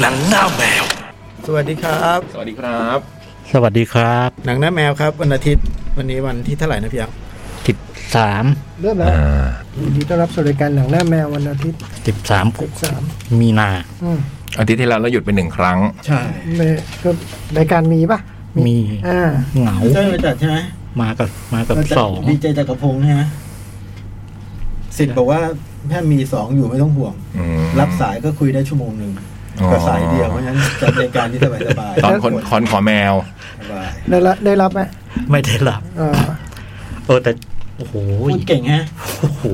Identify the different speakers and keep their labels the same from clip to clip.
Speaker 1: หนังหน้าแมว
Speaker 2: สวัสดีครับ
Speaker 3: สวัสดีครับ
Speaker 4: สวัสดีครับ
Speaker 2: หนังหน้าแมวครับ วันอาทิตย์วันนี้วันที่เท่าไหร่นะพี่ยักษ์
Speaker 4: 13
Speaker 5: เริ่มแล้วยินดีต้อนรับสู่รายการหนังหน้าแมววันอาทิตย์
Speaker 4: 13
Speaker 5: สิบสาม
Speaker 4: มีนา
Speaker 5: อืม
Speaker 3: อาทิตย์ที่แล้วเราหยุดไปหนึ่งครั้ง
Speaker 2: ใช่
Speaker 5: เมก็รายการมีปะ
Speaker 4: มี
Speaker 5: อ่า
Speaker 4: เหงา
Speaker 2: เจ้ามาจัดใช่ไหม
Speaker 4: มากับมากับ
Speaker 2: มาจัด
Speaker 4: สอง
Speaker 2: ดีเจจักรพงษ์ใช่ไหมสิทธิ์บอกว่าถ้ามีสองอยู่ไม่ต้องห่วง
Speaker 3: อืม
Speaker 2: รับสายก็คุยได้ชั่วโมงหนึ่ง
Speaker 3: อ๋อ
Speaker 2: ก็สายเดียวเพราะฉะนั้นจัดรายการที่สบายสบาย
Speaker 3: ตอนคนคอนขอแมว
Speaker 2: สบาย
Speaker 5: ได้รับได้รับไหม
Speaker 4: ไม่ได้หลับ
Speaker 5: อ่า
Speaker 4: เออแต่ โอ้โห
Speaker 2: พูดเก่งฮะ
Speaker 4: โอ้โห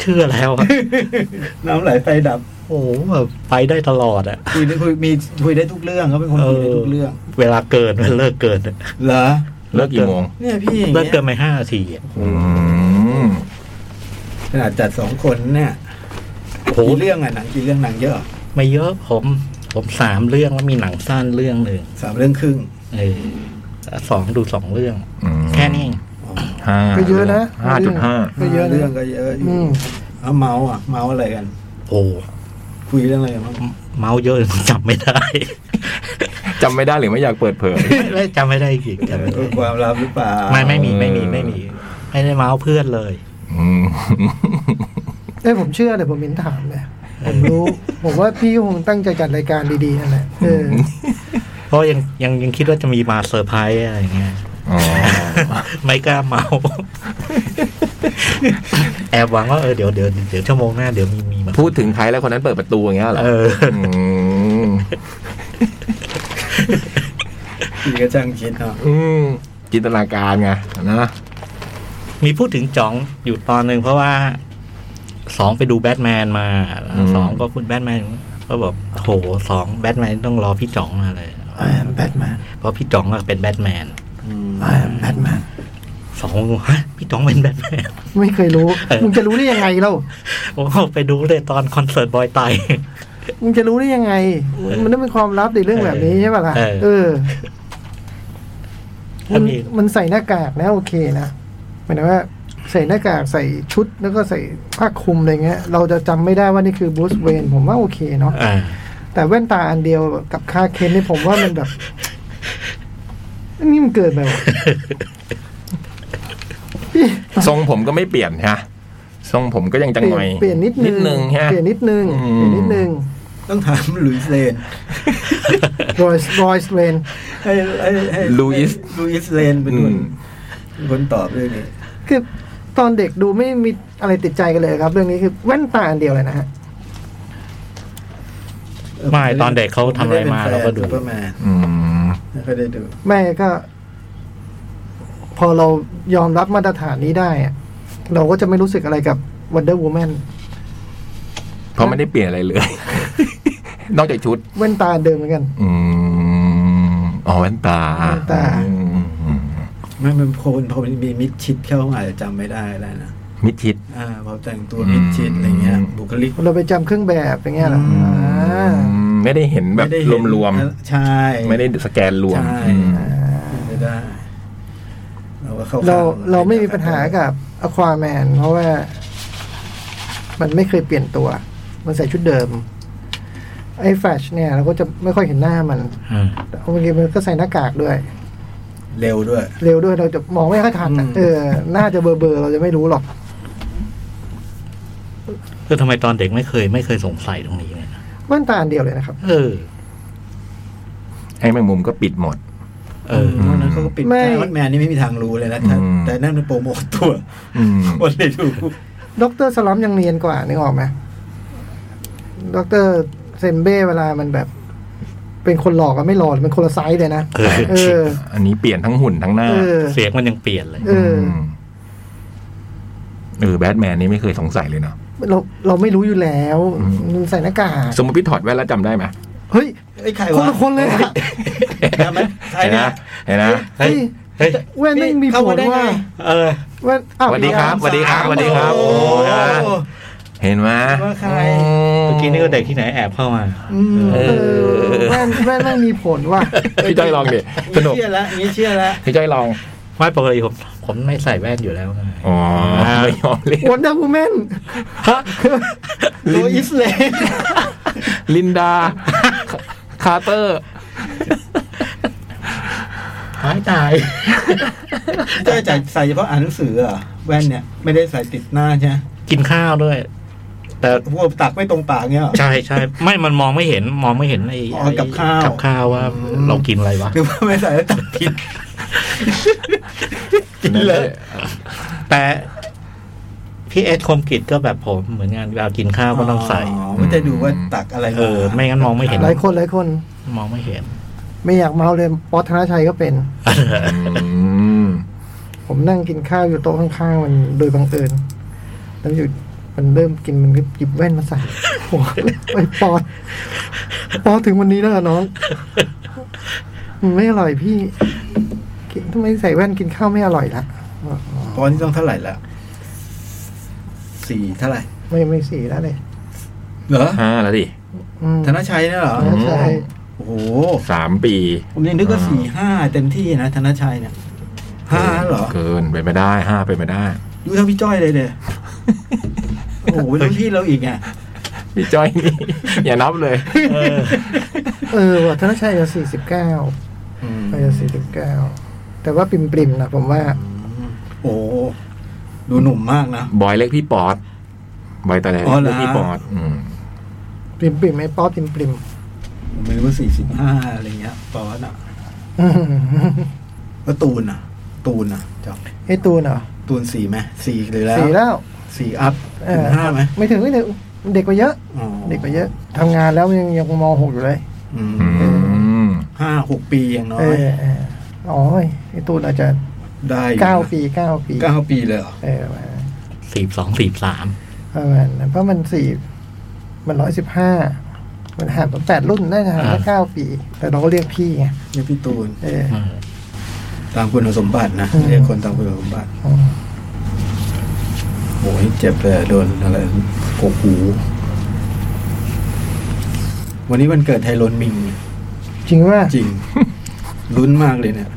Speaker 4: เชื่อแล้วอะ
Speaker 2: น้ำไหลไฟดับ
Speaker 4: โอ้โหแบบไปได้ตลอดอะ
Speaker 2: คุยได้คุยมีคุยได้ทุกเรื่องเขาเป็นคนคุยได้ทุกเรื่อง
Speaker 4: เวลาเกินเลิกเกินอะ
Speaker 2: เหรอ
Speaker 3: เลิกกี่โมง
Speaker 2: เนี่ยพี่อย่าง
Speaker 4: เลิก
Speaker 2: เงี้
Speaker 4: เกิน
Speaker 2: ย
Speaker 4: ไปห้านาทีอะ
Speaker 3: อืม
Speaker 2: ขนาดจัดสองคนเนี่ย
Speaker 4: โอ้โห
Speaker 2: กี่เรื่องอ่ะหนังกี่เรื่องหนังเยอะ
Speaker 4: ไม่เยอะผม ผมสามเรื่องแล้วมีหนังสั้นเรื่องหนึ่ง
Speaker 2: สามเรื่องครึ่ง
Speaker 4: เออสองดูสองเรื่อง
Speaker 3: อืม
Speaker 4: แค่นี้เอง
Speaker 3: ห้า
Speaker 5: ก็เยอะนะ
Speaker 3: ห้าจุดห้า
Speaker 5: ก็เยอะ
Speaker 2: เรื่อง
Speaker 5: นะ
Speaker 2: ก็เยอะอยู่
Speaker 5: อืม
Speaker 2: เอาเมาส์อ่ะ เมาส์อะไรกัน
Speaker 4: โอ้โห
Speaker 2: คุยเรื่องอะไรกันบ้าง
Speaker 4: เมาส์เยอะจำไม่ได้
Speaker 3: จำไม่ได้หรือไม่อยากเปิดเผย
Speaker 4: ไม่ไม่จำไม่ได้อีกจำไม่
Speaker 2: เอ
Speaker 4: ได้
Speaker 2: อความลับหรือเปล่า
Speaker 4: ไม่ไม่มีไม่มีไม่มี ไม่ได้เมาส์เพื่อนเลย
Speaker 3: อืม
Speaker 5: เอ้ยผมเชื่อเลยผมเห็นถามเลยผมรู้ ผมว่าพี่คงตั้งใจจัดรายการดีๆนั่นแหละเออ
Speaker 4: เพราะยังยังยังคิดว่าจะมีมาเซอร์ไพรส์อะไรอย่างเงี้ย
Speaker 3: อ๋อ
Speaker 4: ไม่กล้าเมาส์ แอบหวังว่าเออเดี๋ยวเดี๋ยวเดี๋ยวชั่วโมงหน้าเดี๋ยวมีมีมา
Speaker 3: พูดถึงใครแล้วคนนั้นเปิดประตูอย่างเงี้ยเหรอ
Speaker 4: เออ
Speaker 3: ม
Speaker 2: พี่ก็จังคิดเนาะ
Speaker 3: อืมจินตนาการไงนะ
Speaker 4: มีพูดถึงจ๋องอยู่ตอนหนึ่งเพราะว่าสองไปดูแบทแมนมาสองก็พูดแบทแมนก็บอกโหสองแบทแมนต้องรอพี่จ๋องมาเลย
Speaker 5: ไอ้แบทแมน
Speaker 4: เพราะพี่จ๋องอะเป็นแบทแมน
Speaker 5: ไอ้แบทแมน
Speaker 4: สองงงฮะพี่จ๋องเป็นแบทแมน
Speaker 5: ไม่เคยรู้
Speaker 4: เออ
Speaker 5: มึงจะรู้ได้ยังไงเรา
Speaker 4: ผมเอาไปดูเลยตอนคอนเสิร์ตบอยไต
Speaker 5: มึงจะรู้ได้ยังไง
Speaker 4: เออ
Speaker 5: มันต้องเป็นความลับในเรื่องแบบนี้ใช่ป่ะล่ะ
Speaker 4: เออ
Speaker 5: เออ มั
Speaker 4: ถ้าน มี
Speaker 5: มันใส่หน้ากากนะโอเคนะหมายถึงว่า ใส่หน้ากากใส่ชุดแล้วก็ใส่ผ้าคลุมอะไรเงี้ย เราจะจำไม่ได้ว่านี่คือบูสเวนผมว่าโอเคเนาะ
Speaker 4: อ่า
Speaker 5: แต่แว่นตาอันเดียวกับคาเคนนี่ผมว่ามันแบบ อันนี่มันเกิดไปวะพี่
Speaker 3: ทรงผมก็ไม่เปลี่ยนฮะทรงผมก็ยังจังหน่อย
Speaker 5: เปลี่ยนนิดนึง
Speaker 3: ฮะ
Speaker 5: เปลี่ยนนิดนึง
Speaker 3: อืม
Speaker 5: เปลี่ยนนิดนึง
Speaker 2: ต้องถามหลุยส์เลน
Speaker 5: รอยส์รอยส์เวน
Speaker 2: ให้ให้ให้
Speaker 3: ลุยส์
Speaker 2: ลุยส์เลนเป็นคนเป็นคนตอบเรื่องนี้
Speaker 5: คือตอนเด็กดูไม่มีอะไรติดใจกันเลยครับ เรื่องนี้คือแว่นตาอันเดียวเลยนะฮะ
Speaker 4: ไม่ตอนเด็กเขาทำอะไรมาเราก็ดู
Speaker 2: ซูเปอร์แมน
Speaker 3: อืม
Speaker 2: ไม่ค่อยได้ดู
Speaker 5: แม่ก็ พอเรายอมรับมาตรฐานนี้ได้อะเราก็จะไม่รู้สึกอะไรกับ Wonder Woman
Speaker 3: เพราะไม่ได้เปลี่ยนอะไรเลย นอกจากชุด
Speaker 5: แว่นตาเดิมเหมือนกัน
Speaker 3: อืมอ๋อแว่นตา
Speaker 5: แว่นตา
Speaker 3: อืม
Speaker 2: ไม่เป็นคนพอมันมีมิดชิดเข้ามาอาจจะจำไม่ได้แล้วนะ
Speaker 3: มิดชิด
Speaker 2: อ่าพอแต่งตัวมิดชิดอะไรเงี้ย
Speaker 3: อืม
Speaker 2: บุคลิก
Speaker 5: เราไปจำเครื่องแบบอย่างเงี้ยเหรออ่า
Speaker 3: ไม่ได้เห็นแบบ
Speaker 2: ไม่ได้เห็น
Speaker 3: รวม
Speaker 2: ใช่
Speaker 3: ๆ ไม่ได้สแกนรวม
Speaker 2: ใช่
Speaker 3: อืม
Speaker 2: ไม่ได้เราก็เข้า
Speaker 5: เรา
Speaker 2: ข้ง
Speaker 5: เราไม่มีปัญหากับอควาแมนเพราะว่า มันไม่เคยเปลี่ยนตัว มันใส่ชุดเดิม ไอ้แฟชเนี่ยเราก็จะไม่ค่อยเห็นหน้ามัน
Speaker 4: อ่า
Speaker 5: เพราะบางทีมันก็ใส่หน้ากากด้วย
Speaker 2: เร็วด้วย
Speaker 5: เร็วด้วยเราจะมองไม่ค่อยทันอะ
Speaker 2: อืม
Speaker 5: เออหน้าจะเบอร์เบอร์เราจะไม่รู้หรอก
Speaker 4: คือทำไมตอนเด็กไม่เคยไม่เคยสงสัยตรงนี้เลยนะ
Speaker 5: แว่นตาอันเดียวเลยนะครับ
Speaker 4: เออ
Speaker 3: ไอ้แมงมุมก็ปิดหมด
Speaker 4: เออ
Speaker 2: วันนั้นเขาก็ปิด
Speaker 5: ไม่
Speaker 2: แต่วัดแมนนี่ไม่มีทางรู้เลยนะแต่
Speaker 3: อืม
Speaker 2: แต่นั่นเป็นโปรโมทตัว
Speaker 3: อืม
Speaker 2: คนได้ดู
Speaker 5: ด็อกเตอร์สลัมยังเนียนกว่านึกออกไหมด็อกเตอร์เซมเบ้เวลามันแบบ เป็นคนหลอกก็ไม่หลอกเป็นคนละไซส์เลยนะ
Speaker 4: เออ
Speaker 5: เออ
Speaker 3: อันนี้เปลี่ยนทั้งหุ่นทั้งหน้า
Speaker 5: เออ
Speaker 4: เสียงมันยังเปลี่ยนเลย
Speaker 5: เออ
Speaker 3: มเออแบทแมนนี่ไม่เคยสงสัยเลยเนาะ
Speaker 5: เราเราไม่รู้อยู่แล้ว
Speaker 3: อืม
Speaker 5: มันใส่หน้ากาก
Speaker 3: สมมติพี่ถอดแว่นแล้วจำได้ไหม
Speaker 5: เฮ้ย
Speaker 2: ไอ้ใคร
Speaker 5: คน
Speaker 2: วะ
Speaker 5: ละคนเลยอะ
Speaker 2: ใช่ไหมใช่
Speaker 3: เห็น
Speaker 2: นะ
Speaker 3: นะเห็นนะ
Speaker 4: เฮ้ย เฮ้ย
Speaker 5: แว่นไม่มี
Speaker 2: เข้า
Speaker 5: ผล
Speaker 2: ได้ไง
Speaker 5: ว่า
Speaker 4: เออ
Speaker 5: แว่นอ้าว
Speaker 3: สวัสดีครับสวัสดีครับสวัสดีครับ
Speaker 2: โอ้
Speaker 3: โอ้
Speaker 2: โห
Speaker 3: โหเห็นไหม
Speaker 2: ว่าใคร
Speaker 4: เมื่อกี้นี่ก็เด็กที่ไหนแอบเข้ามา
Speaker 5: เออแว่นแว่นไม่มีผลว่า
Speaker 3: พี่จ้อยลองดิสนุก
Speaker 2: เชื่อแล้วอย่างนี้เชื่อแล้ว
Speaker 3: พี่จ้อยลอง
Speaker 4: ไม่ปกติผมผมไม่ใส่แว่นอยู่แล้วไง
Speaker 3: อ๋อไม่ยอมเล่น
Speaker 5: Wonder Woman
Speaker 4: ฮะ
Speaker 2: โลอิสเลน
Speaker 3: ลินดา คาร์เตอร์
Speaker 4: หายตาย
Speaker 2: จะใส่ใส่เฉพาะอ่านหนังสือเหรอแว่นเนี่ย ไม่ได้ใส่ติดหน้าใช่ไหม
Speaker 4: กินข้าวด้วย แต่
Speaker 2: พวกตักไม่ตรงปากเนี่ยเหรอ
Speaker 4: ใช่ใช่ไม่มันมองไม่เห็นมองไม่เห็นไอ้
Speaker 2: อ๋อกับข้าว
Speaker 4: กับข้าวว่าเรากินอะไรวะ
Speaker 2: หรือว่าไม่ใส่แล้วตักผิด กินเลย
Speaker 4: แต่พี่เอสคมกิจก็แบบผมเหมือนงานเวลากินข้าวก็ต้องใส่
Speaker 2: อ๋อมันจะดูว่าตักอะไรมา
Speaker 4: เออ ไม่งั้นมองไม่เห็น
Speaker 5: หลายคนหลายคน
Speaker 4: มองไม่เห็น
Speaker 5: ไม่อยากเมาเลยป๊อตธนชัยก็เป็น
Speaker 3: อืม
Speaker 5: ผมนั่งกินข้าวอยู่โต๊ะข้างๆมันโดยบังเอิญแล้วอยู่มันเริ่มกินมันก็หยิบแว่นมาใส่โอ้ไอ้ ปอดปอดถึงวันนี้แล้วเหรอน้อง มันไม่อร่อยพี่กินทำไมใส่แว่นกินข้าวไม่อร่อยละบอกอ๋อ
Speaker 2: ตอนนี้ต้องเท่าไหร่ละสี่เท่าไหร่
Speaker 5: ไม่ไม่สีแล้วเลย
Speaker 2: เหรอ
Speaker 3: ห้าแล้วดิ
Speaker 5: อืม
Speaker 2: ธนชัยเนี่ยเหรอ
Speaker 5: ธนชัย
Speaker 2: โอ้โห
Speaker 3: สามปี
Speaker 2: ผมยังนึกว่าสี่ห้าเต็มที่นะธนชัยเนี่ยห้าเหรอ
Speaker 3: เกินไปไม่ได้ห้าไปไม่ได้
Speaker 2: ดูเท่าพี่จ้อยเลย เด้โอ้โหเป็นรุ่นพี่เราอีกอ่ะ
Speaker 3: พี่จ้อยนี่ อย่านับเลย
Speaker 5: เออว่ะธนชัยจะสี่สิบเก้าไปจะสี่สิบเก้าแต่ว่าปริมปริมๆนะผมว่า
Speaker 2: โอ้โหดูหนุ่มมากนะ
Speaker 3: บอยเล็กพี่ปอด บอยตาแดง
Speaker 2: อ๋อเหรอ
Speaker 3: เล็กพี่ปอด อืม
Speaker 5: ปริมปริมๆไอ้ป๊อปปริมปริม
Speaker 2: ผมไม่รู้ว่าสี่สิบห้าอะไรเงี้ยปอนอ่ะ
Speaker 5: ๆอื ม
Speaker 2: แล้วตูนอ่ะ ตูนอ่ะจอก
Speaker 5: ไอ้ตูนเหรอ
Speaker 2: ตูนสี่ไหมสี่หรือแล้ว
Speaker 5: สีแล้ว
Speaker 2: สี่อัพ
Speaker 5: เอ
Speaker 2: ถึ
Speaker 5: อง
Speaker 2: ห้าไหม
Speaker 5: ไม่ถึงไม่ถึงเด็กกว่าเยอะ
Speaker 2: อ๋อ
Speaker 5: เด็กกว่าเยอะทำงานแล้วยังยังมหกอยู่เลย
Speaker 2: อืม
Speaker 3: อืม
Speaker 2: ห้าหกปีอย่างน้อ
Speaker 5: เอย อเอออ๋อไอ้ตูนอาจจะ
Speaker 2: ได้อยู่นะ
Speaker 5: เก้าปีเก้าปี
Speaker 2: เก้าปีเลยเหรอ
Speaker 5: เออประมาณนั้น
Speaker 4: สี่สองสี่สาม
Speaker 5: ประมาณนั้นเพราะมันสี่มันร้อยสิบห้ามันห่างกันแปดรุ่นน่าจะห่างแค่เก้าปี แต่เราก็เรียกพี่ไง
Speaker 2: เนี่ยพี่ตูน
Speaker 5: เออ
Speaker 2: ตามคุณสมบัตินะ
Speaker 5: อืม
Speaker 2: เรียกคนตามคุณสมบัติ
Speaker 5: อืม
Speaker 2: โอ้ยเจ็บเลยโดนอะไรกกหู วันนี้วันเกิดไทยรนมิง
Speaker 5: จริงว่า
Speaker 2: จ ริง ลุ้นมากเลยเนี่ย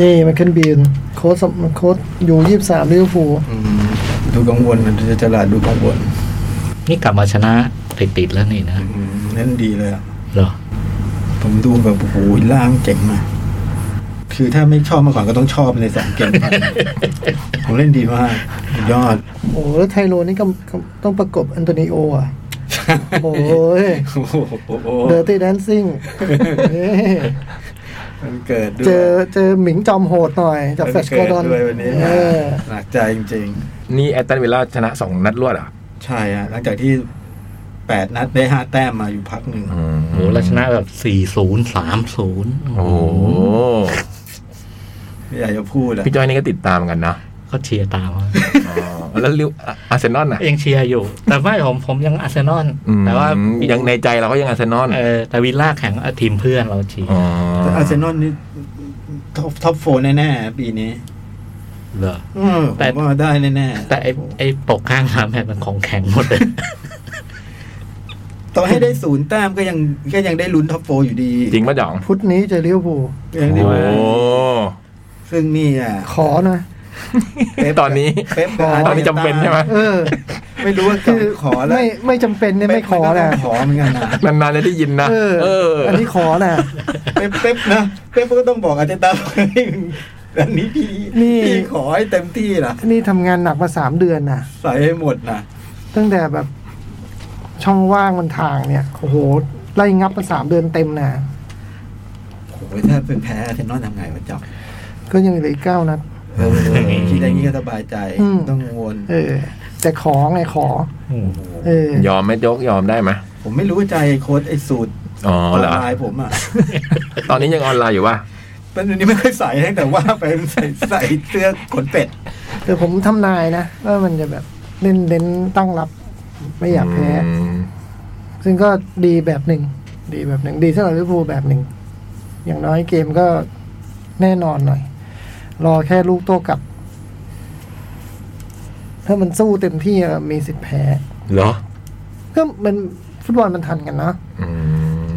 Speaker 5: นี่มันขึ้นบินโค้ดสมโค้ดอยู่ยี่สิบสามลิเวอร์พูล
Speaker 2: อืมดูกังวลจะจลาดดูกังวล
Speaker 4: นี่กลับมาชนะติดติดๆแล้วนี่นะ
Speaker 2: อืมนั่นดีเลยอะ
Speaker 4: เหรอ
Speaker 2: ผมดูแบบโอ้โหล่างเจ๋งมาก คือถ้าไม่ชอบมาก่อนก็ต้องชอบในสามเกม ก่อนผมเล่นดีมากสุดยอด
Speaker 5: โอ้โหแล้วไทโรนี่ก็ก็ต้องประกบอันโตนิโออ่ะ โอ้ย
Speaker 2: โอ้โห
Speaker 5: เดอร์ตี้แดนซิ่ง
Speaker 2: มันเกิดด้วย
Speaker 5: เจอเจอหมิงจอมโหดหน่อย จากแฟลชโก
Speaker 2: เกิด
Speaker 5: ดอน
Speaker 2: ด้วยวันนี้
Speaker 5: เออ
Speaker 2: หนักใจจริง ๆ
Speaker 3: นี่แอตตันวิลล่าชนะสองนัดรวดเหรอ่ะ
Speaker 2: ใช่ฮะหลังจากที่แปดนัดได้ห้าแต้มมาอยู่พักหนึ่ง
Speaker 4: โหแล้วชนะแบบสี่ศูนย์สามศูนย์
Speaker 3: โอ้โห
Speaker 2: ไม่อยากจะพูดอะ
Speaker 3: พี่จ้อยนี่ก็ติดตามกันนะ
Speaker 4: ก็เชียร์ตามอะ
Speaker 3: อ๋อแล้วลิวอาร์เซนอลน่ะ
Speaker 4: ยังเชียร์อยู่ แต่ไม่ผมผมยังอาร์เซนอล
Speaker 3: อืม
Speaker 4: แต่ว่ายั
Speaker 3: ยังในใจเราก็ยังอาร์เซนอล
Speaker 4: เออแต่วิลล่าแข่งกับทีมเพื่อนเราเชียร์
Speaker 3: อ๋อ
Speaker 2: แต่อาร์เซนอลนี่ท็อปท็อปโฟแน่ๆ ปีนี้
Speaker 4: เหรอ
Speaker 2: เออผ
Speaker 4: แต่
Speaker 2: มว่าได้แน่
Speaker 4: แต่ไอไอปกข้างสามแผ่นมันของแข็งหมดเลย
Speaker 2: ๆต่อให้ได้ศูนย์แต้มก็ยังก็ยังได้ลุ้นท็อปโฟอยู่ดี
Speaker 3: จริงปะจ่อง
Speaker 5: พุธนี้เจอลิเวอร์พูล
Speaker 2: ยังดี
Speaker 3: โอ้
Speaker 2: ว่าซึ่งนี่อ่ะ
Speaker 5: ขอนะ
Speaker 2: เป๊ป
Speaker 3: ตอนนี้
Speaker 2: เป๊ปกับาร์
Speaker 3: ตอนนี้จำเป็นใช่ไหม
Speaker 5: เออ
Speaker 2: ไม่รู้ ว่า
Speaker 5: คือ
Speaker 2: ขอแล้ว
Speaker 5: ไม่ไม่จำเป็นเนี่ยไม่ขอนะ
Speaker 2: เป๊ปก็ต้งขอเหมือนกันนะ
Speaker 3: นานๆจะได้ยินนะ
Speaker 5: เออ อันนี้ขอนะ
Speaker 2: เป๊ปเป๊ปนะเป๊ปก็ต้องบอกอาร์เต ต้าว่าอันนี้พี่
Speaker 5: นี่
Speaker 2: พี่ขอให้เต็มที่นะ
Speaker 5: นี่ทำงานหนักมาสามเดือนนะ
Speaker 2: ใส่ให้หมดนะ
Speaker 5: ตั้งแต่แบบ ช่องว่างมันทางเนี่ยโอ้โหไล่งับมาสามเดือนเต็มนะ
Speaker 2: โอ้ยถ้าเป็นแพ้อาร์เซนอลทำไงวะจ๊อบ
Speaker 5: ก็ยังเหลืออกเก้านัด
Speaker 2: เออคิดอย่างนี้ก็สบายใจ
Speaker 5: อืม
Speaker 2: ไม่ต้องกังวล
Speaker 5: เออ แต่ขอไงขอ เออ
Speaker 3: ยอมไหมโจ๊กยอมได้ไหม
Speaker 2: ผมไม่รู้ใจโค้ดไอ้สูตร
Speaker 3: อ๋อ
Speaker 2: ออ
Speaker 3: เหรอน
Speaker 2: ไลน์ผมอ่ะ
Speaker 3: ตอนนี้ยังออนไลน์อยู่ปะ
Speaker 2: เป็นอันนี้ไม่เคยใส่ให้แต่ว่าไปใส่ใส่เสื้อขนเป็ด
Speaker 5: แต่ผมทำนายนะว่ามันจะแบบเล่นเน้นตั้งรับ ไม่อยากแพ้ ซึ่งก็ดีแบบหนึ่ง ดีแบบหนึ่ง ดีสำหรับลิเวอร์พูลแบบหนึ่ง อย่างน้อยเกมก็แน่นอนหน่อย รอแค่ลูกโต้กลับ ถ้ามันสู้เต็มที่อะมีสิทธิ์แพ้
Speaker 3: เหรอ
Speaker 5: ก็มันฟุตบอลมันทันกันเนาะ
Speaker 3: อืม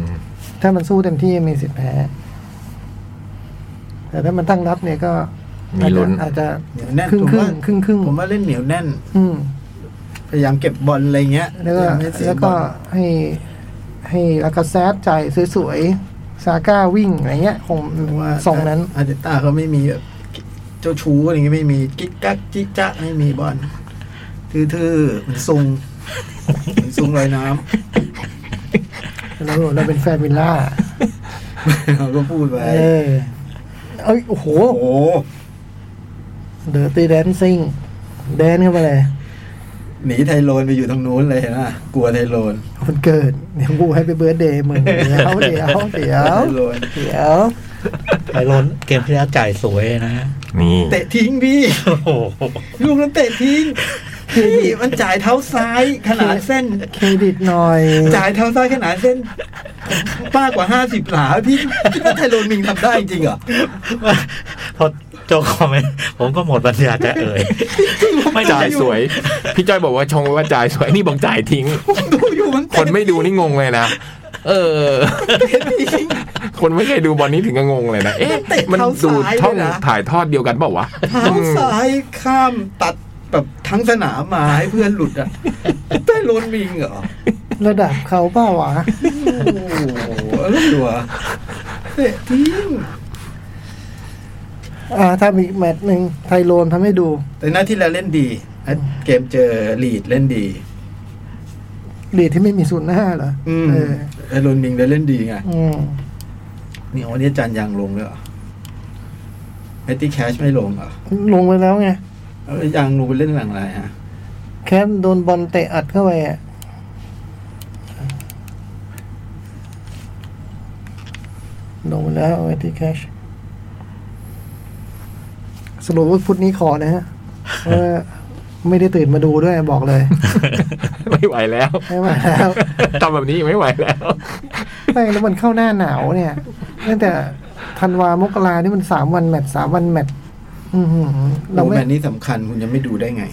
Speaker 5: ถ้ามันสู้เต็มที่มีสิทธิ์แพ้ แต่ถ้ามันตั้งรับเนี่ยก็
Speaker 3: มีลุ้น
Speaker 5: อาจจะ
Speaker 2: เหนียวแน่น
Speaker 5: ครึ่ง
Speaker 2: ผม
Speaker 5: ครึ่
Speaker 2: ว่า
Speaker 5: งครึ่งครึ่ง
Speaker 2: ผมว่าเล่นเหนียวแน่น
Speaker 5: อืม
Speaker 2: พยายามเก็บบอลอะไรเงี้ย
Speaker 5: แล้ว
Speaker 2: พ
Speaker 5: ก็
Speaker 2: ยายามไม่เสีย
Speaker 5: แล้วก็
Speaker 2: บอ
Speaker 5: ให้ ให้ลากาแซดจ่ายสวยๆ ซาก้าวิ่งอะไรเงี้ยคง
Speaker 2: เพราะว่า
Speaker 5: ทรงนั้น
Speaker 2: อาร์เจนต้าเขาไม่มีแบบเจ้าชู้อะไรเงี้ยไม่มีกิ๊กกักจิ๊กจ๊ะไม่มีบอลทื่อๆเหมือนซุงเหมือนซุงลอยน้
Speaker 5: เราเราเป็นแฟนวิลล่า
Speaker 2: ำ เราก็พูดไป
Speaker 5: เออเอ้ย โอ้โห
Speaker 2: โอ้โห
Speaker 5: เดอร์ตี้แดนซิ่งแดนเข้าไปเลย
Speaker 2: หนีไทโรนไปอยู่ทางนู้นเลยนะกลัวไทโรน
Speaker 5: มันเกิดเดี๋ยวกูให้ไปเบิร์ดเดย์มึง เดี๋ยวเดี๋ยวเดี๋ยว
Speaker 2: ไทโรน
Speaker 5: เดี๋ยว
Speaker 4: ไอรอนเกมที่แล้วจ่ายสวยนะฮะ
Speaker 3: นี่
Speaker 2: เตะทิ้งพี่
Speaker 4: โอ้โห
Speaker 2: ลูกนั้นเตะทิ้งพี่มันจ่ายเท้าซ้ายขนาดเส้น
Speaker 5: เครดิตหน่อย
Speaker 2: จ่ายเท้าซ้ายขนาดเส้นมากกว่าห้าสิบหลาพี่คิดว่าไทโรนมิงทำได้จริงเหรอ
Speaker 4: พอโจคอมเมนต์ผมก็หมดปัญญาจะเอ่ย ไม่จ่า
Speaker 3: จ่าย ยสวย พี่จ้อยบอกว่าชงว่าจ่ายสวย นี่บอกจ่ายทิ้ง
Speaker 2: ดูอยู่มัน
Speaker 3: คนไม่ดูนี่งงเลยนะ เออ คนไม่เคยดูบอลนี้ถึงก็งงเลยนะ เอ๊ะ มันดูช่องถ่ายทอดเดียวกันเปล่าวะ
Speaker 2: เท้าซ้ายข้ามตัดแบบทั้งสนามมาให้เพื่อนหลุดอะไทโรนมิงเหรอ
Speaker 5: ระดับเขาเปล่าวะ
Speaker 2: โอ้โหแล้วดูอะเตะทิ้ง
Speaker 5: อ่าถ้ามีอีกแมตช์หนึ่งไทยโลนทำให้ดู
Speaker 2: แต่หน้าที่แล้วเล่นดีนะเกมเจอลีดเล่นดี
Speaker 5: ลีดที่ไม่มีศูนย์หน้าเหรอ
Speaker 2: อืม
Speaker 5: เออ
Speaker 2: ไอรอนมิงได้เล่นดีไง
Speaker 5: อืม
Speaker 2: นี่อ๋อนี่อาจารย์ยังลงด้วยเหรอแมตตี้แคชไม่ลงเหรอ
Speaker 5: ลงไปแล้วไง
Speaker 2: แล้วยังลงไปเล่นหลังอะไรฮะ
Speaker 5: แคทโดนบอลเตะอัดเข้าไปอ่ะ ลงไปแล้วไอ้ที่แคชสรุปว่าพุทธนี้ขอนะฮะเพราะว่าไม่ได้ตื่นมาดูด้วยบอกเลย
Speaker 3: ไม่ไหวแล้ว
Speaker 5: ไม่มาแล้ว
Speaker 3: ทำแบบนี้ไม่ไหวแล้ว
Speaker 5: ไม่แล้วมันเข้าหน้าหนาวเนี่ยตั้งแต่ธันวามกรานี่มันสามวันแมตช์สามวันแมตช์อื้อหือเรา
Speaker 2: โอ้
Speaker 5: ไม่
Speaker 2: แมตช์นี้สำคัญคุณยังไม่ดูได้ไง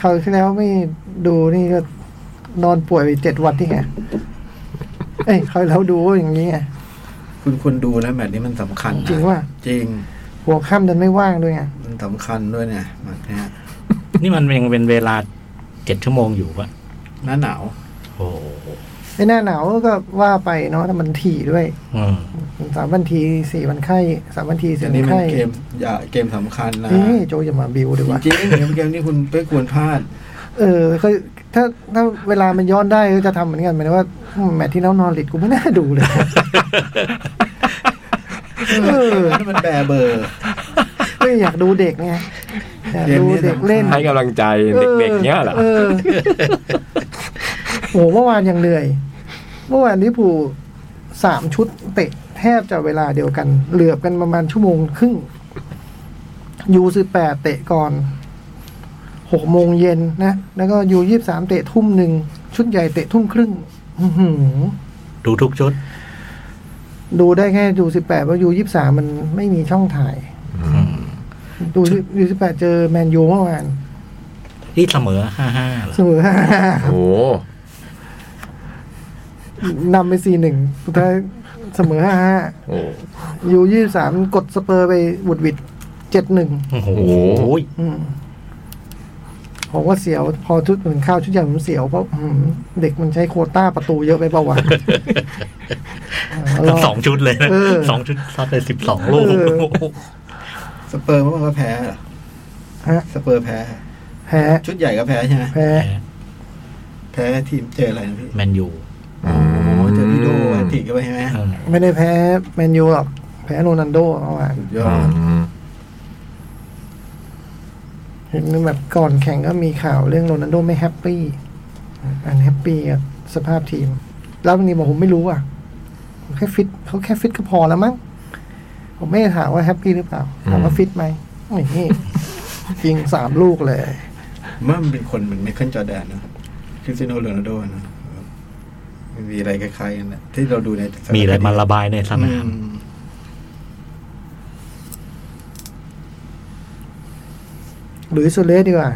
Speaker 5: คราวที่แล้วไม่ดูนี่ก็นอนป่วยไปเจ็ดวันที่ไง เอ้ยคราวที่แล้วดูอย่างนี้ไง
Speaker 2: คุณควรดูนะแมตช์นี้มันสำคัญนะ
Speaker 5: จริงว่ะ
Speaker 2: จริง
Speaker 5: หัวค่ำดันไม่ว่างด้วยไง
Speaker 2: มันสำคัญด้วยเนี่ยแมตช์เนี้ย
Speaker 4: นี่มันยังเป็นเวลาเจ็ดชั่วโมงอยู่ปะ
Speaker 2: หน้าหนาว
Speaker 4: โอ้โห
Speaker 5: ไอ้หน้าหนาวก็ว่าไปเนาะแต่มันถี่ด้วย
Speaker 4: อืม
Speaker 5: สามวันทีสี่วันไข้สามวันที
Speaker 2: แต่
Speaker 5: สี่วั
Speaker 2: นี่
Speaker 5: น
Speaker 2: มัน
Speaker 5: ไข้
Speaker 2: เกมอย่าเกมสำคัญนะ
Speaker 5: เอ้ยโจอย่ามาบิว
Speaker 2: จ
Speaker 5: ดีวะ
Speaker 2: ริงๆเกมเกมนี้คุณไม่ควรพลาด
Speaker 5: เออก็ถ้าถ้าเวลามันย้อนได้ก็จะทำเหมือนกันหมายถึงว่าอืมแมทที่แล้วนอนหลิดกูไม่น่าดูเลย
Speaker 2: เออนั่นมันแบเบอร์
Speaker 5: ก็อยากดูเด็กไงอยากดูเด็กเล่น
Speaker 3: ให้กำลังใจเด็กๆเนี้ยเหรอ
Speaker 5: เออโหเมื่อวานยังเหนื่อยเมื่อวานลิเวอร์พูลสามชุดเตะแทบจะเวลาเดียวกัน เหลือบกันประมาณชั่วโมงครึ่งยูสิบแปดเตะก่อนหกโมงเย็นนะ แล้วก็ยูยี่สามเตะทุ่มหนึ่ง ชุดใหญ่เตะทุ่มครึ่ง อื้อหือ
Speaker 4: ดูทุกชุด
Speaker 5: ดูได้แค่ยูสิบแปดเพราะยูยี่สามมันไม่มีช่องถ่าย
Speaker 4: อืม
Speaker 5: ดูยูสิบแปดเจอแมนยูเมื่อวาน
Speaker 4: นี่เสมอห้าห้าเหรอ
Speaker 5: เสมอ
Speaker 3: โอ้โห
Speaker 5: นำไป 4-1 สุดท้ายเสมอ 5-5
Speaker 3: โอ้
Speaker 5: ยูยี่สามกดสเปอร์ไปบุดหวิด 7-1
Speaker 4: โอ้โห
Speaker 3: โอ้โห
Speaker 5: อืมผมว่าเสียว พอชุดเหมือนข้าวชุดใหญ่ผมเสียวเพราะอืมเด็กมันใช้โควต้าประตูเยอะไปเปล่าวะ เาล
Speaker 4: สองชุดเลยนะ
Speaker 5: เออ
Speaker 4: สองชุดซัดไปสิบสองลูก
Speaker 5: เออ
Speaker 4: โอ้โห
Speaker 2: สเปอร์เมื่อวานก็แพ้เหรอ
Speaker 5: ฮะ
Speaker 2: สเปอร์แพ้
Speaker 5: แพ้
Speaker 2: ชุดใหญ่ก็แพ้ใช่ไหม
Speaker 5: แพ้
Speaker 2: แพ้ทีมเจออะไรนะพี่
Speaker 4: แมนยู
Speaker 2: โอ้โหเจอพี่โดอันติกันไปใช่ไหม
Speaker 4: เออ
Speaker 5: ไม่ได้แพ้แมนยูหรอก แพ้โรนันโดเมื่อวาน
Speaker 2: สุดยอ
Speaker 3: อื
Speaker 2: ด
Speaker 3: ม
Speaker 5: เห็นแบบก่อนแข่งก็มีข่าวเรื่องโรนันโดไม่แฮปปี้อันแฮปปี้กับสภาพทีม แล้ววันนี้บอกผมไม่รู้อ่ะผมแค่ฟิตเขาแค่ฟิตก็พอแล้วมั้งผมไม่ได้ถามว่าแฮปปี้หรือเปล่าถามว่าฟิตไหมนี่ยิงสามลูกเลย
Speaker 2: ผมว่ามันเป็นคนเหมือนไมเคิลจอร์แดนนะคริสเตียโนโรนัลโดนะมันมีอะไรคล้ายๆกันนะที่เราดูในสคดี
Speaker 4: มีอะไรมาระบายในส
Speaker 2: อื
Speaker 4: นาม
Speaker 2: ม
Speaker 5: หรือโซเลสดีกว่า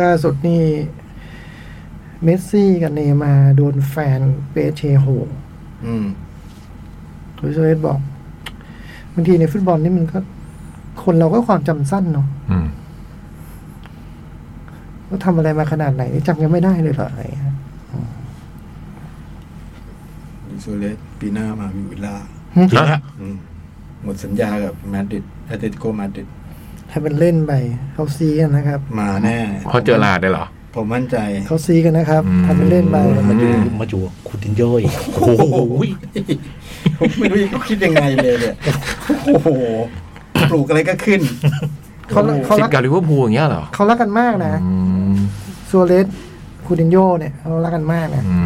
Speaker 5: ล่าสุดนี่ เมสซี่กับเนย์มาร์โดนแฟนเปเชโห
Speaker 2: อืม
Speaker 5: หรือโซเลสบอกบางทีในฟุตบอลนี่มันก็ คนเราก็ความจำสั้นเนาะ
Speaker 3: อืม
Speaker 5: ว่าทำอะไรมาขนาดไหนนี่จำกันไม่ได้เลยเหรออะไรเงี้ย
Speaker 2: โซเลสปีหน้ามาวิวิลล่า
Speaker 4: จริงฮะ
Speaker 2: อืมหมดสัญญากับมาดริดแอตเลติโกมาดริด
Speaker 5: ให้มันเล่นไปเขาซีกันนะครับ
Speaker 2: มาแน่
Speaker 3: เพราะเจอลาได้เหรอ
Speaker 2: ผมมั่นใจ
Speaker 5: เขาซีกันนะครับ
Speaker 3: อืม
Speaker 5: ทำเป็นเล่นไป
Speaker 4: มาจูมาจูคุณตินโยอีกโอ้โห
Speaker 2: ผมไม่รู้เขาคิดยังไงเลยเนี่ย โอ้โห ปลูกอะไรก็ขึ้น
Speaker 5: เขารักเขา
Speaker 3: สิ
Speaker 5: รั
Speaker 3: ท
Speaker 5: ก
Speaker 3: ธิ์เกาลิเวอร์พูลอย่างเงี้ยเหรอ
Speaker 5: เขารักกันมากนะ
Speaker 3: อืม
Speaker 5: ซัวเรสคูดินโยเนี่ยเขารักกันมากนะ
Speaker 3: อื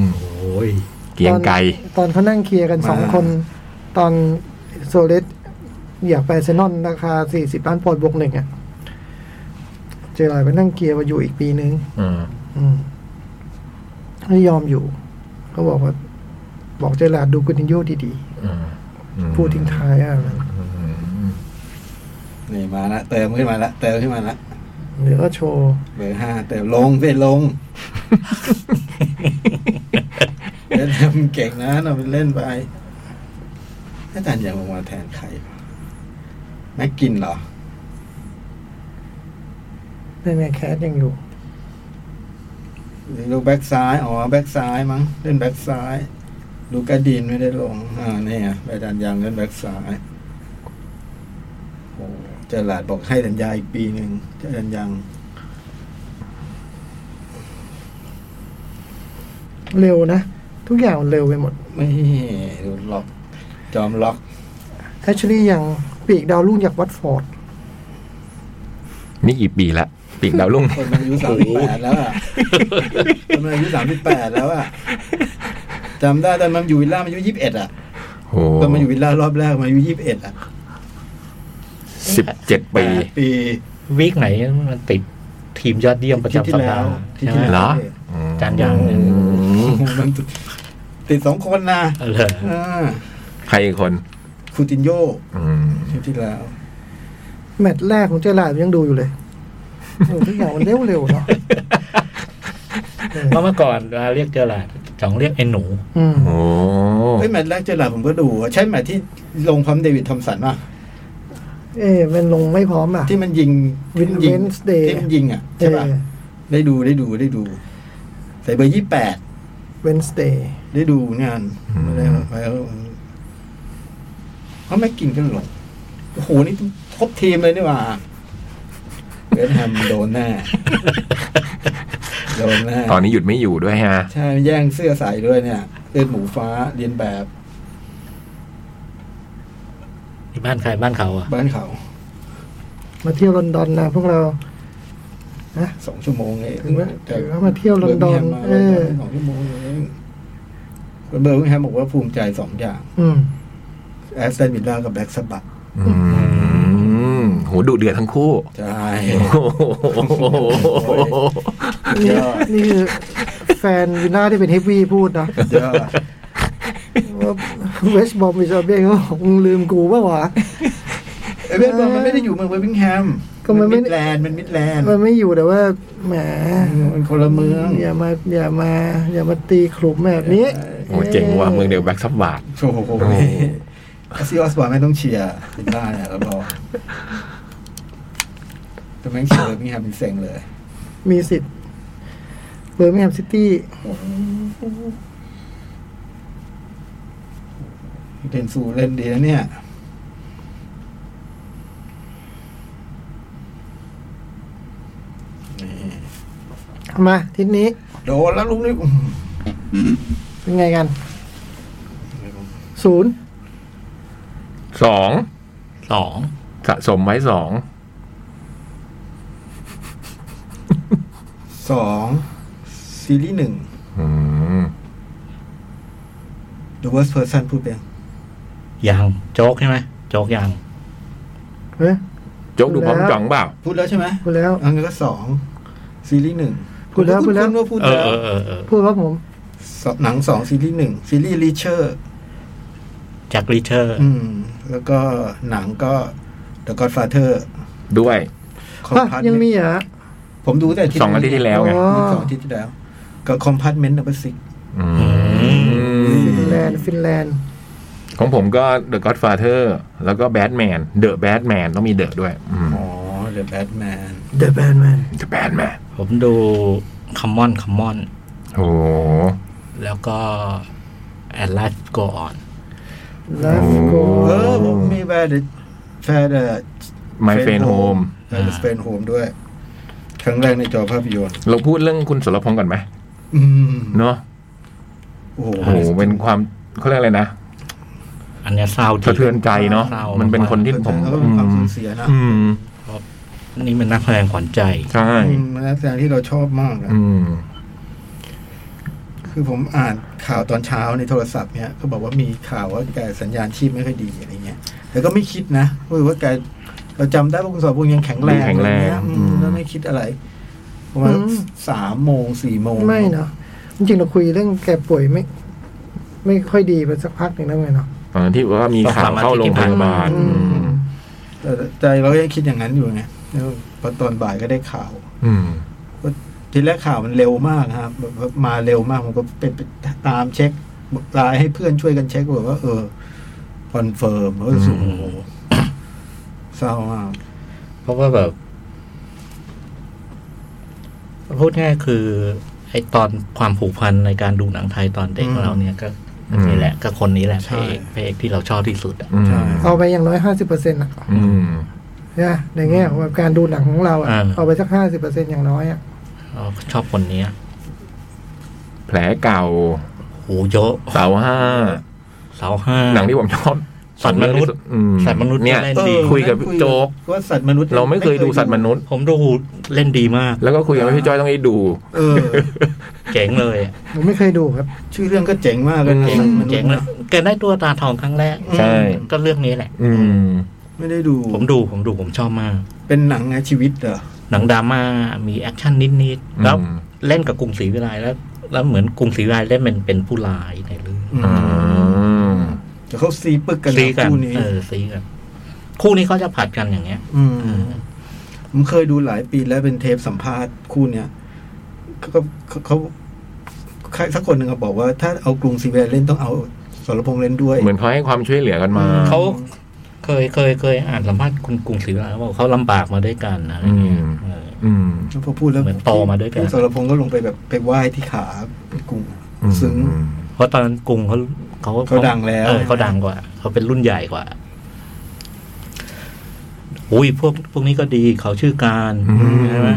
Speaker 3: ม
Speaker 4: โอ้ย
Speaker 3: เกรียงไกร
Speaker 5: ตอนเขานั่งเคลียร์กันสอง
Speaker 2: มา
Speaker 5: คน ตอนซัวเรสอยากไปอาร์เซนอนราคาสี่สิบล้านปอนด์บวกหนึ่งอ่ะเจอหลายไปนั่งเคลียร์มาอยู่อีกปีนึง
Speaker 3: อืม
Speaker 5: อืมไม่ยอมอยู่เขาบอกว่า บอกเจอหลาดดูกูตินโยดี
Speaker 3: อืมอืม
Speaker 5: ๆพูดทิ้งท้ายอะไรนะ
Speaker 2: นี่มาละเติมขึ้นมาละเติมขึ้นมาละ
Speaker 5: เดี๋ยวก็โชว์
Speaker 2: เบอร์ห้าเติมลงเติมลงเล่นเก่งนะเราไปเล่นไปอาจารย์อยากลงมาแทนใครวะแม็กกินเหรอ
Speaker 5: เล่นแมนแคสยังอยู่
Speaker 2: ดูแบ็กซ้าย อ๋อ แบ็กซ้ายมั้ง เล่นแบ็กซ้ายดูกระดินไม่ได้ลง อ่าเนี่ยอาจารย์ยังเล่นแบ็กซ้ายโอ้เจอหลาดบอกให้สัญญาอีกปีหนึ่งเจอยันยัง
Speaker 5: เร็วนะ ทุกอย่างมันเร็วไปหมด
Speaker 2: ไม่ดูล็อก จอมล็อก
Speaker 5: แอชลี่ยังปีกดาวรุ่งจากวัตฟอร์ด
Speaker 3: นี่กี่ปีละปีกดาวรุ่ง
Speaker 2: คนมันอายุสามสิบแปดแล้วอ่ะ คนมันอายุสามสิบแปดแล้วอ่ะจำได้ตอนมันอยู่วิลล่ามันอายุยี่สิบเอ็ดอ่ะ
Speaker 3: โอ้
Speaker 2: ตอนมันอยู่วิลล่ารอบแรกมันอายุยี่สิบเอ็ดอ่ะ
Speaker 3: สิบเจ็ดปี
Speaker 2: แปดปี
Speaker 4: วีคไหนมันติดทีมยอดเยี่ยมประจำสัปดาห์
Speaker 2: ที่
Speaker 4: ใช่
Speaker 2: ที่
Speaker 4: ไหม
Speaker 2: แล้ว
Speaker 3: เหรอ
Speaker 4: จานยาง
Speaker 3: อืม
Speaker 2: มันติดสองคนนะ
Speaker 4: เออ
Speaker 2: อ่า
Speaker 3: ใครอีกคน
Speaker 2: คูตินโย
Speaker 3: อืม
Speaker 2: ทีที่แล้ว
Speaker 5: แมตช์แรกของเจอหลาดยังดูอยู่เลยโอ้ทุกอย่างมันเร็วๆเนาะ เออ
Speaker 4: เพราะเมื่อก่อนเวลาเรียกเจอหลาดจ่องเรียกไอ้หนู
Speaker 5: อืม
Speaker 3: โอ้
Speaker 2: เฮ้ยแมตช์แรกเจอหลาดผมก็ดูอะใช่แมตช์ที่ลงพร้อมเดวิดทอมสันป่ะ
Speaker 5: เอ๊ะมันลงไม่พร้อมอ่ะ
Speaker 2: ที่มันยิงที่มันยิง
Speaker 5: Wednesday
Speaker 2: ที่มันยิงอ่ะใช่ป่ะ
Speaker 5: เออ
Speaker 2: ได้ดูได้ดูได้ดูใส่เบอร์ยี่แปด
Speaker 5: Wednesday
Speaker 2: ได้ดูเหมือนกันไม่ได้ไปแล้วเขาไม่กินกันหรอกโอ้โหนี่ครบทีมเลยนี่หว่าเวสต์แฮมโดนแน่ โดนแน่
Speaker 3: ตอนนี้หยุดไม่อยู่ด้วยฮะ
Speaker 2: ใช่แย่งเสื้อใส่ด้วยเนี่ยเสื้อหมูฟ้าเรียนแบบ
Speaker 4: ที่บ้านใครบ้านเขาอ่ะ
Speaker 2: บ้านเขา
Speaker 5: มาเที่ยวลอนดอนนะพวกเรา
Speaker 2: สองชั่วโมงเอง
Speaker 5: ถือว่าถือว่ามาเที่ยวลอนดอน
Speaker 2: เบอร์มิงแฮมมาลอนดอนสองชั่วโมงเองเบอร์มิงแฮมบอกว่าภูมิใจสองอย่าง
Speaker 5: อืม
Speaker 2: แอสตันวิลล่ากับแบล็กซับบัต
Speaker 3: อืมโหดุเดือดทั้งคู่
Speaker 2: ใช่
Speaker 3: โอ้โห
Speaker 5: นี่
Speaker 2: ยอด
Speaker 5: นี่คือแฟนวิลล่าที่เป็นเฮฟวี่พูด นะ
Speaker 2: เยอะ
Speaker 5: ว่าเวสต์บอมบิชเบ้เขาบอกมึงลืมกูเปล่าวะ
Speaker 2: ไอ้เบสบอลมันไม่ได้อยู่เมืองเบอร์มิงแฮม
Speaker 5: ก็มันไม่
Speaker 2: ดแลนด์มันมิดแลนด์
Speaker 5: มันไม่อยู่แต่ว่าแหม
Speaker 2: มันคนละเมือง
Speaker 5: อย่ามาอย่ามา อย่ามาตีขลุ่มแบบนี้
Speaker 3: โอ้เจ๋งว่ะเมืองเดียวแบ็กซับบาท
Speaker 2: โอ้โหซีออสบอร์ไม่ต้องเชียร์ลินด้าเนี่ยรับรองแต่แม่งเชียร์เลยมีแฮมเป็นเซ็งเลย
Speaker 5: มีสิทธิ์เบอร์มิงแฮมซิตี้
Speaker 2: เดนซูเล่นดีนะเนี่ยนี่
Speaker 5: มาทีนี้
Speaker 2: โดนแล้วลูกนี่
Speaker 5: เป็นไงกันศูนย์
Speaker 3: สอง
Speaker 4: สอง
Speaker 3: สะสมไว้สอง
Speaker 2: สองซีรีส์หนึ่ง
Speaker 3: อืม
Speaker 2: The Worst Person พูดไปยัง
Speaker 4: ยังโจ๊กใช่ไหมโจ๊กยัง
Speaker 5: เฮ้ย
Speaker 3: โจ๊กดูพร้อมจ่องเปล่า
Speaker 2: พูดแล้วใช่ไหม
Speaker 5: พูดแล้ว
Speaker 2: อันนี้นก็สองซีรีส์หนึ่ง
Speaker 5: พูดแล้วพูดแล้ว
Speaker 2: คุณาพูด
Speaker 4: เออ
Speaker 2: แล้ว
Speaker 4: เออเออเออ
Speaker 5: พูดว่าผม
Speaker 2: สองหนังสองซีรีส์หนึ่งซีรีส์รีเชอร์
Speaker 4: แจ็ครีเชอร์
Speaker 2: อืม แล้วก็หนังก็ The Godfather
Speaker 3: ด้วย
Speaker 2: ของพาร์ท
Speaker 5: ยังมีเหรอ
Speaker 2: ผมดูแต่
Speaker 3: สองอาทิตย์ที่แล้วไง
Speaker 5: อ๋อ
Speaker 2: สองอาทิตย์ที่แล้ว กับคอมพาร์ตเมนต์นัมเบอร์ซิก
Speaker 3: อืม
Speaker 5: ฟินแลนด์ฟินแลนด์
Speaker 3: ของผมก็ The Godfather แล้วก็ Batman The Batman ต้องมี The ด้วยอืม
Speaker 2: อ๋อ The Batman
Speaker 5: The Batman
Speaker 3: The Batman
Speaker 4: ผมดูคัมมอนคัมมอน
Speaker 3: โอ้โห
Speaker 4: แล้วก็ แอนไลฟ์ก็ออน
Speaker 5: Let's go
Speaker 2: เออผมมีแฟนแฟนเอ่อ
Speaker 3: My Friend Home
Speaker 2: แฟนเฟนโฮมด้วย ครั้งแรกในจอภาพยนตร์
Speaker 3: เราพูดเรื่องคุณสรพงษ์ก่อนไหม
Speaker 2: อืม
Speaker 3: เนาะ
Speaker 2: โอ้โห
Speaker 3: โอ้โหเป็นความเขาเรียกอะไรนะ
Speaker 4: อันเนี้ยเศร้าจริง
Speaker 3: สะเทือนใจเนาะ
Speaker 4: ศร้
Speaker 3: มันเป็นคนที่ผม
Speaker 2: เขาเป็นความสูญเสียนะ
Speaker 3: อืม
Speaker 4: นี่มันนักแสดงขวัญใจ
Speaker 3: ใช่
Speaker 2: อืมมันนักแสดงที่เราชอบมากอะ
Speaker 3: อืม
Speaker 2: คือผมอ่านข่าวตอนเช้าในโทรศัพท์เนี่ยก็บอกว่ามีข่าวว่าแกสัญญาณชีพไม่ค่อยดีอะไรเงี้ย แต่ก็ไม่คิดนะว่าแกเราจำได้ว่าคุณสอบพงษ์ยังแข็งแรง
Speaker 3: ยังแข็งแรง
Speaker 2: อะไเยอืม
Speaker 3: อืม
Speaker 2: แล้วไม่คิดอะไรประมาณ
Speaker 5: อืม
Speaker 2: สามโมงสี่โมง
Speaker 5: ไม่เนาะจริงๆเราคุยเรื่องแกป่วยไม่ ไม่ค่อยดีไปสักพักหนึ่งแล้วไงเนาะ
Speaker 3: ตอนที่ว่ามีข่าวเข้าโรงพยาบาล
Speaker 5: อื
Speaker 3: อื
Speaker 5: ม
Speaker 3: ม
Speaker 2: แต่ใจเรายังคิดอย่างนั้นอยู่ไงแล้วพอตอนบ่ายก็ได้ข่าว
Speaker 3: อืม
Speaker 2: ทีแรกข่าวมันเร็วมากครับแบบว่ามาเร็วมากผมก็ไปตามเช็คไลน์ให้เพื่อนช่วยกันเช็คบอกว่า เออคอนเฟิร์มแล้วก็รู้สึก
Speaker 4: อื
Speaker 2: โอ้
Speaker 4: ม
Speaker 2: โหเศร้ามาก
Speaker 4: เพราะว่าแบบพูดง่ายคือ ไอตอนความผูกพันในการดูหนังไทยตอนเด็ก
Speaker 2: อืม
Speaker 4: ของเราเนี่ยก็
Speaker 3: อืม
Speaker 4: นี่แหละ ก็คนนี้แหละพ
Speaker 2: ใช่
Speaker 4: ระเอกพระเอกที่เราชอบที่สุดอะ
Speaker 3: อืม
Speaker 2: ใช่
Speaker 5: เอาไปอย่างน้อยห้าสิบเปอร์เซ็นต์อ่ะ
Speaker 3: อืม
Speaker 5: นะในแง่ของการดูหนังของเราอ่ะ
Speaker 4: อ่า
Speaker 5: เอาไปสักห้าสิบเปอร์เซ็นต์อย่างน้อยอ่ะ
Speaker 4: เราชอบคนเนี้ย
Speaker 3: แผลเก่า
Speaker 4: โหเยอะ
Speaker 3: เสาห้า
Speaker 4: เสาวห้า
Speaker 3: หนังที่ผมชอบ
Speaker 4: สัตว์มนุษย์
Speaker 3: อืม
Speaker 4: สัตว์มนุษย์
Speaker 3: เนี่ย
Speaker 4: ก็เล่น
Speaker 2: เออ
Speaker 3: คุยกับพี่โจ๊ก
Speaker 2: ว่าสัตว์มนุษย์
Speaker 3: เราไม่เคยดูสัตว์มนุษย์
Speaker 4: ผมดูเล่นดีมาก
Speaker 3: แล้วก็คุยกับพี่จ้อยต้องได้ดู
Speaker 2: เออ
Speaker 4: เจ๋งเลยอะ
Speaker 5: ผมไม่เคยดูครับ
Speaker 2: ชื่อเรื่องก็เจ๋งมากเลยนะ
Speaker 3: เจ๋ง
Speaker 2: สัตว์มนุษย์
Speaker 4: เจ๋งเลยแกได้ตัวตาทองครั้งแรก
Speaker 3: ใช่
Speaker 4: ก็เรื่องนี้แหละ
Speaker 3: อืม
Speaker 2: ไม่ได้ดู
Speaker 4: ผมดูผมดูผมชอบมาก
Speaker 2: เป็นหนังไงชีวิตเหรอ
Speaker 4: หนังดราม่ามีแอคชั่นนิด
Speaker 3: อืม
Speaker 4: ๆแล้วเล่นกับกรุงศรีวิไลแล้วแล้วเหมือนกรุงศรีวิไลเล่นเป็นเป็นผู้ร้ายในเรื่อง
Speaker 2: อืม
Speaker 3: อ่า
Speaker 2: แต่เขาซีปึกกัน
Speaker 4: ซีกัน
Speaker 2: คู่นี้
Speaker 4: เออซีกัน คู่นี้เขาจะผัดกันอย่างเงี้ย
Speaker 2: มผมเคยดูหลายปีแล้วเป็นเทปสัมภาษณ์คู่เนี้ยเขาก็เขาเขาใครสักคนหนึ่งก็บอกว่า ถ้าเอากรุงศรีเวลเล่นต้องเอาสรพงษ์เล่นด้วย
Speaker 3: เหมือนเขาให้ความช่วยเหลือกันมา
Speaker 4: เขาเคยเคยเคยอ่านสัมภาษณ์คุณกรุงศรีวิไลเขาบอกเขาลำบากมาด้วยกันอะไรเงี้ย
Speaker 3: อืม
Speaker 4: เออ
Speaker 3: อืม
Speaker 2: พอพูดแล้ว
Speaker 4: เหมือนโตมาด้วยกัน
Speaker 2: พี่สรพงษ์ก็ลงไปแบบไปไหว้ที่ขาพี่กุ้ง
Speaker 3: อืม
Speaker 2: ซึ้ง
Speaker 4: เพราะตอนนั้นกรุงเขาเขา
Speaker 2: เขาดังแล้ว
Speaker 4: เออเขาดังกว่า เขาเป็นรุ่นใหญ่กว่าอุ้ยพวกพวกนี้ก็ดีเขาชื่อการ
Speaker 3: อืม
Speaker 4: ใช่ไหม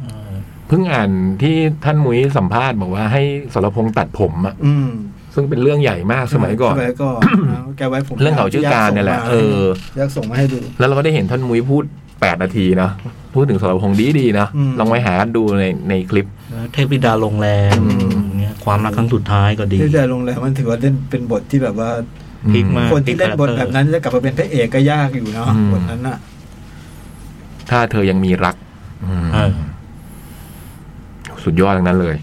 Speaker 4: เออ
Speaker 3: เพิ่งอ่านที่ท่านมุ้ยสัมภาษณ์บอกว่าให้สรพงษ์ตัดผมอะ
Speaker 2: อืม
Speaker 3: ซึ่งเป็นเรื่องใหญ่มากสมัยก่อน
Speaker 2: สมัยก่อน นะแกไว้ผม
Speaker 3: เรื่องเขาชื่อการเนี่ยแหละเออ
Speaker 2: ยักษ์ส่งมาให้ดู
Speaker 3: แล้วเราก็ได้เห็นท่านมุ้ยพูดแปดนาทีนะพูดถึงสรพงษ์ดีดีๆนะ
Speaker 2: อืม
Speaker 3: ลองไปหาดูในในคลิป
Speaker 4: แล้วเทพธิดาโรงแรม
Speaker 3: อืม
Speaker 4: อย่างเงี้ยความรักครั้งสุดท้ายก็ดี
Speaker 2: ที่จะลงแรมมันถือว่าเล่นเป็นบทที่แบบว่า
Speaker 4: พลิกมา
Speaker 2: คนที่เล่นบทแบบนั้นจะกลับมาเป็นพระเอกก็ยากอยู่เนาะ
Speaker 3: อืม
Speaker 2: บทนั้นน่ะ
Speaker 3: ถ้าเธอยังมีรักอืม
Speaker 4: เออ
Speaker 3: สุดยอดทั้งนั้นเลย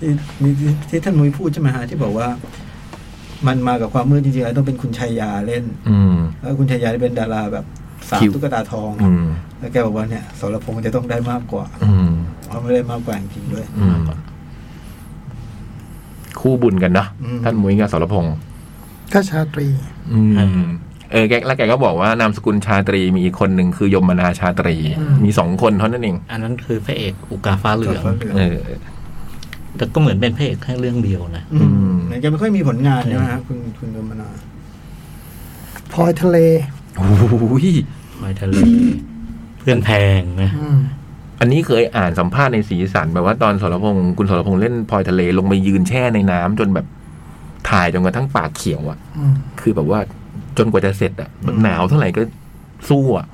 Speaker 2: ที่ที่ที่ที่ท่านมุ้ยพูดใช่ไหมฮะที่บอกว่า มันมากับความมืดจริงๆแล้วต้องเป็นคุณชายาเล่น
Speaker 3: อืม
Speaker 2: แล้วคุณชายาเป็นดาราแบบสาม
Speaker 3: คิว
Speaker 2: ตุ๊กตาทอง
Speaker 3: อื
Speaker 2: อะ
Speaker 3: ม
Speaker 2: แล้วแกบอกว่าเนี่ยสรพงษ์จะต้องได้มากกว่า
Speaker 3: อืม
Speaker 2: เขาไม่ได้มากกว่าจริงๆด้วย
Speaker 3: อืม คู่บุญกันเนอะ
Speaker 2: อืม
Speaker 3: ท่านมุ้ยกับสรพงษ์
Speaker 5: ก็ชาตรี
Speaker 3: อืม
Speaker 4: อืม
Speaker 3: เออแกแล้วแกก็บอกว่านามสกุลชาตรีมีอีกคนหนึ่งคือยมนาชาตรี
Speaker 5: อืม
Speaker 3: มีสองคนเท่านั้นเอง
Speaker 4: อันนั้นคือพระเอกอุกาฟ้าเหลือง
Speaker 2: กับพระเหลือง
Speaker 3: เออ
Speaker 4: แต่ก็เหมือนเป็นพระเอกแค่เรื่องเดียวนะ
Speaker 2: อื
Speaker 3: อื
Speaker 2: ม
Speaker 3: ม
Speaker 2: แกไม่ค่อยมีผลงานใช่ไหมฮะคุณคุณยมนา
Speaker 5: พลอยทะเล
Speaker 3: โอ้โหย
Speaker 4: คอยทะเล เพื่อนแพงนะ
Speaker 5: อืม
Speaker 3: อันนี้เคยอ่านสัมภาษณ์ในสีสันแบบว่าตอนสรพงษ์คุณสรพงษ์เล่นพลอยทะเลลงไปยืนแช่ในน้ำจนแบบถ่ายจนกระทั่งปากเขียวอะ
Speaker 5: อืม
Speaker 3: คือแบบว่าจนกว่าจะเสร็จอะแบบหนาวเท่าไหร่ก็สู้อะ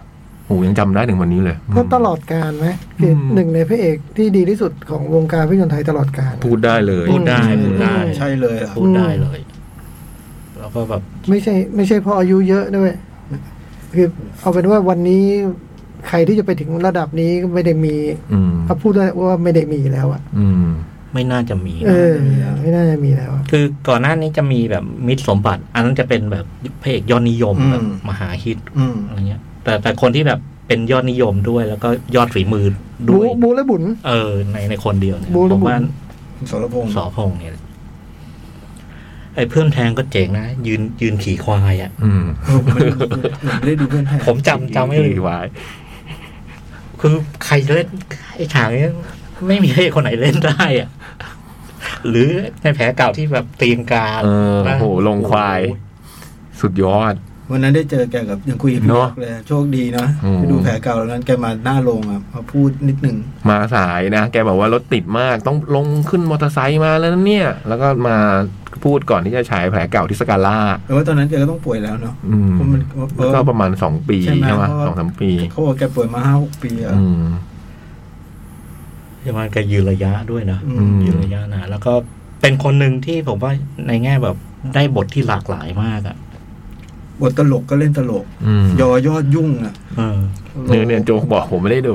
Speaker 3: โหยังจำได้ถึงวันนี้เลย
Speaker 5: ก็ตลอ
Speaker 3: ม
Speaker 5: ดการไหมคืออ
Speaker 3: ม
Speaker 5: หนึ่งในพระเอกที่ดีที่สุดของวงการภาพยนตร์ไทยตลอดการ
Speaker 3: พูดได้เลย
Speaker 4: พูดได้พูดได้
Speaker 2: ใช่เลยอ่ะ
Speaker 4: พูดได้เลย แล้วก็แบบ
Speaker 5: ไม่ใช่ ไม่ใช่เพราะอายุเยอะด้วย คือเอาเป็นว่าวันนี้ใครที่จะไปถึงระดับนี้ก็ไม่ได้มี
Speaker 3: อืม
Speaker 5: เอาพูดได้ว่าไม่ได้มีแล้วอะ
Speaker 3: อืม
Speaker 4: ไม่น่าจะมี
Speaker 5: เอ
Speaker 4: นะ
Speaker 5: อ ไม่น่าจะมีแล้วอะ
Speaker 4: คือก่อนหน้านี้จะมีแบบมิตรสมบัติ อันนั้นจะเป็นแบบพระเอกยอดนิยมแบบมหาฮิต
Speaker 2: อืม
Speaker 4: อะไรเงี้ย แต่แต่คนที่แบบเป็นยอดนิยมด้วยแล้วก็ยอดฝีมือ
Speaker 5: บู
Speaker 4: ด้วย
Speaker 5: บูและบุญ
Speaker 4: เออ ในในคนเดียวเนี่ย
Speaker 5: บู
Speaker 4: ผ
Speaker 5: ระบุ
Speaker 4: มว่า
Speaker 2: คุณสรพงษ์
Speaker 4: สอพงษ์เนี่ย ไอ้เพื่อนแทงก็เจ๋งนะ ยืนยืนขี่ควายอ่ะ
Speaker 3: อืม
Speaker 2: เออผมไม่ได้ดูผมไม่ได้ดูเพื่อนแพง
Speaker 4: ผมจำจำไม่ลื
Speaker 3: ดี
Speaker 4: ม
Speaker 3: ไว้
Speaker 4: คือใครเล่นไอ้ฉากเนี้ยไม่มีใครคนไหนเล่นได้อ่ะ หรือในแผลเก่าที่แบบตีนกา
Speaker 3: เออโอ้โหลงควาย สุดยอด
Speaker 2: วันนั้นได้เจอแกกับยังคุยกับพี่
Speaker 3: เนอะ
Speaker 2: ยักษ์เลย โชคดีนะ
Speaker 3: อืม
Speaker 2: ไปดูแผลเก่าแล้วนั้นแกมาหน้าโรงอ่ะมาพูดนิดหนึ่ง
Speaker 3: มาสายนะ แกบอกว่ารถติดมากต้องลงขึ้นมอเตอร์ไซค์มาแล้วนะเนี่ย แล้วก็มาพูดก่อนที่จะฉายแผลเก่าที่สกาล่า
Speaker 2: แต่ว่าตอนนั้นแกก็ต้องป่วยแล้วเนาะ
Speaker 3: อืม
Speaker 2: เพราะมันเพราะ
Speaker 3: ก็ประมาณสองปี
Speaker 2: ใช่ไหม
Speaker 3: ใช่ไหม
Speaker 2: เพราะว่า
Speaker 3: สองสามปี
Speaker 2: เขาบอกแกป่วยมาห้าหกปีอ่ะ
Speaker 3: อืม
Speaker 4: ยังมันก็ยืนระยะด้วยนะ
Speaker 2: อืม
Speaker 3: ม
Speaker 4: ยืนระยะนานแล้วก็เป็นคนหนึ่งที่ผมว่าในแง่แบบได้บทที่หลากหลายมากอ่ะ
Speaker 2: บทตลกก็เล่นตลก
Speaker 3: อืม
Speaker 2: ยอยอดยุ่งอ่ะ
Speaker 4: เออ
Speaker 3: เนี่ยเนี่ยโจกบอกผมไม่ได้ดู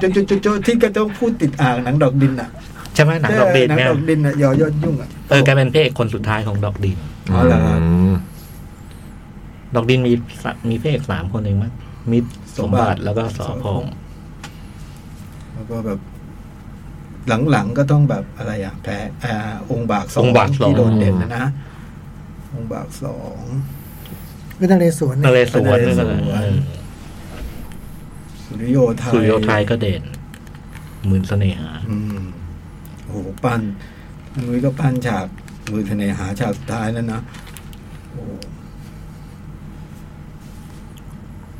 Speaker 2: จนจนจนจนที่แกต้องพูดติดอ่างหนังดอกดินอ่ะ
Speaker 4: ใช่ไหมหนังดอกดิน
Speaker 2: หนัง
Speaker 4: เนี่ย
Speaker 2: ดอกดินอ่ะยอยอดยุ่งอ่ะ
Speaker 4: เออแกเป็นพระเอกคนสุดท้ายของดอกดิน
Speaker 2: อ๋อเหรอครับ
Speaker 3: ม
Speaker 4: ดอกดินมีสะมีพระเอกสามคนเองมั้ยมิตรสมบัติแล้วก็สอพงษ์
Speaker 2: แล้วก็แบบ หลังๆก็ต้องแบบอะไรอ่ะแผลอ่าองค์บากสองที่โดดเด่นนะนะองค์บากสอง
Speaker 5: ก็นเรศวร
Speaker 4: น
Speaker 5: เนี่ย
Speaker 4: เรศวร
Speaker 2: นเร
Speaker 4: ด้วย
Speaker 2: ศ
Speaker 4: กัน
Speaker 2: วร
Speaker 4: เลยเออ
Speaker 2: สุริโยไทย
Speaker 4: สุริโยไทยก็เด่นหมื่นเสน่หา
Speaker 2: อืมโอ้โหปั้นนุ้ยก็ปั้นฉากมือเสน่หาฉากสุดท้ายแล้วนะโอ้โห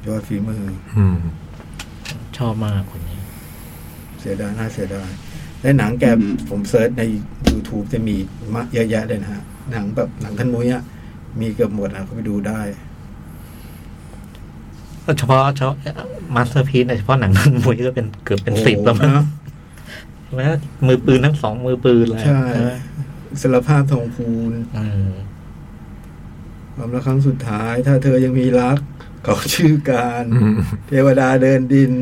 Speaker 2: ยอดฝีมือ
Speaker 3: อืม
Speaker 4: ชอบมากคนนี้
Speaker 2: เสียดายน่าเสียดายและหนังแกผมเซิร์ชใน YouTube จะมีมากเยอะแยะเลยนะฮะ หนังแบบหนังท่านมุ้ยอะมีเกือบหมดนะก็ไปดูได้
Speaker 4: เฉพาะเฉพาะมาสเตอร์พีซเฉพาะหนังนั้นมวยก็เป็นเกือบเป็นสิบแล้วมั้ง
Speaker 2: โอ้โหนะ
Speaker 4: แล้วมือปืนทั้งสองมือปืนเลย
Speaker 2: ใช่
Speaker 4: ไหม
Speaker 2: อิสารภาพทองคูณ
Speaker 4: เออ
Speaker 2: ความรักครั้งสุดท้าย ถ้าเธอยังมีรักเขาชื่อการ
Speaker 3: อืม
Speaker 2: เทวดาเดินดิน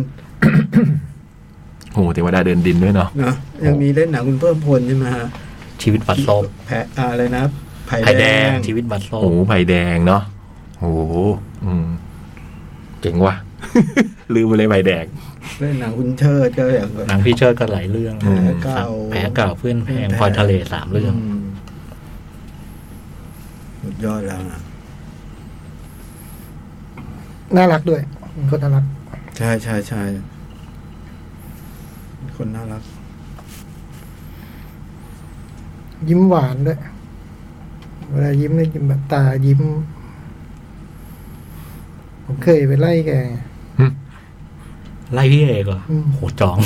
Speaker 3: โหเทวดาเดินดินด้วยเนาะ
Speaker 2: นะยังมีเล่นหนังคุณเพิ่มพลใช่ไหมฮะ
Speaker 4: ชีวิตบัตรซบ
Speaker 2: แพะอ่าอะไรนะไผ่
Speaker 4: ไผ่แด
Speaker 2: แด
Speaker 4: ง
Speaker 2: ง
Speaker 4: ชีวิตบัตรซ
Speaker 3: โอ้
Speaker 4: บ
Speaker 3: โหไผ่แดงเนาะโอ้โหอืมเจ๋งว่ ะ ลืมไปเลยไผ่แดง
Speaker 2: เล่นหนังคุณเชิดก็อย่างแบบ
Speaker 4: หนังพี่เชิดก็หลายเรื่อง
Speaker 3: อืม
Speaker 4: สามแผลเก่าเพื่อนแพง
Speaker 2: แผล
Speaker 4: พลอยทะเลสามเรื่อง
Speaker 2: มสุดยอดแล้วนะ
Speaker 5: น่ารักด้วยเป็นคนน่ารัก
Speaker 2: ใช่ใช่ใช่คนน่ารัก
Speaker 5: ยิ้มหวานด้วย เวลายิ้มเนี่ยยิ้มแบบตายิ้ม ผมเคยไปไล่แก
Speaker 4: ไล่พี่เอกเหรอ
Speaker 5: อืม
Speaker 4: โหจอง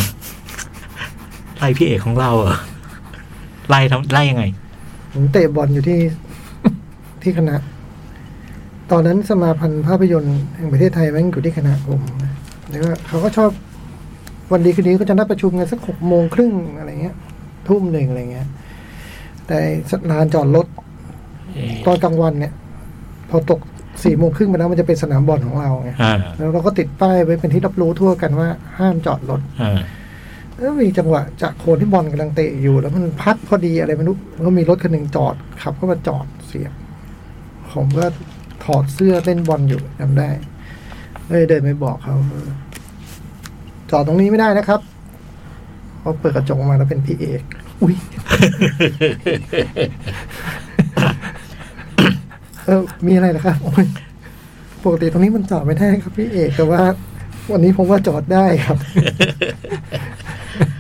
Speaker 4: ไล่พี่เอกของเราเหรอไล่ทำไล่ยังไง
Speaker 5: ผมเตะบอลอยู่ที่ ที่คณะ ตอนนั้นสมาพันธ์ภาพยนตร์แห่งประเทศไทยแม่งอยู่ที่คณะผมนะแล้วก็เขาก็ชอบวันดีคืนนี้ก็จะนัดประชุมกันสักหกโมงครึ่งอะไรเงี้ย ทุ่มหนึ่งอะไรเงี้ย แต่ลานจอดรถ
Speaker 4: เอ่อ
Speaker 5: ตอนกลางวันเนี่ย พอตกสี่โมงครึ่งไปแล้วมันจะเป็นสนามบอลของเราไง
Speaker 4: อ่า
Speaker 5: แล้วเราก็ติดป้ายไว้เป็นที่รับรู้ทั่วกันว่า ห้ามจอดรถ
Speaker 4: อ่า
Speaker 5: แล้วมีจังหวะจากโคนที่บอลกำลังเตะอยู่ แล้วมันพัดพอดีอะไรไม่รู้แล้วก็มีรถคันหนึ่งจอดขับเข้ามาจอดเสียบผมก็ถอดเสื้อเล่นบอลอยู่จำได้เลยเดินไปบอกเขาจอดตรงนี้ไม่ได้นะครับเขาเปิดกระจกมาแล้วเป็นพี่เอกอุ้ย เออมีอะไรนะครับโอ้ยปกติตรงนี้มันจอดไม่ได้ครับพี่เอกแต่ว่า วันนี้ผมว่าจอดได้ครับ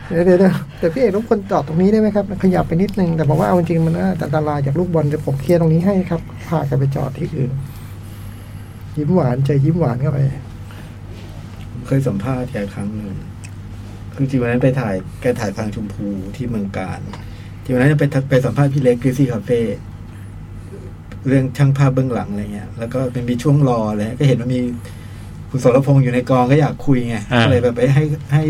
Speaker 5: เดี๋ยวเดี๋ยวเดี๋ยวแต่พี่เอกรบกวนจอดตรงนี้ได้ไหมครับ ขยับไปนิดนึงแต่บอกว่าเอาจริงๆมันน่าจะอันตรายจากลูกบอลเดี๋ยวผมเคลียร์ตรงนี้ให้ครับ พากันไปจอดที่อื่น ยิ้มหวานใจยิ้มหวานเข้าไป
Speaker 2: ผมเคยสัมภาษณ์แกครั้งหนึ่ง คือจริงวันนั้นไปถ่ายแกถ่ายพรางชมพูที่เมืองการจริงวันนั้นไปทักไปสัมภาษณ์พี่เล็กกริซี่คาเฟ่เรื่องช่างภาพเบื้องหลังอะไรเงี้ย แล้วก็เป็นมีช่วงรอเลยก็เห็นว่ามีคุณสรพงษ์อยู่ในกองก็อยากคุยไงก็เลยแบบไปให้ให้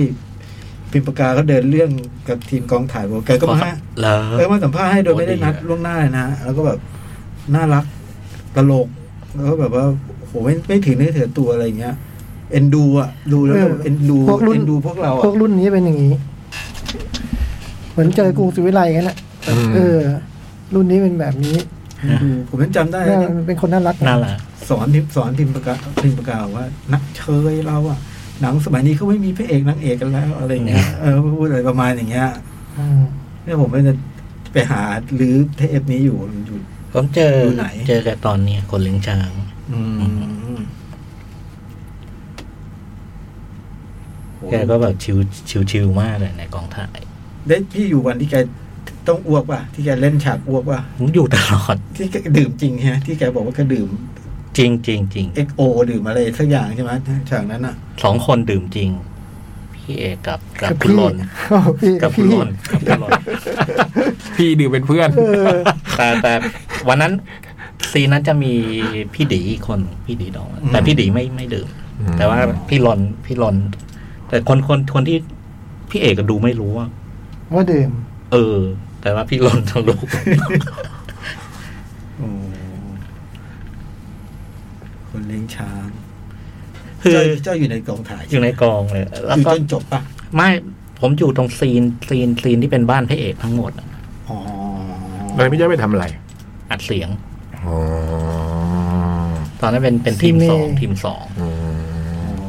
Speaker 2: พิมพ์ปากกาเขาเดินเรื่องกับทีมกองถ่ายบอกแกก็มา
Speaker 4: เหรอ
Speaker 2: เออมาสัมภาษณ์ให้โดยไม่ได้นัด
Speaker 4: โอ้ดีอะ
Speaker 2: ล่วงหน้าเลยนะแล้วก็แบบน่ารักตลกแล้วก็แบบว่าโอ้โหไม่ไม่ถือเนื้อถือตัวอะไรอย่างเงี้ย เอ็นดูอ่ะดูแล้วแบบ
Speaker 5: เออ
Speaker 2: เอ็นดู
Speaker 5: พวกรุ่น
Speaker 2: เอ็นดูพวกเรา
Speaker 5: พ
Speaker 2: อ่ะ
Speaker 5: วกรุ่นนี้เป็นอย่างนี้ เหมือนเจอกรุงศิวิไลกันแหละ
Speaker 3: อืม
Speaker 5: เออ รุ่นนี้เป็นแบบนี้
Speaker 2: เอ็นดูผมยังจำได้
Speaker 5: น่า
Speaker 2: นะ
Speaker 5: เป็นคนน่ารัก
Speaker 4: น่ารัก
Speaker 2: สอนพิมสอนพิมพ์ประกาพิมพ์ประกาว่า นักเชยเราอ่ะหนังสมัยนี้เขาไม่มีพระเอกนางเอกกันแล้วอะไรอย่างเงี้ยเออพูดอะไรประมาณอย่างเงี้ย
Speaker 5: อืม
Speaker 2: เนี่ยผมก็จะไปหาหรือเทปนี้อยู่อยู่
Speaker 4: ผมเจอ
Speaker 2: ดูไหน
Speaker 4: เจอแกตอนเนี้ยคนเลี้ยงช้าง
Speaker 2: อืม
Speaker 4: แกก็แบบชิวชิวชิวมากเลยในกองถ่าย
Speaker 2: ได้พี่อยู่วันที่แก ต้องอ้วกป่ะ ที่แกเล่นฉากอ้วกป่ะ
Speaker 4: ผมอยู่ตลอด
Speaker 2: ที่แกดื่มจริงใช่ไหมที่แกบอกว่าแกดื่ม
Speaker 4: จริงจริงจริง
Speaker 2: เอ็กโอดื่มอะไรสักอย่างใช่ไหมฉากนั้นอ่ะ
Speaker 4: สองคนดื่มจริง พี่เอกับกับคุณ
Speaker 5: พี่
Speaker 4: หลน
Speaker 5: อ้าวพี่
Speaker 4: กับคุณ
Speaker 5: พี่
Speaker 4: หลนกับคุณหลน
Speaker 3: พี่ดื่มเป็นเพื่อน
Speaker 5: เออ
Speaker 4: แต่แต่วันนั้นซีนนั้นจะมีพี่ดีอีกคนพี่ดีดอง แต่พี่ดีไม่ไม่ดื่ม
Speaker 3: อืม
Speaker 4: แต่ว่าพี่หลนพี่หลนแต่คนคนคนที่พี่เอกก็ดูไม่รู้ว่า
Speaker 5: ว่าดื่ม
Speaker 4: เออ แต่ว่าพี่หลน ต้องรู้
Speaker 2: โอ้คนเลี้ยงช้าง
Speaker 4: คือ
Speaker 2: เจ้าเจ้าอยู่ในกองถ่าย
Speaker 4: อ
Speaker 2: ใช่
Speaker 4: ยู่
Speaker 2: ไหม
Speaker 4: ในกองเลย
Speaker 2: อ
Speaker 4: แล้ว
Speaker 2: ยู่
Speaker 4: ก็
Speaker 2: จนจบป่ะ
Speaker 4: ไม่ผมอยู่ตรงซีนซีนซีนที่เป็นบ้านพระเอกทั้งหมดอะ
Speaker 2: อ๋อ
Speaker 3: ตอนนี้พี่เจ้าไปทำอะไร
Speaker 4: อัดเสียง
Speaker 3: อ๋อ
Speaker 4: ตอนนั้นเป็นเป็นทีม
Speaker 5: ซีเม
Speaker 4: สองทีมสอง
Speaker 3: อืม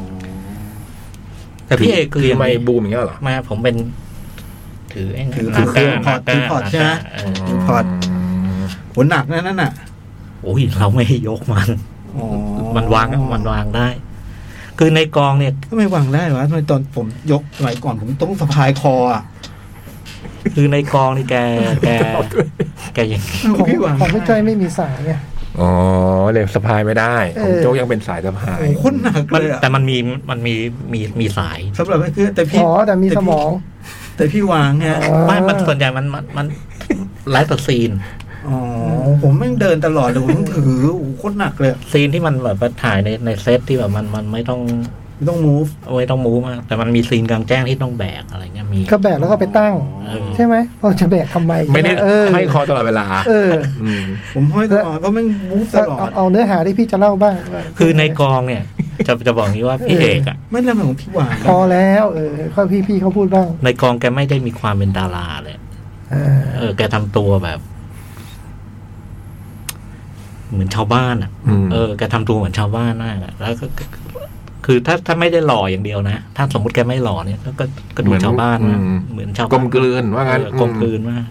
Speaker 4: แต่พี่เอกคือ
Speaker 3: ถื
Speaker 4: ยัง
Speaker 3: ไม่บูมอย่างเงี้ยเหรอ
Speaker 4: มาผมเป็น ถือไอ้
Speaker 2: ถือถือเครื่องพอร์ตถือพอร์ตใช่ไหม
Speaker 4: เออ
Speaker 2: ถือพอร์ตโหหนักนะนั่นน่ะ
Speaker 4: โอ้ยเราไม่ให้ยกมัน
Speaker 2: อ๋อ
Speaker 4: มันวางอะมันวางได้ คือในกองเนี่ย
Speaker 2: ทำไมวางได้วะทำไมตอนผมยกสมัยก่อนผมต้องสะพายคออ่ะ
Speaker 4: คือในกองนี่แกแกแกยัง
Speaker 5: ของ
Speaker 2: พี่หวัง
Speaker 5: ของพี่จ้อยไม่มีสายไง
Speaker 3: อ๋อเลยสะพายไม่ได้
Speaker 5: เอ
Speaker 3: ข
Speaker 5: อ
Speaker 3: องโจกยังเป็นสายสะพาย
Speaker 2: โอ้โหโคนหนัก
Speaker 4: มัน
Speaker 2: เลยอ่ะ
Speaker 4: แต่มันมีมันมีมีมีสาย
Speaker 2: สำหรับไอ้คือแต่พี่
Speaker 5: อ๋อแต่มีสมอง
Speaker 2: แต่พี่วางไง
Speaker 4: ไม่มันส่วนใหญ่มันมันมันแล้วแต่ซีน
Speaker 2: อ๋อผมแม่งเดินตลอดเลยผมต้องถือโอ้โหโคนหนักเลยอะ
Speaker 4: ซีนที่มันแบบว่าถ่ายในในเซตที่แบบมันมันไม่ต้อง
Speaker 2: ไม่ต้อง move
Speaker 4: ไม่ต้องมูฟมากแต่มันมีซีนกลางแจ้งที่ต้องแบกอะไรเงี้ยมี
Speaker 5: ก็แบกแล้วก็ไปตั้ง
Speaker 4: เออ
Speaker 5: ใช่ไหมเราจะแบกทำไม
Speaker 3: ไม่ได้
Speaker 5: เออ
Speaker 3: ให้คอตลอดเวลา
Speaker 5: เออ
Speaker 3: อืม
Speaker 2: ผมห้อยตลอดเพราะแม่ง move ตลอ
Speaker 5: เอาเอา
Speaker 2: ด
Speaker 5: เอาเนื้อหาที่พี่จะเล่าบ้าง
Speaker 4: คือในกองเนี่ย จะจะบอกนี้ว่าพี่เอกอะ
Speaker 2: ไม่เล่นของพี่หวาน
Speaker 5: พอแล้วเออก็พี่พี่เขาพูดบ้าง
Speaker 4: ในกองแกไม่ได้มีความเป็นดาราเลย
Speaker 5: เออ
Speaker 4: เออแกทำตัวแบบ เหมือนชาวบ้านอะ
Speaker 3: อืม
Speaker 4: เออแกทำตัวเหมือนชาวบ้านมากอะแล้วก็ก็คือถ้าถ้าไม่ได้หล่ออย่างเดียวนะถ้าสมมติแกไม่หล่อเนี่ยก็ก็ก็ดูชาวบ้านมาก
Speaker 3: อืม
Speaker 4: เหมือนชาว
Speaker 3: กล
Speaker 4: บ้าน
Speaker 3: มกลืนว่างั้น
Speaker 4: เออกลมกลืนมาก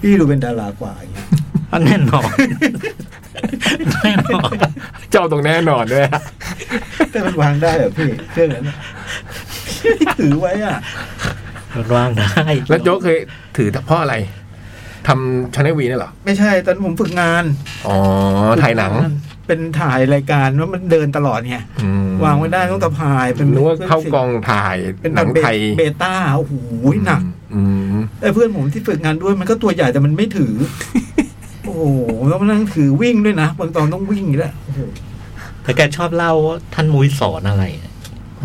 Speaker 2: พี่ดูเป็นดารากว่าอย่างเงี้ย
Speaker 4: อันแน่นอน แน่นอน
Speaker 3: เจ้าตรงแน่นอนด้วย
Speaker 2: แต่มันวางได้เหรอพี่เครื่องนั้นอะพี่ถือไว้อ่ะ
Speaker 4: มันว่างได้
Speaker 3: แล้วโจกเคยถือเพราะอะไรทำชาแนลวีเนี่ยเหรอ
Speaker 2: ไม่ใช่ตอนผมฝึกงาน
Speaker 3: อ๋อถ่ายหนัง
Speaker 2: เป็นถ่ายรายการว่ามันเดินตลอดไง
Speaker 3: อืม
Speaker 2: วางไว้ได้ต้องตะพายเป็น
Speaker 3: นึกว่าเข้ากองถ่าย
Speaker 2: เป็น
Speaker 3: หนัง
Speaker 2: เบ
Speaker 3: ไทย
Speaker 2: เบต้าโอ้โหหนัก
Speaker 3: อืม
Speaker 2: แต่เพื่อนผมที่ฝึกงานด้วยมันก็ตัวใหญ่แต่มันไม่ถือ โอ้โหแล้วมันนั่งถือวิ่งด้วยนะบางตอนต้องวิ่งอย่างนี้แหละโอ้โห
Speaker 4: แต่แกชอบเล่าว่าท่านมุ้ยสอนอะไร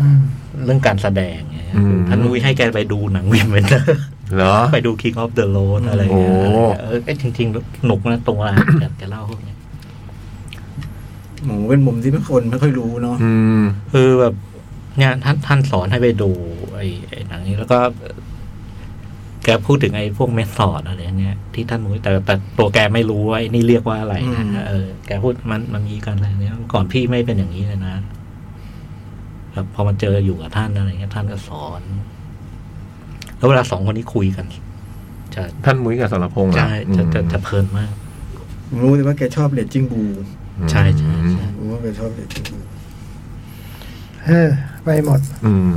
Speaker 5: อืม
Speaker 4: เรื่องการแสดงไงท่านมุ้ยให้แกไปดูหนัง วิมเวนเดอร์
Speaker 3: เหรอ
Speaker 4: ไปดู King of the Road อะไรเงี้ย
Speaker 3: โอ้
Speaker 4: เออเอ้ยจริงๆ หนุกนะตรงนั้นแกแกเล่าพวกเนี้ย
Speaker 2: โอ้โหเป็นมุมที่ไม่คนไม่ค่อยรู้เนาะ
Speaker 3: อืม
Speaker 4: คือแบบ เนี่ยท่านท่านสอนให้ไปดูไอ้ไอ้หนังนี้แล้วก็ แกพูดถึงไอ้พวกเมธอดอะไรเงี้ยที่ท่านมุ้ยแต่แต่ตัวแกไม่รู้ว่าไอ้นี่เรียกว่าอะไรนะเออแกพูดมันมันมีการอะไรเนี้ยก่อนพี่ไม่เป็นอย่างนี้เลยนะแบบพอมาเจออยู่กับท่านอะไรเงี้ยท่านก็สอน แล้วเวลาสองคนนี้คุยกัน จะ
Speaker 3: ท่านมุ้ยกับสรพงษ์เหรอ
Speaker 4: ใช่จะจะจะเพลินมาก
Speaker 2: ผมรู้เลยว่าแกชอบเลดจิ้งบู
Speaker 3: อืม
Speaker 4: ใช่ใช่ใช่
Speaker 2: รู้ว่าแกชอบเลดจิ้งบู
Speaker 5: เออไปหมด
Speaker 3: อืม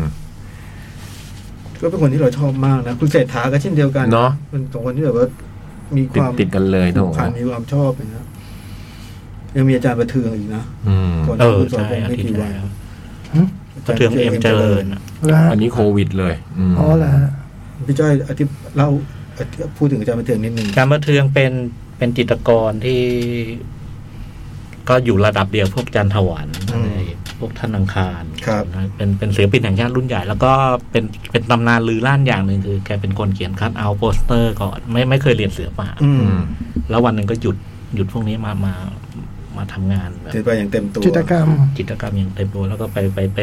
Speaker 2: ก็เป็นคนที่เราชอบมากนะ คุณเศรษฐาก็เช่นเดียวกัน
Speaker 3: เนอะ
Speaker 2: เป็นสองคนที่แบบว่ามีค
Speaker 3: ติด
Speaker 2: วาม
Speaker 3: ติดกันเลย
Speaker 2: ผู
Speaker 3: โถู
Speaker 2: ก
Speaker 3: ก
Speaker 2: พันมีความชอบอย่างเงี้ยยังมีอาจารย์ประเทืองอีกนะ
Speaker 3: อืม
Speaker 2: ก่อน
Speaker 4: เอ
Speaker 2: ที่
Speaker 4: อ
Speaker 2: คุณสอน
Speaker 4: ใช่
Speaker 2: ผม
Speaker 4: อา
Speaker 2: ไม่
Speaker 4: ทิต
Speaker 2: กี่
Speaker 4: ย์
Speaker 2: วัน
Speaker 4: แล้วก็เทืองเอ็มเจริญอะ
Speaker 5: แล้ว
Speaker 3: อันนี้โควิดเลยม
Speaker 5: อ๋อเหรอฮะ
Speaker 2: พี่จ้อยอธิบเล่าอธิพูดถึงอาจารย์ประเทืองนิดนึง
Speaker 4: การมาเทืองเป็นเป็นจิตรกรที่ ก็อยู่ระดับเดียวพวกจันทหวันอะไรพวกท่านอังคาร
Speaker 2: ครับ
Speaker 4: เป็นเป็นศิลปินแห่งชาติรุ่นใหญ่แล้วก็เป็นเป็นตำนานลือล่านอย่างหนึ่งคือแกเป็นคนเขียนคัดเอาท์โปสเตอร์ก่อนไม่ไม่เคยเรียนศิลปะ
Speaker 2: อื
Speaker 3: อื
Speaker 2: ม
Speaker 3: ม
Speaker 4: แล้ววันหนึ่งก็หยุดหยุดพวกนี้มามามาทำงานแบบ
Speaker 2: ถือไปอย่างเต็มตัว
Speaker 5: จิตรกรรม
Speaker 4: จิตรกรรมอย่างเต็มตัวแล้วก็ไปไปไป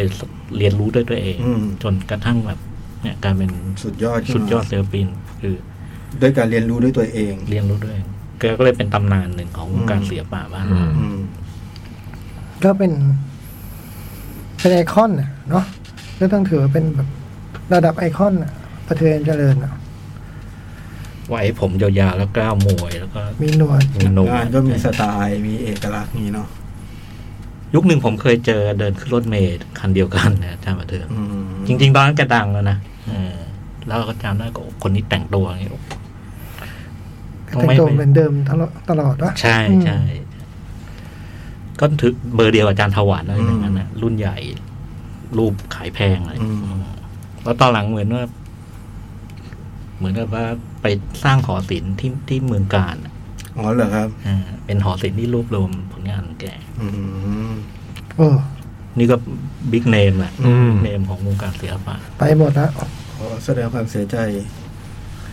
Speaker 4: เรียนรู้ด้วยตัวเอง
Speaker 2: อืม
Speaker 4: จนกระทั่งแบบเนี่ยกลารเป็น
Speaker 2: สุดยอด
Speaker 4: สุดยอดศิลปินคือ
Speaker 2: ด้วยการเรียนรู้ด้วยตัวเอง
Speaker 4: เรียนรู้ด้วยแกก็เลยเป็นตำนานหนึ่งของวงการศิลปะบ้านเรา
Speaker 3: อืม
Speaker 2: อืม
Speaker 5: ก็เป็น เป็นไอคอนน่ะเนาะก็ต้องถือว่าเป็นแบบระดับไอคอนน่ะประเทือนเจริญน่ะ
Speaker 4: ไว้ผมยาวๆแล้วกล้าวมวยแล้วก็
Speaker 5: มีหนวด
Speaker 4: มีหนวด
Speaker 2: งานก็มีสไตล์มีเอกลักษณ์นี้เนาะ
Speaker 4: ยุคหนึ่งผมเคยเจอเดินขึ้นรถเมล์คันเดียวกันนะอาจารย์มาเถิง
Speaker 2: อืม
Speaker 4: จริง ๆ ตอนนั้นแกดังแล้วนะเออ แล้วเราก็จำได้ก็คนนี้แต่งตัวอย่างนี้
Speaker 5: แต่งตัวเหมือนเดิมตลอดตลอดวะ
Speaker 4: ใช่
Speaker 5: อืม
Speaker 4: ใช่ก็ถึกเบอร์เดียวอาจารย์ถวันอะไรอย่างนั้นนะรุ่นใหญ่ รูปขายแพงอะไร
Speaker 2: อืม
Speaker 4: แล้วตอนหลังเหมือนว่า เหมือนกับว่าไปสร้างหอศิลป์ที่ที่เมืองการอะ
Speaker 2: อ๋อเหรอครับ
Speaker 4: อ่าเป็นหอศิลป์ที่รวบรวมผลงานของแก
Speaker 2: อืม
Speaker 5: เออ
Speaker 4: นี่ก็บิ๊กเนมแหละ
Speaker 3: อืม
Speaker 4: เนมของวงการศิลปะ
Speaker 5: ไปหมดละ
Speaker 2: ขอแสดงความเสียใจ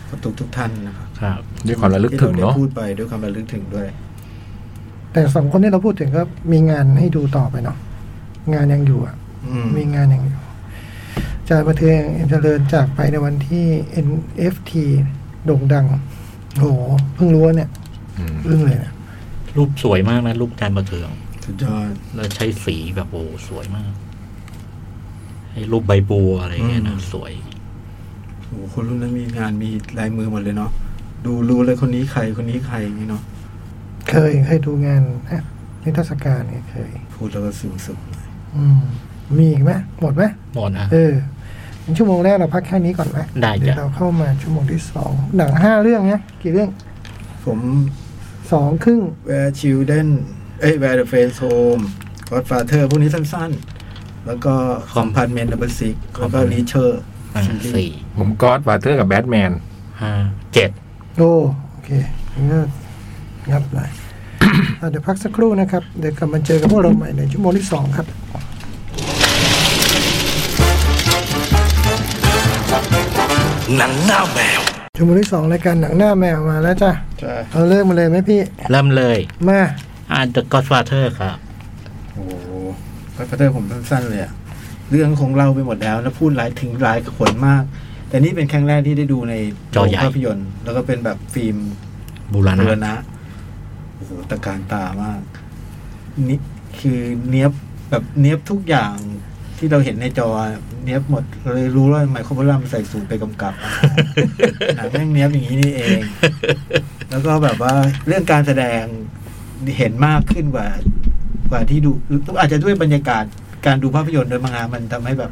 Speaker 2: กับทุกทุกๆท่านนะครับ
Speaker 4: ครับ
Speaker 3: ด้วยความระลึกถึง
Speaker 2: ที่ร
Speaker 3: เนาะ
Speaker 2: ได้พูดไปด้วยความระลึกถึงด้วย
Speaker 5: แต่สองคนที่เราพูดถึงก็มีงานให้ดูต่อไปเนาะงานยังอยู่อ่ะ
Speaker 2: อืม
Speaker 5: มีงานอย่างเดียวอาจารย์ประเทืองเอ็มเจริญจากไปในวันที่ NFT โด่งดัง โห เพิ่งรู้ว่าเนี่ย
Speaker 3: อืม
Speaker 5: เพิ่งเลยนะ
Speaker 4: รูปสวยมากนะรูปอาจารย์ประเทือง
Speaker 2: สุดยอด
Speaker 4: แล้วใช้สีแบบโอ้สวยมาก ให้รูปใบบัวอะไรอย่างเงี้ยนะ
Speaker 2: อืม
Speaker 4: สวย
Speaker 2: โอ้โหคนรุ่นนั้นมีงานมีลายมือหมดเลยเนาะดูรู้เลยคนนี้ใครคนนี้ใครอย่างนี้เนาะ
Speaker 5: เคยเคยดูงานนะนิทรรศการเนี่ยเคย
Speaker 2: พูดแล้วก็ซึ้งสุดเลย
Speaker 5: อืม มีอีกไหมหมดไหม
Speaker 4: หมดนะ
Speaker 5: เอองั้นชั่วโมงแรกเราพักแค่นี้ก่อนไหม
Speaker 4: ได้จ้ะ
Speaker 5: เดี๋ยวเราเข้ามาชั่วโมงที่สองหนังห้าเรื่องนะกี่เรื่อง
Speaker 2: ผม
Speaker 5: สองครึ่ง
Speaker 2: Where Children เอ้ย Where the Friends Home Godfather พวกนี้สั้นๆ แล้วก็ Compartment Number Six แล้วก็ Reacher
Speaker 4: อ่าสี่
Speaker 3: ผมก็อดบาเทอร์กับแบทแมน
Speaker 4: ห้าเจ็ด
Speaker 5: โอ้โอเคงั้นก็งับเลย อ่ะเดี๋ยวพักสักครู่นะครับ เดี๋ยวกลับมาเจอกับพวกเราใหม่ในชั่วโมงที่สองครับ
Speaker 1: หนังหน้าแมว
Speaker 5: ชั่วโมงที่สองรายการหนังหน้าแมวมาแล้วจ้ะ
Speaker 2: ใช่
Speaker 5: เอาเริ่มมาเลยไหมพี่
Speaker 4: เริ่มเลย
Speaker 5: มา
Speaker 4: อ่า The Godfather ครับ
Speaker 2: โอ้โหก็พัตเตอร์ผมสั้นๆเลยอะเรื่องคงเล่าไปหมดแล้ว แล้วพูดหลายถึงหลายขวนมาก แต่นี่เป็นครั้งแรกที่ได้ดูใน
Speaker 4: จอใหญ่
Speaker 2: ภาพยนตร์ แล้วก็เป็นแบบฟิล์ม
Speaker 4: บูร
Speaker 2: บูร
Speaker 4: ณะ
Speaker 2: ณะโอ้โหตะการตามาก นี่คือเนี้ยบแบบเนี้ยบทุกอย่างที่เราเห็นในจอ เนี้ยบหมดเราเลยรู้ว่าไมโครโพลัมใส่สูตรไปกำกับอะ หนังแม่งเนี้ยบอย่างนี้นี่เอง แล้วก็แบบว่าเรื่องการแสดงเห็นมากขึ้นกว่า กว่าที่ดูอาจจะด้วยบรรยากาศการดูภาพยนตร์โดยมังงามันทำให้แบบ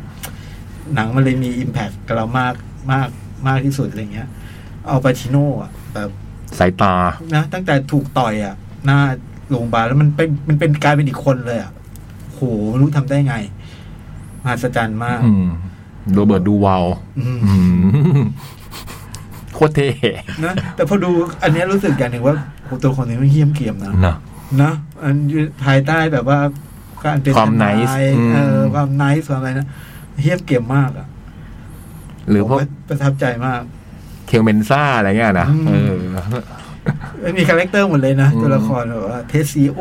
Speaker 2: หนังมันเลยมีอิมแพคกับเรามากมากมากที่สุดอะไรเงี้ย เอาปาชิโน่อะแบบ
Speaker 3: สายตา
Speaker 2: นะตั้งแต่ถูกต่อยอะหน้าโรงพยาบาลแล้วมันเป็นมันเป็นกลายเป็นอีกคนเลยอะโหไม่รู้ทำได้ไงมหัศจรรย์มาก
Speaker 3: อืมโรเบิร์ตดูวาล
Speaker 2: อืม
Speaker 3: อืมโคตรเท่
Speaker 2: นะแต่พอดูอันเนี้ยรู้สึกอย่างหนึ่งว่าโหตัวคนนี้มันเยี่ยมเกียมนะ
Speaker 3: นะ
Speaker 2: นะอันอยู่ภายใต้แบบว่าการเป็น
Speaker 3: ความ
Speaker 2: ทนย
Speaker 3: nice
Speaker 2: เอออ
Speaker 3: ม
Speaker 2: ความไนส์ความอะไรนะเฮี้ยมเกมมากอ่ะ
Speaker 3: หรือพวก
Speaker 2: ผมประทับใจมาก
Speaker 3: เคลเมนซ่าอะไรเงี้ยนะ
Speaker 2: อืม
Speaker 3: เออ
Speaker 2: มีคาแรคเตอร์หมดเลยนะ
Speaker 3: อืม
Speaker 2: ตัวละครแบบว่าเทสซิโอ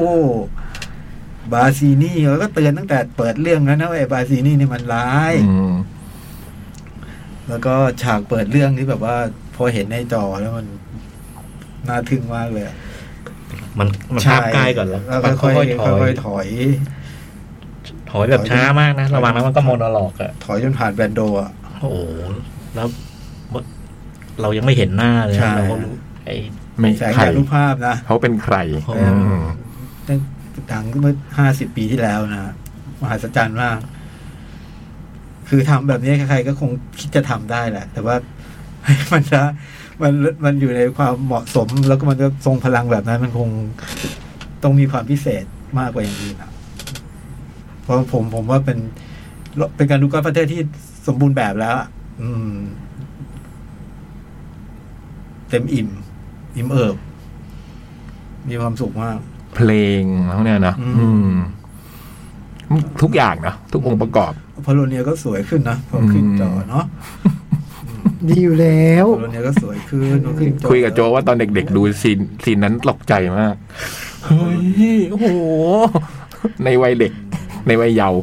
Speaker 2: บาซินี่แล้วก็เตือนตั้งแต่เปิดเรื่องแล้วนะว่าไอ้บาซินี่เนี่ยมันร้าย
Speaker 3: อืม
Speaker 2: แล้วก็ฉากเปิดเรื่องที่แบบว่า พอเห็นในจอแล้วมันน่าทึ่งมากเลยอะ
Speaker 4: มันมันภาพใกล้ก่อนแล้ว
Speaker 2: แล้ว
Speaker 4: มัน
Speaker 2: ค่อยๆ
Speaker 4: ถอย
Speaker 2: ค่อยๆถอย
Speaker 4: ถอยแบบช้ามากนะ ระหว่างนั้นมันก็โมโนลอกอะ
Speaker 2: ถอยจนผ่านแบนโดอ่ะ
Speaker 4: โอ้โหแล้วเรายังไม่เห็นหน้าเลย
Speaker 2: ใช่
Speaker 4: นะเราก็รู้ไอ้
Speaker 3: ไม่
Speaker 2: แสง
Speaker 3: ใคร
Speaker 2: จากรูปภาพนะ
Speaker 3: เขาเป็นใคร
Speaker 4: อ๋อ
Speaker 3: อืม
Speaker 2: ตั้งตั้งเมื่อห้าสิบปีที่แล้วนะ มหัศจรรย์มาก คือทำแบบนี้ใครๆก็คงคิดจะทำได้แหละ แต่ว่า มันจะมันมันอยู่ในความเหมาะสม แล้วก็มันจะทรงพลังแบบนั้น มันคงต้องมีความพิเศษมากกว่าอย่างอื่นอะเพราะผมผมว่าเป็นเป็นการดูการประเทศที่สมบูรณ์แบบแล้วอะอืม เต็มอิ่ม อิ่มเอิบมีความสุขมาก
Speaker 3: เพลงเขาเนี่ยนะ
Speaker 2: อืม
Speaker 3: อืม ทุกอย่างนะทุกองค์ประกอบ
Speaker 2: พอโลเนียก็สวยขึ้นนะพอขึ้นจอเนาะ
Speaker 5: ดีอยู่แล้ว
Speaker 2: พอโลเนียก็สวยขึ้นพอขึ้นจอ
Speaker 3: คุยกับโจว่าตอนเด็กๆ ดูซีนซีนนั้นตกใจมาก เฮ้ย โอ้โห ในวัยเด็ก ในวัยเยาว์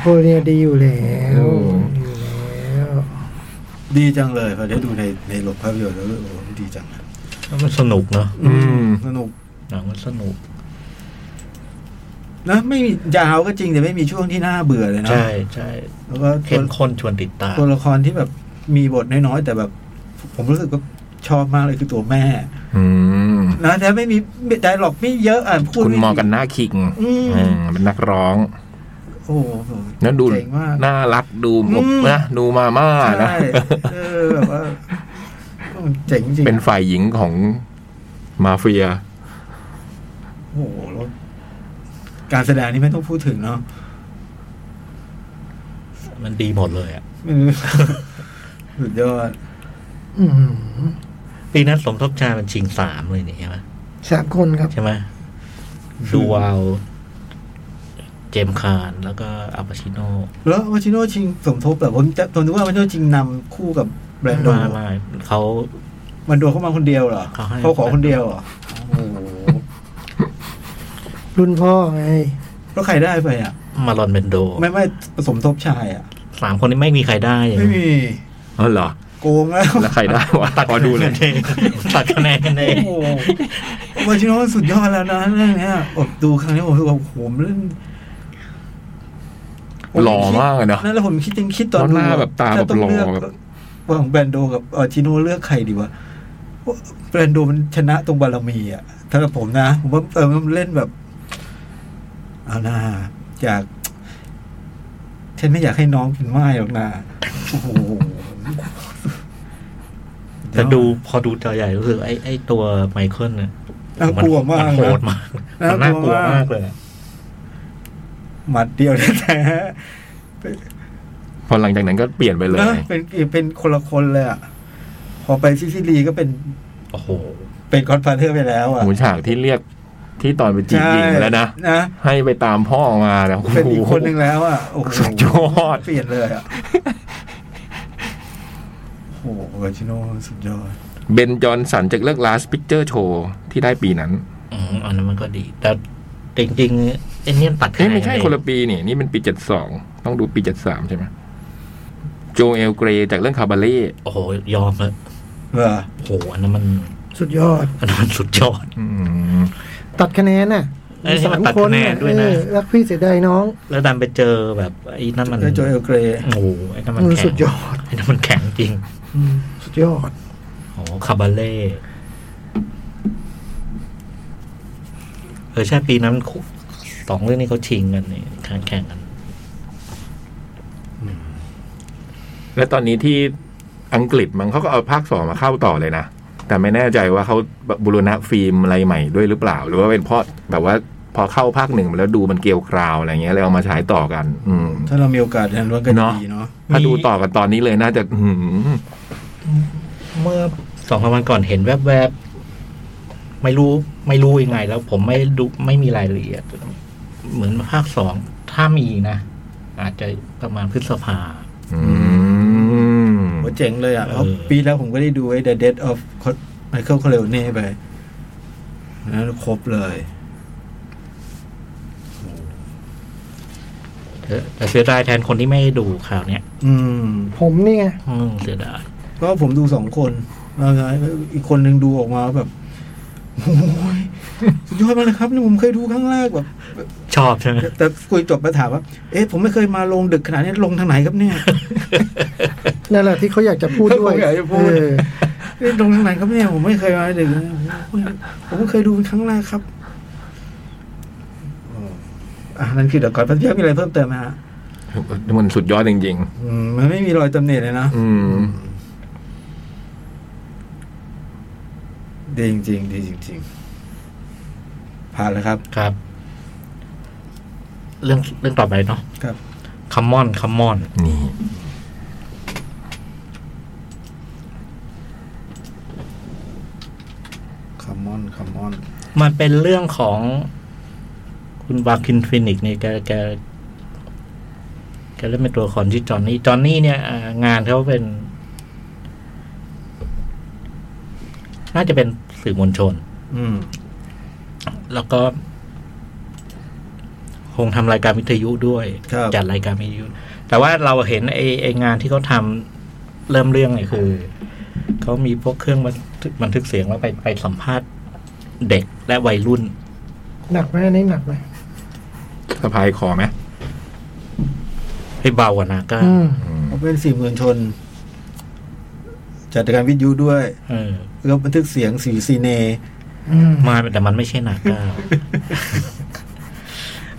Speaker 5: โคเรียดีอยู่แล้ว
Speaker 3: อืม
Speaker 5: ดีอยู่แล้ว
Speaker 2: ดีจังเลยพอได้ดูในในโรงภาพยนตร์แล้วโอ้โหดีจังเลย
Speaker 4: แล้วมันสนุกเนาะ
Speaker 3: อืม
Speaker 2: สนุก
Speaker 4: หนังมันสนุก
Speaker 2: นะไม่มียาวก็จริงแต่ไม่มีช่วงที่น่าเบื่อเลยนะ
Speaker 4: ใช่ใช่
Speaker 2: แล้วก็ตั
Speaker 4: เข้
Speaker 2: ว
Speaker 4: มข้นชวนติดตาม
Speaker 2: ตัวละครที่แบบมีบทน้อยๆแต่แบบ ผมรู้สึกว่าชอบมากเลยคือตัวแม่
Speaker 3: อืม
Speaker 2: นะแต่ไม่มีไดหรอกไม่เยอะอ่ะพูด
Speaker 3: คุณ
Speaker 2: ไ
Speaker 3: มอร์กันหน้าคิง
Speaker 2: อืม
Speaker 3: อืมเป็นนักร้อง
Speaker 2: โอ้โห
Speaker 3: แล้วดู
Speaker 2: เจ๋งมาก
Speaker 3: น่ารักดู
Speaker 2: อืม
Speaker 3: นะดูมาม่านะ
Speaker 2: ใช่เออแบบว่าโอ้เจ๋งจริง
Speaker 3: เป็นฝ่ายหญิงของมาเฟีย
Speaker 2: โอ้โหแล้วการแสดงนี่ไม่ต้องพูดถึงเนาะ
Speaker 4: มันดีหมดเลยอ่ะ
Speaker 2: ไม่รู้ สุดยอด
Speaker 5: อืม
Speaker 4: ปีนั้นสมทบชายมันชิงสามเลยนี่ใช่ไหม
Speaker 5: สามคนครับ
Speaker 4: ใช่ไหมดูวาวเจมส์คาร์นแล้วก็อัลปาชิโน
Speaker 2: แล้ววาชิโน่ชิงสมทบแบบผมจะผมนึกว่าวาชิโน่ชิงนำคู่กับแบรนโด
Speaker 4: มามาเขา
Speaker 2: มันโดเข้ามาคนเดียวเหรอ
Speaker 4: เขาให้
Speaker 2: เขาขอคนเดียวเหรอโอ้โห
Speaker 5: รุ่นพ่อไง
Speaker 2: แล้วใครได้ไปอ่ะ
Speaker 4: มาลอนเบนโด
Speaker 2: ไม่ไม่สมทบชายอ่ะ
Speaker 4: สามคนนี้ไม่มีใครได้
Speaker 2: ไม่มี
Speaker 3: เออเหรอ
Speaker 2: โกงแล้ว
Speaker 3: แล้วใครได้วะ
Speaker 4: ตัด
Speaker 3: ขอ
Speaker 4: คะแน
Speaker 3: ดู
Speaker 4: น
Speaker 3: เล
Speaker 4: กั
Speaker 3: ย
Speaker 4: นเองตัดคะแนนกันเอ
Speaker 2: โอ้
Speaker 4: ง
Speaker 2: โหวาชิโน่สุดยอดแล้วนะเรื่องเนี้ยอดดูครั้งนี้ผมรู้สึกว่าโอ้โหมันเล่น
Speaker 3: หล่อมากเลยเนอะ
Speaker 2: นั่นแหล้วผมคิดยังคิดตอน
Speaker 3: แล้วหน้า
Speaker 2: ดูะ
Speaker 3: แบบตา
Speaker 2: ถ้
Speaker 3: แบบหล่อ
Speaker 2: ต้งเก
Speaker 3: แบบ
Speaker 2: ว่าของแบรนโดกับอาชิโน่เลือกใครดีวะแบรนโดมันชนะตรงบารมีอ่ะถ้ากับผมนะผมว่าเออมันเล่นแบบเอาหน้าอยากฉันไม่อยากให้น้องเป็นไม้หรอกนะโอ้โห
Speaker 4: แต่ดูพอดูจอใหญ่รู้สึกไอ้ไอ้ตัวไมเคิลเนี่ย
Speaker 2: น่ากลัวมาก
Speaker 4: น
Speaker 2: นะ
Speaker 4: โหดมากมัน
Speaker 2: น่า
Speaker 4: น่าก ก
Speaker 2: ลั
Speaker 4: ลั
Speaker 2: ว
Speaker 4: ว
Speaker 2: มาม
Speaker 4: าก กเลย
Speaker 2: หมัดเดียวแท้ๆ
Speaker 3: พอหลังจากนั้นก็เปลี่ยนไปเลย
Speaker 2: นะเป็นเป็นคนละคนเลยอ่ะ พอไปซิซิลีก็เป็น
Speaker 4: โอ้โห
Speaker 2: เป็นคอนฟาเธอร์ไปแล้วอ่ะ
Speaker 3: หูฉากที่เรียกที่ตอนไปจีบหญิงแล้วนะ
Speaker 2: นะ
Speaker 3: ให้ไปตามพ่อมาแล้วโโห
Speaker 2: เป็นอีกคนหนึ่งแล้วอ่ะ โอ้โห
Speaker 3: สุดยอด
Speaker 2: เปลี่ยนเลยอ่ะ โอ้โหเวอร์ชิโนสุดยอด
Speaker 3: เบนจอห์นสันจากเลือก last picture show ที่ได้ปีนั้น
Speaker 4: อืมอันนั้นมันก็ดี แต่จริงๆไอ้เนี่ยตัดคะ
Speaker 3: เอ้ย
Speaker 4: แนน
Speaker 3: ไม่ใช่คนละปีนี่ นี่เป็นปีเจ็ดสองต้องดูปีเจ็ดสามใช่ไหมโจเอลเกรย์จากเรื่องคาบาเล่
Speaker 4: โอ้โห ยอมเลย
Speaker 2: เหรอ
Speaker 4: โอ้โห อันนั้นมัน
Speaker 5: สุดยอด
Speaker 4: อันนั้นมันสุดยอด
Speaker 3: อืม
Speaker 5: ตัดคะแนนน่ะ
Speaker 4: เอ้ยให้มันตัดคะแนนด้วยนะ
Speaker 5: เออรักพี่เสียดายน้อง
Speaker 4: แล้วดันไปเจอแบบไอ้นั่นมัน
Speaker 2: แล้วโจเอลเกรย์
Speaker 4: โอ้โหไอ้นั่นมัน
Speaker 5: เออ
Speaker 4: แข็
Speaker 5: สุ
Speaker 4: ง
Speaker 5: ดยอด
Speaker 4: ไอ้นั่นมันแข็งจริง
Speaker 5: สุดยอด
Speaker 4: โอ้โหคาบาเล่เออใช่ปีนั้นคู่สองเรื่องนี้เขาชิงกันนี่แข่งกัน
Speaker 3: และตอนนี้ที่อังกฤษมันเขาก็เอาภาคสองมาเข้าต่อเลยนะ แต่ไม่แน่ใจว่าเขาบูรณะฟิล์มอะไรใหม่ด้วยหรือเปล่า หรือว่าเป็นเพราะแบบว่าพอเข้าภาคหนึ่งมาแล้วดูมันเกลียวกราวอะไรเงี้ยเลยเอามาฉายต่อกัน อืม
Speaker 2: ถ้าเรามีโอกาสเห็นร่วมกันดีเนาะ
Speaker 3: ถ้าดูต่อกันตอนนี้เลยน่าจะ อืม
Speaker 4: เมื่อสองสามวันก่อนเห็นแวบๆ ไม่รู้ไม่รู้ยังไง แล้วผมไม่ดูไม่มีรายละเอียด เหมือนภาคสองถ้ามีนะ อาจจะประมาณพฤษภา
Speaker 3: อืม
Speaker 2: โหเจ๋งเลยอ่ะเพราะ
Speaker 4: เออ
Speaker 2: ปีแล้วผมก็ได้ดูไอ้ The Death of Michael Corleone ไปนั้นครบเลย
Speaker 4: เออแต่เสียดายแทนคนที่ไม่ได้ดูข่าวเนี้ย
Speaker 2: อืม
Speaker 5: ผมนี่ไง
Speaker 4: อืมเสียดาย
Speaker 2: เพราะว่าผมดูสองคนว่าไงอีกคนหนึ่งดูออกมาแบบโอ้ยสุดยอดมากเลยครับนี่ผมเคยดูครั้งแรกแบบ
Speaker 4: ชอบใช่ไหม
Speaker 2: แต่คุยจบมาถามว่า เอ๊ะผมไม่เคยมาลงดึกขนาดนี้ลงทางไหนครับเนี่ย
Speaker 5: นั่นแหละที่เขาอยากจะพูดด้วย
Speaker 2: ผมอยากจะพูด
Speaker 5: เออ
Speaker 2: เอ๊ะลงทางไหนครับเนี่ยผมไม่เคยมาดึกนะโอ้ยผมเพิ่งเคยดูเป็นครั้งแรกครับอ๋ออ่ะนั่นคือเดี๋ยวก่อนพัทยามีอะไรเพิ่มเติมไหมฮะ
Speaker 3: มันสุดยอดจริง
Speaker 2: อืมมันไม่มีรอยตำหนิเลยนะ
Speaker 3: ๆ อืม
Speaker 2: ดีจริงๆดีจริงๆผ่านแล้วครับ
Speaker 4: ครับ เรื่องเรื่องต่อไปเนาะ
Speaker 2: ครับ
Speaker 4: คัมมอนคัมมอน
Speaker 3: นี่
Speaker 2: คามอนคามอน
Speaker 4: มันเป็นเรื่องของคุณวาคินฟินิกซ์นี่แกแกแกเล่นเป็นตัวละครชื่อจอห์นนี่จอห์นนี่เนี่ยอ่างานเขาเป็น น่าจะเป็นสื่อมวลชน
Speaker 2: อืม
Speaker 4: แล้วก็ คงทำรายการวิทยุด้วย
Speaker 2: ครับ
Speaker 4: จัดรายการวิทยุ แต่ว่าเราเห็นไอ้ไอ้งานที่เขาทำเริ่มเรื่องเนี่ยคือ เขามีพวกเครื่องบันทึกบันทึกเสียงแล้วไปไปสัมภาษณ์เด็กและวัยรุ่น
Speaker 5: หนักไหมอันนี้หนักไหม
Speaker 3: สะพายคอไหม
Speaker 4: ให้เบากว่านาก้า
Speaker 5: อืม
Speaker 2: เขาเป็นสี่หมื่นชน จัดการวิทยุด้วย
Speaker 4: เออ
Speaker 2: แล้วบันทึกเสียงสีซีเน
Speaker 5: อืม
Speaker 4: มาแต่มันไม่ใช่นาก้า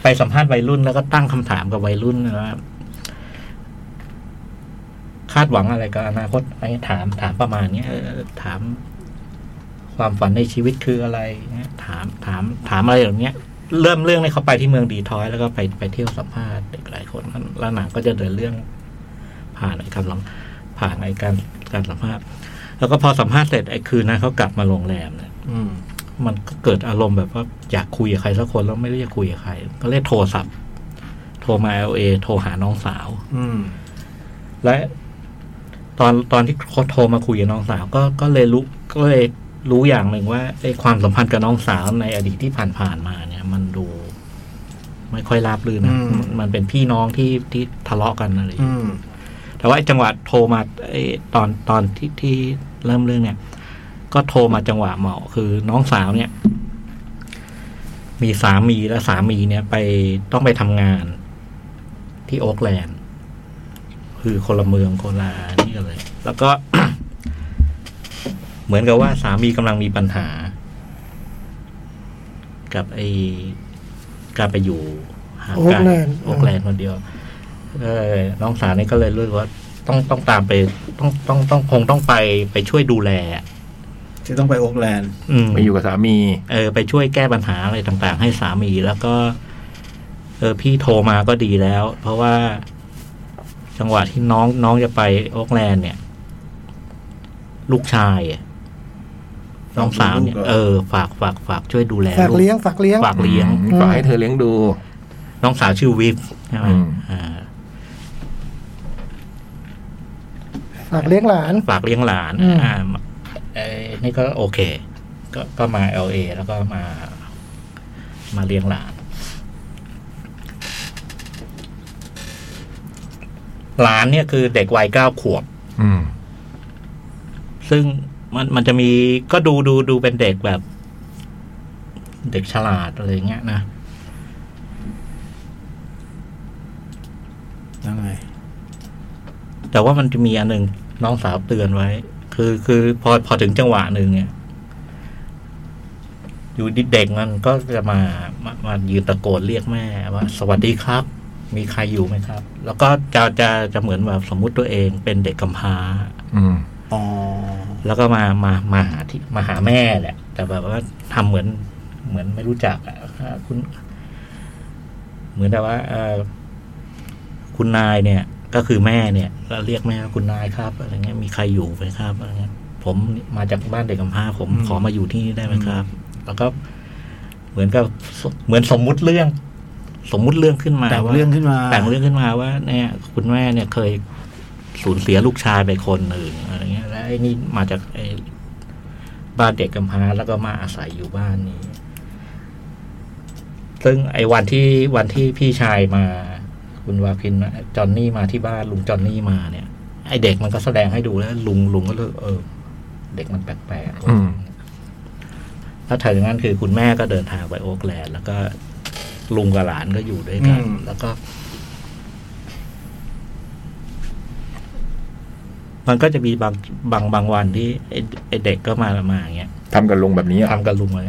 Speaker 4: ไปสัมภาษณ์วัยรุ่นแล้วก็ตั้งคำถามกับวัยรุ่นว่าคาดหวังอะไรกับอนาคตอะไรถามถามประมาณเนี้ยเออถาม ความฝันในชีวิตคืออะไรเงี้ยถามถามถามอะไรอย่างเงี้ย เริ่มเรื่องเลยเขาไปที่เมืองดีทรอยต์แล้วก็ไปไปเที่ยวสัมภาษณ์เด็กหลายคนแล้วหนังก็จะเดินเรื่อง ผ่านไอ้การสัมผ่านไอ้การการสัมภาษณ์ แล้วก็พอสัมภาษณ์เสร็จไอ้คืนนั้นเขากลับมาโรงแรมเนี่ย
Speaker 2: อืม
Speaker 4: มันก็เกิดอารมณ์แบบว่าอยากคุยกับใครสักคนแล้วไม่รู้จะคุยกับใคร ก็เลยโทรศัพท์ โทรมาเอเอโทรหาน้องสาว
Speaker 2: อืม
Speaker 4: และ ตอนตอนที่โค้ชโทรมาคุยกับน้องสาว ก็ก็เลยรู้ก็เลยรู้อย่างหนึ่งว่าไอ้ความสัมพันธ์กับน้องสาวในอดีตที่ผ่านๆมาเนี่ย มันดู ไม่ค่อยราบรื่นนะ
Speaker 2: อืม
Speaker 4: มันมันเป็นพี่น้องที่ที่ทะเลาะกันอะไรอย่างเงี้ย
Speaker 2: อืม
Speaker 4: แต่ว่าไอ้จังหวะโทรมาไอ้ตอนตอนที่ที่เริ่มเรื่องเนี่ย ก็โทรมาจังหวะเหมาะ คือน้องสาวเนี่ย มีสามีและสามีเนี่ยไปต้องไปทำงานที่โอ๊กแลนด์ คือคนละเมืองคนละนี่กันเลย แล้วก็ เหมือนกับว่าสามีกำลังมีปัญหา กับไอ้การไปอยู่ห่าง
Speaker 5: โอ๊
Speaker 4: ไกล
Speaker 5: กแลนด์
Speaker 4: โอ๊กแลนด์คนเดียว เออน้องสาวนี่ก็เลยรู้สึกว่าต้องต้องตามไป ต้องต้องต้องคงต้องไปไปช่วยดูแล
Speaker 2: ที่ต้องไปโอ๊กแลนด์
Speaker 4: อืม
Speaker 3: ไปอยู่กับสามี
Speaker 4: เออไปช่วยแก้ปัญหาอะไรต่างๆ ให้สามีแล้วก็ เออพี่โทรมาก็ดีแล้ว เพราะว่าจังหวะที่น้องน้องจะไปโอ๊กแลนด์เนี่ย ลูกชายอะน้องสาวเนี่ย
Speaker 2: ลูกเหรอ
Speaker 4: เออฝากฝากฝากช่วยดูแล
Speaker 5: ฝาก
Speaker 4: ลูก
Speaker 5: เลี้ยงฝากเลี้ยง
Speaker 4: ฝากเลี้ยง
Speaker 3: อืมก็ให้เธอเลี้ยงดู
Speaker 4: น้องสาวชื่อวิฟใช่ไหม
Speaker 3: อืม
Speaker 4: อ่า
Speaker 5: ฝากเลี้ยงหลาน
Speaker 4: ฝากเลี้ยงหลาน
Speaker 5: อืม
Speaker 4: อ่าเอ้ยนี่ก็โอเค ก็ก็มา LA แล้วก็มา มาเลี้ยงหลาน หลานเนี่ยคือเด็กวัยเก้าขวบ
Speaker 3: อืม
Speaker 4: ซึ่งมันมันจะมีก็ดูดูดูเป็นเด็กแบบ เด็กฉลาดอะไรเงี้ยนะ
Speaker 2: ยังไง
Speaker 4: แต่ว่ามันจะมีอันหนึ่งน้องสาวเตือนไว้ คือคือพอพอถึงจังหวะหนึ่งเนี่ย อยู่ดิเด็กมันก็จะมามามายืนตะโกนเรียกแม่ว่า สวัสดีครับ มีใครอยู่ไหมครับ แล้วก็จะจะจะเหมือนแบบสมมุติตัวเองเป็นเด็กกำพร้า
Speaker 3: อืม
Speaker 2: อ๋อ
Speaker 4: แล้วก็มามามาหาที่มาหาแม่แหละ แต่แบบว่าทำเหมือนเหมือนไม่รู้จักอะอ่ะคุณ เหมือนแต่ว่าเอ่อคุณนายเนี่ย ก็คือแม่เนี่ยแล้วเรียกแม่ว่าคุณนายครับอะไรเงี้ยมีใครอยู่ไหมครับอะไรเงี้ยผมมาจากบ้านเด็กกำพร้าผม
Speaker 2: อืม
Speaker 4: ขอมาอยู่ที่นี่ได้ไหมครับ แล้วก็เหมือนกับสเหมือนสมมุติเรื่อง สมมุติเรื่องขึ้นมา
Speaker 2: แต่ง
Speaker 4: ว่า
Speaker 2: เรื่องขึ้นมา
Speaker 4: แต่งเรื่องขึ้นมาว่าเนี่ยคุณแม่เนี่ยเคยสูญเสียลูกชายไปคนหนึ่งอะไรเงี้ยแล้วไอ้นี่มาจากไอ้บ้านเด็กกำพร้าแล้วก็มาอาศัยอยู่บ้านนี้ ซึ่งไอ้วันที่วันที่พี่ชายมา คุณวาพินจอนนี่มาที่บ้านลุงจอนนี่มาเนี่ยไอ้เด็กมันก็แสดงให้ดูแล้ว ลุงลุงก็เลยเออ เด็กมันแปลก
Speaker 3: อืม
Speaker 4: ๆแล้วถัดจากนั้นคือคุณแม่ก็เดินทางไปโอ๊กแลนด์แล้วก็ลุงกับหลานก็อยู่ด้วยกันแล้วก็ มันก็จะมีบางบางบางวันที่ไอ้ไอ้เด็กก็มามาอย่างเงี้ย
Speaker 3: ทำกับลุงแบบนี้อ่ะ
Speaker 4: ทำกับลุงเลย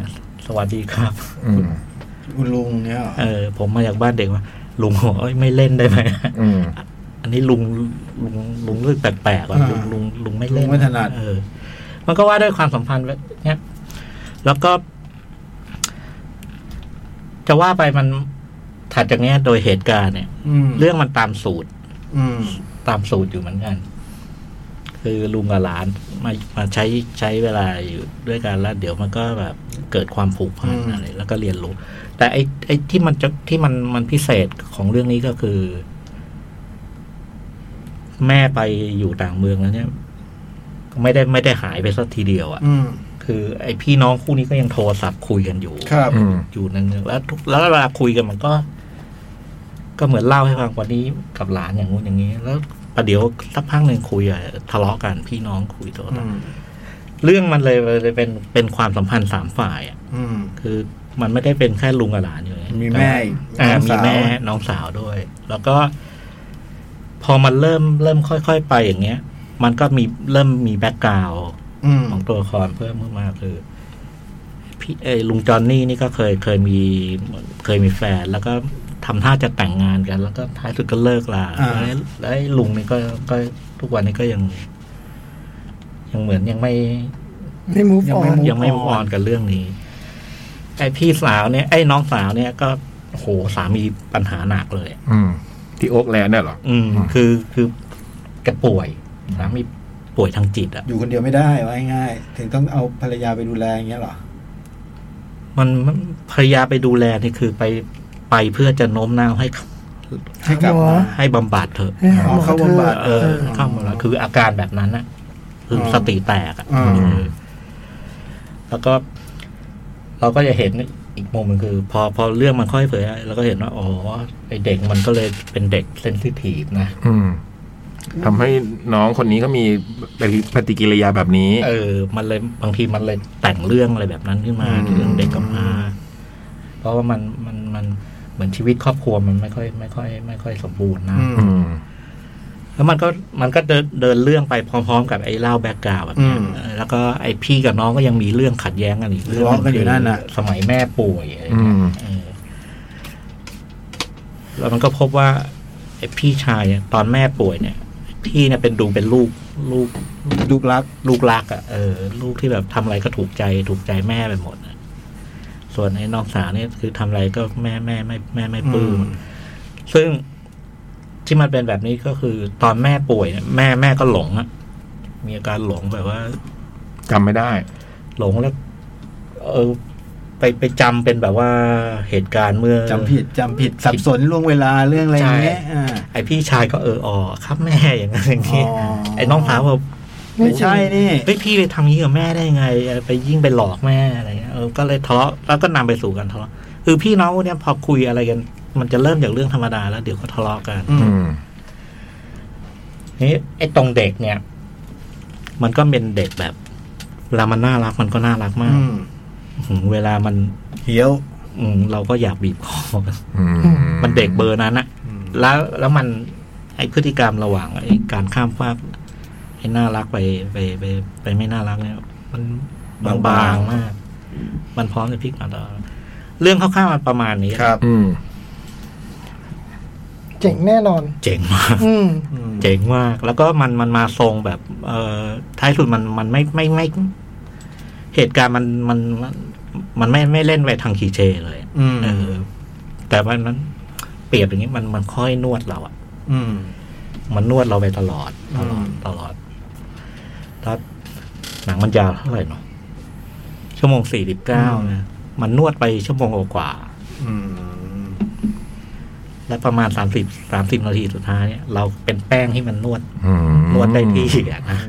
Speaker 4: สวัสดีครับ
Speaker 3: อืม
Speaker 2: คุณลุงเนี่ยเหรอ
Speaker 4: เออ ผมมาจากบ้านเด็กว่าลุงบอกเอ้ยไม่เล่นได้ไหม
Speaker 3: อืม
Speaker 4: อันนี้ลุงลุงลุงรู้สึกแปลกๆว่ะลุงลุงลุงไม่
Speaker 2: ลุ
Speaker 4: เล่
Speaker 2: ง
Speaker 4: น
Speaker 2: ไม่ถนัด
Speaker 4: เออ มันก็ว่าด้วยความสัมพันธ์แบบเนี้ย แล้วก็ จะว่าไปมันถัดจากเนี้ยโดยเหตุการณ์เนี่ย
Speaker 2: อืม
Speaker 4: เรื่องมันตามสูตร
Speaker 2: อืม
Speaker 4: ตามสูตรอยู่เหมือนกัน คือลุงกับหลานมามาใช้ใช้เวลาอยู่ด้วยกันแล้วเดี๋ยวมันก็แบบเกิดความผูกพัน
Speaker 2: อืม
Speaker 4: อะไรแล้วก็เรียนรู้ แต่ไอ้ไอ้ที่มันจะที่มันมันพิเศษของเรื่องนี้ก็คือ แม่ไปอยู่ต่างเมืองแล้วเนี่ย ไม่ได้ไม่ได้หายไปสักทีเดียวอะ่ะ
Speaker 2: อืม
Speaker 4: คือ ไอ้พี่น้องคู่นี้ก็ยังโทรศัพท์คุยกันอยู่
Speaker 2: ครับ
Speaker 3: อืม
Speaker 4: อยู่นั่นๆแล้วทุกแล้วเวลาคุยกันมันก็ ก็เหมือนเล่าให้ฟังวันนี้กับหลานอย่างงู้นอย่างนี้ แล้วประเดี๋ยวสักพักหนึ่งคุยอะทะเลาะกันพี่น้องคุยโทร
Speaker 2: อื
Speaker 4: ศัพท์
Speaker 2: ม
Speaker 4: เรื่องมันเลยเลยเป็นเป็นความสัมพันธ์สามฝ่ายอะ
Speaker 2: อืม
Speaker 4: คือมันไม่ได้เป็นแค่ลุงกับหลานอยู่
Speaker 2: มีแม่อีก
Speaker 4: อ่า
Speaker 2: น้อง
Speaker 4: มี
Speaker 2: สาว
Speaker 4: แม่น้องสาวด้วย แล้วก็ พอมันเริ่มเริ่มค่อยๆไปอย่างเงี้ย มันก็มีเริ่มมีแบ็กกราวด์
Speaker 2: อืม
Speaker 4: ของตัวละครเพิ่มขึ้นมาคือพี่เอยลุงจอนนี่นี่ก็เคยเคยมีเคยมีแฟน แล้วก็ ทำท่าจะแต่งงานกัน แล้วก็ท้ายสุดก็เลิกลา
Speaker 2: อ่า
Speaker 4: แล้วแล้วไอ้ลุงนี่ก็ก็ทุกวันนี้ก็ยัง ยังเหมือนยังไม่
Speaker 5: ไม่มูฟ
Speaker 2: ยัง
Speaker 5: ออ
Speaker 2: ไม่
Speaker 5: น
Speaker 2: move
Speaker 4: ยังไม่ move on กับเรื่องนี้ ไอ้พี่สาวเนี่ยไอ้น้องสาวเนี่ยก็โหสามีปัญหาหนักเลย
Speaker 3: อืม ที่โอ๊กแลนด์เนี่ยเหรอ
Speaker 4: อืม
Speaker 3: อืม
Speaker 4: คือคือแกป่วยสามีป่วยทางจิตอ่ะ
Speaker 2: อยู่คนเดียวไม่ได้ว่าง่ายๆถึงต้องเอาภรรยาไปดูแลอย่างเงี้ยเหรอ
Speaker 4: มันมันภรรยาไปดูแลนี่คือไปไปเพื่อจะโน้มน้าวให้
Speaker 2: ให้กลับ
Speaker 5: หร
Speaker 2: มา
Speaker 5: อ
Speaker 4: ให้บำบัดเถอะ
Speaker 5: ให้หา
Speaker 2: อ๋อ
Speaker 5: หมอ
Speaker 2: เข้า
Speaker 5: เธอบ
Speaker 2: ำบัด
Speaker 4: เออเข้ามาแล้วคืออาการแบบนั้นน่ะ คืออ
Speaker 2: ม
Speaker 4: สติแตกอะ
Speaker 2: อืม
Speaker 4: เออแล้วก็ เราก็จะเห็นอีกมุมหนึงคือ พอพอเรื่องมันค่อยเผยเราก็เห็นว่าอ๋อไอเด็กมันก็เลยเป็นเด็กเซนซิทีฟนะ
Speaker 3: อืมทำให้น้องคนนี้เขามีปฏิกิริยาแบบนี้
Speaker 4: เออ มันเลยบางทีมันเลยแต่งเรื่องอะไรแบบนั้นขึ้นมา
Speaker 3: อืม
Speaker 4: เรื่องเด็กกำพร้าเพราะว่ามันมันมันเหมือนชีวิตครอบครัวมันไม่ค่อย ไม่ค่อย ไม่ค่อยสมบูรณ์นะ
Speaker 2: อืม
Speaker 3: อืม
Speaker 4: แล้วมันก็มันก็เดินเดินเรื่องไปพร้อมๆ กับไอ้เล่าแบ็กกราวแบบเนี้ย
Speaker 2: อืม
Speaker 4: เออแล้วก็ไอพี่กับน้องก็ยังมีเรื่องขัดแย้งกันอีกเรื่อ
Speaker 2: ทะ
Speaker 4: ง
Speaker 2: เลาะกันอยู่นั่นน่ะ
Speaker 4: สมัยแม่ป่วยอะไร
Speaker 3: อื
Speaker 4: เงี้ย
Speaker 3: ม
Speaker 4: เออแล้วมันก็พบว่าไอพี่ชายเนี่ยตอนแม่ป่วยเนี่ย พี่เนี่ยเป็นดูเป็นลูกลูก
Speaker 2: ลูกรัก
Speaker 4: ลูกรักอะ่ะเออ ลูกที่แบบทำอะไรก็ถูกใจถูกใจแม่ไปหมดอะส่วนไอ้น้องสาวเนี่ยคือทำอะไรก็แม่แม่ไม่แม่ไม่ปลื้ม ซึ่งที่มันเป็นแบบนี้ก็คือ ตอนแม่ป่วยเนี่ยแม่แม่ก็หลงอะมีอาการหลงแบบว่า
Speaker 3: จำไม่ได้
Speaker 4: หลงแล้ว เออ ไปไปจำเป็นแบบว่าเหตุการณ์เมื่อ
Speaker 2: จำผิดจำผิดสับสนล่วงเวลาเรื่องอะไรอย่างเงี้ยอ่า
Speaker 4: ไอพี่ชายก็เอออ๋อครับแม่อย่างนั้นอย่างนี้
Speaker 2: อ๋อ
Speaker 4: ไอ้น้องสาวบอก
Speaker 2: ไม่ใช่นี่
Speaker 4: เฮ้ยพี่ไปทำงี้กับแม่ได้ไงเออไปยิ่งไปหลอกแม่อะไรเงี้ยเออก็เลยทะเลาะแล้วก็นำไปสู่การทะเลาะคือพี่น้องเนี่ยพอคุยอะไรกัน มันจะเริ่มจากเรื่องธรรมดาแล้วเดี๋ยวก็ทะเลาะกัน
Speaker 2: อื
Speaker 3: อืม
Speaker 2: ม
Speaker 4: นี่ไอ้ตรงเด็กเนี่ย มันก็เป็นเด็กแบบ เวลามันน่ารักมันก็น่ารักมาก
Speaker 2: อืม
Speaker 4: อืมเวลามัน
Speaker 2: เหี้ยว
Speaker 4: อืมเราก็อยากบีบคอมัน
Speaker 3: อืม
Speaker 4: มันเด็กเบอร์นั้นอะ
Speaker 2: อืม
Speaker 4: แล้วแล้วมันไอพฤติกรรมระหว่างไอการข้ามฟากไอน่ารักไปไปไป ไปไม่น่ารักเนี่ย มันบางบางๆมาก มันพร้อมจะพลิกมาตลอดเรื่องคร่าวๆมันประมาณนี้
Speaker 2: ครับ
Speaker 3: อืม
Speaker 5: เจ๋งแน่นอน
Speaker 4: เจ๋งมาก
Speaker 5: อืม
Speaker 2: อืม
Speaker 4: เจ๋งมาก แล้วก็มันมันมาทรงแบบ เอ่อท้ายสุดมันมันไม่ไม่ไม่ เหตุการณ์มันมันมันมันไม่ไม่เล่นไปทางคีเชเลย
Speaker 2: อืม
Speaker 4: เออ แต่ว่ามันเปรียบอย่างนี้มันมันค่อยนวดเราอะ
Speaker 2: อืม
Speaker 4: มันนวดเราไปตลอด ตลอด
Speaker 2: อืม
Speaker 4: ตลอดแล้วหนังมันยาวเท่าไหร่เนาะชั่วโมงสี่สิบเก้านะมันนวดไปชั่วโมงกว่า
Speaker 2: อืม
Speaker 4: ๆและประมาณสามสิบสามสิบนาทีสุดท้ายเนี่ยเราเป็นแป้งที่มันนวด
Speaker 3: อืม
Speaker 4: นวดได้ที่อะนะ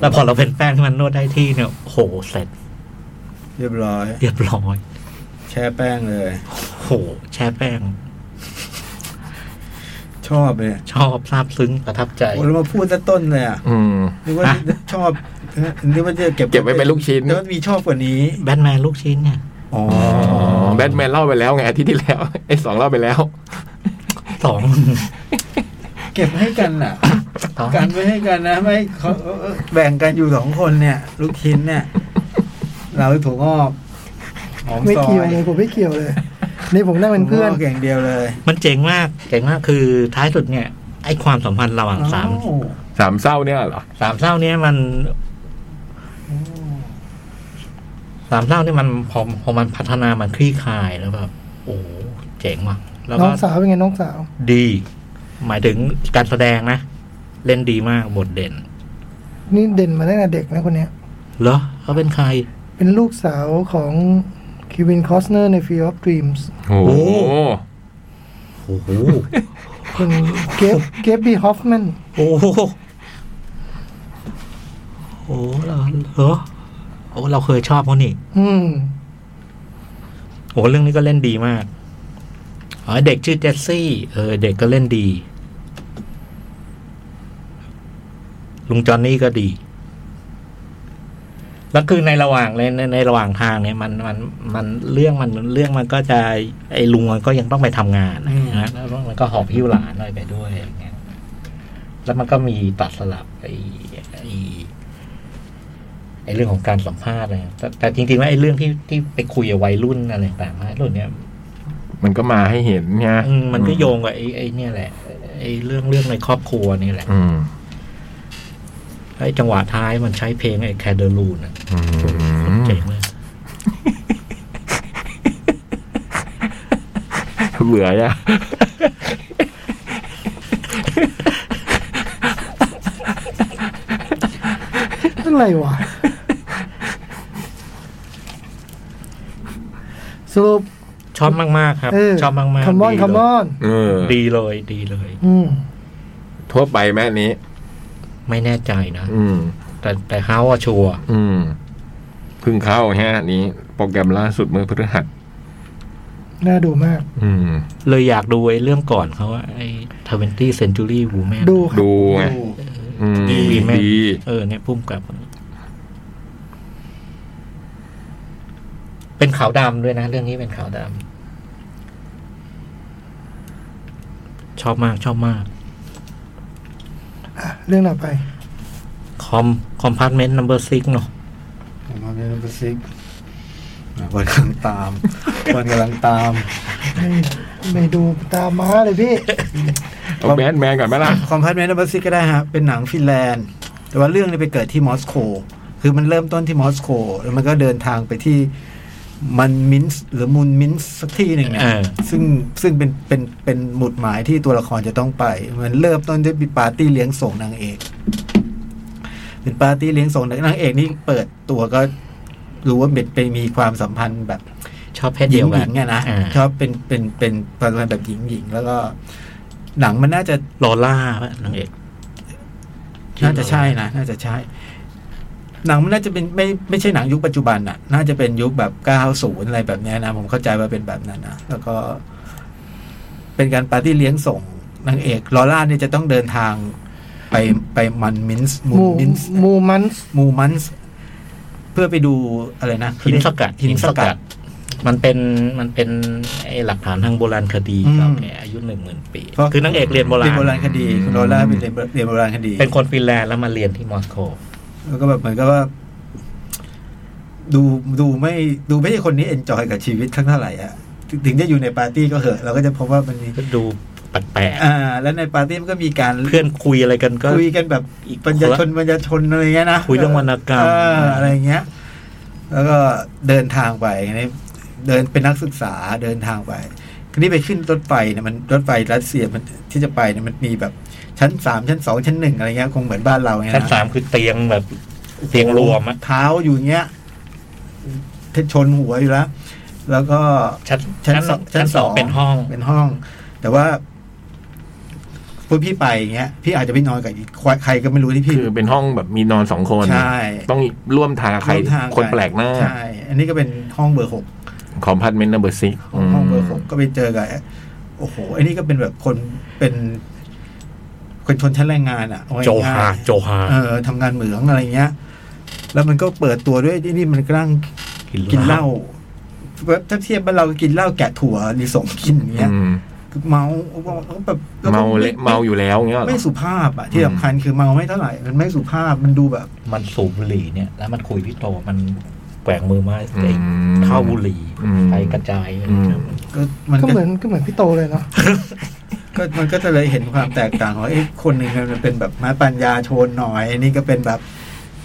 Speaker 4: แล้วพอเราเป็นแป้งที่มันนวดได้ที่เนี่ยโหเสร็จ
Speaker 2: เรียบร้อย
Speaker 4: เรียบร้อย
Speaker 2: แช่แป้งเลย
Speaker 4: โหแช่แป้ง
Speaker 2: ชอบเลย
Speaker 4: ชอบซาบซึ้งประทับใจ
Speaker 2: โอ้แล้วมาพูดแต่ต้นเลยอ่ะ
Speaker 3: อืม
Speaker 2: นึกว่า
Speaker 4: ฮะ
Speaker 2: ชอบนึกว่าจะเก็บ
Speaker 3: เก็บไว้เป็นลูกชิ้น
Speaker 2: แล้วมีชอบกว่านี้
Speaker 4: แบทแมนลูกชิ้นเนี่ย
Speaker 2: อ๋อ
Speaker 3: อ๋อแบทแมนเล่าไปแล้วไงอาทิตย์ที่แล้ว ไอ้สองเล่าไปแล้ว
Speaker 4: สอง
Speaker 2: เก็บให้กันอ่ะ
Speaker 4: สอง
Speaker 2: กันไว้ให้กันนะ ไม่เขาแบ่งกันอยู่สองคนเนี่ย ลูกชิ้นเนี่ย เราไปถั่วงอกหอม
Speaker 5: ไม่
Speaker 2: ซอ
Speaker 5: เกี่ยวย เลยผมไม่เกี่ยวเลย นี่ผมนั่งเป็นเพื่อน
Speaker 2: ถั่วงกอย่างเดียวเลย
Speaker 4: มันเจ๋งมากเจ๋งมากคือท้ายสุดเนี่ย ไอ้ความสัมพันธ์ระหว่างสาม
Speaker 2: อ้าว
Speaker 3: สามเศร้าเนี่ยเหรอ
Speaker 4: สามเศร้าเนี่ยมันสามเศร้าเนี่ยมันพอพอมันพัฒนามันคลี่คลายแล้วแบบโอ้โหเจ๋งว่ะแล้ว
Speaker 5: น้
Speaker 4: ก็
Speaker 5: องสาวเป็นไงน้องสาว
Speaker 4: ดี หมายถึงการแสดงนะ เล่นดีมากบทเด่น
Speaker 5: นี่เด่นมาตั้งแต่เด็กนะคนเนี้ย
Speaker 4: เหรอเขาเป็นใคร
Speaker 5: เป็นลูกสาวของคิวินคอสเนอร์ใน Field of Dreams
Speaker 3: โอ้โห
Speaker 4: โอ้โห
Speaker 5: คุณเกฟเกฟบีฮอฟแมน
Speaker 4: โอ้โหโอ้โหเหรอเหรอโอ้เราเคยชอบเขานี่
Speaker 5: อืม
Speaker 4: โอ้เรื่องนี้ก็เล่นดีมากอ๋อเด็กชื่อเจสซี่ เออ เด็กก็เล่นดี ลุงจอนนี่ก็ดี แล้วคือในระหว่างในในในระหว่างทางเนี่ยมันมันมันเรื่องมันเรื่องมันก็จะไอ้ลุงมันก็ยังต้องไปทำงานนะแล้วมันก็หอบหิ้วหลานอะไรไปด้วยอย่างเงี้ยแล้วมันก็มีตัดสลับไอ้ไอ้ไอ้เรื่องของการสัมภาษณ์อะไรแต่แต่จริงๆว่าไอ้เรื่องที่ที่ไปคุยกับวัยรุ่นอะไรต่างๆวัยรุ่นเนี่ย
Speaker 3: มันก็มาให้เห็นเนี่ย
Speaker 4: อืมมันก็โยงกับไอ้ไอ้เนี่ยแหละไอ้เรื่องเรื่องในครอบครัวนี่แหละ
Speaker 3: อืม
Speaker 4: ไอ้จังหวะท้ายมันใช้เพลงไอ้แคเดอรูนะ
Speaker 3: อืม
Speaker 4: เจ๋งเลย
Speaker 3: เบื่ออะ
Speaker 5: อะไรวะสรุป
Speaker 4: ชอบมากๆครับ
Speaker 5: เออ
Speaker 4: ชอบมากๆ
Speaker 5: คำมอ
Speaker 4: ดี
Speaker 5: น
Speaker 4: เลย
Speaker 5: คำมอน
Speaker 3: เออ
Speaker 4: ดีเลยดีเลย
Speaker 5: อืม
Speaker 3: ทั่วไปแม่อันนี้
Speaker 4: ไม่แน่ใจนะ
Speaker 3: อืม
Speaker 4: แต่แต่เฮาอะชัวร์
Speaker 3: อืมเพึ่งเข้าฮะอันนี้ โปรแกรมล่าสุดเมื่อพฤหัส
Speaker 5: น่าดูมาก
Speaker 3: อืม
Speaker 4: เลยอยากดูไอ้เรื่องก่อนเขาว่าไอ้ทเวนตี้เซนจูรี่วูแมน
Speaker 5: ดูครับ
Speaker 3: ดูไง
Speaker 2: ดู
Speaker 3: อืม
Speaker 4: ดี
Speaker 3: ดี
Speaker 4: แม่น
Speaker 3: ดี
Speaker 4: เออเนี่ยพุ่มกับ เป็นขาวดำด้วยนะ เรื่องนี้เป็นขาวดำชอบมากชอบมาก
Speaker 5: เรื่องต่อไป
Speaker 4: คอมคอมพาร์ตเมนต์นัมเบอร์ซิกเนาะ
Speaker 2: ผมมาเป็นนัมเบอร์ซิกอ่ะวันกำลังตาม วันกำลังตาม
Speaker 5: ไม่ไม่ดูตามม้าเลยพี่
Speaker 3: เอาแบทแมนก่อนไหมล่ะ
Speaker 2: คอมพาร์ตเมนต์นัมเบอร์ซิกก็ได้ฮะ เป็นหนังฟินแลนด์ แต่ว่าเรื่องนี้ไปเกิดที่มอสโก คือมันเริ่มต้นที่มอสโก แล้วมันก็เดินทางไปที่มันมินส์หรือมูนมินส์สักที่หนึ่งเนี่ย
Speaker 4: เออ
Speaker 2: ซึ่งซึ่งเป็นเป็นเป็นหมุดหมายที่ตัวละครจะต้องไป มันเริ่มต้นด้วยปาร์ตี้เลี้ยงส่งนางเอก เป็นปาร์ตี้เลี้ยงส่งนางนางเอกนี่เปิดตัวก็รู้ว่าเป็นเป็นมีความสัมพันธ์แบบ
Speaker 4: ชอบเพศ
Speaker 2: หญิ
Speaker 4: เดีย
Speaker 2: ง
Speaker 4: ว
Speaker 2: ห
Speaker 4: กั
Speaker 2: ญิ
Speaker 4: น
Speaker 2: งไงนะ
Speaker 4: า
Speaker 2: ชอบเป็นเป็นเป็นประมาณแบบหญิงหญิงแล้วก็ หนังมันน่าจะ
Speaker 4: ลอล่าป่ะนางเอก
Speaker 2: น่าจะใช่นะน่าจะใช่ หนังมันน่าจะเป็นไม่ไม่ใช่หนังยุคปัจจุบันน่ะ น่าจะเป็นยุคแบบเก้าศูนย์อะไรแบบเนี้ยนะผมเข้าใจว่าเป็นแบบนั้นนะแล้วก็ เป็นการปาร์ตี้เลี้ยงส่งนางเอกลอร่าเนี่ยจะต้องเดินทางไปไปมันมินส์มู
Speaker 5: มู
Speaker 2: มินส์
Speaker 5: มูมันส์
Speaker 2: มูมันส์เพื่อไปดูอะไรนะ
Speaker 4: หินสกัด
Speaker 2: หินสกัด
Speaker 4: มันเป็นมันเป็นไอหลักฐานทางโบราณคดี
Speaker 2: อืม
Speaker 4: เก่าแก่อายุหนึ่งหมื่นปี
Speaker 2: เพราะ
Speaker 4: คือนางเอกเรียนโบรา
Speaker 2: เรีย
Speaker 4: ณ
Speaker 2: นโบราณคดีคุณลอร่าเป็นเรียนเรียนโบราณคดี
Speaker 4: เป็นคนฟินแลนด์แล้วมาเรียนที่มอสโก
Speaker 2: แล้วก็แบบเหมือนกับว่า ดูดูไม่ดูไม่ใช่คนนี้เอนจอยกับชีวิตทั้งเท่าไหร่อะถึงถึงจะอยู่ในปาร์ตี้ก็เหอะเราก็จะพบว่ามันมี
Speaker 4: ก็ดูแปลก
Speaker 2: อ่า แล้วในปาร์ตี้มันก็มีการ
Speaker 4: ๆเพื่อนคุยอะไรกันก็
Speaker 2: คุยกันแบบ
Speaker 4: อีก
Speaker 2: ปัญญาชนปัญญาชนอะไรเงี้ยนะ
Speaker 4: คุยเรื่องวรรณกรรม
Speaker 2: เอออะไรเงี้ย แล้วก็เดินทางไปนี่เดินเป็นนักศึกษาเดินทางไปทีนี้ไปขึ้นรถไฟเนี่ยมันรถไฟรัสเซียมันที่จะไปเนี่ยมันมีแบบชั้นสามชั้นสองชั้นหนึ่งอะไรเงี้ยคงเหมือนบ้านเราเงี้ย
Speaker 4: ชั้น
Speaker 2: นะ
Speaker 4: สามคือเตียงแบบเตียงรวมอะ
Speaker 2: เท้าอยู่อย่างเงี้ยชนหัวอยู่แล้ว แล้วก็
Speaker 4: ชั้น
Speaker 2: ชั้นสอง
Speaker 4: ชั้นสองเป็นห้อง
Speaker 2: เป็นห้อง แต่ว่าพอพี่ไปอย่างเงี้ย พี่อาจจะไม่นอนกับอีกใครก็ไม่รู้ที่พี่
Speaker 3: คือเป็นห้องแบบมีนอนสองคน
Speaker 2: ใช่
Speaker 3: ต้องร่วมทางกับใคร
Speaker 2: ร่วมทาง
Speaker 3: คนแปลกหน้า
Speaker 2: ใช่อันนี้ก็เป็นห้องเบอร์หก
Speaker 3: ขอมพาร์ตเมนต์นัมเบอร์ซิก
Speaker 2: ห้องเบอร์หกก็ไปเจอกับโอ้โหอันนี้ก็เป็นแบบคนเป็นคนชนชั้นแรงงานอ่ะเอง่ยๆ
Speaker 4: โจฮาโจฮา
Speaker 2: เออทำงานเหมืองอะไรเงี้ย แล้วมันก็เปิดตัวด้วยที่นี่มันกำลังกินเหล้าแบบถ้าเทียบบ้านเราก็กินเหล้าแกะถั่วรีสงกินอย่างเงี้ยคือเมาแบบแล้วก็
Speaker 3: เมาเละ
Speaker 2: ไ
Speaker 3: เมาอยู่แล้วเงี้ยเหรอ
Speaker 2: ไม่สุภาพอ่ะที่สำคัญคือเมาไม่เท่าไหร่ มันไม่สุภาพมันดูแบบ
Speaker 4: มันสูบบุหรี่เนี่ย แล้วมันคุยที่โตะมันแกว่งมือมาไอ้
Speaker 3: อืม
Speaker 4: เท่าบุหรี่
Speaker 3: อืม
Speaker 4: ไปกระจาย
Speaker 3: อืม
Speaker 2: ก็มัน
Speaker 5: ก็
Speaker 2: ก็
Speaker 5: เหมือนก็เหมือนพี่โตเลยเนาะ
Speaker 2: ก็มันก็จะเลยเห็นความแตกต่างว่าไอ้ยคนหนึ่งมันเป็นแบบไม้ปัญญาโชนหน่อยอันนี้ก็เป็นแบบ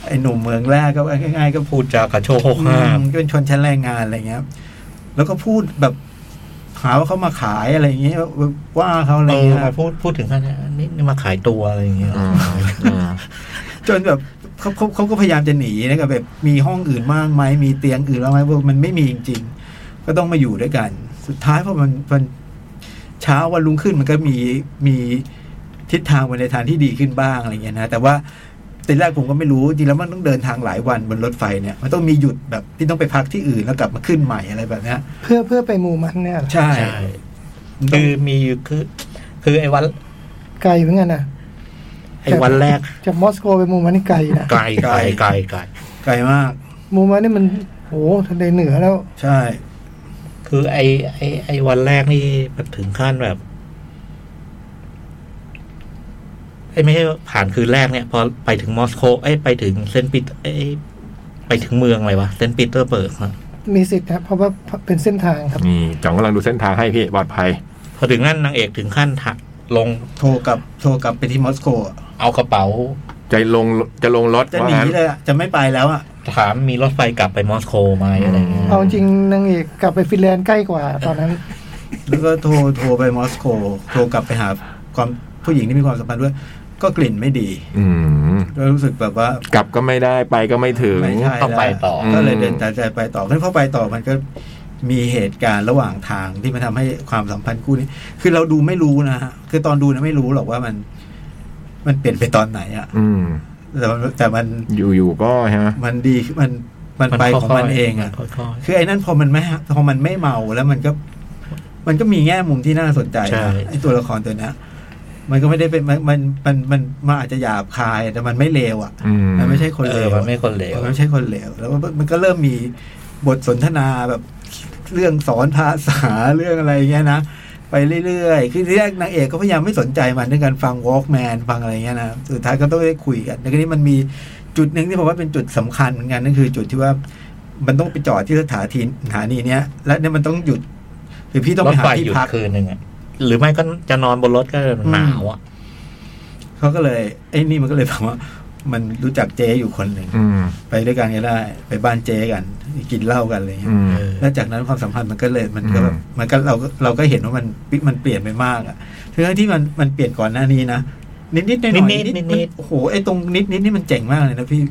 Speaker 2: ไอ้หนุ่มเมืองแรกก็ง่ายๆก็
Speaker 4: พูดจากระโชกโฮก
Speaker 2: อื
Speaker 4: ห้าม ม
Speaker 2: ก็เป็นชนชั้นแรงงานอะไรเงี้ย แล้วก็พูดแบบหาว่าเขามาขายอะไรเงี้ยว่าเขาอะไร
Speaker 4: เออ
Speaker 2: เงี้ย
Speaker 4: มาพูดพูดถึงขนาดนี้นี่มาขายตัวอะไรอย่างเงี้ย
Speaker 3: อืมอืม
Speaker 2: จนแบบเขาเขาเขาก็พยายามจะหนีนะครับแบบมีห้องอื่นบ้างไหมมีเตียงอื่นแล้วไหมว่ามันไม่มีจริง ๆ ก็ต้องมาอยู่ด้วยกัน สุดท้ายพอมันมันเช้าวันรุ่งขึ้นมันก็มีมีทิศทางไปในทางที่ดีขึ้นบ้างอะไรเงี้ยนะแต่ว่าตอนแรกผมก็ไม่รู้จริงแล้วมันต้องเดินทางหลายวันบนรถไฟเนี่ยมันต้องมีหยุดแบบที่ต้องไปพักที่อื่นแล้วกลับมาขึ้นใหม่อะไรแบบเนี้ย
Speaker 5: เพื่อเพื่อไปมูมันเนี่ยเหรอ
Speaker 2: ใช่
Speaker 4: ใช่คือมีอยู่คือ คือไอ้วัน
Speaker 5: ไกลเหมือนกันนะ
Speaker 4: ไอ้วันแรก
Speaker 5: จากมอสโกไปมูมันนี่ไกลนะ
Speaker 4: ไกลไกลไกลไกล
Speaker 2: ไกลมาก
Speaker 5: มูมันนี่มันโอ้ทะเลเหนือแล้ว
Speaker 2: ใช่
Speaker 4: คือไอไอไอวันแรกนี่มันถึงขั้นแบบไอไม่ใช่ผ่านคืนแรกเนี่ยพอไปถึงมอสโกไอยไปถึงเซนต์ปีเตอร์ไอยไปถึงเมืองอะไรวะเซนต์ปีเตอร์เบิร์กอะ
Speaker 5: มีสิทธิ์ครับเพราะว่าเป็นเส้นทางครับ
Speaker 3: นี่จ่องกำลังดูเส้นทางให้พี่ปลอดภัย
Speaker 4: พอถึงนั่นนางเอกถึงขั้นถักลง
Speaker 2: โทรกลับโทรกลับไปที่มอสโกอะ
Speaker 4: เอากระเป๋า
Speaker 3: จะลงจะลงรถ
Speaker 2: จะ
Speaker 3: ว่า
Speaker 2: หนี
Speaker 3: งั้น
Speaker 2: เลยอะจะไม่ไปแล้วอ่ะ
Speaker 4: ถามมีรถไฟกลับไปมอสโกไหมอะไรเงี้ย
Speaker 5: เอาจริงนางเอกกลับไปฟินแลนด์ใกล้กว่า ตอนนั้น
Speaker 2: แล้วก็โทรโทรไปมอสโกโทรกลับไปหาความผู้หญิงที่มีความสัมพันธ์ด้วย ก็กลิ่นไม่ดี
Speaker 3: อืม
Speaker 2: ก็รู้สึกแบบว่าก
Speaker 3: ลับก็ไม่ได้ไปก็ไม่ถึง
Speaker 2: ไม่ใช่
Speaker 4: ต้องไปต่อ
Speaker 2: แล้วก็เลยเดินตัดใจไปต่อขึ้นเพราะไปต่อมันก็มีเหตุการณ์ระหว่างทางที่มันทำให้ความสัมพันธ์คู่นี้ คือเราดูไม่รู้นะฮะคือตอนดูเนี่ยไม่รู้หรอกว่ามัน มันเปลี่ยนไปตอนไหนอะ
Speaker 3: อืม
Speaker 2: แต่มันแต่มัน
Speaker 3: อยู่ๆก็ใช่ไหม
Speaker 2: มันดีมันมันไปของมันเองอะ
Speaker 4: ค่อยๆ
Speaker 2: คือไอ้นั่นพอมันไม่ฮะพอมันไม่เมาแล้วมันก็ มันก็มีแง่มุมที่น่าสนใจ
Speaker 4: ใช่
Speaker 2: นะไอ้ตัวละครตัวเนี้ยมันก็ไม่ได้เป็นมันมันมันมันมันอาจจะหยาบคาย แต่มันไม่เลวอ่ะ
Speaker 3: อืม
Speaker 2: มันไม่ใช่คน
Speaker 4: เอ
Speaker 2: เล
Speaker 4: อ
Speaker 2: ว
Speaker 4: มันไม่คนเหลว
Speaker 2: มันไม่ใช่คนเลวแล้วมันมันก็เริ่มมีบทสนทนาแบบเรื่องสอนภาษา เรื่องอะไรอย่างเงี้ยนะไปเรื่อยๆคือที่แรกนางเอกก็พยายามไม่สนใจมันด้วยการฟัง Walkman ฟังอะไรอย่างเงี้ยนะสุดท้ายก็ต้องได้คุยกันในกรณีมันมีจุดหนึ่งที่ผมว่าเป็นจุดสำคัญเหมือนกันนั่นคือจุดที่ว่า มันต้องไปจอดที่สถานีสถานีเนี้ยและเนี่ยมันต้องหยุดคือพี่ต้อง
Speaker 4: ร
Speaker 2: ไป
Speaker 4: ถ
Speaker 2: หา
Speaker 4: ไฟ
Speaker 2: ที่
Speaker 4: หยุด
Speaker 2: พัก
Speaker 4: คืนหนึ่งอะหรือไม่ก็จะนอนบนรถก็หนาวอ่ะ
Speaker 2: เขาก็เลยไอ้นี่มันก็เลยแบบว่า มันรู้จักเจ๊อยู่คนหนึ่ง
Speaker 3: อืม
Speaker 2: ไปด้วยกันก็ได้ ไปบ้านเจ๊กันกินเหล้ากันอะไรอย่างเงี้ย
Speaker 3: อืม
Speaker 4: เออ
Speaker 2: แล้วจากนั้นความสัมพันธ์มันก็เลยมันก็แบบ
Speaker 3: อืม
Speaker 2: มันก็เราก็เราก็เห็นว่ามันมันเปลี่ยนไปมากอะทั้งที่มันมันเปลี่ยนก่อนหน้านี้นะนิดนิดๆหน่อยหน่อย
Speaker 4: นิดๆนิดๆ
Speaker 2: โอ้โหไอ้ตรงนิดนิดนี่มันเจ๋งมากเลยนะพี่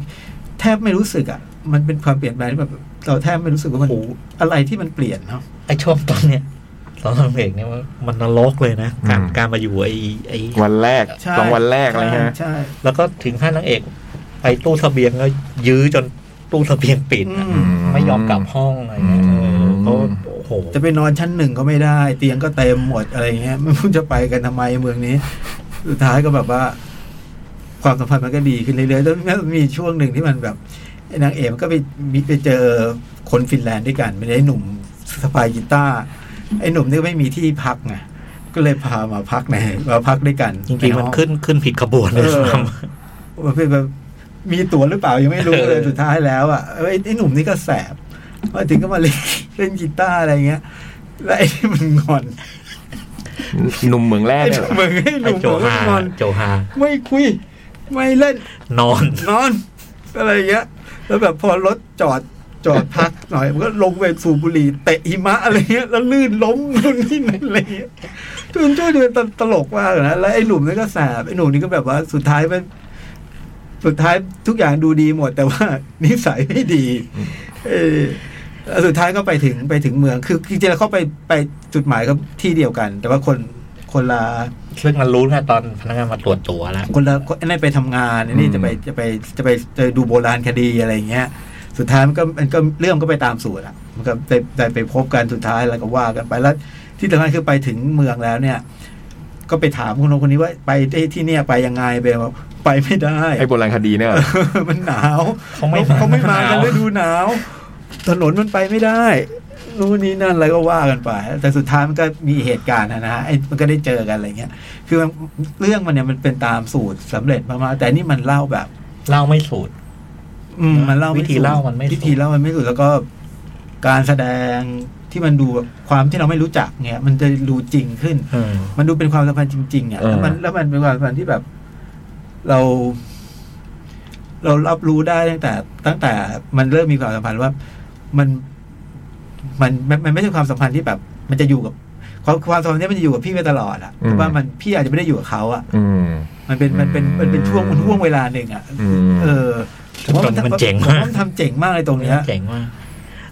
Speaker 2: แทบไม่รู้สึกอะมันเป็นความเปลี่ยนแปลงที่แบบเราแทบไม่รู้สึกว่ามันอะไรที่มันเปลี่ยนเนาะ
Speaker 4: ไอช่วงตอนเนี้ยตอนทำเอกเนี่ยมันมันนรกเลยนะ การ
Speaker 3: อืม
Speaker 4: การมาอยู่ไอไอ
Speaker 3: วันแรก
Speaker 2: ใช่
Speaker 3: สองวันแรกอะไรฮะ
Speaker 2: ใช่
Speaker 4: แล้วก็ถึงขั้นนางเอกไปตู้เสบียงแล้วยื้อจนตู้เสบียงปิดอะ
Speaker 2: อื
Speaker 3: ม
Speaker 4: ไม่ยอมกลับห้องอะไรเงี้ย
Speaker 3: อืม
Speaker 4: เออเขาโอ้โห
Speaker 2: จะไปนอนชั้นหนึ่งก็ไม่ได้ เตียงก็เต็มหมดอะไรอย่างเงี้ย ไม่รู้จะไปกันทำไมเมืองนี้ สุดท้ายก็แบบว่า ความสัมพันธ์มันก็ดีขึ้นเรื่อยๆแล้วมันมีช่วงหนึ่งที่มันแบบไอ้นางเอกมันก็ไปมีไปเจอคนฟินแลนด์ด้วยกันเป็นไอ้หนุ่มสปายกีตาร์ไอ้หนุ่มนี่ก็ไม่มีที่พักไงก็เลยพามาพักในมาพักด้วยกัน
Speaker 4: จริงๆมันขึ้นขึ้นผิดขบวนเลยซ้
Speaker 2: มันเป็นแบบมีตั๋วหรือเปล่ายังไม่รู้เลยสุดท้ายแล้วอ่ะเอ้ยไอ้หนุ่มนี่ก็แสบมาถึงก็มาเล่นเล่นกีตาร์อะไรอย่างเงี้ยแล้วไอ้นี่มันงอน
Speaker 3: หนุ่มเมืองแรก
Speaker 2: ไอ้
Speaker 3: เนี่ยเหรอ
Speaker 2: มึงให้ห
Speaker 4: ำไอ
Speaker 2: นุ่ม
Speaker 4: โจ
Speaker 2: บอก
Speaker 4: ฮา
Speaker 2: ว่านอน
Speaker 4: โจฮา
Speaker 2: ไม่คุย ไม่เล่น
Speaker 4: นอน
Speaker 2: นอน อะไรอย่างเงี้ยแล้วแบบพอรถจอดจอดพักหน่อยมันก็ลงไปสูบบุหรี่เตะหิมะอะไรเงี้ยแล้วลื่นล้มนู่นนี่นั่นอะไรเงี้ยจนช่วยดูเป็นตลกมากนะแล้วไอ้หนุ่มนี่ก็แสบไอ้หนุ่มนี่ก็แบบว่าสุดท้ายมัน สุดท้ายทุกอย่างดูดีหมด แต่ว่า นิสัยไม่ดีเออแล้วสุดท้ายก็ไปถึงไปถึงเมืองคือจริงๆแล้วเขาไปไปจุดหมายก็ที่เดียวกัน แต่ว่าคนคนละ
Speaker 4: ซึ่งมันรู้นะตอนพนักงานมาตรวจตัวแล้ว
Speaker 2: คนละคนไอ้นั่นไปทำงานไอ้นี่จะไปจะไปจะไปจะดูโบราณคดีอะไรอย่างเงี้ย สุดท้ายมันก็มันก็เรื่องก็ไปตามสูตรอ่ะ มันก็ได้ได้ไปพบกันสุดท้ายแล้วก็ว่ากันไปแล้ว ที่สำคัญคือไปถึงเมืองแล้วเนี่ย ก็ไปถามคนนู้นคนนี้ว่าไปได้ที่เนี่ยไปยังไงไปบอกไปไม่ได้
Speaker 3: ไอ้โบราณคดีเนี่ยเหรอ
Speaker 2: มันหนาว
Speaker 4: เขาไม่
Speaker 2: เขาไม่มา
Speaker 4: หนาว
Speaker 2: กันฤดูหนาว ถนนมันไปไม่ได้นู่นนี่นั่นอะไรก็ว่ากันไป แต่สุดท้ายมันก็มีเหตุการณ์นะนะฮะไอ้มันก็ได้เจอกันอะไรเงี้ย คือมันเรื่องมันเนี่ยมันเป็นตามสูตรสำเร็จมากๆแต่นี่มันเล่าแบบ
Speaker 4: เล่าไม่สูตร
Speaker 2: อืมมันเล่า
Speaker 4: วิธีเล่ามันไม่สุด
Speaker 2: วิธีเล่ามันไม่สุดแล้วก็การแสดงที่มันดูแบบความที่เราไม่รู้จักเนี่ยมันจะดูจริงขึ้น
Speaker 4: อืม
Speaker 2: มันดูเป็นความสัมพันธ์จริงๆอ่ะ
Speaker 3: เออ
Speaker 2: แล้วมันแล้วมันเป็นความสัมพันธ์ที่แบบ เรา เรารับรู้ได้ตั้งแต่ ตั้งแต่มันเริ่มมีความสัมพันธ์ว่ามันมันมันมันไม่ใช่ความสัมพันธ์ที่แบบ มันจะอยู่กับความความสัมพันธ์เนี้มันจะอยู่กับพี่ไปตลอดอ่ะแต่ว่ามันพี่อาจจะไม่ได้อยู่กับเขาอ่ะ
Speaker 3: อืม
Speaker 2: มันเป็นมันเป็นมันเป็นช่วงมันช่วงเวลาหนึ่งอ่ะ
Speaker 3: อืม
Speaker 2: เออผมว่า
Speaker 4: มันเจ๋
Speaker 2: ผม
Speaker 4: งาก
Speaker 2: ว่ามันทำเจ๋งมากเลยตรงเนี้ย
Speaker 4: เจ๋งมาก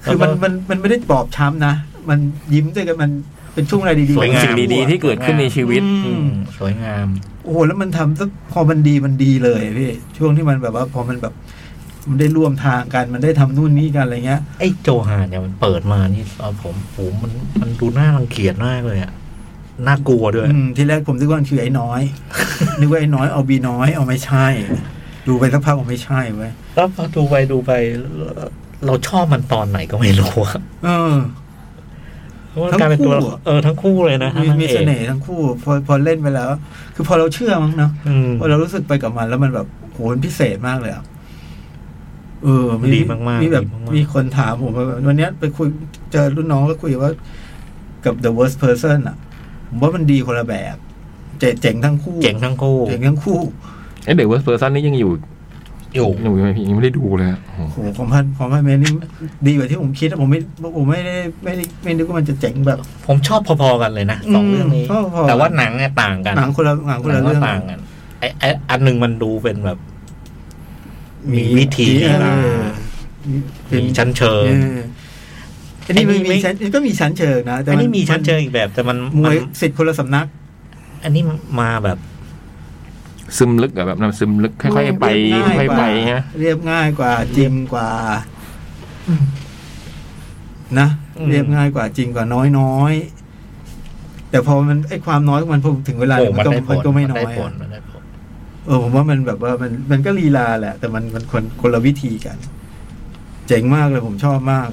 Speaker 2: คือมันมันมันไม่ได้บอบช้ำนะ มันยิ้มด้วยกันมันเป็นช่วงเวลาดีๆ
Speaker 4: สวยงาม
Speaker 3: สิ่งดีๆที่เกิดขึ้นในชีวิต
Speaker 2: อื
Speaker 4: อื
Speaker 2: ม
Speaker 4: มสวยงาม
Speaker 2: โอ้โหแล้วมันทำซะพอมันดีมันดีเลยพี่ช่วงที่มันแบบว่า พอมันแบบ มันได้ร่วมทางกันมันได้ทำนู่นนี่กันอะไรเงี้ย
Speaker 4: ไอ้โจฮานเนี่ยมันเปิดมานี่เอาผมผมมันมันดูน่ารังเกียจมากเลยอะน่ากลัวด้วย
Speaker 2: อืมทีแรกผมนึกว่ามันคือไอ้น้อย นึกว่าไอ้น้อยเอาบีน้อยเอาไม่ใช่ ดูไปสักพักเอาไม่ใช่เว้ย
Speaker 4: แล้วพอดูไปดูไปเราเราชอบมันตอนไหนก็ไม่รู้อะ
Speaker 2: เออ
Speaker 4: เพราะมัน
Speaker 2: ทั้ง
Speaker 4: กลายเป็นตัว
Speaker 2: คู่อะ
Speaker 4: เออทั้งคู่เลยนะทั้ง
Speaker 2: มี
Speaker 4: นาง
Speaker 2: มี
Speaker 4: เอ
Speaker 2: เส
Speaker 4: ก
Speaker 2: น่ห์ทั้งคู่ พอพอเล่นไปแล้ว คือพอเราเชื่อมั้งเนาะ
Speaker 4: อืม
Speaker 2: พอเรารู้สึกไปกับมันแล้วมันแบบโหมันพิเศษมากเลยอะ เออ
Speaker 4: ดีมากๆ
Speaker 2: มีแบบ
Speaker 4: ดีมากๆ
Speaker 2: มีคนถามผมว่าแบบวันเนี้ยไปคุยเจอรุ่นน้องก็คุยว่า กับ the worst person อ่ะผมว่ามันดีคนละแบบ เจ๋เจ๋งทั้งคู่
Speaker 4: เจ๋งทั้งคู่
Speaker 2: เจ๋งทั้งคู่
Speaker 3: ไอ้เด็กเวิร์สเพอร์ซันนี่ยังอยู่
Speaker 4: อยู่
Speaker 3: หนูยังไม่ได้ดูเลยอะโอ้โห
Speaker 2: โอ้โหคอมพันคอมพันเมนนี่ดีกว่าที่ผมคิดอะผมไม่ผมไม่ได้ไม่ได้ไม่นึกว่ามันจะเจ๋งแบบ
Speaker 4: ผมชอบพอๆกันเลยนะสองเรื่องนี้
Speaker 2: อืมพอๆ
Speaker 4: แต่ว่าหนังอะต่างกัน
Speaker 2: หนังคนละหนังคนละเรื่อง
Speaker 4: หนัก็ต่างกันไอ้ไอ้อันหนึ่งมันดูเป็นแบบ มีวิธี
Speaker 2: เออ
Speaker 4: มีชั้นเชิง
Speaker 2: อออันนี้มัน
Speaker 4: อันนี้ไม่
Speaker 2: มีชั้นก็มีชั้นเชิงนะแต่
Speaker 4: อันนี้มีชั้นเชิงอีกแบบ แต่มัน
Speaker 2: มวย
Speaker 4: น
Speaker 2: สิทธิ์คนละสำนัก
Speaker 4: อันนี้มาแบบ
Speaker 3: ซึมลึกอะแบบน้ำซึมลึกค่อยๆไปค่อยๆไปฮะ
Speaker 2: เรียบง่ายกว่าจริงกว่า นะเรียบง่ายกว่าจริงกว่าน้อยน้อยๆแต่พอมันไอความน้อยของมันพอถึงเวลา
Speaker 4: โอ้
Speaker 2: เนี่ยมันก็
Speaker 4: ได้ผ
Speaker 2: มัน
Speaker 4: ล
Speaker 2: ก็ไม่น้อ
Speaker 4: ได้
Speaker 2: ย
Speaker 4: ผล
Speaker 2: อะ
Speaker 4: มันได้ผล
Speaker 2: เออผมว่ามันแบบว่ามันมันก็ลีลาแหละ แต่มันมันคนคนละวิธีกัน เจ๋งมากเลยผมชอบมาก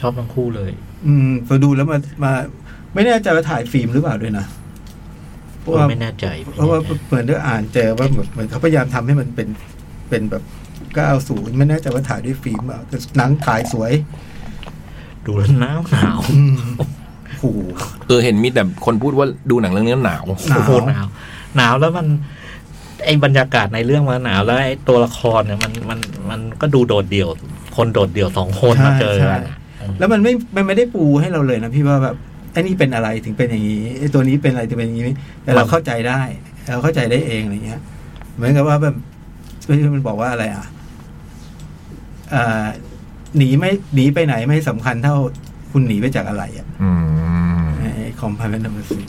Speaker 4: ชอบทั้งคู่เลย
Speaker 2: อืมพอดูแล้วมามา ไม่แน่ใจว่าถ่ายฟิล์มหรือเปล่าด้วยนะเพราะว่า
Speaker 4: ไม่แน่ใจ
Speaker 2: เพราะว่าเหมือนได้อ่านเจอว่าแบบเหมือนเขาพยายามทำให้มันเป็นเป็นแบบก้าศูนย์ไม่แน่ใจว่าถ่ายด้วยฟิล์มหรือเปล่าแต่หนังถ่ายสวย
Speaker 4: ดูแล้วหนาวหนาว
Speaker 2: อืมโห
Speaker 3: เออเห็นมีแต่คนพูดว่าดูหนังเรื่องนี้หนาว
Speaker 2: หนาว
Speaker 4: โอ้โหหนาว หนาวแล้วมัน ไอ้บรรยากาศในเรื่องมันหนาวแล้วไอ้ตัวละครเนี่ยมันมันมันก็ดูโดดเดี่ยว คนโดดเดี่ยวสองคนมา
Speaker 2: ใช่
Speaker 4: เจอ
Speaker 2: ใช่
Speaker 4: กันอะ
Speaker 2: แล้วมันไม่มันไม่ได้ปูให้เราเลยนะพี่ว่าแบบไอ้นี่เป็นอะไรถึงเป็นอย่างนี้ไอ้ตัวนี้เป็นอะไรถึงเป็นอย่างนี้แต่เราเข้าใจได้ เราเข้าใจได้เองอะไรเงี้ย เหมือนกับว่าแบบมันบอกว่าอะไรอ่ะอ่าหนีไม่หนีไปไหนไม่สำคัญเท่าคุณหนีไปจากอะไรอ่ะ
Speaker 3: อืม
Speaker 2: คอมพาเมนต์นัมเบอร์สี่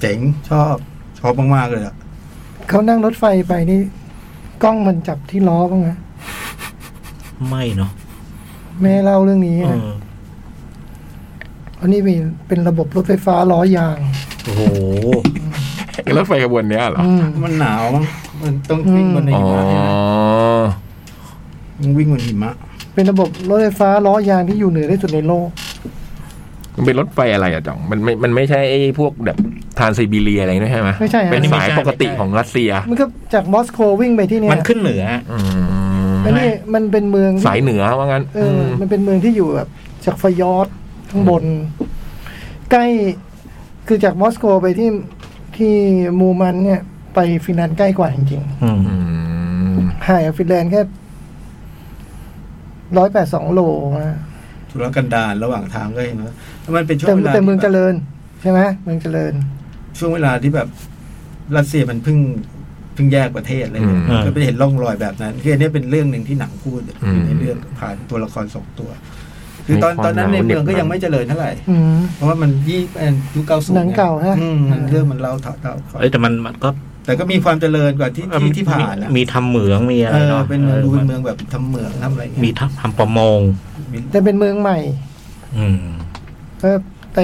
Speaker 2: เจ๋งชอบชอบมากๆเลยอ่ะ
Speaker 5: เขานั่งรถไฟไปนี่ กล้องมันจับที่ล้อบ้างไหม
Speaker 4: ไม่เนาะ
Speaker 5: แม่เล่าเรื่องนี้
Speaker 4: เอ
Speaker 5: นะ
Speaker 4: อ
Speaker 5: อันนี้มีเป็นระบบรถไฟฟ้าล้อยาง
Speaker 4: โอ้โห
Speaker 3: รถไฟขบวนเนี้ยเหรอ
Speaker 5: อืม
Speaker 2: มันหนาวมั้งมันต้องวิ่งบน
Speaker 3: อ๋อ
Speaker 2: หิมะเนี่ยนะมันวิ่งบนหิมะ
Speaker 5: เป็นระบบรถไฟฟ้าล้อยางที่อยู่เหนือที่สุดในโลก
Speaker 3: มันเป็นรถไฟอะไรอะจ่องมันไม่มันไม่ใช่ไอ้พวกแบบทรานซิบีเรียอะไรด้วยใช่ไหม
Speaker 5: ไม่ใช่ฮะ
Speaker 3: เป็นสายปกติของรัสเซีย
Speaker 5: มันก็จากมอสโกวิ่งไปที่เนี่ย
Speaker 4: มันขึ้นเหนือ
Speaker 3: อืม
Speaker 5: อันนี้มันเป็นเมืองที่
Speaker 3: สายเหนือว่างั้น
Speaker 5: เอออ มันเป็นเมืองที่อยู่แบบจากฟยอร์ดข้างบน ใกล้คือจากมอสโกไปที่ที่มูมันเนี่ย ไปฟินแลนด์ใกล้กว่าจริง
Speaker 4: อืม
Speaker 3: อืม
Speaker 5: ๆห่างจากฟินแลนด์แค่ร้อยแปดสองโลนะ
Speaker 2: ทุรกันดารระหว่างทางก็เห็นว่ามันเป็นช่ว
Speaker 5: แต่
Speaker 2: งเวลา
Speaker 5: แต่เมือง
Speaker 2: ที่
Speaker 5: เจ
Speaker 2: แบบ
Speaker 5: ริญ ใช่ไหมเมืองเจริญ
Speaker 2: ช่วงเวลาที่แบบรัสเซียมันเพิ่งเพิ่งแยกประเทศอะไรเงี้ยก็ไปเห็นร่องรอยแบบนั้นคืออันนี้เป็นเรื่องหนึ่งที่หนังพูดอยู่ในเรื่องผ่านตัวละครสองตัว คือตอนตอนนั้นในเมืองก็ยังไม่เจริญเท่าไหร่
Speaker 5: อืม
Speaker 2: เพราะว่ามันยี่เป็นยุคเก้าสู
Speaker 5: หนังเก่าฮะ
Speaker 2: เรื่องมันเล่าเท่าเท่า
Speaker 4: เอ้ยแต่มันมันก็
Speaker 2: แต่ก็มีความเจริญกว่าที่ที่ที่ผ่านนะ
Speaker 4: มีมีทำเหมืองมีอะไร
Speaker 2: เออ
Speaker 4: เนาะ
Speaker 2: เป็นเมืองดูเป็นเมื
Speaker 4: อ
Speaker 2: องแบบทำเหมืองทำอะไร
Speaker 4: มี
Speaker 2: เงี้ย
Speaker 4: ทำทำประมง
Speaker 2: มี
Speaker 5: แต่เป็นเมืองใหม่
Speaker 4: อืม
Speaker 5: ก็ไป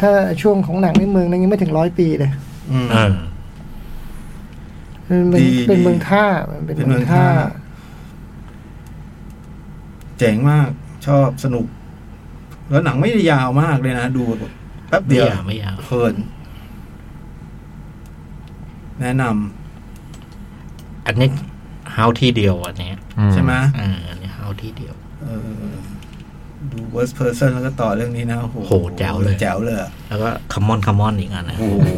Speaker 5: ถ้าช่วงของหนังในเมืองนั้นยังไม่ถึงร้อยปีเลย
Speaker 2: อืม
Speaker 4: เออ
Speaker 5: มัน
Speaker 2: ดี
Speaker 5: เป็นเป็นเมือง
Speaker 2: ดี
Speaker 5: ท่ามันเป็น
Speaker 2: เป็น
Speaker 5: เมือง
Speaker 2: เมือง
Speaker 5: ท่า
Speaker 2: ท่า เจ๋งมากชอบสนุก แล้วหนังไม่ได้ยาวมากเลยนะ ดูแบบแป๊บเดียว
Speaker 4: ไม่ยาวไม่ยาว
Speaker 2: เพลินแนะนำ
Speaker 4: อันนี้เฮาที่เดียวอันเนี้ย
Speaker 3: อื
Speaker 2: ใช่ไหม
Speaker 4: อ่าอันนี้เฮาที่เดียว
Speaker 2: เออดู worst person แล้วก็ต่อเรื่องนี้นะโห
Speaker 4: โหแจ๋วเลย
Speaker 2: แจ๋วเลย
Speaker 4: แล้วก็คัมมอนคัมมอนอีกอันนะ
Speaker 2: โอ้โห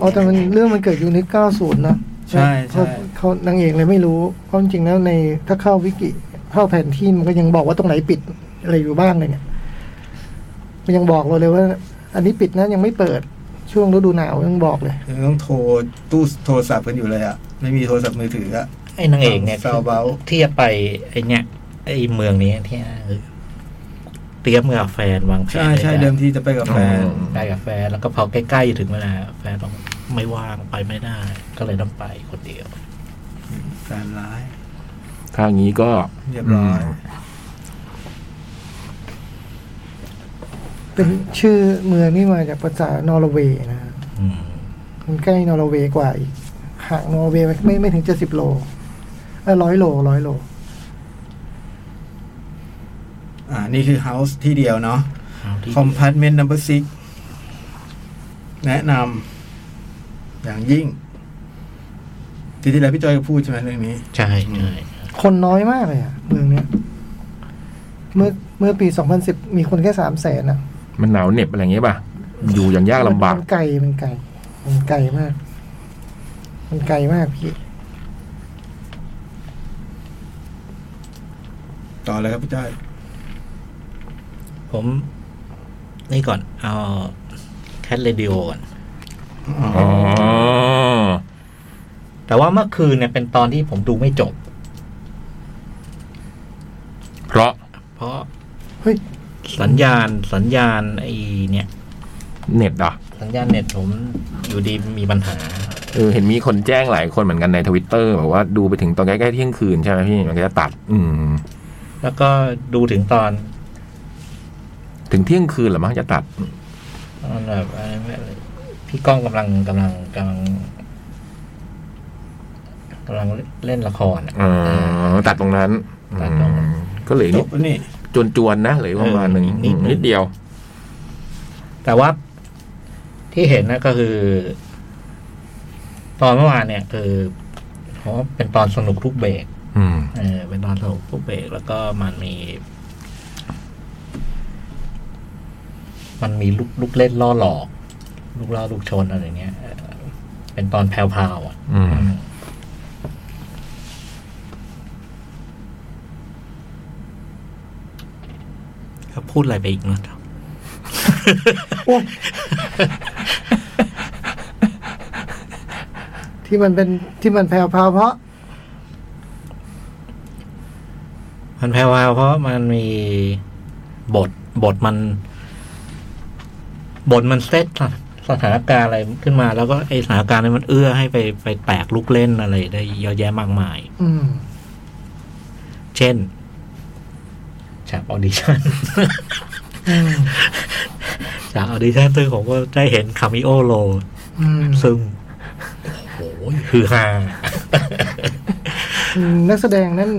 Speaker 5: อ๋อแต่มันเรื่องมันเกิดยูนิคเก้าศูนย์นะ
Speaker 2: ใช่ใช่
Speaker 5: เขาเขานางเอกเลยไม่รู้เพราะจริงๆแล้วในถ้าเข้าวิกิเข้าแผนที่มันก็ยังบอกว่าตรงไหนปิดอะไรอยู่บ้างเลยเนี่ย มันยังบอกเราเลยว่า อันนี้ปิดนะยังไม่เปิดช่วงฤดูหนาวยังบอกเลย
Speaker 2: ยังต้องโทรตู้โทรศัพท์กันอยู่เลยอะไม่มีโทรศัพท์มือถืออะ
Speaker 4: ไอ้นางเอกเนี่ย
Speaker 2: ซาวเบา
Speaker 4: ที่จะไปไอ้เนี่ยไอ้เมืองนี้ที่เตรียมกับแฟนวางแผน
Speaker 2: ใช่ใช่
Speaker 4: ไว้แล้ว
Speaker 2: เดิมทีจะไปกับแฟน
Speaker 4: ได้กับแฟนแล้วก็พอใกล้ๆถึงเวลาแฟนบอกไม่ว่างไปไม่ได้ ก็เลยต้องไปคนเดียว
Speaker 2: แฟนร้าย
Speaker 3: ถ้าอย่างนี้ก็
Speaker 2: เรียบร้อย
Speaker 5: เป็นชื่อเมืองนี่มาจากภาษานอร์เวย์นะ
Speaker 4: อืม
Speaker 5: มันใกล้นอร์เวย์กว่าอีกห่างนอร์เวย์ไปไม่ไม่ถึงเจ็ดสิบโลร้อยโลร้อยโล
Speaker 2: อ่า นี่คือ house ที่เดียวเนาะ
Speaker 4: เอาที่
Speaker 2: compartment number six แนะนำอย่างยิ่ง ทีที่แล้วพี่จอยก็พูดใช่ไหมเรื่องนี้
Speaker 4: ใช่ใช่ใช่
Speaker 5: คนน้อยมากเลยอ่ะเมืองเนี้ย เมื่อเมื่อปีสองพันสิบมีคนแค่สามแสนอ่ะ
Speaker 3: มันหนาวเหน็บอะไรอย่างเงี้ยป่ะ อยู่อย่างยากลำบาก
Speaker 5: มันไกลมันไกลมันไกลมาก มันไกลมากพี่
Speaker 2: ต่อเลยครับพี่จ้อย
Speaker 4: ผมนี่ก่อน เอาแคทเรดิโอก่อน
Speaker 2: อ๋อ
Speaker 3: อ๋อ
Speaker 4: แต่ว่าเมื่อคืนเนี่ยเป็นตอนที่ผมดูไม่จบ
Speaker 3: เพราะ
Speaker 4: เพราะ
Speaker 5: เฮ้ย
Speaker 4: สัญญาณสัญญาณไอ้เนี่ย
Speaker 3: เน็ตอ่ะ
Speaker 4: สัญญาณเน็ตผมอยู่ดีมีปัญหา
Speaker 3: เออเห็นมีคนแจ้งหลายคนเหมือนกันในทวิตเตอร์บอกว่าดูไปถึงตอนใกล้ๆเที่ยงคืนใช่ไหมพี่ มันก็จะตัด อืม
Speaker 4: แล้วก็ดูถึงตอน
Speaker 3: ถึงเที่ยงคืนเหรือมั้งจะตัด
Speaker 4: ตอนแบบอะไรไม่พี่ก้องกำลังกำลังกำลังกำลังเล่นละครอะ
Speaker 3: เออตัดตรงนั้น
Speaker 4: ตัดตรงนั้น
Speaker 3: อืมก็เหลือ
Speaker 2: จ
Speaker 3: นิ
Speaker 2: บ
Speaker 3: ด
Speaker 2: แล้วนี่
Speaker 3: จวนๆนะเหลือประมาณหนึ่ง
Speaker 4: เออนิดหนึ่ง
Speaker 3: นิดเดียว
Speaker 4: แต่ว่าที่เห็นนะก็คือ ตอนเมื่อวานเนี่ย คือผมว่าเป็นตอนสนุกทุกเบรก
Speaker 3: อืม
Speaker 4: เออเป็นตอนสนุกทุกเบรกแล้วก็มันมี มันมีลูกลูกเล่นล่อหลอก ลูกล่อลูกชนอะไรเงี้ยเออเป็นตอนแพรวๆอ่ะ
Speaker 3: อืม
Speaker 4: ก็พูดอะไรไปอีกเนอะครับ
Speaker 5: โอ้ยที่มันเป็นที่มันแผ่วพราวเพราะ
Speaker 4: มันแพรวาวเพราะมันมีบทบทมัน บทมันเซตสถานการณ์อะไรขึ้นมา แล้วก็ไอสถานการณ์นี้มันเอื้อให้ไปไปแตกลุกเล่นอะไรได้เยอะแยะมากมาย
Speaker 5: อืม
Speaker 4: เช่นฉากออดิชั่น
Speaker 5: อืม
Speaker 4: ฉากออดิชั่นซึ่งผมก็ได้เห็นคามิโอโล
Speaker 5: อืม
Speaker 4: ซึ่ง โอ้โหคือ ฮา
Speaker 5: นักแสดงนั้น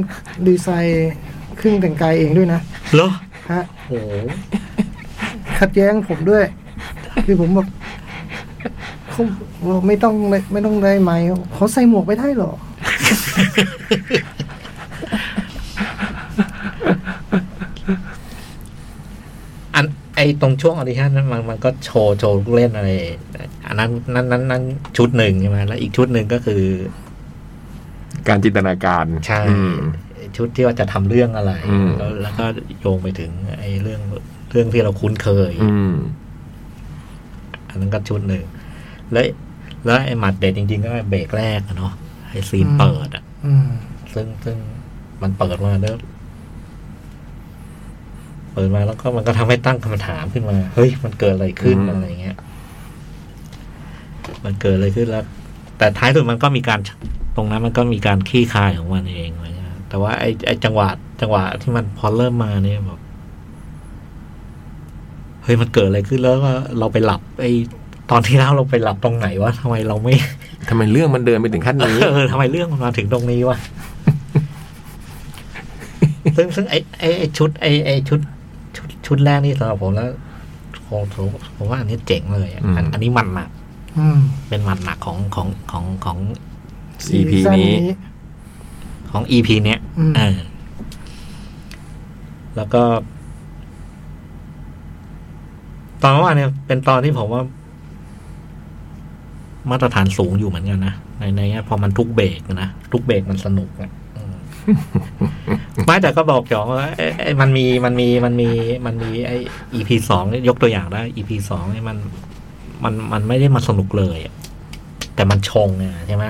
Speaker 5: ดีไซน์เครื่องแต่งกายเองด้วยนะ
Speaker 4: เหรอ
Speaker 5: ฮะ
Speaker 4: โอ้โห
Speaker 5: ขัดแย้งผมด้วย คือผมแบบเขาบอกไม่ต้องเลยไม่ต้องได้ไหมเขาใส่หมวกไม่ได้หรอ
Speaker 4: อันไอตรงช่วงออดิชั่นนั้นมันมันก็โชว์โชว์ลูกเล่นอะไรอันนั้นนั้นนั้นนั้นชุดหนึ่งใช่ไหมแล้วอีกชุดหนึ่งก็คือ
Speaker 3: การจินตนาการ
Speaker 4: ใช่
Speaker 3: อืม
Speaker 4: ชุดที่ว่าจะทำเรื่องอะไร
Speaker 3: อืม
Speaker 4: แล้วแล้วก็โยงไปถึงไอ้เรื่องเรื่องที่เราคุ้นเคย
Speaker 3: อืม
Speaker 4: อันนั้นก็ชุดหนึ่งแล้วแล้วไอ้หมัดเด็ดจริงๆ ก็เบรกแรกอะเนาะไอ้ซีน
Speaker 5: อืม
Speaker 4: เปิดอะ
Speaker 5: อืม
Speaker 4: ซึ่งซึ่งมันเปิดมาแล้วเปิดมาแล้วก็มันก็ทำให้ตั้งคำถามขึ้นมา เฮ้ย มันเกิดอะไรขึ้น
Speaker 3: อืม
Speaker 4: อะไรเงี้ย มันเกิดอะไรขึ้นแล้ว แต่ท้ายสุดมันก็มีการตรงนั้นมันก็มีการขี้คายของมันเองอะไรเงี้ยแต่ว่าไอ้ไอ้จังหวะจังหวะที่มันพอเริ่มมาเนี่ยแบบเฮ้ยมันเกิดอะไรขึ้นแล้วว่าเราไปหลับ ไอ้ตอนที่แล้วเราไปหลับตรงไหนวะทำไมเราไม่
Speaker 3: ทำไมเรื่องมันเดินไปถึงขั้นนี้
Speaker 4: เออทำไมเรื่องมันมาถึงตรงนี้วะ ซึ่งซึ่งไอ้ไอ้ไอ้ชุดไอ้ไอ้ชุด ชุดชุดแรกนี่สำหรับผมแล้วผมผมผมว่าอันนี้เจ๋งเลยอะอั
Speaker 3: อืม
Speaker 4: นอันนี้มันหนัก
Speaker 5: อืม
Speaker 4: เป็นมันหนักของของของของ
Speaker 3: EP
Speaker 5: ซีซั่
Speaker 3: นี้
Speaker 4: ของอีพีเนี้ย
Speaker 5: อืม
Speaker 4: เออแล้วก็ ตอนเมื่อวานเนี่ยเป็นตอนที่ผมว่า มาตรฐานสูงอยู่เหมือนกันนะในในเนี้ยพอมันทุกเบรกนะทุกเบรกมันสนุกอะอืมไม่แต่ก็บอกจองว่าเอ้ยเอ้ยมันมีมันมีมันมีมันมีไออีพีสองยกตัวอย่างได้อีพีสองเนี่ยมัน มันมันไม่ได้มาสนุกเลยอะแต่มันชงไงใช่ไหม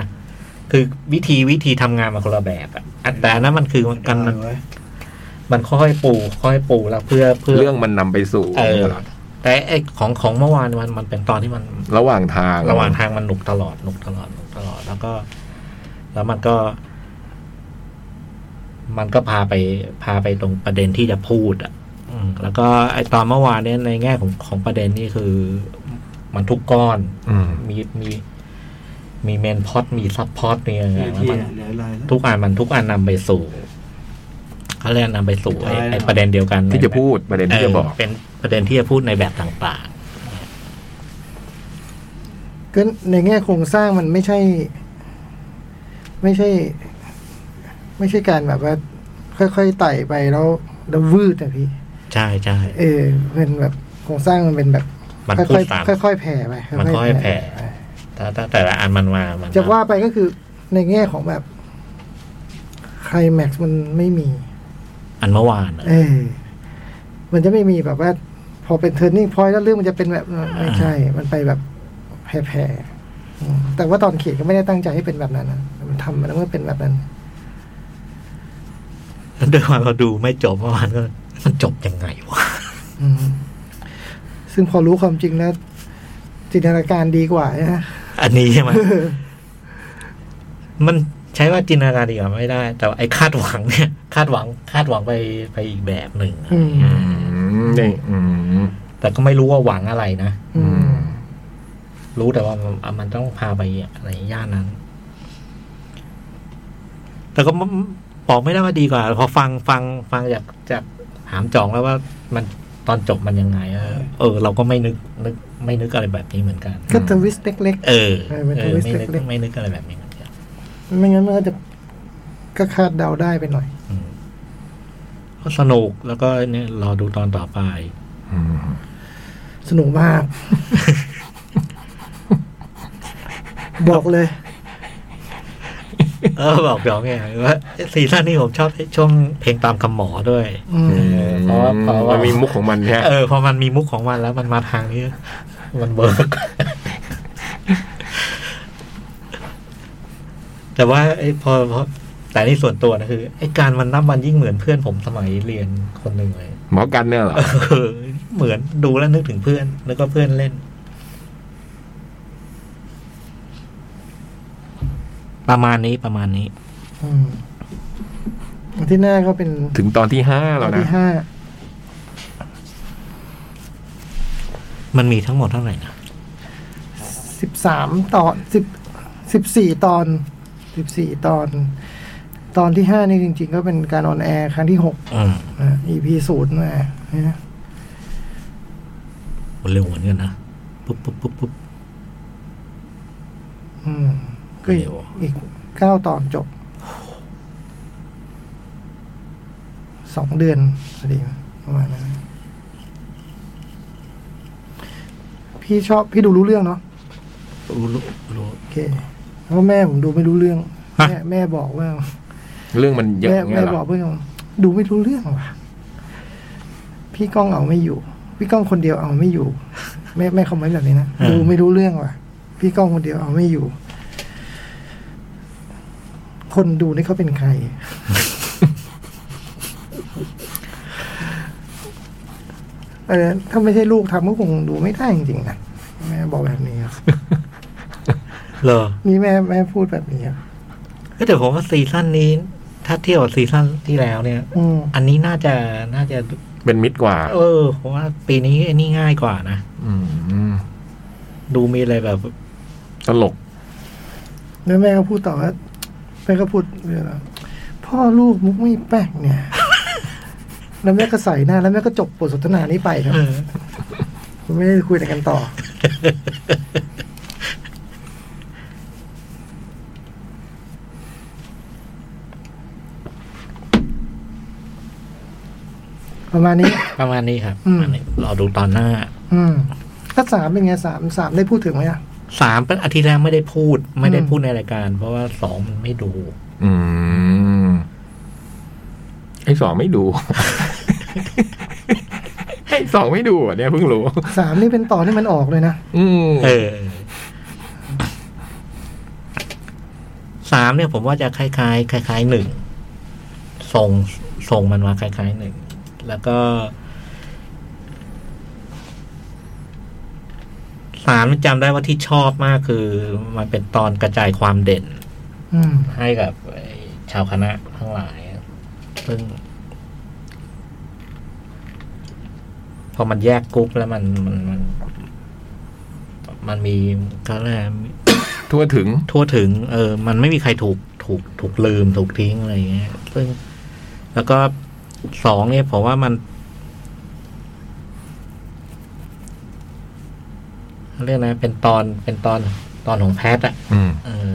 Speaker 4: คือวิธีวิธีทำงานมันคนละแบบอะอันแต่อันนั้นมันคือมันมัน
Speaker 2: ได้เว้ย
Speaker 4: มันค่อยๆปูค่อยๆปูแล้วเพื่อเพื่อ
Speaker 3: เรื่องมันนำไปสู่
Speaker 4: เออ แต่ไอของของเมื่อวานมันมันเป็นตอนที่มัน
Speaker 3: ระหว่างทาง
Speaker 4: ระหว่างทางมันหนุกตลอดหนุกตลอดหนุกตลอด แล้วก็ แล้วมันก็ มันก็พาไปพาไปตรงประเด็นที่จะพูด อ่ะ อืมแล้วก็ไอตอนเมื่อวานเนี้ยในแง่ของของประเด็นนี่คือ มันทุกก้อน
Speaker 3: อืม
Speaker 4: มีมีมีเมนพอดมีซับพอดมีอะไร
Speaker 2: เหลือที่
Speaker 4: แล้วมัน
Speaker 2: เหลืออะไรแล้ว
Speaker 4: ทุกอันมันทุกอันนำไปสู่เขาเรียกนำไปสู่ไอ้ไอ้ประเด็นเดียวกัน
Speaker 3: ที่จะพูดประเด็นที่จะบอก
Speaker 4: เเป็นประเด็นที่จะพูดในแบบต่าง
Speaker 5: ก็ในแง่โครงสร้างมันไม่ใช่ ไม่ใช่ ไม่ใช่การแบบว่า ค่อยๆไต่ไปแล้วแล้ววืดอะพี่
Speaker 4: ใช่ใช่
Speaker 5: เออเป็นแบบโครงสร้างมันเป็นแบบ
Speaker 4: มันพูดตาม
Speaker 5: ค่อยๆค่อยๆแผ่ไป
Speaker 4: มันค่อยๆแผ่
Speaker 5: ไป
Speaker 4: ถ้าถ้าแต่ละอันมันมามัน
Speaker 5: จะว่าไปก็คือในแง่ของแบบไคลแม็กซ์มันไม่มี
Speaker 4: อันเมื่อวานอะ
Speaker 5: เออ มันจะไม่มีแบบว่า พอเป็น turning point แล้วเรื่องมันจะเป็นแบบไม่ใช่ มันไปแบบแผ่ๆอืมแต่ว่าตอนเขียนก็ไม่ได้ตั้งใจให้เป็นแบบนั้นนะมันทำมันก็เป็นแบบนั้น
Speaker 4: แล้วด้วยความเราดูไม่จบเมื่อวานก็มันจบยังไงวะ
Speaker 5: อืมซึ่งพอรู้ความจริงแล้วจินตนาการดีกว่านะ
Speaker 4: อันนี้ใช่ไหมมันใช้ว่าจินตนาการดีกว่าไม่ได้ แต่ว่าไอ้คาดหวังเนี่ย คาดหวัง คาดหวังไปไปอีกแบบหนึ่งอะ
Speaker 5: อืม
Speaker 3: อืมนี่อืม
Speaker 4: แต่ก็ไม่รู้ว่าหวังอะไรนะ
Speaker 5: อื
Speaker 3: อื
Speaker 5: ม
Speaker 3: ม
Speaker 4: รู้แต่ว่ามันมันต้องพาไปอะไรย่านนั้น แต่ก็ไม่บอกไม่ได้ว่าดีกว่า พอฟังฟังฟังจากจากหามจองแล้วว่ามันตอนจบมันยังไงอะเออ เราก็ไม่นึกนึก ไม่นึกอะไรแบบนี้เหมือนกัน
Speaker 5: ก็ทวิสต์เล็ก
Speaker 4: เออ
Speaker 5: เออเป็น
Speaker 4: เออ
Speaker 5: twist
Speaker 4: ไม่นึก
Speaker 5: เล็กๆ
Speaker 4: ไม่นึกอะไรแบบนี้เหมือนกัน
Speaker 5: ๆ ไม่งั้นมันก็จะก็คาดเดาได้ไปหน่อย
Speaker 4: อืมก็สนุกแล้วก็เนี่ยรอดูตอนต่อไป
Speaker 3: อืม
Speaker 5: สนุกมาก บอกเลย
Speaker 4: เออบอกจองไงว่าซีซั่นนี้ผมชอบช่วงเพลงตามคำหมอด้วย
Speaker 5: อืม
Speaker 4: เพราะว่าเพราะว่ามั
Speaker 3: นมีมุกของมันเนี่ย
Speaker 4: เออพอมันมีมุกของมันแล้วมันมาทางนี้ มันเบิร์กแต่ว่าไอ้พอพอแต่นี่ส่วนตัวนะคือไอ้การมันนับมันยิ่งเหมือนเพื่อนผมสมัยเรียนคนหนึ่งเลย
Speaker 3: หมอกันเนี่ยเหรอ
Speaker 4: เออเหมือนดูแล้วนึกถึงเพื่อน แล้วก็เพื่อนเล่น ประมาณนี้ประมาณนี้
Speaker 5: อืมอันที่หน้าก็เป็น
Speaker 3: ถึงตอนที่ห้า
Speaker 5: ต
Speaker 3: แล้ว
Speaker 5: อน
Speaker 3: นะ
Speaker 5: ที่ห้า
Speaker 4: มันมีทั้งหมดเท่าไหร่นะ
Speaker 5: สิบสามตอนสิบสิบสี่ตอนสิบสี่ตอน ตอนที่ห้านี่จริง ๆ ก็เป็นการออนแอร์ครั้งที่หก
Speaker 4: อืม
Speaker 5: นะ EP ศูนย์มานะ
Speaker 4: เร็วเหมือนกันนะปุ๊บปุ๊บปุ๊บปุ๊บ
Speaker 5: อืมก็อีก
Speaker 4: เร็ว
Speaker 5: อีกเก้าตอนจบสองเดือนพอดีประมาณนั้นพี่ชอบพี่ดูรู้เรื่องเนาะ
Speaker 4: รู้รู้รู้
Speaker 5: โอเคเพราะแม่ผมดูไม่รู้เรื่อง
Speaker 4: ฮะ
Speaker 5: แม่แม่บอกว่า
Speaker 3: เรื่องมันเยอะ
Speaker 5: แม่
Speaker 3: เงี้ย
Speaker 5: แม่
Speaker 3: เหร
Speaker 5: บอ
Speaker 3: อก
Speaker 5: เพื่อนว่าดูไม่รู้เรื่องว่ะพี่ก้องเอาไม่อยู่ พี่ก้องคนเดียวเอาไม่อยู่ แม่แม่คอมเมนต์แบบนี้นะ
Speaker 4: อ่า
Speaker 5: ดูไม่รู้เรื่องว่ะ พี่ก้องคนเดียวเอาไม่อยู่ คนดูนี่เขาเป็นใค ร เออถ้าไม่ใช่ลูกทำก็คงดูไม่ได้จริงๆนะแม่บอกแบบนี้ครับ
Speaker 4: เหรอ
Speaker 5: นี่แม่แม่พูดแบบนี้ครับ
Speaker 4: เอ้ยแต่ผมว่าซีซั่นนี้ ถ้าเทียบกับซีซั่นที่แล้วเนี่ย
Speaker 5: อืม
Speaker 4: อันนี้น่าจะน่าจะ
Speaker 3: เป็นมิตรกว่า
Speaker 4: เออผมว่าปีนี้ไอ้นี่ง่ายกว่านะ
Speaker 3: อืม
Speaker 4: ดูมีอะไรแบบ
Speaker 3: ตลก
Speaker 5: แล้วแม่ก็พูดต่อว่าแม่ก็พูดเรื่องว่าพ่อลูกมุกไม่แป๊กเนี่ย แล้วแม่ก็ใส่หน้า แล้วแม่ก็จบบทสนทนานี้ไปครับ
Speaker 4: เออ
Speaker 5: ไม่ได้คุยอะไรกันต่อ ประมาณนี้
Speaker 4: ประมาณนี้ครับ
Speaker 5: อืม
Speaker 4: อันนี้รอดูตอนหน้า
Speaker 5: อืมถ้าสามเป็นไงสามสามได้พูดถึงไหมอ่ะ
Speaker 4: สามเป็นอาทิตย์แรกไม่ได้พูด ไม่ได้
Speaker 5: อืม
Speaker 4: พูดในรายการ เพราะว่าสองมันไม่ดู
Speaker 3: อืมไอ้สอง ไม่ดู ไอ้สองไม่ดูอ่ะเนี่ยเพิ่งรู้
Speaker 5: สามนี่เป็นต่อนที่มันออกเลยนะ
Speaker 3: อืม
Speaker 4: เออสามเนี่ยผมว่าจะคล้ายๆคล้ายๆหนึ่งส่งส่งมันมาคล้ายๆหนึ่งแล้วก็สามจำได้ว่าที่ชอบมากคือ มันเป็นตอนกระจายความเด่น
Speaker 5: อืม
Speaker 4: ให้กับไอ้ชาวคณะทั้งหลาย ซึ่ง พอมันแยกกรุ๊ปแล้วมันมันมัน มันมีเขาเรียกอะไร
Speaker 3: ทั่วถึง
Speaker 4: ทั่วถึง เออ มันไม่มีใครถูกถูกถูกลืมถูกทิ้งอะไรอย่างเงี้ย ซึ่ง แล้วก็สองเนี่ยผมว่ามันเขาเรียกนะ เป็นตอนเป็นตอน ตอนของแพทย์อะ
Speaker 3: อืม
Speaker 4: เออ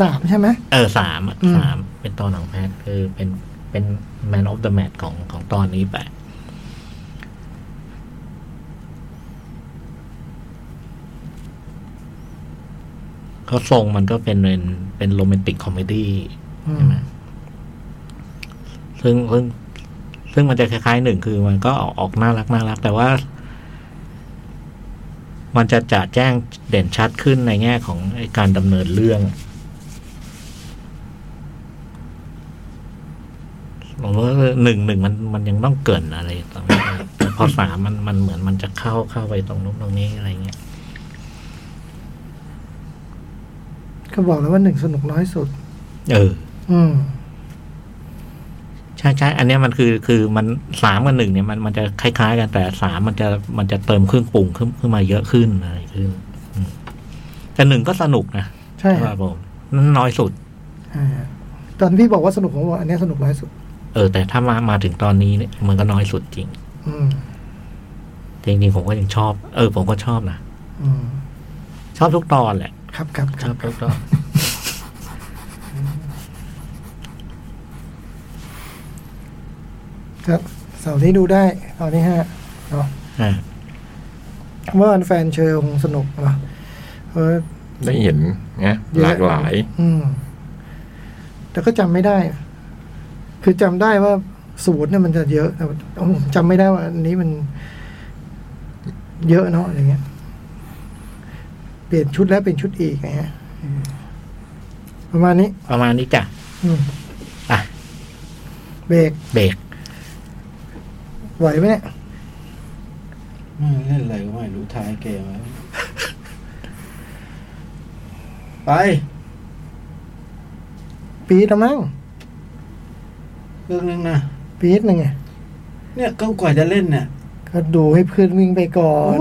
Speaker 5: สามใช่ไหม
Speaker 4: เออสามอะ
Speaker 5: อืม
Speaker 4: สามเป็นตอนของแพทย์คือเป็นเป็น man of the match ของของตอนนี้ไปก็ทรงมันก็เป็นเป็นเป็นโรแมนติกคอมเมดี้
Speaker 5: อื
Speaker 4: ใช่
Speaker 5: ม
Speaker 4: ไหมซึ่งซึ่งซึ่งมันจะคล้ายๆหนึ่งคือมันก็ออกออกน่ารักน่ารัก แต่ว่า มันจะจัดแจ้งเด่นชัดขึ้นในแง่ของไอ้การดำเนินเรื่อง ผมว่าหนึ่งหนึ่งมันมันยังต้องเกรินอะไรตรงนี้ แต่พอสามมันมันเหมือนมันจะเข้าเข้าไปตรงนู้นตรงนี้อะไรเงี้ย
Speaker 5: ก็บอกแล้วว่าหนึ่งสนุกน้อยสุด
Speaker 4: เออ
Speaker 5: อืม
Speaker 4: ใช่ใช่อันเนี้ยมันคือคือมันสามกับหนึ่งเนี่ยมันมันจะคล้ายๆกันแต่สามมันจะมันจะเติมเครื่องปรุงขึ้นขึ้นมาเยอะขึ้นอะไรขึ้นอืมแต่หนึ่งก็สนุกนะ
Speaker 5: ใช่
Speaker 4: ครับผมนั่นน้อยสุด
Speaker 5: อ่าตอนพี่บอกว่าสนุกผมบอกอันเนี้ยสนุกน้อยสุด
Speaker 4: เออ แต่ถ้ามามาถึงตอนนี้เนี่ยมันก็น้อยสุดจริง
Speaker 5: อืม
Speaker 4: จริงจริงๆผมก็ยังชอบเออผมก็ชอบนะ
Speaker 5: อืม
Speaker 4: ชอบทุกตอนแหละ
Speaker 5: ครับครับค
Speaker 4: ช
Speaker 5: รั
Speaker 4: อ
Speaker 5: บบ
Speaker 4: ทุกตอน
Speaker 5: ครับเสาร์ที่ดูได้ตอนที่ห้าเนาะ
Speaker 4: อ่า
Speaker 5: เมื่อวันแฟนเชลคงสนุกเนาะเออ
Speaker 3: ได้เห็นนะ
Speaker 5: เยอะ
Speaker 3: หลากหลาย
Speaker 5: อืม แต่ก็จำไม่ได้ คือจำได้ว่าศูนย์เนี่ยมันจะเยอะแต่ว่าผมจำไม่ได้ว่า อันนี้มัน เยอะเนาะอะไรเงี้ย เปลี่ยนชุดแล้วเป็นชุดอีกไงฮะอืมประมาณนี้
Speaker 4: ประมาณนี้จ้ะ
Speaker 5: อืม
Speaker 4: อ่ะ
Speaker 5: เบรก
Speaker 4: เบรก
Speaker 5: ไหวไหมเนี่ย
Speaker 2: ไม่เล่นอะไรก็ไม่รู้ท้ายเกมแล้วไป
Speaker 5: ปีดละมั้ง
Speaker 2: เรื่องนึงนะ
Speaker 5: ปีดหนึ่งไง
Speaker 2: เนี่ยก็กว่าจะเล่นเนี่ย
Speaker 5: ก็ดูให้เพื่อนวิ่งไปก่อน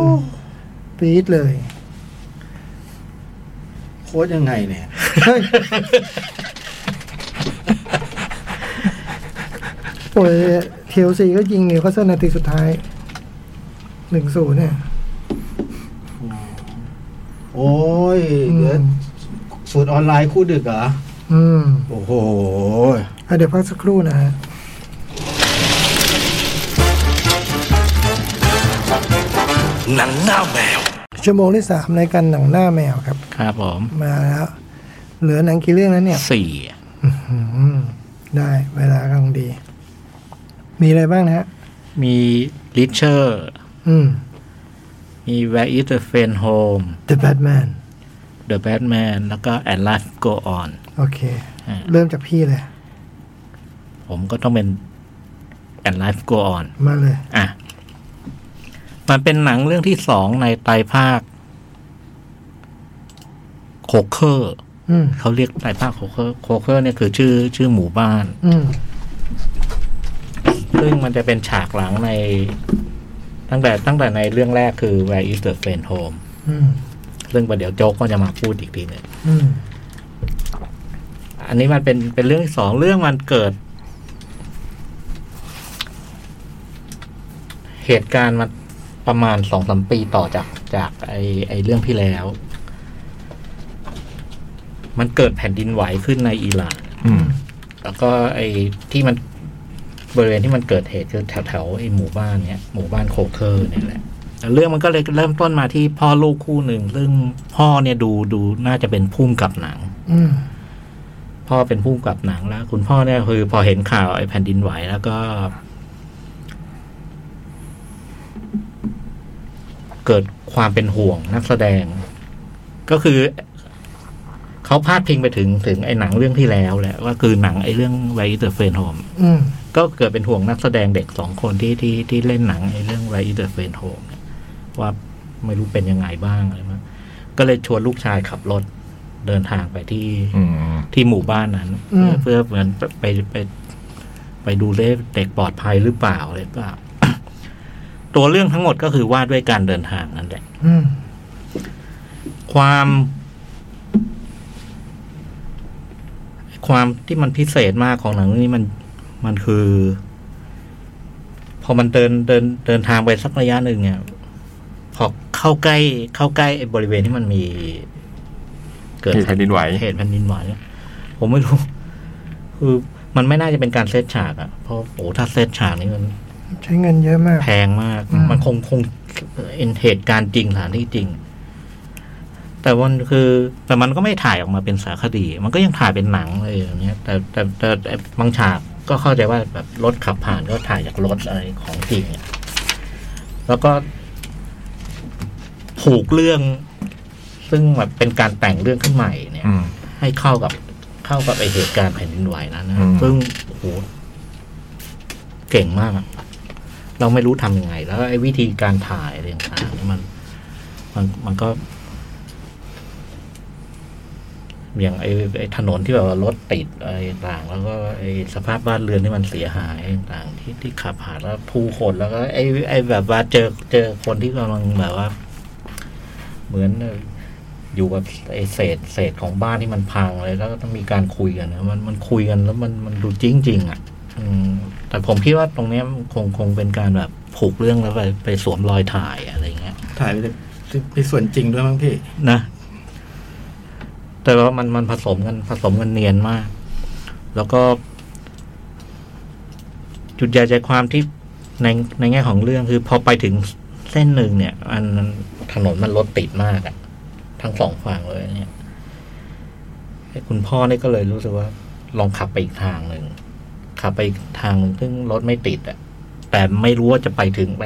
Speaker 5: ปีดเลย
Speaker 2: โค้ดยังไงเนี่ย
Speaker 5: เฮ้ยโอ้ยเทลซีก็ยิงนิวคาสเซิลนาทีสุดท้ายหนึ่งศูนย์เนี่ย
Speaker 2: โอ้ย
Speaker 5: อื
Speaker 2: เดี๋ยว
Speaker 5: ม
Speaker 2: สูตรออนไลน์คู่ดึกเหรอ
Speaker 5: อืม
Speaker 2: โอ้โห
Speaker 5: อ่ะเดี๋ยวพักสักครู่นะฮะ
Speaker 1: หนังหน้าแมว
Speaker 5: ชั่วโมงที่สามในการหนังหน้าแมวครับ
Speaker 4: ครับผม
Speaker 5: มาแล้ว เหลือหนังกี่เรื่องนั้นเนี่ย
Speaker 4: สี่
Speaker 5: อืม ได้เวลากำลังดี มีอะไรบ้างนะฮะ
Speaker 4: มีลิเชอร์
Speaker 5: อืม
Speaker 4: มี Where is the f r i e n d Home
Speaker 5: The Batman
Speaker 4: The Batman แล้วก็ And Life Go On
Speaker 5: โอเค
Speaker 4: อ่า
Speaker 5: เริ่มจากพี่เลย
Speaker 4: ผมก็ต้องเป็น And Life Go On
Speaker 5: มาเลย
Speaker 4: อ่ะ มันเป็นหนังเรื่องที่สองในไตรภาคโคเคอร์
Speaker 5: อืม
Speaker 4: เขาเรียกไตรภาคโคเคอร์โคเคอร์เนี่ยคือชื่อชื่อหมู่บ้าน
Speaker 5: อืม
Speaker 4: ซึ่งมันจะเป็นฉากหลังใน ตั้งแต่ตั้งแต่ในเรื่องแรกคือ Where is the f r i e n d Home
Speaker 5: อืม
Speaker 4: ซึ่งประเดี๋ยวโจ๊กก็จะมาพูดอีกทีหนึ่ง
Speaker 5: อืม
Speaker 4: อันนี้มันเป็นเป็นเรื่องที่สองเรื่องมันเกิด เหตุการณ์มันประมาณสองสามปีต่อจากจากไอไอเรื่องที่แล้ว มันเกิดแผ่นดินไหวขึ้นในอิหร่าน
Speaker 3: อืม
Speaker 4: แล้วก็ไอ้ที่มันบริเวณที่มันเกิดเหตุคือแถวแถวๆไอ้หมู่บ้านเนี้ยหมู่บ้านโคเคอร์เนี่ยแหละแล้วเรื่องมันก็เลยเริ่มต้นมาที่พ่อลูกคู่หนึ่งซึ่งพ่อเนี่ยดูดูน่าจะเป็นพุ่มกับหนัง
Speaker 5: อืม
Speaker 4: พ่อเป็นผู้กำกับหนังแล้ว คุณพ่อเนี่ยคือพอเห็นข่าวไอ้แผ่นดินไหวแล้วก็ เกิดความเป็นห่วงนักแสดง ก็คือ เขาพาดพิงไปถึงถึงไอ้หนังเรื่องที่แล้วแหละว่าคือหนังไอ้เรื่องไวเดอร์เฟนโฮม
Speaker 5: อืม
Speaker 4: ก็เกิดเป็นห่วงนักแสดงเด็กสองคนที่ที่ที่เล่นหนังไอ้เรื่องไวเดอร์เฟนโฮมว่าไม่รู้เป็นยังไงบ้างอะไรบ้างก็เลยชวนลูกชายขับรถเดินทางไปที่
Speaker 3: อืม
Speaker 4: ที่หมู่บ้านนั้น
Speaker 5: อืม
Speaker 4: เพื่อเหมือนไปไปไปไปดูเลขเด็กปลอดภัยหรือเปล่าอะไรเปล่า ตัวเรื่องทั้งหมดก็คือว่าด้วยการเดินทางนั่นแหละ
Speaker 5: อืม
Speaker 4: ความ ความที่มันพิเศษมากของหนังเรื่องนี้มันมันคือ พอมันเดินเดินเดินทางไปสักระยะหนึ่งเนี่ยพอเข้าใกล้ เข้าใกล้ไอ้บริเวณที่มันมี เกิด
Speaker 3: เหตุแผ่นดินไหว
Speaker 4: เหตุแผ่นดินไหวเนี่ยผมไม่รู้ คือมันไม่น่าจะเป็นการเซตฉากอะเพราะโอ้ถ้าเซตฉากนี่มัน
Speaker 5: ใช้เงินเยอะมาก
Speaker 4: แพงมาก
Speaker 5: อืม
Speaker 4: มันคงคงเอ็นเหตุการณ์จริงสถานที่จริง แต่มันคือ แต่มันก็ไม่ถ่ายออกมาเป็นสารคดี มันก็ยังถ่ายเป็นหนังเลยอย่างเงี้ย แต่แต่แต่แต่บางฉากก็เข้าใจว่าแบบรถขับผ่านก็ถ่ายจากรถอะไรของจริงอะแล้วก็ ผูกเรื่อง ซึ่งแบบเป็นการแต่งเรื่องขึ้นใหม่เนี่ย
Speaker 3: อืม
Speaker 4: ให้เข้ากับเข้ากับไอเหตุการณ์แผ่นดินไหวนั้นนะ
Speaker 3: อืม
Speaker 4: ซึ่งโอ้โหเก่งมากอะเราไม่รู้ทำยังไง แล้วไอ้วิธีการถ่ายอะไรต่างๆเนี่ยมัน มันมันก็ อย่างไอ้ไอ้ถนนที่แบบว่ารถติดอะไรต่างแล้วก็ไอ้สภาพบ้านเรือนที่มันเสียหายต่างที่ที่ขับผ่านแล้วผู้คนแล้วก็ไอ้ไอ้แบบว่าเจอเจอคนที่กำลังแบบว่า เหมือนเอ่ออยู่กับไอ้เศษเศษของบ้านที่มันพังเลยแล้วก็ต้องมีการคุยกันนะมันมันคุยกันแล้วมันมันดูจริงจริงๆอ่ะ อืม แต่ผมคิดว่าตรงเนี้ยคงคงเป็นการแบบผูกเรื่องแล้วไปไปสวมรอยถ่ายอะไรเงี้ย
Speaker 2: ถ่ายไปเลยไปส่วนจริงด้วยมั้งพี่
Speaker 4: นะ แต่ว่ามันมันผสมกันผสมกันเนียนมาก แล้วก็ จุดใหญ่ใจความที่ในในแง่ของเรื่องคือพอไปถึงเส้นหนึ่งเนี่ยอันนั้นถนนมันรถติดมากอะทั้งสองฝั่งเลยเนี่ยไอ้คุณพ่อนี่ก็เลยรู้สึกว่า ลองขับไปอีกทางหนึ่งขับไปอีกทางหนึ่งซึ่งรถไม่ติดอะแต่ไม่รู้ว่าจะไปถึงไป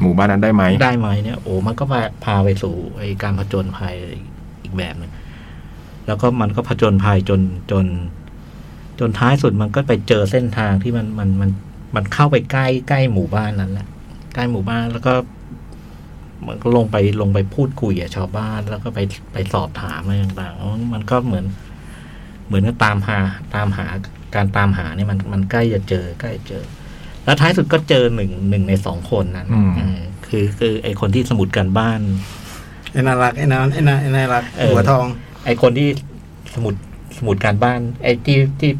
Speaker 3: หมู่บ้านนั้นได้ไหม
Speaker 4: ได้ไหมเนี่ยโอ้มันก็พาพาไปสู่ไอ้การผจญภัยอีกแบบหนึงแล้วก็มันก็ผจญภัยจนจน จนท้ายสุดมันก็ไปเจอเส้นทางที่มันมันมันมันเข้าไปใกล้ใกล้หมู่บ้านนั้นแหละใกล้หมู่บ้านแล้วก็ มันก็ลงไปลงไปพูดคุยกับชาวบ้าน แล้วก็ไปไปสอบถามอะไรต่างๆแล้วมันก็เหมือน เหมือนกับตามหาตามหาการตามหาเนี่ยมันมันใกล้จะเจอใกล้เจอ แล้วท้ายสุดก็เจอหนึ่งหนึ่งในสองคนนั้น
Speaker 3: อืม
Speaker 4: เออคือคือไอคนที่สมุดการบ้าน
Speaker 2: ไอ้น่ารักไอ้นานไอ้น่าไอ้น่ารัก
Speaker 4: เออ
Speaker 2: หัวทอง
Speaker 4: ไอคนที่สมุดสมุดการบ้าน ไอที่ที่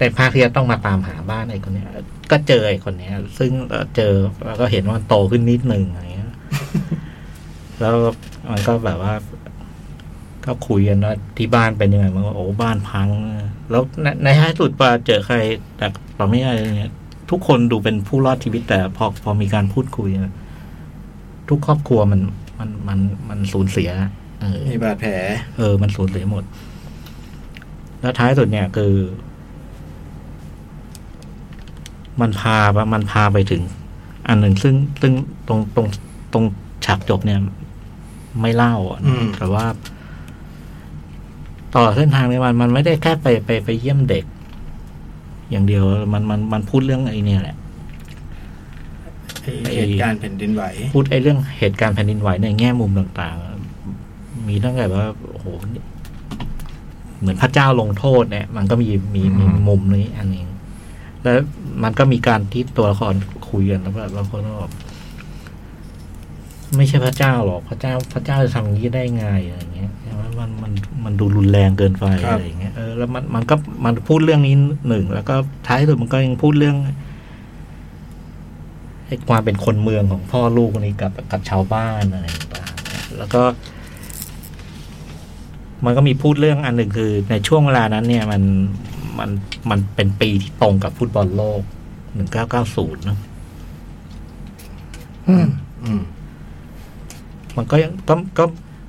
Speaker 4: ในภาคที่จะต้องมาตามหาบ้านไอคนเนี้ย ก็เจอไอคนเนี้ย ซึ่งเอ่อเจอแล้วก็เห็นว่ามันโตขึ้นนิดนึงอะไรเงี้ย แล้วมันก็แบบว่า ก็คุยกันว่าที่บ้านเป็นยังไงมันก็โอ้บ้านพัง แล้วในในท้ายสุดพอเจอใคร แต่เราไม่อะไรเงี้ยทุกคนดูเป็นผู้รอดชีวิตแต่พอพอมีการพูดคุยอะทุกครอบครัวมันมันมันมันสูญเสียเออ
Speaker 2: มีบาดแผล
Speaker 4: เออ มันสูญเสียหมด แล้วท้ายสุดเนี่ยคือ มันพามันพาไปถึง อันหนึ่งซึ่งซึ่งตรงตรงตรงฉากจบเนี่ย ไม่เล่าอะ
Speaker 2: อืม
Speaker 4: แต่ว่า ต่อเส้นทางเนี่ยมันมันไม่ได้แค่ไปไปไปเยี่ยมเด็ก อย่างเดียว มันมันมันพูดเรื่องไอ้เนี่ยแหละ
Speaker 2: ไอ้เหตุการณ์แผ่นดินไหว
Speaker 4: พูดไอ้เรื่องเหตุการณ์แผ่นดินไหวในแง่มุมต่างๆ มีตั้งแต่ว่าโอ้โหเหมือนพระเจ้าลงโทษเนี่ย มันก็มีมีมี
Speaker 3: อืม
Speaker 4: มุมนี้อันหนึงแล้วมันก็มีการที่ตัวละครคุยกันแล้วแบบบางคนก็บอกไม่ใช่พระเจ้าหรอกพระเจ้า พระเจ้าจะทำอย่างนี้ได้ไงอะไรอย่างเงี้ยมันมันมันมันดูรุนแรงเกินไป
Speaker 2: ครับ
Speaker 4: อะไรอย่างเงี้ยเออแล้วมันมันก็มันพูดเรื่องนี้หนึ่งแล้วก็ท้ายสุดมันก็ยังพูดเรื่อง ไอ้ความเป็นคนเมืองของพ่อลูกคนนี้กับกับชาวบ้านอะไรต่างๆเนี่ยแล้วก็ มันก็มีพูดเรื่องอันหนึ่งคือ ในช่วงเวลานั้น เนี่ย มันมันมันเป็นปีที่ตรงกับฟุตบอลโลก 1990เนอะ
Speaker 5: อืม
Speaker 2: อืม
Speaker 4: มันก็ยังก็ก็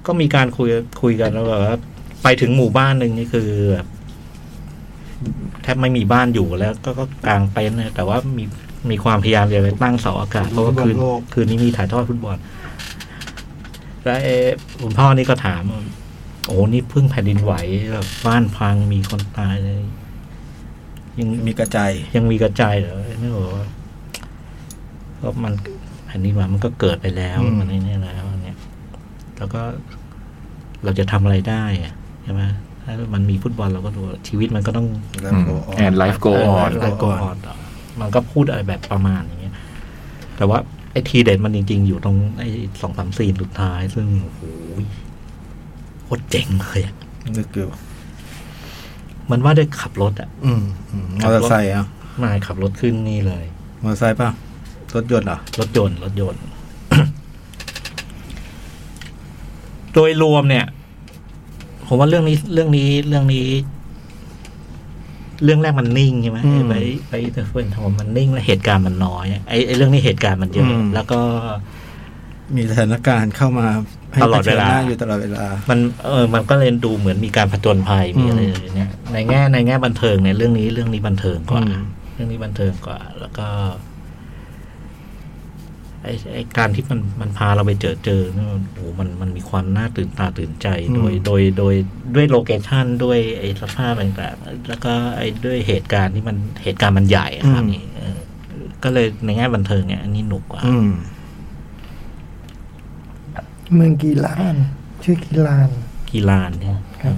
Speaker 4: ก็มีการคุยคุยกันแล้วแบบว่าไปถึงหมู่บ้านหนึ่งนี่คือแบบแทบไม่มีบ้านอยู่แล้ว ก็ก็กลางเต็นท์นะแต่ว่ามีมีความพยายามจะไปตั้งเสาอากาศเพราะว่าคืน
Speaker 2: ฟุตบอลโลก
Speaker 4: คืนนี้มีถ่ายทอดฟุตบอล แล้วเออคุณพ่อนี่ก็ถามว่าโอ้นี่เพิ่งแผ่นดินไหวแบบบ้านพังมีคนตายเลย ยัง
Speaker 2: มีกระจาย
Speaker 4: ยังมีกระจายเหรอไอ้นี่บอกว่าก็มันแผ่นดินไหวมันก็เกิดไปแล้ว
Speaker 2: อืม
Speaker 4: มันไอ้นี่แล้วอันเนี่ย แล้วก็เราจะทำอะไรได้อะใช่ไหมถ้ามันมีฟุตบอลเราก็ดูชีวิตมันก็ต้อง
Speaker 2: แล้วก็ออก
Speaker 3: แอนไลฟ์โกออน
Speaker 2: on
Speaker 4: ไลฟ์โกออนต่อมันก็พูดอะไรแบบประมาณอย่างเงี้ย แต่ว่าไอ้ทีเด็ดมันจริง ๆ อยู่ตรงไอ้สองสามซีนสุดท้าย ซึ่งโอ้โหโคตรเจ๋งเลยอะ
Speaker 2: นึกอยู่
Speaker 4: มันว่าด้วยขับรถอ่ะ
Speaker 2: อืมอืมมอเตอร์ไซค์อ่ะ
Speaker 4: นายขับรถขึ้นนี่เลย
Speaker 2: มอเตอร์ไซค์ป่ะ รถยนต์เหรอ
Speaker 4: รถยนต์รถยนต์ โดยรวมเนี่ย ผมว่าเรื่องนี้เรื่องนี้เรื่องนี้ เรื่องแรกมันนิ่งใช่ไหม
Speaker 2: อืม
Speaker 4: ไปไปเดอะเฟนทอมมันนิ่งและเหตุการณ์มันน้อยไอ้ไอ้เรื่องนี้เหตุการณ์มันเยอะ
Speaker 2: อืม
Speaker 4: แล้วก็
Speaker 2: มีสถานการณ์เข้ามาให้
Speaker 4: ตลอดเวลา
Speaker 2: ผชิญหน้อยู่ตลอดเวลา
Speaker 4: มันเออมันก็เลยดูเหมือนมีการผจญภัยมีอะไรเลยเนี่ยในแง่ในแง่บันเทิงในยเรื่องนี้เรื่องนี้บันเทิงกว่า
Speaker 2: อืม
Speaker 4: เรื่องนี้บันเทิงกว่า แล้วก็ไอ้ไอ้การที่มันมันพาเราไปเจอเจอเนี่ยมันโอ้โหมันมันมีความน่าตื่นตาตื่นใจ โดยโดยโดยด้วยโลเคชันด้วยไอ้สภาพต่างๆแล้วก็ไอ้ด้วยเหตุการณ์ที่มันเหตุการณ์มันใหญ่อะครับนี่เออก็เลยในแง่บันเทิงเนี่ยอันนี้หนุกกว่า
Speaker 2: อืม
Speaker 5: เมืองกีฬานชื่อกีฬาน
Speaker 4: กีฬานเนี่ย
Speaker 5: ครับ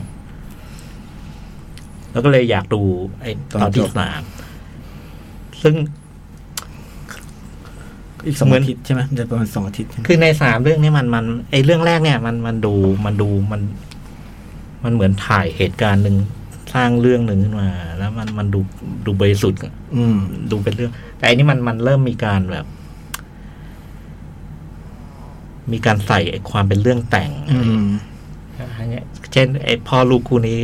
Speaker 4: แล้วก็เลยอยากดูไอ้ต
Speaker 2: ต
Speaker 4: อ
Speaker 2: อน นจบ
Speaker 4: ที่สาม ซึ่ง
Speaker 2: อีกสองอาทิตย์ใช่ไหมเดี๋ยวประมาณสองอาทิตย์ใช่ไหม
Speaker 4: คือในสามเรื่องเนี้มันมันไอ้เรื่องแรกเนี่ย มันมันดูมันดูมัน มันเหมือนถ่ายเหตุการณ์หนึ่งสร้างเรื่องหนึ่งขึ้นมา แล้วมันมันดูดูบริสุทธิ์
Speaker 2: อืม
Speaker 4: ดูเป็นเรื่อง แต่อันนี้มันมันเริ่มมีการแบบ มีการใส่ไอ้ความเป็นเรื่องแต่ง
Speaker 2: อืม
Speaker 4: อะไรเงี้ยเช่น ไอ้พ่อลูกคู่นี้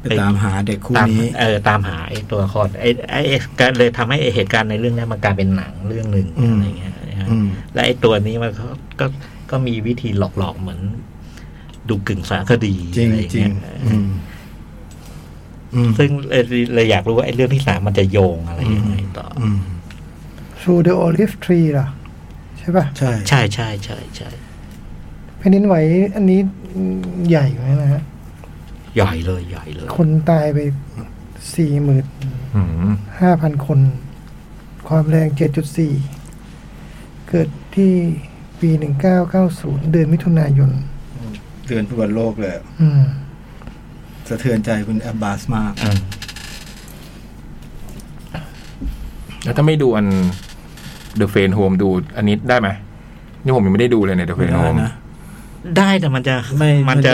Speaker 2: ไปตามหาเด็กคู่
Speaker 4: ตาม
Speaker 2: นี้
Speaker 4: เออตามหาไอ้ตัวละครไอ้ไอ้ไอ้การเลยทำให้ไอ้เหตุการณ์ในเรื่องนี้มันกลายเป็นหนังเรื่องหนึ่ง
Speaker 2: อืม
Speaker 4: อะไรเงี้ยนะฮะ
Speaker 2: อืม
Speaker 4: และไอ้ตัวนี้มันก็ก็ก็มีวิธีหลอกๆเหมือน ดูกึ่งสารคดี
Speaker 2: จริง
Speaker 4: อะไร
Speaker 2: จริ
Speaker 4: เงี้
Speaker 2: ง
Speaker 4: ย
Speaker 2: อืม อืม
Speaker 4: ซึ่งเลยเลยอยากรู้ว่าไอ้เรื่องที่สามมันจะโยงอะไรยังไงต่ออ
Speaker 2: อืม
Speaker 5: ชูเดอ o อลิฟทรีล่ะ ใช่ป่ะ
Speaker 2: ใช่
Speaker 4: ใช่ใช่ใช่ใช่
Speaker 5: แผ่นดินไหวอันนี้ใหญ่ไหมนะฮะ
Speaker 4: ใหญ่เลยใหญ่เลย
Speaker 5: คนตายไปสี่หมื่น
Speaker 3: อืม
Speaker 5: ห้าพันคน ความแรงเจ็ดจุดสี่เกิดที่ปีหนึ่งเก้าเก้าศูนย์เดือนมิถุนายน
Speaker 2: เตือนผู้บริโลกเลย
Speaker 5: อืม
Speaker 2: สะเทือนใจคุณแอบบาสมาก
Speaker 4: อืม
Speaker 3: แล้วถ้าไม่ดูอัน The f a n Home ดูอันนี้ได้ไหมนี่ผมยังไม่ได้ดูเลยเนี่ย The f a
Speaker 2: ไม่
Speaker 3: n
Speaker 2: ได้
Speaker 3: Home
Speaker 2: นะ
Speaker 4: ได้แต่มันจะ
Speaker 2: ไม่
Speaker 4: มันจะ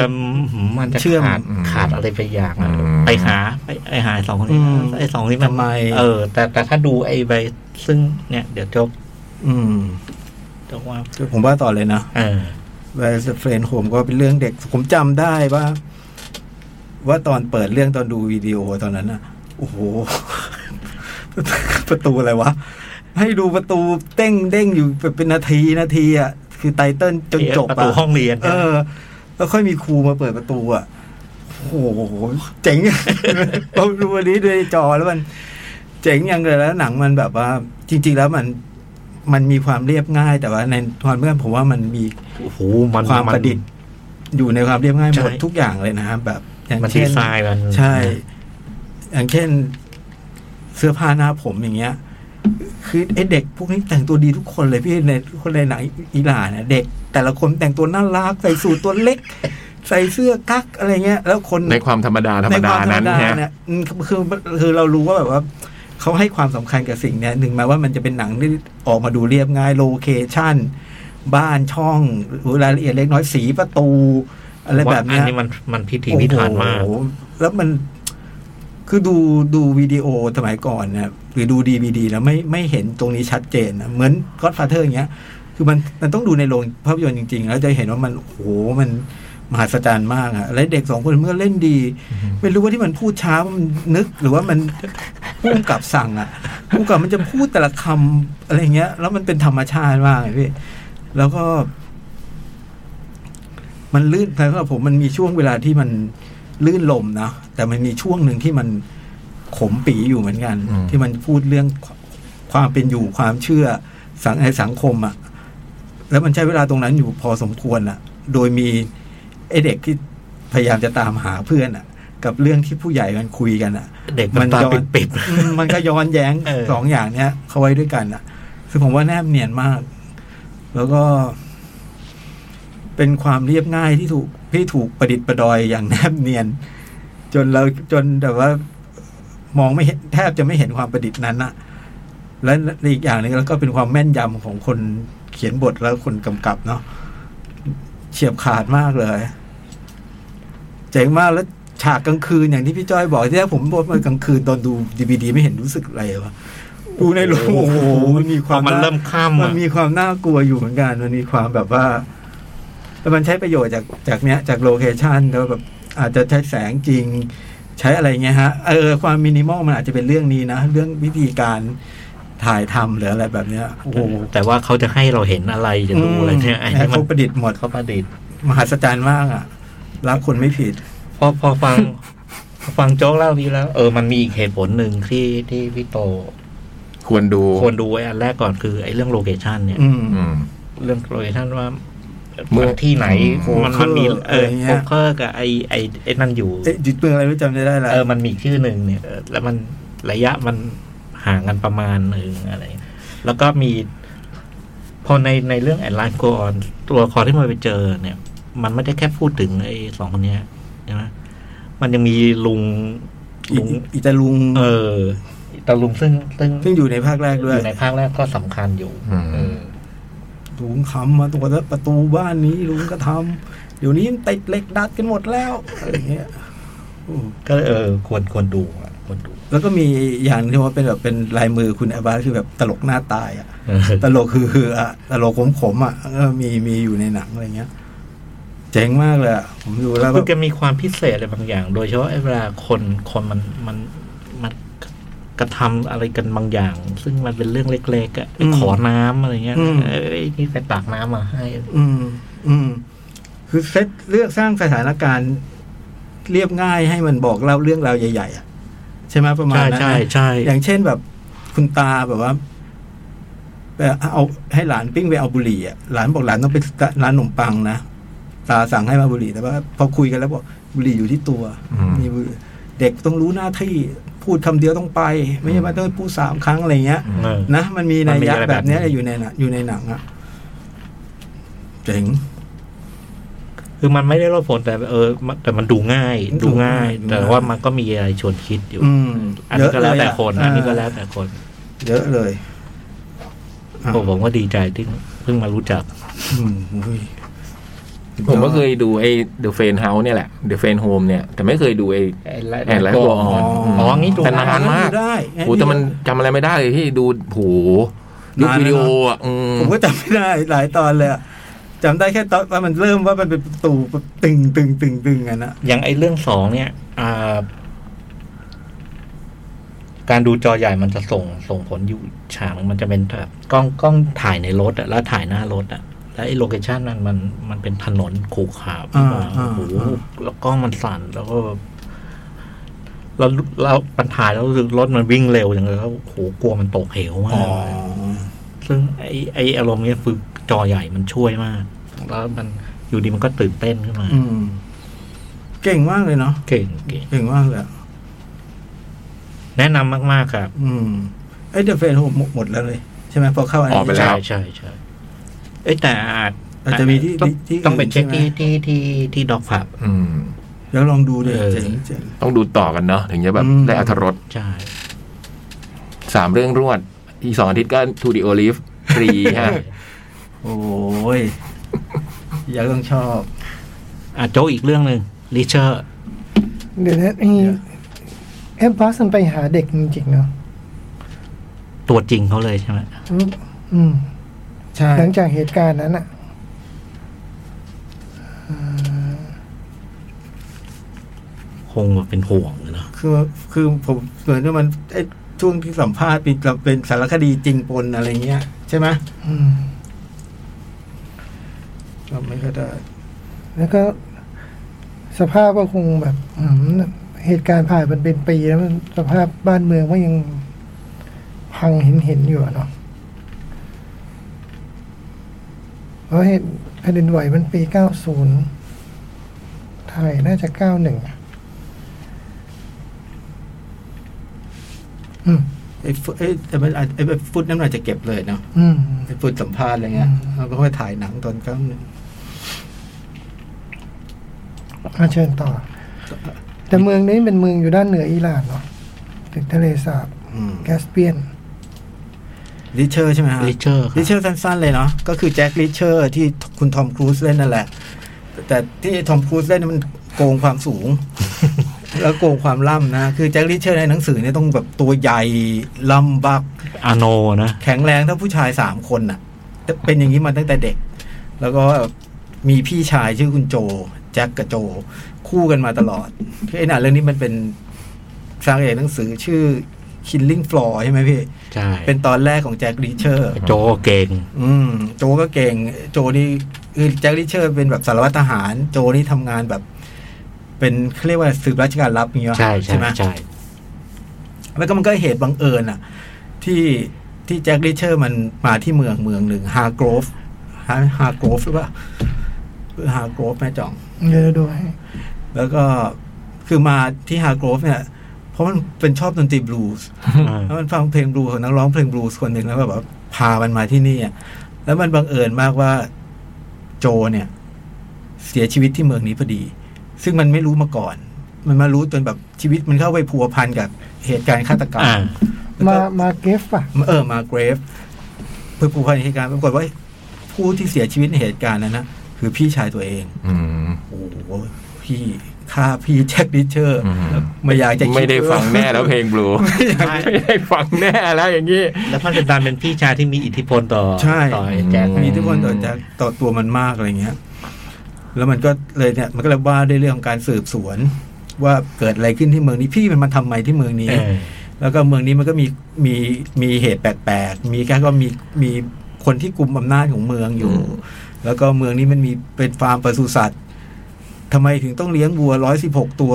Speaker 4: มันจะ
Speaker 2: เชื่อม
Speaker 4: ขาดขาดอะไรไปอย่างอะ
Speaker 3: อืม
Speaker 4: ไปหาไปไอหาสองคนนี้
Speaker 2: อืม
Speaker 4: ไอสองนี้มัน
Speaker 2: ทำไม
Speaker 4: เออ แต่แต่ถ้าดูไอใบซึ่งเนี่ยเดี๋ยวจบ
Speaker 2: อืม
Speaker 4: แต่ว่า
Speaker 2: ก็ผมว่าต่อเลยนะ
Speaker 4: เออ
Speaker 2: เวสเฟรนผมก็เป็นเรื่องเด็ก ผมจำได้ว่า ว่าตอนเปิดเรื่องตอนดูวิดีโอตอนนั้นน่ะ โอ้โห ประตูอะไรวะ ให้ดูประตูเต้งเด้งอยู่เป็นนาทีนาทีอ่ะ คือไตเติ้ลจนจบ
Speaker 4: ประตูห้องเรียน
Speaker 2: เออ แล้วค่อยมีครูมาเปิดประตูอ่ะ โอ้โห เจ๋ง เราดูอันนี้ด้วยจอแล้วมัน เจ๋งอย่างเลยแล้วหนังมันแบบว่า จริง ๆ แล้วมันมันมีความเรียบง่าย แต่ว่าในความเมื่อนผมว่ามันมี
Speaker 4: โอ้โหมัน
Speaker 2: ความประดิษฐ์ อยู่ในความเรียบง่ายหมด
Speaker 4: ใช่
Speaker 2: ทุกอย่างเลยนะครับแบบอย่าง
Speaker 4: มันดี
Speaker 2: เช่น
Speaker 4: ไซน์มัน
Speaker 2: ใช่ อย่างเช่น เสื้อผ้าหน้าผมอย่างเงี้ย คือไอ้เด็กพวกนี้แต่งตัวดีทุกคนเลยพี่ในคนในหนังอิหร่านนะเด็ก แต่ละคนแต่งตัวน่ารักใส่สูทตัวเล็ก ใส่เสื้อกั๊กอะไรเงี้ย แล้วคน
Speaker 3: ในความธรรมดาธรรมดานั้น
Speaker 2: ในควมธรรมดา
Speaker 3: ฮะ
Speaker 2: เนี่ยอืมคือคือเรารู้ว่าแบบว่าเขาให้ความสำคัญกับสิ่งเนี้ยหนึ่งแม้ว่ามันจะเป็นหนังที่ออกมาดูเรียบง่ายโลเคชั่น บ้านช่องหรือรายละเอียดเล็กน้อยสีประตู อะไรแบบ
Speaker 4: ว่า
Speaker 2: เนี้ย
Speaker 4: อันนี้มันมันพิถีพิถันมาก
Speaker 2: โอ้โหแล้วมันคือดูดูวิดีโอสมัยก่อนนะหรือดูดีวดีแล้วไม่ไม่เห็นตรงนี้ชัดเจนนะเหมือนก็อดฟาเธอร์อย่างเงี้ย คือมันมันต้องดูในโรงภาพยนตร์จริง ๆ แล้วจะเห็นว่ามันโอ้โหมันมหัศจรรย์มากอะและเด็กสองคนเมื่อเล่นดี ไม่รู้ว่าที่มันพูดช้ามันนึกหรือ ว่ามัน พุ่มกับสั่งอะพุ่มกับมันจะพูดแต่ละคำอะไรเงี้ย แล้วมันเป็นธรรมชาติมากเลยพี่แล้วก็ มันลื่นสำหรับผมมันมีช่วงเวลาที่มันลื่นลมนะแต่มันมีช่วงหนึ่งที่มันขมปีอยู่เหมือนกัน
Speaker 3: อืม
Speaker 2: ที่มันพูดเรื่องความเป็นอยู่ความเชื่อสังในสังคมอะ แล้วมันใช้เวลาตรงนั้นอยู่พอสมควรอ่ะ โดยมีไอเด็กที่พยายามจะตามหาเพื่อนอ่ะ กับเรื่องที่ผู้ใหญ่กันคุยกันอ่ะ
Speaker 4: เด็กมันตา
Speaker 2: ย้อ
Speaker 4: ปิด
Speaker 2: อื มมันก็ย้อนแย้ง
Speaker 4: เออ
Speaker 2: สองอย่างเนี้ย เข้าไว้ด้วยกันอ่ะซึ่งผมว่าแนบเนียนมาก แล้วก็ เป็นความเรียบง่ายที่ถูกที่ถูกประดิษฐ์ประดอยอย่างแนบเนียน จนเราจนแบบว่า มองไม่เห็นแทบจะไม่เห็นความประดิษฐ์นั้นอะและอีกอย่างหนึ่งแล้วก็เป็นความแม่นยำของคนเขียนบทแล้วคนกำกับเนาะเฉียบขาดมากเลย เจ๋งมากแล้วฉากกลางคืนอย่างที่พี่จ้อยบอกที่แรกผมบอกว่ากลางคืนตอนดูดีวดีไม่เห็นรู้สึกอะไรวะดูในโรงโอ้โหมันมี
Speaker 4: ๆ
Speaker 2: ค
Speaker 4: พ
Speaker 2: วา
Speaker 4: อ
Speaker 2: ม
Speaker 4: มัน
Speaker 2: น่า
Speaker 4: เริ่มค่ำ
Speaker 2: มัน
Speaker 4: อะ
Speaker 2: มีความน่ากลัวอยู่เหมือนกัน มันมีความแบบว่า แต่มันใช้ประโยชน์จากจากเนี้ยจากโลเคชันแล้วแบบอาจจะใช้แสงจริง ใช้อะไรเงี้ยฮะเออความมินิมอลมันอาจจะเป็นเรื่องนี้นะ เรื่องวิธีการถ่ายทำหรืออะไรแบบเนี้ยโอ้โห
Speaker 4: แต่ว่าเขาจะให้เราเห็นอะไรจะดูอะไรเนี่ยไอ้นี่
Speaker 2: ม
Speaker 4: มั
Speaker 2: เขา
Speaker 4: น
Speaker 2: ประดิษฐ์หมด
Speaker 4: เขาประดิษฐ์
Speaker 2: มหัศจรรย์มากอ่ะรักคนไม่ผิด
Speaker 4: พอพอฟัง พอฟังโจ๊กเล่านี้แล้ว เออมันมีอีกเหตุผลหนึ่งที่ที่พี่โต
Speaker 3: ควรดู
Speaker 4: ควรดูไว้อันแรกก่อนคือไอ้เรื่องโลเคชันเนี่ย
Speaker 2: อืม
Speaker 3: อืม
Speaker 4: เรื่องโลเคชันว่า
Speaker 3: เมื
Speaker 4: เมื
Speaker 3: อ
Speaker 4: อง งที่ไหน
Speaker 3: โฟกัส
Speaker 4: มันมันมีเออ
Speaker 2: อะไรเงี้
Speaker 4: โฟ
Speaker 2: ย
Speaker 4: กัสกับไอไอไอนั่นอยู่
Speaker 2: เอ๊ะจิตเปืองอะไรรู้จำได้ได้ละ
Speaker 4: เออ มันมีอีกชื่อหนึ่งเนี่ยเออแล้วมันระยะมันห่างกันประมาณหนึ่งอะไร แล้วก็มี พอในในเรื่องแอนไลน์กอนตัวละครที่มันไปเจอเนี่ย มันไม่ได้แค่พูดถึงไอ้สองคนเนี้ยใช่ไหมมันยังมีลุง
Speaker 2: อี
Speaker 4: ลุง
Speaker 2: อีตาลุง
Speaker 4: เออตาลุงซึ่งซึ่ง
Speaker 2: ซึ่งอยู่ในภาคแรกด้วย
Speaker 4: อยู่ในภาคแรกก็สำคัญอยู่
Speaker 3: อืม
Speaker 4: เออ
Speaker 2: ลุงทำมาตัวละประตูบ้านนี้ลุงก็ทำเดี๋ยวนี้ติดเหล็กดัดกันหมดแล้วอะไรอย่างเงี้ยอืม
Speaker 4: ก็เออ ควรควรดูอ่ะควรดู
Speaker 2: แล้วก็มีอย่างที่ว่าเป็นแบบเป็นลายมือคุณอาบาสคือแบบตลกหน้าตายอะ
Speaker 4: เออ
Speaker 2: ตลกคือคืออะตลกขมขมๆอะเออมีมีอยู่ในหนังอะไรเงี้ย เจ๋งมากเลยอะผมดูแล้วแบ
Speaker 4: คือแก
Speaker 2: บ
Speaker 4: มีความพิเศษอะไรบางอย่าง โดยเฉพาะไอ้เวลาคนคนมันมันมันกระทำอะไรกันบางอย่าง ซึ่งมันเป็นเรื่องเล็กๆอะขอน้ำอะไรเงี้ยเอ้ยนี่ไปตักน้ำมาให้
Speaker 2: อืม อืม คือเซตเลือกสร้างสถานการณ์เรียบง่ายให้มันบอกเล่าเรื่องราวใหญ่ๆอะใช่ไหมประมาณ
Speaker 4: ใช่
Speaker 2: นั้นนะ
Speaker 4: ใช่ใช่
Speaker 2: อย่างเช่นแบบคุณตาแบบว่าไปเอาให้หลานปิ้งไปเอาบุหรี่อ่ะหลานบอกหลานต้องไปร้านขนมปังนะตาสั่งให้มาบุหรี่แต่ว่าพอคุยกันแล้วบอกบุหรี่อยู่ที่ตัว
Speaker 3: อืม
Speaker 2: มีบุหรี่เด็กต้องรู้หน้าที่พูดคำเดียวต้องไป ไม่ใช่ว่าต้องพูดสามครั้งอะไรเงี้ย
Speaker 4: เออ
Speaker 2: นะมันมีนัยยะ
Speaker 4: มันมีอะไร
Speaker 2: แบบเนี้ย
Speaker 4: แบบนี้
Speaker 2: อยู่ในหนังอยู่ในหนังอ่ะเจ๋ง
Speaker 4: คือมันไม่ได้รอดผลแต่เออมันแต่มันดูง่าย
Speaker 2: มันดู
Speaker 4: ดูง่าย
Speaker 2: ง่าย
Speaker 4: แต่ว่ามันก็มีอะไรชวนคิดอยู่
Speaker 2: อืม
Speaker 4: อันนี้ก็แล้วแต่
Speaker 2: เยะ
Speaker 4: คนอันนี้ก็แล้วแต่คน
Speaker 2: เยอะเลยอ่ะ
Speaker 4: ผมผมก็ดีใจที่เพิ่งมารู้จัก
Speaker 2: อืมอุ้ย
Speaker 3: ผมก็เคยดูไอ้ The f r i e n d House เนี่ยแหละ The f r i e n d Home เนี่ย แต่ไม่เคยดูไอ้ แอนไลท์วออน
Speaker 4: อ๋องี้ดู
Speaker 3: แต่นานมาก
Speaker 2: ได้ไอ้
Speaker 3: โอ้แต่มันจำอะไรไม่ได้เลยที่ดูโหยุคน
Speaker 2: าน
Speaker 3: วิ
Speaker 2: แล้วนะ
Speaker 3: ดีโออ่ะอืม
Speaker 2: ผมก็จำไม่ได้หลายตอนเลยอะจำได้แค่ตอนว่ามันเริ่มว่ามันเป็นประตูตึงตึงตึงตึงอะนะ
Speaker 4: อย่างไอ้เรื่องสองเนี่ย อ่า การดูจอใหญ่มันจะส่งส่งผลอยู่ฉากหนึ่งมันจะเป็นแบบกล้องกล้องถ่ายในรถอะแล้วถ่ายหน้ารถอะแล้วไอ้โลเคชันนั้นมันมันเป็นถนนขรุขระโอ้โหแล้วกล้องมันสั่นแล้วก็แล้วแล้วปัญหายแล้วรู้สึกรถมันวิ่งเร็วอย่างเงี้ยแล้วโอ้โหกลัวมันตกเหวมากเลย ซึ่งไอ้ไอ้อารมณ์เนี้ยคือจอใหญ่มันช่วยมาก แล้วมันอยู่ดีมันก็ตื่นเต้นขึ้นมา
Speaker 2: อืม เก่งมากเลยเนาะ
Speaker 4: เก่งเก่ง
Speaker 2: เก่งมากเลยอะ
Speaker 4: แนะนำมากๆครับ
Speaker 2: อืมไอ้เดอะเฟนหมดแล้วเลย ใช่ไหมพอเข้าอัน
Speaker 3: ออก
Speaker 2: นี้
Speaker 3: ไป
Speaker 4: ใช่
Speaker 3: แล้ว
Speaker 4: ใช่ใช่เอ้ยแต่อาจ
Speaker 2: อาจจะมีที่
Speaker 4: ต้อง
Speaker 2: ที่ที่
Speaker 4: ต้องไปเช็ค
Speaker 2: อื่น
Speaker 4: ที่
Speaker 2: ใไหม
Speaker 4: ที่ที่ที่ด็อกผับ
Speaker 3: อืม
Speaker 2: แล้วลองดูดิ
Speaker 4: เออ
Speaker 2: เจ๋งเจ๋ง
Speaker 3: ต้องดูต่อกันเนาะถึงจะแบบ
Speaker 2: อืม
Speaker 3: ได้อรรถรส
Speaker 4: ใช่
Speaker 3: สามเรื่องรวด อีกสองอาทิตย์ก็ทูดิโอลิฟฟรีฮะ
Speaker 2: โอ้ยอยากต้องชอบ
Speaker 4: อาโจกอีกเรื่องหนึ่งลิเชอร์
Speaker 5: เดี๋ยวนะไอ้
Speaker 2: เดี๋ยว
Speaker 5: แอปบัสมันไปหาเด็กจริงๆเนาะ
Speaker 4: ตัวจริงเขาเลยใช่ไหม
Speaker 5: อืมอืม
Speaker 2: ใช่
Speaker 5: หลังจากเหตุการณ์นั้นอ่ะ
Speaker 4: คงแบบเป็นห่วงเลยเนาะ
Speaker 2: คือคือผมเหมือนว่ามันไอ้ช่วงที่สัมภาษณ์เป็นเป็นสารคดีจริงปนอะไรเงี้ย ใช่ไหม
Speaker 5: อืม
Speaker 2: จำไม่ค่อยได้
Speaker 5: แล้วก็สภาพก็คงแบบ อืมเหตุการณ์ผ่านมันเป็นปีแล้วมันสภาพบ้านเมืองก็ยังพังเห็นเห็นๆอยู่อะเนาะเพราะเหตุแผ่นดินไหวมันปีเก้าศูนย์ไทยน่าจะเก้าหนึ่งอืม
Speaker 2: ไอ้ฟุตไอ้แต่มันอาจไอ้ฟุตนั้นมันอาจจะเก็บเลยเนาะ
Speaker 5: อืม
Speaker 2: ไอ้ฟุตสัมภาษณ์อะไรเงี้ยเราก็ไปถ่ายหนังตอนกลางคืน
Speaker 5: อาเชิญต่อ แต่เมืองนี้เป็นเมืองอยู่ด้านเหนืออิหร่านเนาะถึงทะเลสาบแคสเปียน
Speaker 2: ลิเชอร์ใช่ไหมฮะ
Speaker 4: ลิเชอร์
Speaker 2: ลิเชอร์สั้น ๆ เลยเนาะก็คือแจ็คลิเชอร์ที่คุณทอมครูซเล่นนั่นแหละ แต่ที่ทอมครูซเล่นนนมันโกงความสู ง แล้วโกงความล่ำนะ คือแจ็คลิเชอร์ในหนังสือเนี่ยต้องแบบตัวใหญ่ล่ำบัก
Speaker 4: อาโนนะ
Speaker 2: แข็งแรงเท่าผู้ชายสามคนน่ะแต่เป็นอย่างนี้มาตั้งแต่เด็ก แล้วก็ มีพี่ชายชื่อคุณโจ แจ็คกับโจ คู่กันมาตลอดคือไอ้หนังเรื่องนี้มันเป็นสร้างเอกหนังสือชื่อ Killing Floor ใช่ไหมพี่
Speaker 4: ใช่
Speaker 2: เป็นตอนแรกของแจ็คริเชอร์
Speaker 4: โจเก่ง
Speaker 2: อืมโจก็เก่ง โจนี่คือแจ็คริเชอร์เป็นแบบสารวัตรทหาร โจนี่ทำงานแบบ เป็นเขาเรียกว่าสืบราชการลับอย่างเงี้ย
Speaker 4: ใช่ใช่
Speaker 2: ไหม
Speaker 4: ใช่
Speaker 2: แล้วก็มันก็เหตุบังเอิญอ่ะ ที่ที่แจ็คริเชอร์มันมาที่เมืองเมืองหนึ่งฮาร์โกรฟฮาฮาร์โกรฟหรือเปล่าฮาร์โกรฟแม่จ่อง
Speaker 5: เดี๋ยวดูให้
Speaker 2: แล้วก็คือมาที่ฮาร์โกรฟเนี่ย เพราะมันเป็นชอบดนตรีบลูส์
Speaker 4: อ่า
Speaker 2: แล้วมันฟังเพลงบลูส์ของนักร้องเพลงบลูส์คนหนึ่งแล้วก็แบบพามันมาที่นี่อะแล้วมันบังเอิญมากว่าโจเนี่ย เสียชีวิตที่เมืองนี้พอดี ซึ่งมันไม่รู้มาก่อน มันมารู้จนแบบชีวิตมันเข้าไปพัวพันกับเหตุการณ์ฆาตกรรม
Speaker 4: อ่า
Speaker 2: แล้วก็
Speaker 5: มามาเกฟป่ะ
Speaker 2: เออมาเกรฟเพื่อผู้พันเหตุการณ์ปรากฏว่าผู้ที่เสียชีวิตในเหตุการณ์นั้นนะคือพี่ชายตัวเอง
Speaker 3: อืม
Speaker 2: โอ้โหพี่ฆ่าพี่แจ็คดิเชอร์
Speaker 3: อืม
Speaker 2: แล้วไม่อยากจะคิ
Speaker 3: ไม่ได้ฟังแน่แล้วเพลงบลู
Speaker 4: ใช่
Speaker 3: ไม่ได้ฟังแน่แล้วอย่างนี้
Speaker 4: แล้วมันเป็นดันเป็นพี่ชายที่มีอิทธิพลต่อ
Speaker 2: ใช่
Speaker 4: ต่อไอ้แจ็ค
Speaker 2: มีทุกคนต่อแจ็คต่อตัวมันมากอะไรเงี้ย แล้วมันก็เลยเนี่ย มันก็เลยว่าด้วยเรื่องของการสืบสวน ว่าเกิดอะไรขึ้นที่เมืองนี้พี่มันมาทำไมที่เมืองนี้
Speaker 4: เออ
Speaker 2: แล้วก็เมืองนี้มันก็มีมีมีเหตุแปลกๆ มีแค่ก็มีมีคนที่กุมอำนาจของเมืองอยู่ แล้วก็เมืองนี้มันมีเป็นฟาร์มปศุสัตว์ทำไมถึงต้องเลี้ยงวัวร้อยสิบหกตัว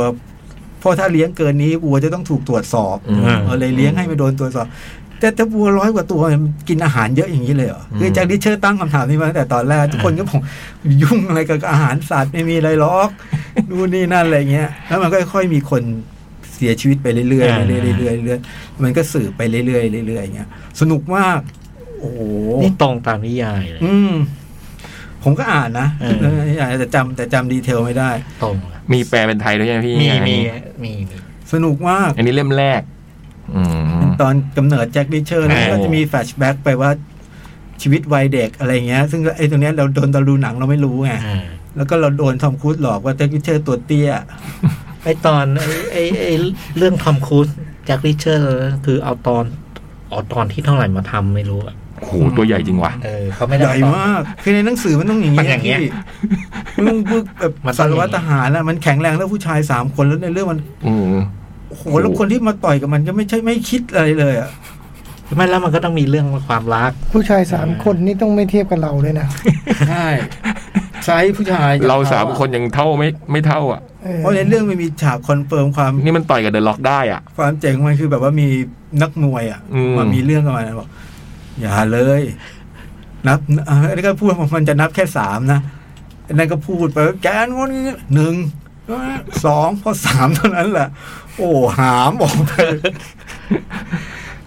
Speaker 2: เพราะถ้าเลี้ยงเกินนี้วัวจะต้องถูกตรวจสอบ
Speaker 3: อืม
Speaker 2: เออเลยเลี้ยงให้ไม่โดนตรวจสอบ แต่ถ้าวัวร้อยกว่าตัวมันกินอาหารเยอะอย่างนี้เลยเหรอคือจากดิเชอร์ตั้งคำถามนี้มาตั้งแต่ตอนแรกทุกคนก็บอกยุ่งอะไรกับอาหารสัตว์ไม่มีอะไรหรอกนู่นนี่นั่นอะไรเงี้ย แล้วมันก็ค่อยๆมีคนเสียชีวิตไปเรื่อยๆเรื่อย
Speaker 4: อ่า
Speaker 2: ๆเรื่อยๆ เรื่อยๆมันก็สืบไปเรื่อยๆเรื่อยๆอย่างเงี้ย สนุกมาก โอ้โห
Speaker 4: นี่ตรงตามนิยายเลย
Speaker 2: อืม ผมก็อ่านนะ
Speaker 4: เออ
Speaker 2: เอออ่านแต่จำแต่จำดีเทลไม่ได้
Speaker 4: ตรงอะ
Speaker 3: มีแปลเป็นไทยด้วยใช่ไหมพี่
Speaker 4: มี
Speaker 3: อัน
Speaker 4: มี
Speaker 3: นี้
Speaker 4: มีมี
Speaker 2: สนุกมาก
Speaker 3: อันนี้เล่มแรก อืม
Speaker 2: ตอนกำเนิดแจ็คดิเชอร์แล้วก็
Speaker 3: โอ้
Speaker 2: จะมีแฟลชแบ็กไปว่าชีวิตวัยเด็กอะไรเงี้ย ซึ่งไอ้ตรงเนี้ยเราโดนตะลูหนังเราไม่รู้ไง
Speaker 4: อ่า
Speaker 2: แล้วก็เราโดนทอมครูซหลอกว่าแจ็คดิเชอร์ตัวเตี้ย
Speaker 4: ไอตอนไอ้ไอไอเรื่องทอมครูซแจ็คริเชอร์คือเอาตอนเอาตอนที่เท่าไหร่มาทำไม่รู้อะ
Speaker 3: โอ้โหตัวใหญ่จริงว่ะ
Speaker 4: เออเขาไม่
Speaker 2: ให
Speaker 4: ได้
Speaker 2: ญ่
Speaker 4: เอตอน
Speaker 2: มาก คือในหนังสือมันต้องอย่าง
Speaker 4: มันอย่างเงี้
Speaker 2: นี้
Speaker 4: ย
Speaker 2: พี่มึงบึกแบบ
Speaker 4: มันต้
Speaker 2: สา
Speaker 4: อง
Speaker 2: ร
Speaker 4: อย่างเงี้ย
Speaker 2: วัตรทหารอะมันแข็งแรงแล้วผู้ชายสามคนแล้วในเรื่องมัน
Speaker 3: อืม
Speaker 2: โอ้โหแล้วคนที่มาต่อยกับมันก็ไม่ใช่ไม่คิดอะไรเลยอะ
Speaker 4: ไม่แล้วมันก็ต้องมีเรื่องความรัก
Speaker 5: ผู้ชายสามคนนี่ต้องไม่เทียบกับเราด้วยนะ
Speaker 2: ใช่ใช้ผู้ชาย
Speaker 3: เราสามคนยังเท่าไม่ไม่เท่าอ่ะ
Speaker 5: เออ
Speaker 2: เพราะในเรื่องมันมีฉากคอนเฟิร์มความ
Speaker 3: นี่มันต่อยกับเดอะล็อกได้อ่ะ
Speaker 2: ความเจ๋งมันคือแบบว่ามีนักมวยอ่ะ
Speaker 3: อืม
Speaker 2: มามีเรื่องกันมาบอกอย่าเลย นับอ่ะอันนี้ก็พูดว่ามันจะนับแค่สามนะอันนั้นก็พูดไปแกนวนหนึ่งสองพอสามเท่านั้นแหละ โอ้หามออกไป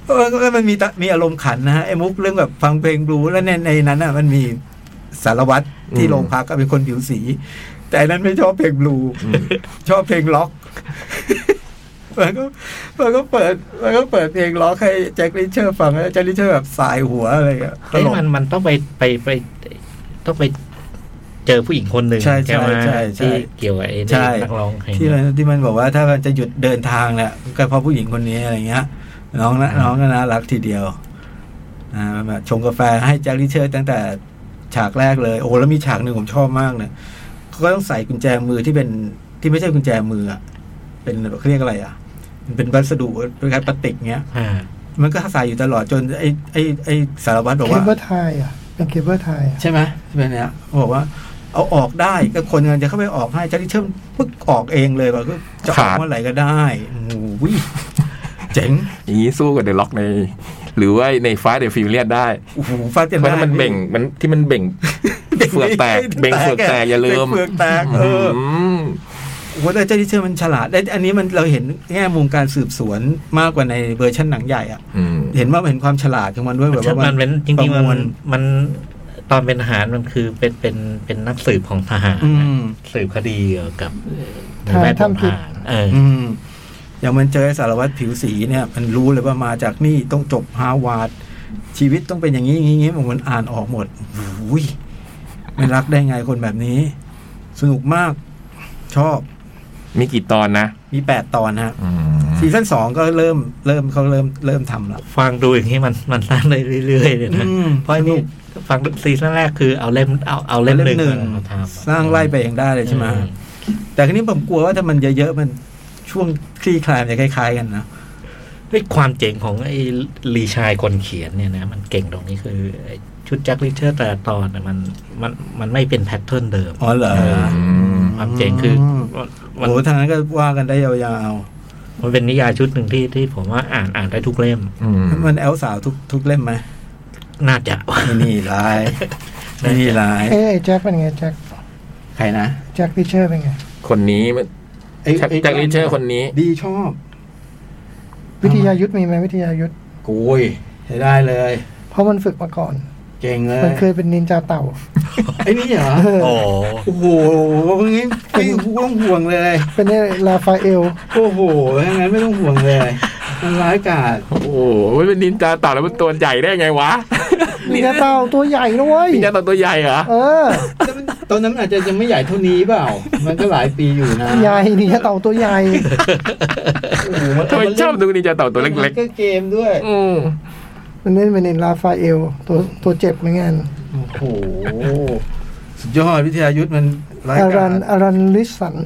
Speaker 2: เออก็มันมีตะมีอารมณ์ขันนะฮะไอ้มุกเรื่องแบบฟังเพลงบลูส์แล้วในในนั้นน่ะ มันมีสารวัตรที่
Speaker 3: อืม
Speaker 2: โรงพักก็เป็นคนผิวสี แต่อันนั้นไม่ชอบเพลงบลูส์ชอบเพลงล็อก มันก็มันก็เปิดมันก็เปิดเพลงล็อกให้แจ็คลิเชอร์ฟังแล้วแจ็คลิเชอร์แบบสายหัวอะไรอย่างเงี้ยต
Speaker 4: เอ้ย
Speaker 2: ลก
Speaker 4: มันมันต้องไปไปไปต้องไปเจอผู้หญิงคนหนึ่ง
Speaker 2: ใช่ใช่
Speaker 4: ไหม
Speaker 2: ใช่ใช่
Speaker 4: ที่เกี่ยวกับไอ้
Speaker 2: ใช่
Speaker 4: เด็กนักร้องเพลง
Speaker 2: ที่มันที่มันบอกว่าถ้ามันจะหยุดเดินทางแหละก็เพราะผู้หญิงคนนี้อะไรเงี้ย น้องนะน้องก็น่ารักทีเดียวนะแบบชงกาแฟให้แจ็คลิเชอร์ตั้งแต่ฉากแรกเลย โอ้แล้วมีฉากหนึ่งผมชอบมากเนี่ยเขาก็ต้องใส่กุญแจมือที่เป็นที่ไม่ใช่กุญแจมืออะเป็นเขาเรียกอะไรอ่ะ มันเป็นวัสดุคล้ายๆพลาสติกเงี้ย
Speaker 4: อ่า
Speaker 2: มันก็ใส่อยู่ตลอดจนไอ้ไอ้ไอ้สารวัตรบอก
Speaker 5: เค
Speaker 2: ว่า
Speaker 5: เบิลไทยอ่ะ เป็นเคเบิลไทยอ่ะ
Speaker 2: ใช่ไหมใช่ไหมเนี่ยบอกว่า เอาออกได้ก็คนงานจะเข้าไปออกให้แจ็คลิเชอร์ปึ๊กออกเองเลยแบบก็จะออก
Speaker 3: ขาด
Speaker 2: เมื่อไหร่ก็ได้โอ้โหเจ๋ง
Speaker 3: อย่างนี้สู้กับเดอะล็อกใน หรือว่าในฟาเดฟิวเลียได้
Speaker 2: โอ้โหฟาดเต็ม
Speaker 3: เพราะถ้ามันเบ่งมันที่มันเบ่ง เฟือกแตกเบ่งเฟือกแตกอย่าลืม
Speaker 2: เฟือกแตกเออ
Speaker 3: ม
Speaker 2: โอ้โหแต่แจ็คลิเชอร์มันฉลาดและอันนี้มันเราเห็นแง่มุมการสืบสวนมากกว่าในเวอร์ชันหนังใหญ่อะ
Speaker 3: อืม
Speaker 2: เห็นว่าเห็นความฉลาดของมันด้วยแบบว่า
Speaker 4: มัน
Speaker 2: มั
Speaker 4: เป็นจริงๆ
Speaker 2: ประมว
Speaker 4: มั
Speaker 2: ล
Speaker 4: นมันตอนเป็นทหารมันคือเป็นเป็นเป็นนักสืบของทหาร
Speaker 2: อื
Speaker 4: นะ
Speaker 2: ม
Speaker 4: สืบคดีเกี่ยวกับใน
Speaker 5: ทาง
Speaker 4: แวดวง
Speaker 5: ทำผิด
Speaker 4: ทหารเออ
Speaker 2: อืมอย่างมันเจอไอ้สารวัตรผิวสีเนี่ย มันรู้เลยว่ามาจากนี่ต้องจบฮาร์วาร์ดชีวิตต้องเป็นอย่างนี้อย่างนี้อย่างนี้มันอ่านออกหมดอุ้ยไม่รักได้ไงคนแบบนี้ สนุกมาก ชอบ
Speaker 3: มีกี่ตอนนะ
Speaker 2: มีแปดตอนฮะ
Speaker 3: อืม
Speaker 2: ซีซั่นสองก็เริ่มเริ่มเขาเริ่มเริ่มทำละ
Speaker 4: ฟังดูอย่างนี้มันมันสั้นได้เรื่อยๆเลยนะ
Speaker 2: อืม
Speaker 4: เพราะอันนี่
Speaker 2: สก
Speaker 4: ฟังซีซั่นแรกคือเอาเล่มเอาเอาเล่มหนึ่ง
Speaker 2: หนึ่ง
Speaker 4: มาทำ
Speaker 2: สร้างไล่ไปเองได้เลยใช่ไหม
Speaker 4: อื
Speaker 2: แต่ทีนี้ผมกลัวว่าถ้ามันเยอะๆมันช่วงคลี่คลายมันจะคล้ายๆกันนะ
Speaker 4: เฮ้ยความเจ๋งของไอ้ลีชายคนเขียนเนี่ยนะ มันเก่งตรงนี้คือไอ้ชุดแจ็คลิเชอร์แต่ละตอนน่ะมันมันมันไม่เป็นแพทเทิร์นเดิม
Speaker 2: อ๋อเหรอ
Speaker 3: ม
Speaker 4: ความเจ๋งคือมัน
Speaker 2: โอ้ทางนั้นก็ว่ากันได้ยาว
Speaker 4: มันเป็นนิยายชุดหนึ่งที่ที่ผมว่าอ่านอ่านได้ทุกเล่ม
Speaker 3: อืม
Speaker 2: ๆ มันแอลสาวทุกทุกเล่มไหม
Speaker 4: น่าจะ
Speaker 2: นี่นี่ลายนี่นี่ลาย
Speaker 5: เอ้ยไอ้แจ็คเป็นไงแจ็ค
Speaker 2: ใครนะ
Speaker 5: แจ็คพิเชอร์เป็นไง
Speaker 3: คนนี้มัน
Speaker 2: ไอ้
Speaker 3: แจ็ค
Speaker 2: ไอ้
Speaker 3: แจากลิเชอร์คนนี้
Speaker 2: ดีชอบ
Speaker 5: วิทยายุทธมีไหมวิทยายุทธ
Speaker 2: กุยใช้ได้เลย
Speaker 5: เพราะมันฝึกมาก่อน
Speaker 2: เก่งเลย
Speaker 5: มันเคยเป็นนินจาเต่า
Speaker 2: ไอ้นี่เหรอ
Speaker 4: โอ้
Speaker 2: โอ้โหงี้ไม่ต้องห่วงเลย
Speaker 5: เป็นไอ้ลาฟาเอล
Speaker 2: โอ้โหถ้างั้นไม่ต้องห่วงเลย มันร้ายกาจ
Speaker 3: โอ้โหมันเป็นนินจาเต่าแล้วมันตัวใหญ่ได้ไงวะ
Speaker 5: นินจาเต่าตัวใหญ่นะเว้ย
Speaker 3: นินจาเต่าตัวใหญ่เหรอ
Speaker 5: เออ
Speaker 2: แต่มันตอนนั้นอาจจะยังไม่ใหญ่เท่านี้เปล่า มันก็หลายปีอยู่นะ
Speaker 5: ใหญ่นินจาเต่าตัวใหญ่
Speaker 2: โอ้โหมัน
Speaker 3: ทำไมชอบดูนินจาเต่าตัวเล็ก
Speaker 2: มันเกมด้วย
Speaker 3: ๆ อืม
Speaker 5: มันเล่นเป็นไอ้ลาฟาเอล ตัวตัวเจ็บเหมือนกัน
Speaker 2: โอ้โห สุดยอดวิทยายุทธ์มันร้าย
Speaker 5: อาก
Speaker 2: า
Speaker 5: รั
Speaker 2: จ
Speaker 5: นอารันลิสัน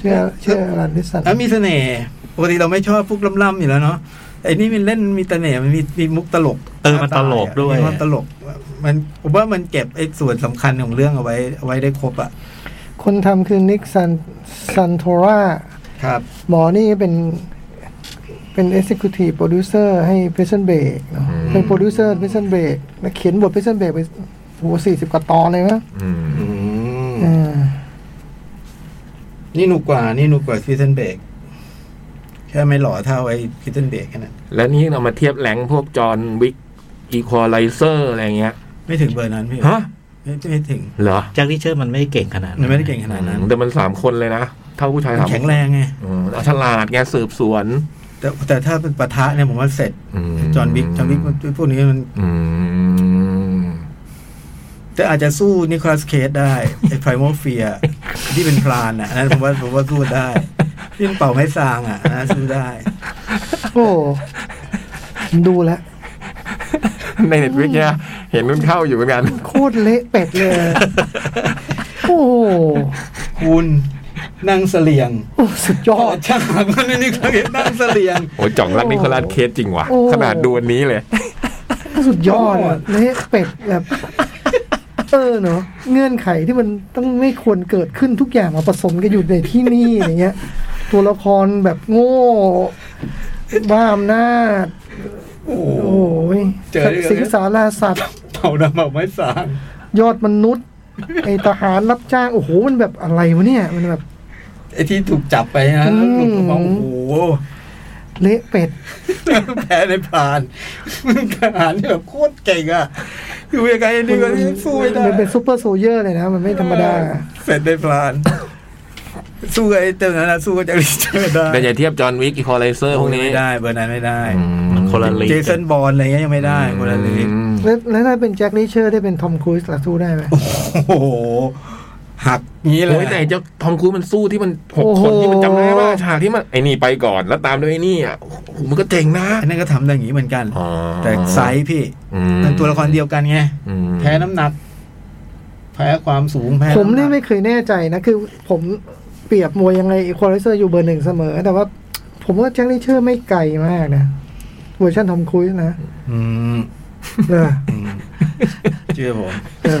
Speaker 5: ชื่อชื่ออารันลิสัน
Speaker 2: แล้วมีเสน่ห์ปกติเราไม่ชอบพวกล่ำๆอยู่แล้วเนาะ ไอ้นี่มันเล่นมีเสน่ห์มันมีมีมุกตลก
Speaker 4: เออมันตลกด้วย
Speaker 2: มีความตลก มันผมว่ามันเก็บไอ้ส่วนสำคัญของเรื่องเอาไว้เอาไว้ได้ครบอะ
Speaker 5: คนทำคือนิกซันซันโทรา
Speaker 2: ครับ
Speaker 5: หมอนี่เป็นเป็น Executive Producer ให้ Prison Break เนอะเป็น Producer Prison Break แล้วเขียนบท Prison Break ไปโหสี่สิบกว่าตอนเลยมั้ง
Speaker 3: อืม
Speaker 5: อ่า
Speaker 2: นี่หนุกกว่า นี่หนุกกว่าพิทเทนเบกแค่ไม่หล่อเท่าไอ้พิทเทนเบกแค่นั้น
Speaker 3: แล้วนี่เรามาเทียบแหลงพวกจอห์นวิกอีควอไลเซอร์อะไรเงี้ย
Speaker 2: ไม่ถึงเบอร์นั้นพี่
Speaker 3: ฮะ
Speaker 2: ไม่ไม่ถึง
Speaker 3: เหรอ
Speaker 4: แจ็คลิเชอร์มันไม่ได้เก่งขนาด
Speaker 2: มันไม่ได้เก่งขนาดนั้น
Speaker 3: แต่มันสามคนเลยนะ เท่าผู้ชายสาม
Speaker 2: แข็งแรงไง
Speaker 3: อืมฉลาดไงสืบสวน
Speaker 2: แต่แต่ถ้าเป็นปะทะเนี่ยผมว่าเสร็จ
Speaker 3: ม
Speaker 2: จอห์นวิกจอห์นวิกมันพวกนี้มัน
Speaker 3: อืม
Speaker 2: แต่อาจจะสู้นิโคลัสเคสได้ ไอ้ไพรโมเฟีย ที่เป็นพรานอ่ะอันนั้นผมว่าผมว่าสู้ได้ที่มันเป่าไม้ซางอ่ะอันนั้นสู้ได้
Speaker 5: โอ้ผมดูแล้ว
Speaker 3: ในเน็ตวิกเนี่ยเห็นนุ่นเข้าอยู่เหมือนกัน
Speaker 5: โคตรเละเป็ดเลย โอ้โห
Speaker 2: คุณนั่งเสลียง
Speaker 5: โอ้สุด ย
Speaker 2: อ๋อ
Speaker 5: อด
Speaker 2: ช่างมันนี่เขาเห็นนั่งเสลียง
Speaker 3: โอ้ยจ่องรักนิโคลัสเคสจริงว่ะ
Speaker 5: โอ้
Speaker 3: ขนาดดูอันนี้เลย
Speaker 5: สุดยอดอะเละเป็ดแบบ เออเนาะเงื่อนไขที่มันต้องไม่ควรเกิดขึ้นทุกอย่างมาผสมกันอยู่ในที่นี่อย่างเงี้ย ตัวละครแบบโง่บ้าอำนาจ
Speaker 2: โอ้โห
Speaker 5: โอ้ย
Speaker 2: เจอเรื่อง
Speaker 5: สิงสาราสัตว์
Speaker 2: เป่าน้ำเป่าไม้ซาง
Speaker 5: ยอดมนุษย์ ไอทหารรับจ้าง โอ้โห มันแบบอะไรวะเนี่ย มันแบบ
Speaker 2: ไอ้ที่ถูกจับไปนะแล้วหลุดออกมาโอ้โห
Speaker 5: เละเป็ด
Speaker 2: แพ้ในพราน มันทหารที่แบบโคตรเก่งอ่ะ อยู่ยังไงนี่ก็ยังสู้ไม่ได้
Speaker 5: มันเป็นซูเปอร์โซลเยอร์เลยนะ มันไม่ธรรมดา
Speaker 2: เสร็จในพราน สู้กับไอ้เต็มนั้นนะสู้กับแจ็คลิเชอร์ได้
Speaker 3: แต่อย่าเทียบจอห์นวิกอีควอไลเซอร์พวกนี้
Speaker 2: ไม่ได้เบอร์นั้นไม่ได้
Speaker 3: อืม
Speaker 4: มันคนละลีก
Speaker 2: เจสันบอลอะไรเงี้ยยังไม่ได้คนละลีก
Speaker 3: อืม
Speaker 5: แล้วแล้วถ้าเป็นแจ็คลิเชอร์ได้เป็นทอมครูซล่ะสู้ได้ไหม
Speaker 2: โอ้โห หักงี้เล
Speaker 3: โอ้ย
Speaker 2: ย
Speaker 3: แต่เจ้าทอมครูซมันสู้ที่มันหก
Speaker 5: โอ้โห
Speaker 3: คนที่มันจำได้ว่าฉากที่มันไอ้นี่ไปก่อนแล้วตามด้วยไอ้นี่อ่ะโอ้โหมันก็เจ๋งนะ
Speaker 2: อันนั้นก็ทำได้อย่างนี้เหมือนกัน
Speaker 3: อ๋อ
Speaker 2: แต่ไซส์พี่
Speaker 3: อืม
Speaker 2: เป็นตัวละครเดียวกันไง
Speaker 3: อืม
Speaker 2: แพ้น้ำหนัก แพ้ความสูงแพ้
Speaker 5: ผม
Speaker 2: ำ
Speaker 5: นี่
Speaker 2: หก
Speaker 5: ไม่เคยแน่ใจนะ คือผมเปรียบมวยยังไงควอลิเซอร์อยู่เบอร์หนึ่งเสมอ แต่ว่า ผมว่าแจ็คลิเชอร์ไม่ไกลมากนะเวอร์ชันทอมครูซนะ
Speaker 2: อืม
Speaker 5: เออ
Speaker 2: อืมเชื่อผม
Speaker 5: เออ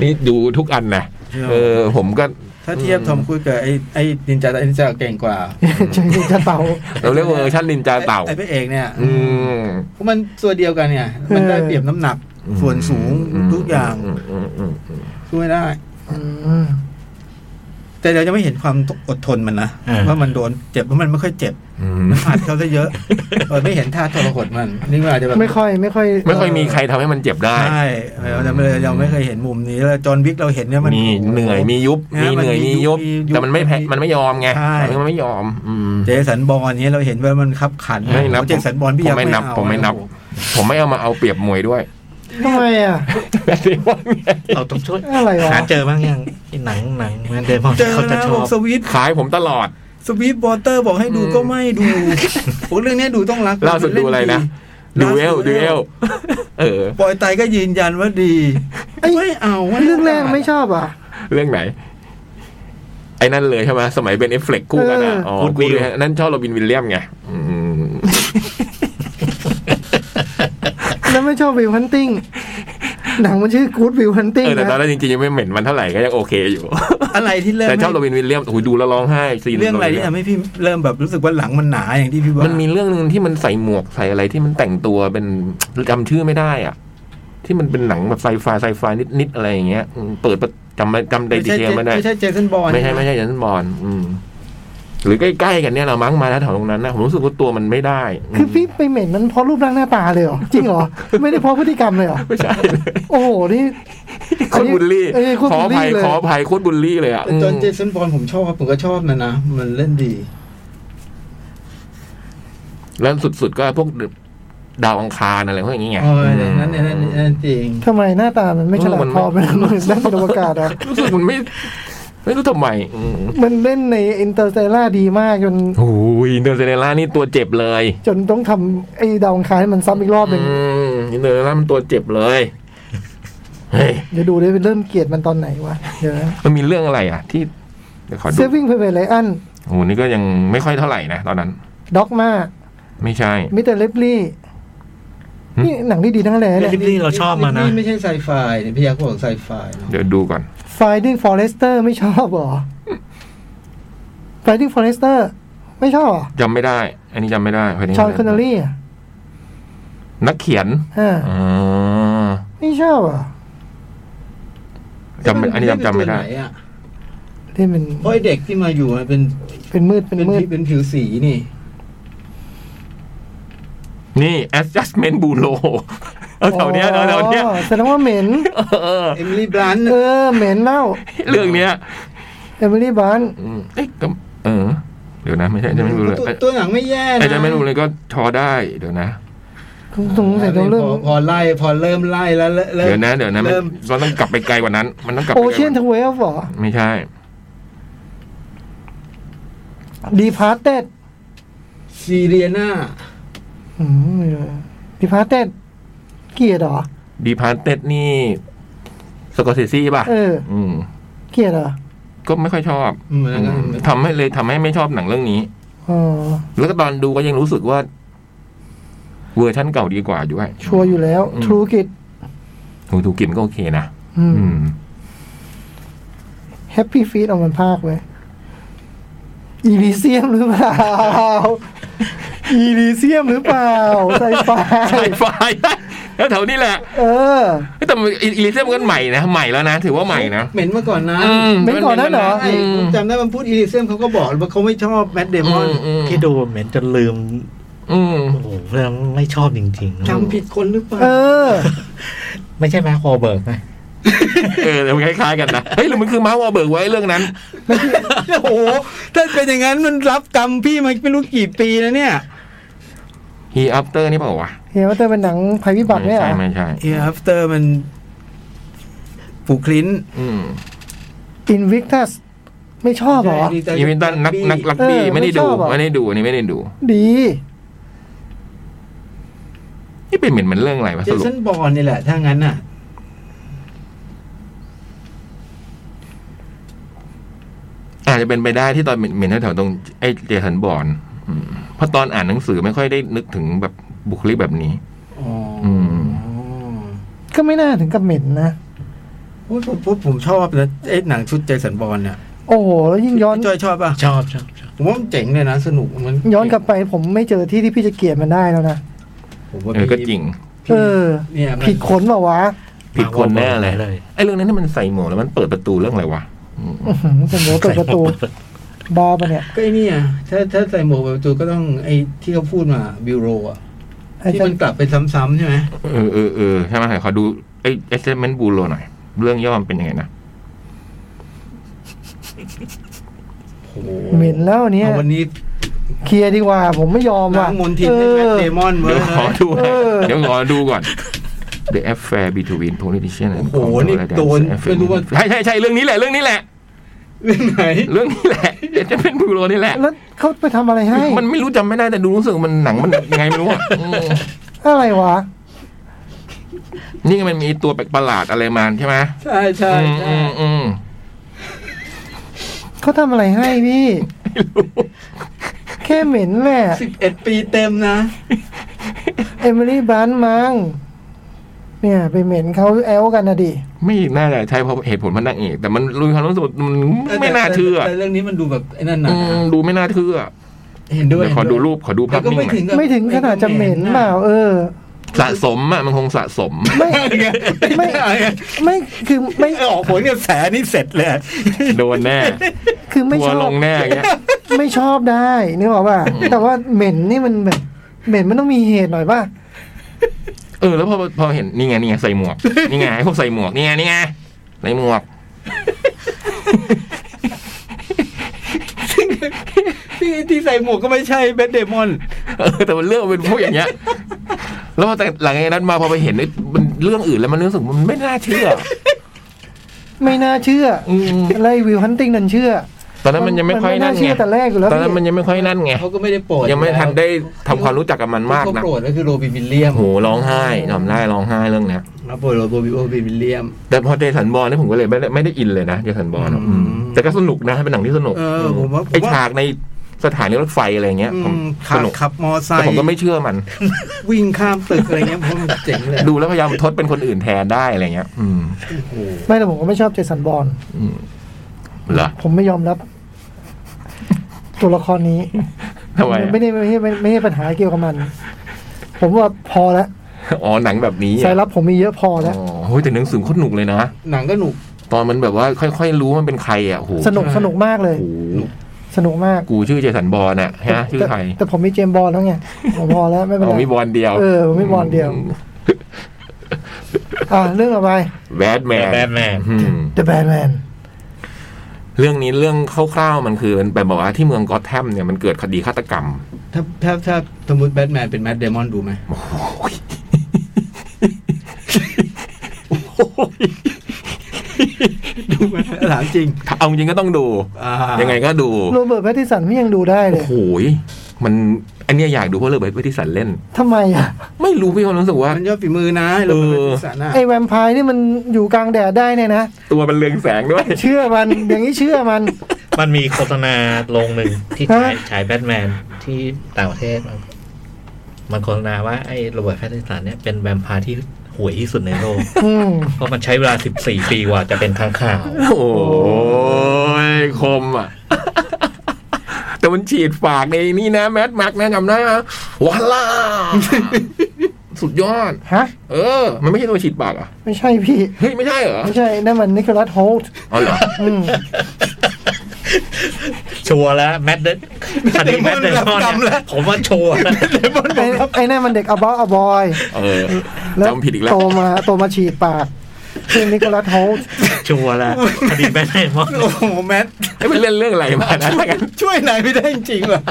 Speaker 3: นี่ดูทุกอันนะ
Speaker 2: เชื่อ
Speaker 3: เออ ผมก็
Speaker 2: ถ้าเทียบทอมครูซกับไอ้ไอ้นินจานินจาเก่งกว่า
Speaker 5: แจ็คลิเชอร์เต่า
Speaker 3: เราเรียกเวอร์ชันนินจาเต่า
Speaker 2: ไอ้พระเอกเนี่ย
Speaker 3: อืม
Speaker 2: เพราะมันตัวเดียวกันเนี่ย มันได้เปรียบน้ำหนัก ส่วนสูงทุกอย่าง
Speaker 3: อืมอืมอืมอืม
Speaker 2: สู้ไม่ได้
Speaker 5: อืม
Speaker 2: แต่เราจะไม่เห็นความอดทนมันนะว่ามันโดนเจ็บเพราะมันไม่ค่อยเจ็บ
Speaker 3: อืม
Speaker 2: มันอัดเขาซะ เยอะเราไม่เห็นท่าทรหดมัน นี่มันอาจจะแบบ
Speaker 5: ไม่ค่อยไม่ค่อย
Speaker 3: ไม่ค่อยมีใครทำให้มันเจ็บได้
Speaker 2: ใช่เราจะไม่เราไม่เคยเห็นมุมนี้แล้วจอห์นวิกเราเห็นเนี่ยมัน
Speaker 3: มีเหนื่อยมียุบ มีเหนื่อย
Speaker 2: มันมี
Speaker 3: มียุ
Speaker 2: ยุบบ มียุบ
Speaker 3: แต่มันไม่แพ้มันไม่ยอมไง
Speaker 2: ใช่
Speaker 3: มันไม่ยอม อืม
Speaker 2: เจสันบอลเนี่ยเราเห็นว่ามันขับขัน
Speaker 3: ไม่นับ
Speaker 2: เจสันบอลพี่
Speaker 3: ผม
Speaker 2: ยัง
Speaker 3: ไม่นับ
Speaker 2: เอา
Speaker 3: ผมไม่นับ
Speaker 2: โอ้โห
Speaker 3: ผมไม่เอามาเอาเปรียบมวย ด้วย
Speaker 5: ทำไมอ่ะ
Speaker 3: แบบนี้ว่าไง
Speaker 4: เราต้องช่วย
Speaker 5: อะไรวะ
Speaker 4: หาเจอบ้างยังไอ้หนังหนังแมนเดมอน
Speaker 2: เจอ
Speaker 4: เขาจะ
Speaker 2: นะ
Speaker 4: ช
Speaker 2: ว
Speaker 4: อง บ
Speaker 2: สวิตช์
Speaker 3: ขายผมตลอด
Speaker 2: สวีทวอเตอร์บอกให้ดูก็ไม่ดูโอ้เรื่องเนี้ยดูต้องรัก
Speaker 3: ล่าสุดดูอะไรนะดู
Speaker 2: ล่า
Speaker 3: เอล
Speaker 2: สุ
Speaker 3: ดูเอลเออ
Speaker 2: ปอยไตก็ยืนยันว่าดี
Speaker 5: ไอ้
Speaker 2: ไม่เอาะ
Speaker 5: เรื่องแรกไม่ชอบอ่ะ
Speaker 3: เรื่องไหน ไอ้นั่นเลยใช่ไหมสมัยเป็นเอฟเฟกคู่กันอ่ะ
Speaker 5: เออ
Speaker 3: อ๋
Speaker 5: อ๋
Speaker 3: อ
Speaker 4: Good
Speaker 3: คู่
Speaker 4: Will
Speaker 3: นี้นั่นชอบโรบินวิลเลียมไงอืม
Speaker 5: แล้วไม่ชอบวิวฮันติ้งหนังมันชื่อกู๊ดวิวฮันติ้ง
Speaker 3: เออแต่
Speaker 5: นะ
Speaker 3: ตอนนั้นจริงๆยังไม่เหม็นมันเท่าไหร่ก็ยังโอเคอยู่
Speaker 2: อะไรที่เริ่ม
Speaker 3: แต่ชอบโรบินวิลเลียมโอ้ยดูแล้วร้องไห้ซีน
Speaker 2: เรื่องอะไรที่
Speaker 3: โบินวิลเลียม
Speaker 2: ทำให้พี่เริ่มแบบรู้สึกว่าหลังมันหนาอย่างที่พี่ว่า
Speaker 3: มันมีเรื่องหนึ่งที่มันใส่หมวกใส่อะไรที่มันแต่งตัวเป็นจำชื่อไม่ได้อ่ะ ที่มันเป็นหนังแบบไซไฟไซไฟนิดๆอะไรอย่างเงี้ยอืมเปิดประจำไม่จำได
Speaker 2: ไม่
Speaker 3: ดี
Speaker 2: ใช่
Speaker 3: เทล
Speaker 2: เจ
Speaker 3: ไม่ได้
Speaker 2: ไม่ใช่เจสันบอล
Speaker 3: ไม่ใช่ไม่ใช่อย่างนั้นบอลอืม หรือใกล้ๆกันเนี่ยเรามั้งมาแล้วแถวตรงนั้นนะผมรู้สึกว่าตัวมันไม่ได้อืม
Speaker 5: คือพี่ไปเหม็นมันเพราะรูปร่างหน้าตาเลยเหรอ จริงเหรอ ไม่ได้เพราะพฤติกรรมเลยเหรอ
Speaker 3: ไม่ใช่
Speaker 5: โอ้โห นี่
Speaker 3: โคตรบุลลี่
Speaker 5: เออโคตร
Speaker 3: ขออ
Speaker 5: บุล
Speaker 3: ภัย
Speaker 5: ลี่เลย
Speaker 3: ขออภัยโคตรบุลลี่เลยอ่ะ
Speaker 2: แต่จนเจสันบอลผมชอบผมก็ชอบนะนะ มันเล่นดี
Speaker 3: แล้วสุดๆก็พวกดาวอังคารอะไรพวกอย่างเงี้ย
Speaker 2: เอออย่างนั้นอย่างนั้นอย่างนั้นจริง
Speaker 5: ทำไมหน้าตามันไม่ฉลาดพอเป็นมนุษ ย์ได้เป็นอวกาศอ่ะ
Speaker 3: รู้สึกมันไม่ ไม่รู้ทำไมอืม
Speaker 5: มันเล่นในอินเตอร์เซล่าดีมากจน
Speaker 3: โอ้ยเดอร์เซเนล่านี่ตัวเจ็บเลย
Speaker 5: จนต้องทำไอ้ดาวอังคารให้มันซ้ำอีกรอบหนึ่ง
Speaker 3: อินเดอร์เซเนล่ามันตัวเจ็บเลยเฮ้ย
Speaker 5: เดี๋ยวดูด้วยเริ่มเกลียดมันตอนไหนวะ เดี๋ยวนะ
Speaker 3: มันมีเรื่องอะไรอ่ะ ที่เดี๋ยวขอดู
Speaker 5: เซฟิงเพเวไลอัน
Speaker 3: โอ้โหนี่ก็ยังไม่ค่อยเท่าไหร่นะตอนนั้น
Speaker 5: ด็อกมา
Speaker 3: ไม่ใช่
Speaker 5: มิเตอร์เลฟลี่
Speaker 3: หึ
Speaker 5: นี่หนังที่ดีทั้งแหล่เลย
Speaker 4: ลิปลี่เราชอบมานะ
Speaker 2: ลิปลี่ไม่ใช่ไซไฟเนี่ยพี่ยักษ์บอกไซไฟเนอะ
Speaker 3: เดี๋ยวดูก่อน
Speaker 5: Finding Forrester ไม่ชอบเหรอ Finding Forrester ไม่ชอบเหรอ
Speaker 3: จำไม่ได้ อันนี้จำไม่ได้
Speaker 5: ชอนคอนเนอรี่อ่ะ
Speaker 3: นักเขียน
Speaker 5: อ่า
Speaker 3: อ่า
Speaker 5: ไม่ชอบอ่ะ
Speaker 3: จำไม่อันนี้จำจำไม่ได้
Speaker 2: เล่นเป็นตัวหนอะ
Speaker 5: เล่นเป็น
Speaker 2: เพราะไอ้เด็กที่มาอยู่มันเป็น
Speaker 5: เป็นมืด
Speaker 2: เป็
Speaker 5: เป็น นมืด
Speaker 2: ผิวเป็นผิวสีนี่
Speaker 3: นี่ adjustment bureau เออแถวเนี้ยเออแถวเนี้ย
Speaker 5: อ๋อแสดงว่าเหม็น
Speaker 3: เออ
Speaker 2: เอมิลี่บลันต์
Speaker 5: เออ เหม็นเน่า
Speaker 3: เรื่องเนี้ย
Speaker 5: เอมิลี่บัน
Speaker 3: อืมเอ๊ะก็เออ เดี๋ยวนะ ไม่ใช่ adjustment bureau
Speaker 2: ตัวตัวหนังไม่แย่นะ
Speaker 3: adjustment bureau ก็ชอได้ เดี๋ยวนะ
Speaker 5: ตรงใส่ตรงเรื่อง
Speaker 2: พอพอไล่พอเริ่มไล่แล้วเริ่ม
Speaker 3: เดี๋ยวนะ เดี๋ยวนะมัน
Speaker 2: เริ่ม
Speaker 3: เราต้องกลับไปไกลกว่านั้น มันต้องกลับ
Speaker 5: โอ
Speaker 3: ไปไกลก
Speaker 5: เชีย
Speaker 3: ว่าน
Speaker 5: ท
Speaker 3: นั้น
Speaker 5: เวฟหรอ
Speaker 3: ไม่ใช่
Speaker 5: ดีพาร์เต็ด
Speaker 2: ซีเรียนา
Speaker 5: ดีพาร์เต็ดเกลียดเหรอ
Speaker 3: ดีพาร์เต็ดนี่ สกอร์เซซี่ป่ะ
Speaker 5: เออ
Speaker 3: อืม
Speaker 5: เกลียดเหรอ
Speaker 3: ก็ไม่ค่อยชอบ
Speaker 2: อืมแล้วก็
Speaker 3: ทำให้เลยทำให้ไม่ชอบหนังเรื่องนี้
Speaker 5: อ๋อ
Speaker 3: แล้วก็ตอนดูก็ยังรู้สึกว่า เวอร์ชั่นเก่าดีกว่าอยู่ด้วย
Speaker 5: ชัวร์อยู่แล้ว
Speaker 3: อืม
Speaker 5: ทรูกิจ
Speaker 3: ถูถูกกินก็โอเคนะอืม
Speaker 5: แฮปปี้ฟีดเอามันภาคไว้อีลิเซียมหรือเปล่า อีลิเซียมหรือเปล่าไซไฟ
Speaker 3: ไฟไฟแล้วแถวนี้แหละ
Speaker 5: เออ
Speaker 3: เฮ้ยแต่มันอิอิลิเซียมกันใหม่นะใหม่แล้วนะ ถือว่าใหม่นะ
Speaker 2: เหม็นมาก่อนนะ
Speaker 3: อืม
Speaker 5: ไม่ก่อนนั้นเหรอ
Speaker 2: ใช่ผมจำได้มันพูดอีลิเซียมเขาก็บอกว่าเขาไม่ชอบแมดเดมอน
Speaker 4: ที่ดูเหม็นจนลืม
Speaker 3: อืม
Speaker 4: โอ้โหเรื่องไม่ชอบจริงๆ
Speaker 2: จำผิดคนหรือเปล่า
Speaker 5: เออ
Speaker 4: ไม่ใช่แม็กโคเบิร์กนะ
Speaker 3: เออแต่มันคล้ายๆกันนะ เฮ้ยหรือมันคือมาร์วอลเบิร์กไว้เรื่องนั้น
Speaker 2: โอ้โหถ้าเป็นอย่างนั้นมันรับกรรมพี่มาไม่รู้กี่ปีแล้วเนี่ย
Speaker 3: ฮีอัพเตอร์นี่เปล่าวะ
Speaker 5: เห็นว่าเธอเป็นหนังภัยพิบัติไหม
Speaker 3: ไม่
Speaker 5: อ่ะ
Speaker 3: ใช่ไม่ใช่
Speaker 2: เอฟเตอร์มันผูกคลิ้น
Speaker 3: อืม
Speaker 5: อินวิกตัสไม่ชอบเหรอ
Speaker 3: อีวินตันนักนักลักบี้
Speaker 5: เออ
Speaker 3: ไม่ได้
Speaker 5: ไม่ช
Speaker 3: ดู
Speaker 5: อบเหรอ
Speaker 3: ไม่ได้ดูอันนี้ไม่ได้ดู
Speaker 5: ดี
Speaker 3: นี่เป็นเหมือนเหมือนเรื่องอะไรวะ
Speaker 2: เจ
Speaker 3: สรุป
Speaker 2: สันบอลนี่แหละ ถ้างั้นน่ะ
Speaker 3: อาจจะเป็นไปได้ที่ตอนเหมือนแถวๆตรงไอ้เจสันบอร์นอืมเพราะตอนอ่านหนังสือไม่ค่อยได้นึกถึงแบบบุคลิกแบบนี้
Speaker 2: อ๋ออ
Speaker 3: อืม
Speaker 5: ก็ไม่น่าถึงกับเหม็นนะ
Speaker 2: โอ้ยผมผมผมชอบนะไอ้หนังชุดเจสันบอลเนี่ย
Speaker 5: โอ้โห แล้วยิ่งย้อน
Speaker 2: พี่จอยชอบป่ะ
Speaker 4: ชอบชอบชอบ
Speaker 2: ผมว่ามันเจ๋งเลยนะ สนุกมัน
Speaker 5: ย้อนกลับไปผมไม่เจอที่ที่พี่จะเกลียดมันได้แล้วนะ
Speaker 2: ผมว่า
Speaker 3: เออ
Speaker 2: พี่
Speaker 3: ก็จริง
Speaker 5: เออ
Speaker 2: เนี่ยมัน
Speaker 5: ผิดขนเปล่าวะ
Speaker 3: ผิดคนแน่เลย
Speaker 4: เลย
Speaker 3: ไอ้เรื่องนั้นที่มันใส่หมวกแล้วมันเปิดประตูเรื่องอะไรวะอืม
Speaker 5: อื้อหือเป็นหัวเปิดประตู บอปะเนี่ย
Speaker 2: ก็ไอ้เนี่ยถ้าถ้าใส่หมวกแบบจูก็ต้องไอ้ที่เขาพูดมาบิวโรอะ
Speaker 5: ไอ้
Speaker 2: ที่
Speaker 5: จะ
Speaker 2: มันกลับไปซ้ำๆใช่ไหม
Speaker 3: เออเออเออใช่ไหมขอดูไอ้ assessment bureau หน่อย เรื่องย่อมนเป็นยังไงนะ
Speaker 2: โอ้โ
Speaker 5: เหม็นแล้วเนี่ย
Speaker 2: อาวันนี้
Speaker 5: เคลียร์ดีกว่า ผมไม่ยอม
Speaker 2: ล้า
Speaker 5: ว่ะ
Speaker 2: งมนทิน
Speaker 5: เอ
Speaker 2: ให้แมท
Speaker 5: อ
Speaker 2: เดมอนเว้
Speaker 3: เดี๋ย
Speaker 2: ยว
Speaker 3: ขอดู
Speaker 5: เออ
Speaker 3: เดี๋ยวขอดูก่อน The affair between politicians and
Speaker 2: โอ้โหนี่โดน
Speaker 3: controllers and
Speaker 2: ไม่รู้ว่า
Speaker 3: ใช่ใช่ใช่เรื่องนี้แหละเรื่องนี้แหละ
Speaker 2: เรื่องไหน
Speaker 3: เรื่องนี้แหละเอเจนต์เป็นบูโรนี่แหละ
Speaker 5: แล้วเขาไปทำอะไรให้
Speaker 3: มันไม่รู้จำไม่ได้แต่ดูรู้สึกมันหนังมันยังไงไม่รู้อ่ะอืม
Speaker 5: อะไรวะ
Speaker 3: นี่มันมีตัวแปลกประหลาดอะไรมาใช่ไหม
Speaker 2: ใช่ใช่
Speaker 3: อืม
Speaker 2: ใช่
Speaker 3: อืมอืม
Speaker 5: เขาทำอะไรให้พี่
Speaker 3: ไม่รู้
Speaker 5: แค่เหม็นแหละ
Speaker 2: สิบเอ็ดปีเต็มนะ
Speaker 5: เอมิลี่บันมั้งเนี่ย ไปเหม็นเขาแอลกันนะดิ
Speaker 3: ไม่น่าจะใช่เพราะเหตุผลมันนางเอกแต่มันรู้ความรู้สึกมันไม่น่าเชื่อ
Speaker 2: แต่เรื่องนี้มันดูแบบไอ้นั่นหนะ
Speaker 3: อืมดูไม่น่าเชื่อ
Speaker 2: เห็นด้วย
Speaker 3: เดี๋ยวขอดูรูปขอดู
Speaker 2: แต่
Speaker 3: ภาพ
Speaker 2: ก็
Speaker 3: นิ่ง
Speaker 2: ไม่
Speaker 3: หน่อ
Speaker 2: ถึ
Speaker 3: ย
Speaker 2: งกับ
Speaker 5: ไม่ถึงขนาดจะเหม็นเปล่าเออ
Speaker 3: สะสมอ่ะมันคงสะสม
Speaker 5: ไม่ ไม่ ไม่คือไม่
Speaker 2: ไม่ออกผลกับแสนี่เสร็จเลย
Speaker 3: โดนแน่
Speaker 5: คือไม่
Speaker 3: ทัว
Speaker 5: ช
Speaker 3: ร์
Speaker 5: อ
Speaker 3: ล
Speaker 5: บ
Speaker 3: งแน่อย่างเงี้ย
Speaker 5: ไม่ชอบได้นึกออกป่ะแต่ว่าเหม็นนี่มันแบบ เหม็นมันต้องมีเหตุหน่อยป่ะ
Speaker 3: เออแล้วพอพอเห็นนี่ไงนี่ไงใส่หมวก นี่ไงพวกใส่หมวกนี่ไงนี่ไงใส่หมวก
Speaker 2: ที่ที่ใส่หมวกก็ไม่ใช่เบนเดมอน
Speaker 3: เออแต่มันเรื่องเป็นพวกอย่างเงี้ย แล้วพอแต่หลังจากนั้นมาพอไปเห็นไอ้มันเรื่องอื่นแล้วมันรู้สึกมันไม่น่าเชื่อ
Speaker 5: ไม่น่าเชื่อ
Speaker 3: อืม
Speaker 5: อะไรวิวฮันติงนั่นเชื่อ
Speaker 3: ตอนนั้นมันยังไม่ค่อย
Speaker 5: มันไม่
Speaker 3: นั่
Speaker 5: น่าน เชื่
Speaker 3: ไง
Speaker 5: อแต่แรกอยู่แล้ว
Speaker 3: ตอนนั้น
Speaker 5: พี่
Speaker 3: มันยังไม่ค่อยนั่นไง
Speaker 2: เขาก็ไม่ได้โปรด
Speaker 3: ยังไม่ทันได้ทำความรู้จักกับมันมาก
Speaker 2: ที่
Speaker 3: นะ
Speaker 2: เขโปรดก็คือโรบินวิลเลียม
Speaker 3: โหร้องไห้ทำได้ร้องไห้เรื่องเนี้ย
Speaker 2: มาโปรดโรบินโรบินวิลเลียม
Speaker 3: แต่พอเจสันบอลนี่ยผมก็เลยไม่ได้ไม่ได้อินเลยนะเจสันบอล
Speaker 2: อืม
Speaker 3: แต่ก็สนุกนะเป็นหนังที่สนุก
Speaker 2: เออผมว่าผมว่า
Speaker 3: ไอฉากในสถานีรถไฟอะไรเงี้ย
Speaker 2: อื
Speaker 3: ผม
Speaker 2: ม
Speaker 3: ส
Speaker 2: ขับ
Speaker 3: นุก
Speaker 2: ขับมอไซ
Speaker 3: แต่
Speaker 2: ค์
Speaker 3: ผมก็ไม่เชื่อมัน
Speaker 2: วิ่งข้ามตึกอะไรเงี้ยผมว่ามันเจ๋งเลย
Speaker 3: ดูแล้วพยายามทดเป็นคนอื่นแทนได้อะไรเงี้ย อืม
Speaker 2: โอ้โห
Speaker 5: ไม่แต่ผมก็ไม่ชอบเจสันบอล
Speaker 3: อืมเหรอ
Speaker 5: ผมไม่ยอมรับ ตัวละครนี้
Speaker 3: ทำไมอะ
Speaker 5: ไม่ได้ไม่ใช่ไม่ไม่ใช่ปัญหาเกี่ยวกับมัน ผมว่าพอแล้ว
Speaker 3: อ๋อหนังแบบนี้อะ
Speaker 5: สายลับผมมีเยอะพอแล้ว
Speaker 3: อ๋อโอ้ยแต่หนังสือโคตรหนุกเลยนะ
Speaker 2: หนังก็หนุก
Speaker 3: ตอนมันแบบว่าค่อยๆรู้มันเป็นใครอ่ะโอ้โห
Speaker 5: สนุก
Speaker 2: ใช่
Speaker 5: สนุกมากเลย
Speaker 3: โอ้โห
Speaker 5: สนุกมาก
Speaker 3: กูชื่อเจสันบอลน่ะฮะชื่อ
Speaker 5: แต่
Speaker 3: ใคร
Speaker 5: แต่ผมมีเจมส์บอลแล้วไงผมพอแล้วไม่เป็น
Speaker 3: ผ
Speaker 5: ไร
Speaker 3: มมีบอลเดียว
Speaker 5: เออผมมีบอลเดียว อ่าเรื่องต่อไป
Speaker 3: แบทแมน
Speaker 4: แบทแมน
Speaker 5: The Batman
Speaker 3: เรื่องนี้เรื่องคร่าวๆมันคือมันแบบว่าที่เมืองกอตแทมเนี่ยมันเกิดคดีฆาตกรรม
Speaker 2: ถ้าถ้าถ้าสมมติแบทแมนเป็นแมดเดมอนดูไหมดูไหมถามจริง
Speaker 3: เอาจริงก็ต้องดู
Speaker 2: อ่า
Speaker 3: ยังไงก็ดู
Speaker 5: โรเบิร์ตแพตติสันพี่ยังดูได้เล
Speaker 3: โอ้
Speaker 5: ย
Speaker 3: โหยมันอันเนี้ยอยากดูเพราะเลยไปที่สันเล่น
Speaker 5: ทำไมอ่ะ
Speaker 3: ไม่รู้พี่คนรู้สึกว่า
Speaker 2: มันยอดฝีมือนะโรเบิ
Speaker 3: เอ
Speaker 2: ร์ต
Speaker 3: อ
Speaker 2: แพตติสันน่ะ
Speaker 5: ไอ้แวมไพร์นี่มันอยู่กลางแดดได้เนี่ยนะ
Speaker 3: ตัวมันเรืองแสงด้วย
Speaker 5: เชื่อมัน อย่างนี้เชื่อมัน
Speaker 4: มันมีโฆษณาลงหนึ่งที่
Speaker 5: ฮะ
Speaker 4: ฉายฉายแบทแมนที่ต่างประเทศมั้งมันโฆษณาว่าไอ้โรเบิร์ตแพตตินสันเนี่ยเป็นแวมไพร์ที่ห่วยที่สุดในโลก
Speaker 5: อืม
Speaker 4: เพราะมันใช้เวลา 14 ปีกว่าจะเป็นทางข่าว
Speaker 3: โอ้ยคมอ่ะ แต่มันฉีดฝากในนี่นะ แมทแม็กนะจำได้ไหมว้าล่า สุดยอด
Speaker 5: ฮะ
Speaker 3: เออ มันไม่ใช่ตัวฉีดปากเหรอ่ะ
Speaker 5: ไม่ใช่พี่
Speaker 3: เฮ้ย ไม่ใช่เหรอ
Speaker 5: ไม่ใช่นั่นมันนิโคลัสโฮลต์
Speaker 3: อ๋อเหรอ
Speaker 5: อืม
Speaker 4: ชัวร์แล้วแมดเดนค ดีแมดเดน
Speaker 2: รับกรรมแล้ว
Speaker 4: ผมว่าชัวร์ แล้ว
Speaker 5: ไอ้ไอ้นั่นมันเด็กอบออบอย
Speaker 3: เออ
Speaker 5: แล้ว
Speaker 3: จำผิดอีกแล้ว
Speaker 5: โตมาโตมาฉีดปากชื่อนิโคลัสโฮลต์
Speaker 4: ชัวร์แล้วคดีแมดเดนมอน
Speaker 2: โอ้โหแมท
Speaker 3: ไอ้ยมันเล่นเรื่องอะไรมานะถ้างั้น
Speaker 2: ช่วยไหนไม่ได้จริงๆหรอ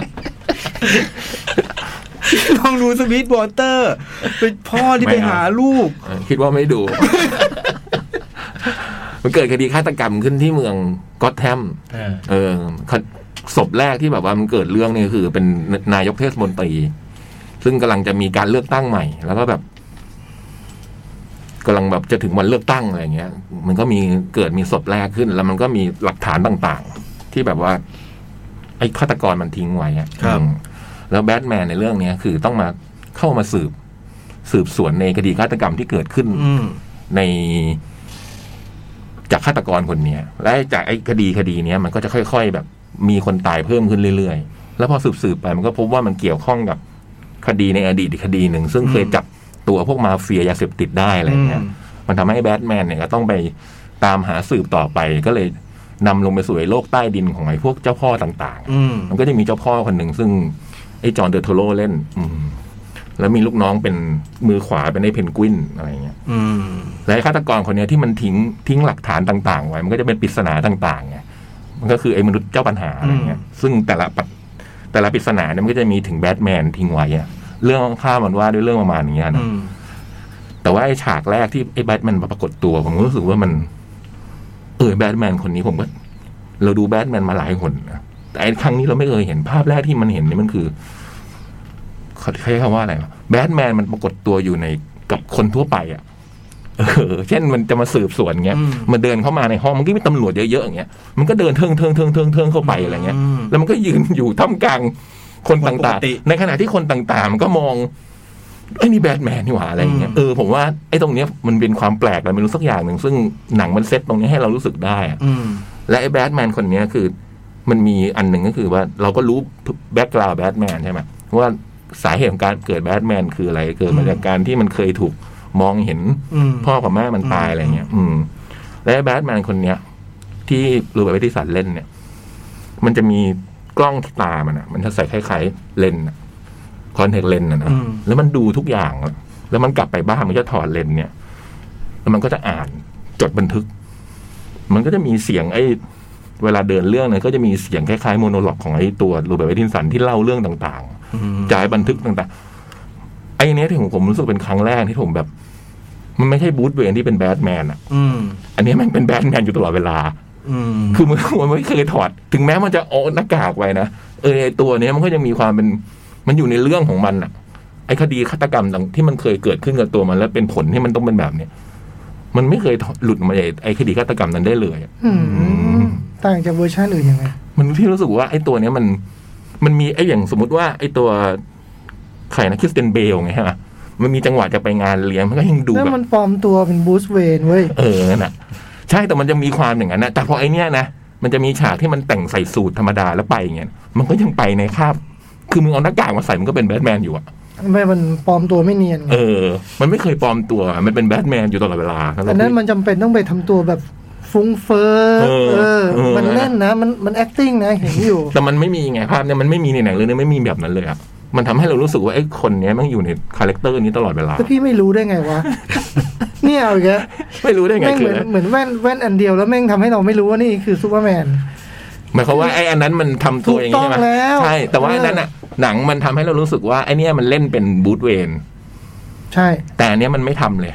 Speaker 2: ลองดูสวีทวอเตอร์เป็นพ่อที่ไปหาลูก
Speaker 3: เออคิดว่าไม่ดู มันเกิดคดีฆาตกรรมขึ้นที่เมืองก็อตแทม
Speaker 4: อ่า
Speaker 3: เออคศพแรกที่แบบว่ามันเกิดเรื่องนี่คือเป็นนายกเทศมนตรี ซึ่งกำลังจะมีการเลือกตั้งใหม่ แล้วก็แบบกำลังแบบจะถึงวันเลือกตั้งอะไรเงี้ย มันก็มีเกิดมีศพแรกขึ้น แล้วมันก็มีหลักฐานต่างๆ ที่แบบว่า ไอ้ฆาตกรมันทิ้งไว้อะ
Speaker 2: ครับ
Speaker 3: อืมแล้วแบทแมนในเรื่องเนี้ยคือต้องมาเข้ามาสืบ สืบสวนในคดีฆาตกรรมที่เกิดขึ้น
Speaker 2: อืม
Speaker 3: ในจากฆาตกรคนเนี้ย และจากไอ้คดีคดีเนี้ยมันก็จะค่อย ๆ แบบมีคนตายเพิ่มขึ้นเรื่อยๆ แล้วพอสืบๆไปมันก็พบว่ามันเกี่ยวข้องกับคดีในอดีตอีกคดีหนึ่ง ซึ่ง
Speaker 2: อืม
Speaker 3: เคยจับตัวพวกมาเฟียยาเสพติดได้อะไรเงี้ย
Speaker 2: อืม
Speaker 3: มันทำให้แบทแมนเนี่ยก็ต้องไปตามหาสืบต่อไป ก็เลยนำลงไปสู่ไอ้โลกใต้ดินของไอ้พวกเจ้าพ่อต่างๆ
Speaker 2: อืม
Speaker 3: มันก็จะมีเจ้าพ่อคนหนึ่งซึ่ง ไอ้จอห์นเดอร์โทโรเล่น อืมแล้วมีลูกน้องเป็นมือขวาเป็นไอ้เพนกวินอะไรเงี้ย
Speaker 2: อืม
Speaker 3: และไอ้ฆาตกรคนเนี้ยที่มันทิ้งทิ้งหลักฐานต่างๆ ไว้ มันก็จะเป็นปริศนาต่างๆไงมันก็คือไอ้มนุษย์เจ้าปัญหาอะไรเงี้ยซึ่งแต่ละปัดแต่ละปริศนาเนี่ยมันก็จะมีถึงแบทแมนทิ้งไว้อะเรื่องข้ามมันว่าด้วยเรื่องประมาณอย่างเงี้ยนะ
Speaker 2: อืม
Speaker 3: แต่ว่าไอ้ฉากแรกที่ไอ้แบทแมนมาปรากฏตัว ผมก็รู้สึกว่ามัน เออแบทแมนคนนี้ผมก็ เราดูแบทแมนมาหลายคนนะแต่ไอ้ครั้งนี้เราไม่เคยเห็นภาพแรกที่มันเห็นนี่มันคือเขาใช้คำว่าอะไรวะแบทแมนมันปรากฏตัวอยู่ในกับคนทั่วไปอ่ะ เออ เช่นมันจะมาสืบสวนเงี้ย
Speaker 2: อืม
Speaker 3: มันเดินเข้ามาในห้องมันก็มีตำรวจเยอะๆอย่างเงี้ยมันก็เดินเทิงเทิงเทิงเทิงเทิงเข้าไปอะไรเงี้ย
Speaker 2: ม
Speaker 3: แล้วมันก็ยืนอยู่ท่ามกลางคน
Speaker 2: คนป
Speaker 3: ต่าก ง
Speaker 2: ติ
Speaker 3: ๆ ในขณะที่คนต่างๆ มันก็มองไอ้ยนี่แบทแมนนี่หว่าอะไรอย่างเงี้ย
Speaker 2: อืม
Speaker 3: เออผมว่าไอ้ตรงเนี้ยมันเป็นความแปลกอะไรไม่รู้สักอย่างหนึ่ง ซึ่งหนังมันเซตตรงเนี้ยให้เรารู้สึกได้อะ
Speaker 2: อืม
Speaker 3: และไอ้แบทแมนคนเนี้ยคือ มันมีอันหนึ่งก็คือว่าเราก็รู้แบ็กกราวด์แบทแมนใช่ไหมว่าสาเหตุของการเกิดแบทแมนคืออะไรเกิดมา
Speaker 2: อืม
Speaker 3: จากการที่มันเคยถูกมองเห็น
Speaker 2: อืม
Speaker 3: พ่อกับแม่มันตายอะไรเงี้ย อืม และแบทแมนคนเนี้ย ที่รูเบิร์ตเวทติสันเล่นเนี่ย มันจะมีกล้องที่ตามันอ่ะ มันจะใส่คล้ายๆเลนส์คอนแทคเลนส์อะนะ
Speaker 2: อืม
Speaker 3: แล้วมันดูทุกอย่างอะแล้วมันกลับไปบ้านมันจะถอดเลนส์เนี่ย แล้วมันก็จะอ่านจดบันทึก มันก็จะมีเสียงไอ้ เวลาเดินเรื่องเนี่ยก็จะมีเสียงคล้ายๆโมโนล็อกของไอ้ตัวรูเบิร์ตเวทติสันที่เล่าเรื่องต่างๆ
Speaker 2: อืม
Speaker 3: จ่ายบันทึกต่างๆ ไอ้เนี้ยที่ผมผมรู้สึกเป็นครั้งแรกที่ผมแบบ มันไม่ใช่บูธเวนที่เป็นแบทแมนอ่ะ
Speaker 2: อืม
Speaker 3: อันเนี้ยมันเป็นแบทแมนอยู่ตลอดเวลา
Speaker 2: อืม
Speaker 3: คือมันมันไม่เคยถอด ถึงแม้มันจะเอาหน้ากากไว้นะ เออไอ้ตัวเนี้ยมันก็ยังมีความเป็น มันอยู่ในเรื่องของมันอ่ะ ไอ้คดีฆาตกรรมต่างที่มันเคยเกิดขึ้นกับตัวมัน แล้วเป็นผลที่มันต้องเป็นแบบเนี้ย มันไม่เคยถอดหลุดออกมาจากไอ้คดีฆาตกรรมนั้นได้เลยอะ
Speaker 5: อืมต่างจากเวอร์ชันอื่นยังไง
Speaker 3: มันที่รู้สึกว่าไอ้ตัวเนี้ยมัน มันมีไอ้อย่างสมมติว่า ไอ้ตัวใครนะคริสเตนเบลไงฮะมันมีจังหวะจะไปงานเลี้ยงมันก็ยังดู
Speaker 5: นั่น
Speaker 3: แบบ
Speaker 5: มันปลอมตัวเป็นบูสเวนเว้ย
Speaker 3: เออนั่นน่ะ ใช่แต่มันจะมีความอย่างนั้นนะแต่พอไอ้เนี้ยนะมันจะมีฉากที่มันแต่งใส่สูทธรรมดาแล้วไปอย่างเงี้ยมันก็ยังไปในคราบคือมึงเอาหน้ากากมาใส่มันก็เป็นแบทแมนอยู่อะ
Speaker 5: ไม่ มันปลอมตัวไม่เนียนไง
Speaker 3: เออ มันไม่เคยปลอมตัวมันเป็นแบทแมนอยู่ตลอดเวลา
Speaker 5: อันนั้นมันจำเป็นต้องไปทำตัวแบบฟุ้งเฟ้อ
Speaker 3: เออ
Speaker 5: เออ
Speaker 3: เออ
Speaker 5: มันเล่นนะ มัน มัน acting นะ เห็นอยู่
Speaker 3: แต่มันไม่มีไงภาพเนี่ยมันไม่มีในหนังเรื่องนี้ไม่มีแบบนั้นเลยอะมันทำให้เรารู้สึกว่าไอ้คนเนี้ยมันอยู่ในคาแรคเตอร์นี้ตลอดเวลา
Speaker 5: แล้วพี่ไม่รู้ได้ไง วะ เนี่ยเอาอีกแล้ว
Speaker 3: ไม่รู้ได้ไง
Speaker 5: แม่ง
Speaker 3: คื
Speaker 5: เหมื
Speaker 3: อ
Speaker 5: อน เหมือนแว่น แว่นอันเดียวแล้วแม่งทำให้เราไม่รู้ว่านี่คือซูเปอร์แมน
Speaker 3: หมายความว่าไอ้อันนั้นมันทำตัวอย่างนี้ใช่ไหม
Speaker 5: ถูกต้องแล้ว
Speaker 3: ใช่ แต่ว่า
Speaker 5: เออ
Speaker 3: ไอ้นั้นอ่ะ หนังมันทำให้เรารู้สึกว่าไอ้เนี่ยมันเล่นเป็นบูธเวน
Speaker 5: ใช่
Speaker 3: แต่อันเนี้ยมันไม่ทำเลย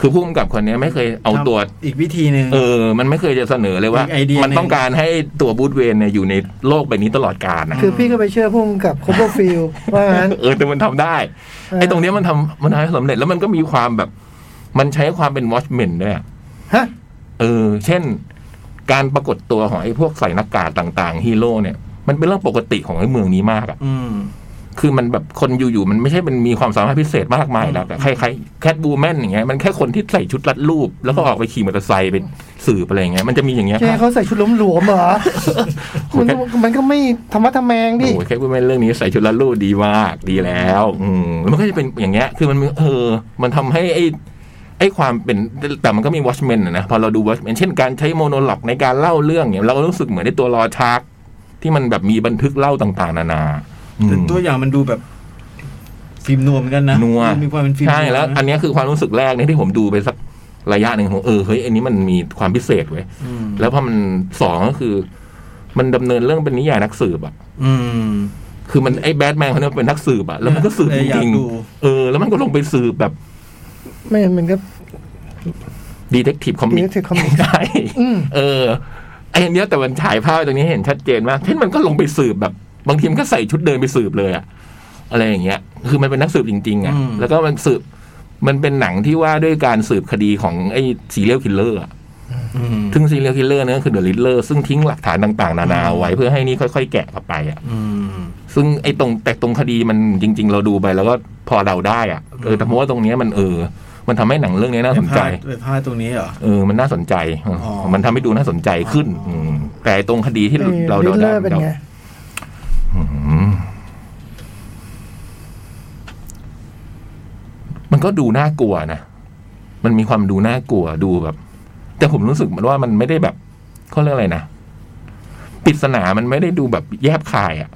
Speaker 3: คือผู้กำกับคนเนี้ยไม่เคยเอาตัว
Speaker 2: อีกวิธีหนึ่ง
Speaker 3: เออ มันไม่เคยจะเสนอเลยว่า
Speaker 2: อีกไอเดีย
Speaker 3: มันต้อง
Speaker 2: หนึ่ง
Speaker 3: การให้ตัวบูธเวนเนี่ยอยู่ในโลกใบนี้ตลอดกาลนะ
Speaker 5: คือพี่ก็ไปเชื่อพุ่มกับคอเบอร์ฟิลว่างั้น
Speaker 3: เออแต่มันทำได้ ไอ้ตรงเนี้ยมันทำมันทำให้สำเร็จแล้วมันก็มีความแบบ มันใช้ความเป็นวอชเมนด้วยอะ
Speaker 5: ฮะ
Speaker 3: เออ เช่น การปรากฏตัวของไอ้พวกใส่หน้ากากต่าง ๆ ฮีโร่เนี่ย มันเป็นเรื่องปกติของไอ้เมืองนี้มากอะ
Speaker 2: อืม
Speaker 3: คือมันแบบคนอยู่ๆมันไม่ใช่มันมีความสามารถพิเศษมากมายแล้วแต่ใครๆแคทบูแมนอย่างเงี้ยมันแค่คนที่ใส่ชุดรัดรูป แล้วก็ออกไปขี่มอเตอร์ไซค์ไปสืบอะไรอย่างเงี้ยมันจะมีอย่างเงี้ย
Speaker 5: เจ๊เขาใส่ชุดล้มหลวมๆเหรอ มันก็มันก็ไม่ธรรมะทะแมงดิ
Speaker 3: โอ้แคทบูแมนเรื่องนี้ใส่ชุดรัดรูปดีมากดีแล้ว อืมแล้วมันก็จะเป็นอย่างเงี้ย คือมันมีเออ มันทำให้ไอ้ไอ้ความเป็นแต่มันก็มีวอชแมนนะพอเราดูวอชแมนเช่นการใช้โมโนล็อกในการเล่าเรื่องเนี่ยเราก็รู้สึกเหมือนในตัวรอชาร์กที่มันแบบมีบันทึกเล่าต่าง ๆ นานาอืม
Speaker 2: แต่ตัวอย่างมันดูแบบ ฟิล์มนวมเหมือนกันนะ
Speaker 3: นัว
Speaker 2: มีความเป็นฟิล์ม
Speaker 3: ใช่แล้ว
Speaker 2: นันะ
Speaker 3: อันเนี้ยคือความรู้สึกแรกเนี่ยที่ผมดูไปสักระยะหนึ่งผมเออเฮ้ยอันนี้มันมีความพิเศษเว้ย
Speaker 2: อืม
Speaker 3: แล้วพอมันสองก็คือ มันดำเนินเรื่องเป็นนิยายนักสืบอ่ะ
Speaker 2: อืม
Speaker 3: คือมันไอ้แบทแมนคนนี้เป็นนักสืบอ่ะแล้วมันก็สืบ
Speaker 2: เอ
Speaker 3: จ
Speaker 2: ออยาก
Speaker 3: ริง
Speaker 2: ดู
Speaker 3: ๆเออ แล้วมันก็ลงไปสืบแบบ
Speaker 5: ไม่มันก็
Speaker 3: ดีเทคทีฟคอม
Speaker 5: ดี
Speaker 3: มิ
Speaker 5: ก็
Speaker 3: ก
Speaker 5: ถือคอมเมนต์
Speaker 3: ใช่
Speaker 5: อืม
Speaker 3: เออไอ้อันเนี้ยแต่มันฉายภาพตรงนี้ให้เห็นชัดเจนมากเช่นมันก็ลงไปสืบแบบ บางทีมันก็ใส่ชุดเดินไปสืบเลยอ่ะอะไรอย่างเงี้ย คือมันเป็นนักสืบจริงๆอ่ะ
Speaker 2: อืม
Speaker 3: แล้วก็มันสืบมันเป็นหนังที่ว่าด้วยการสืบคดีของไอ้ซีเรียลคิลเลอร์
Speaker 2: อืม
Speaker 3: ซึ่งซีเรียลคิลเลอร์นั่นก็คือเดอะลิ d เลอร์ซึ่งทิ้งหลักฐานต่าง ๆ นานาเอาไว้เพื่อให้นี่ค่อย ๆ แกะกลับไปอ่ะ
Speaker 2: อืม
Speaker 3: ซึ่งไอ้ตรงแต่ตรงคดีมันจริง ๆ เราดูไปแล้วก็พอเราได้อ่ะเออแต่เพราะว่าตรงเนี้ยมันเออ มันทำให้หนังเรื่องนี้น่าสนใจ
Speaker 2: ไปพลาดตรงนี้เหรอ
Speaker 3: เออ มันน่าสนใจเออ
Speaker 2: อ๋อ
Speaker 3: มันทำให้ดูน่าสนใจขึ้น อืมแต่ไอ้ตรงคดีที่เรา
Speaker 5: ดิ
Speaker 3: เรา
Speaker 5: ลเล
Speaker 3: ได้
Speaker 5: อร์เป็น
Speaker 3: เรา
Speaker 5: ไง
Speaker 3: อืมมันก็ดูน่ากลัวนะมันมีความดูน่ากลัวดูแบบ แต่ผมรู้สึกมันว่ามันไม่ได้แบบเขาเรียกอะไรนะปริศนามันไม่ได้ดูแบบแยบคายอะ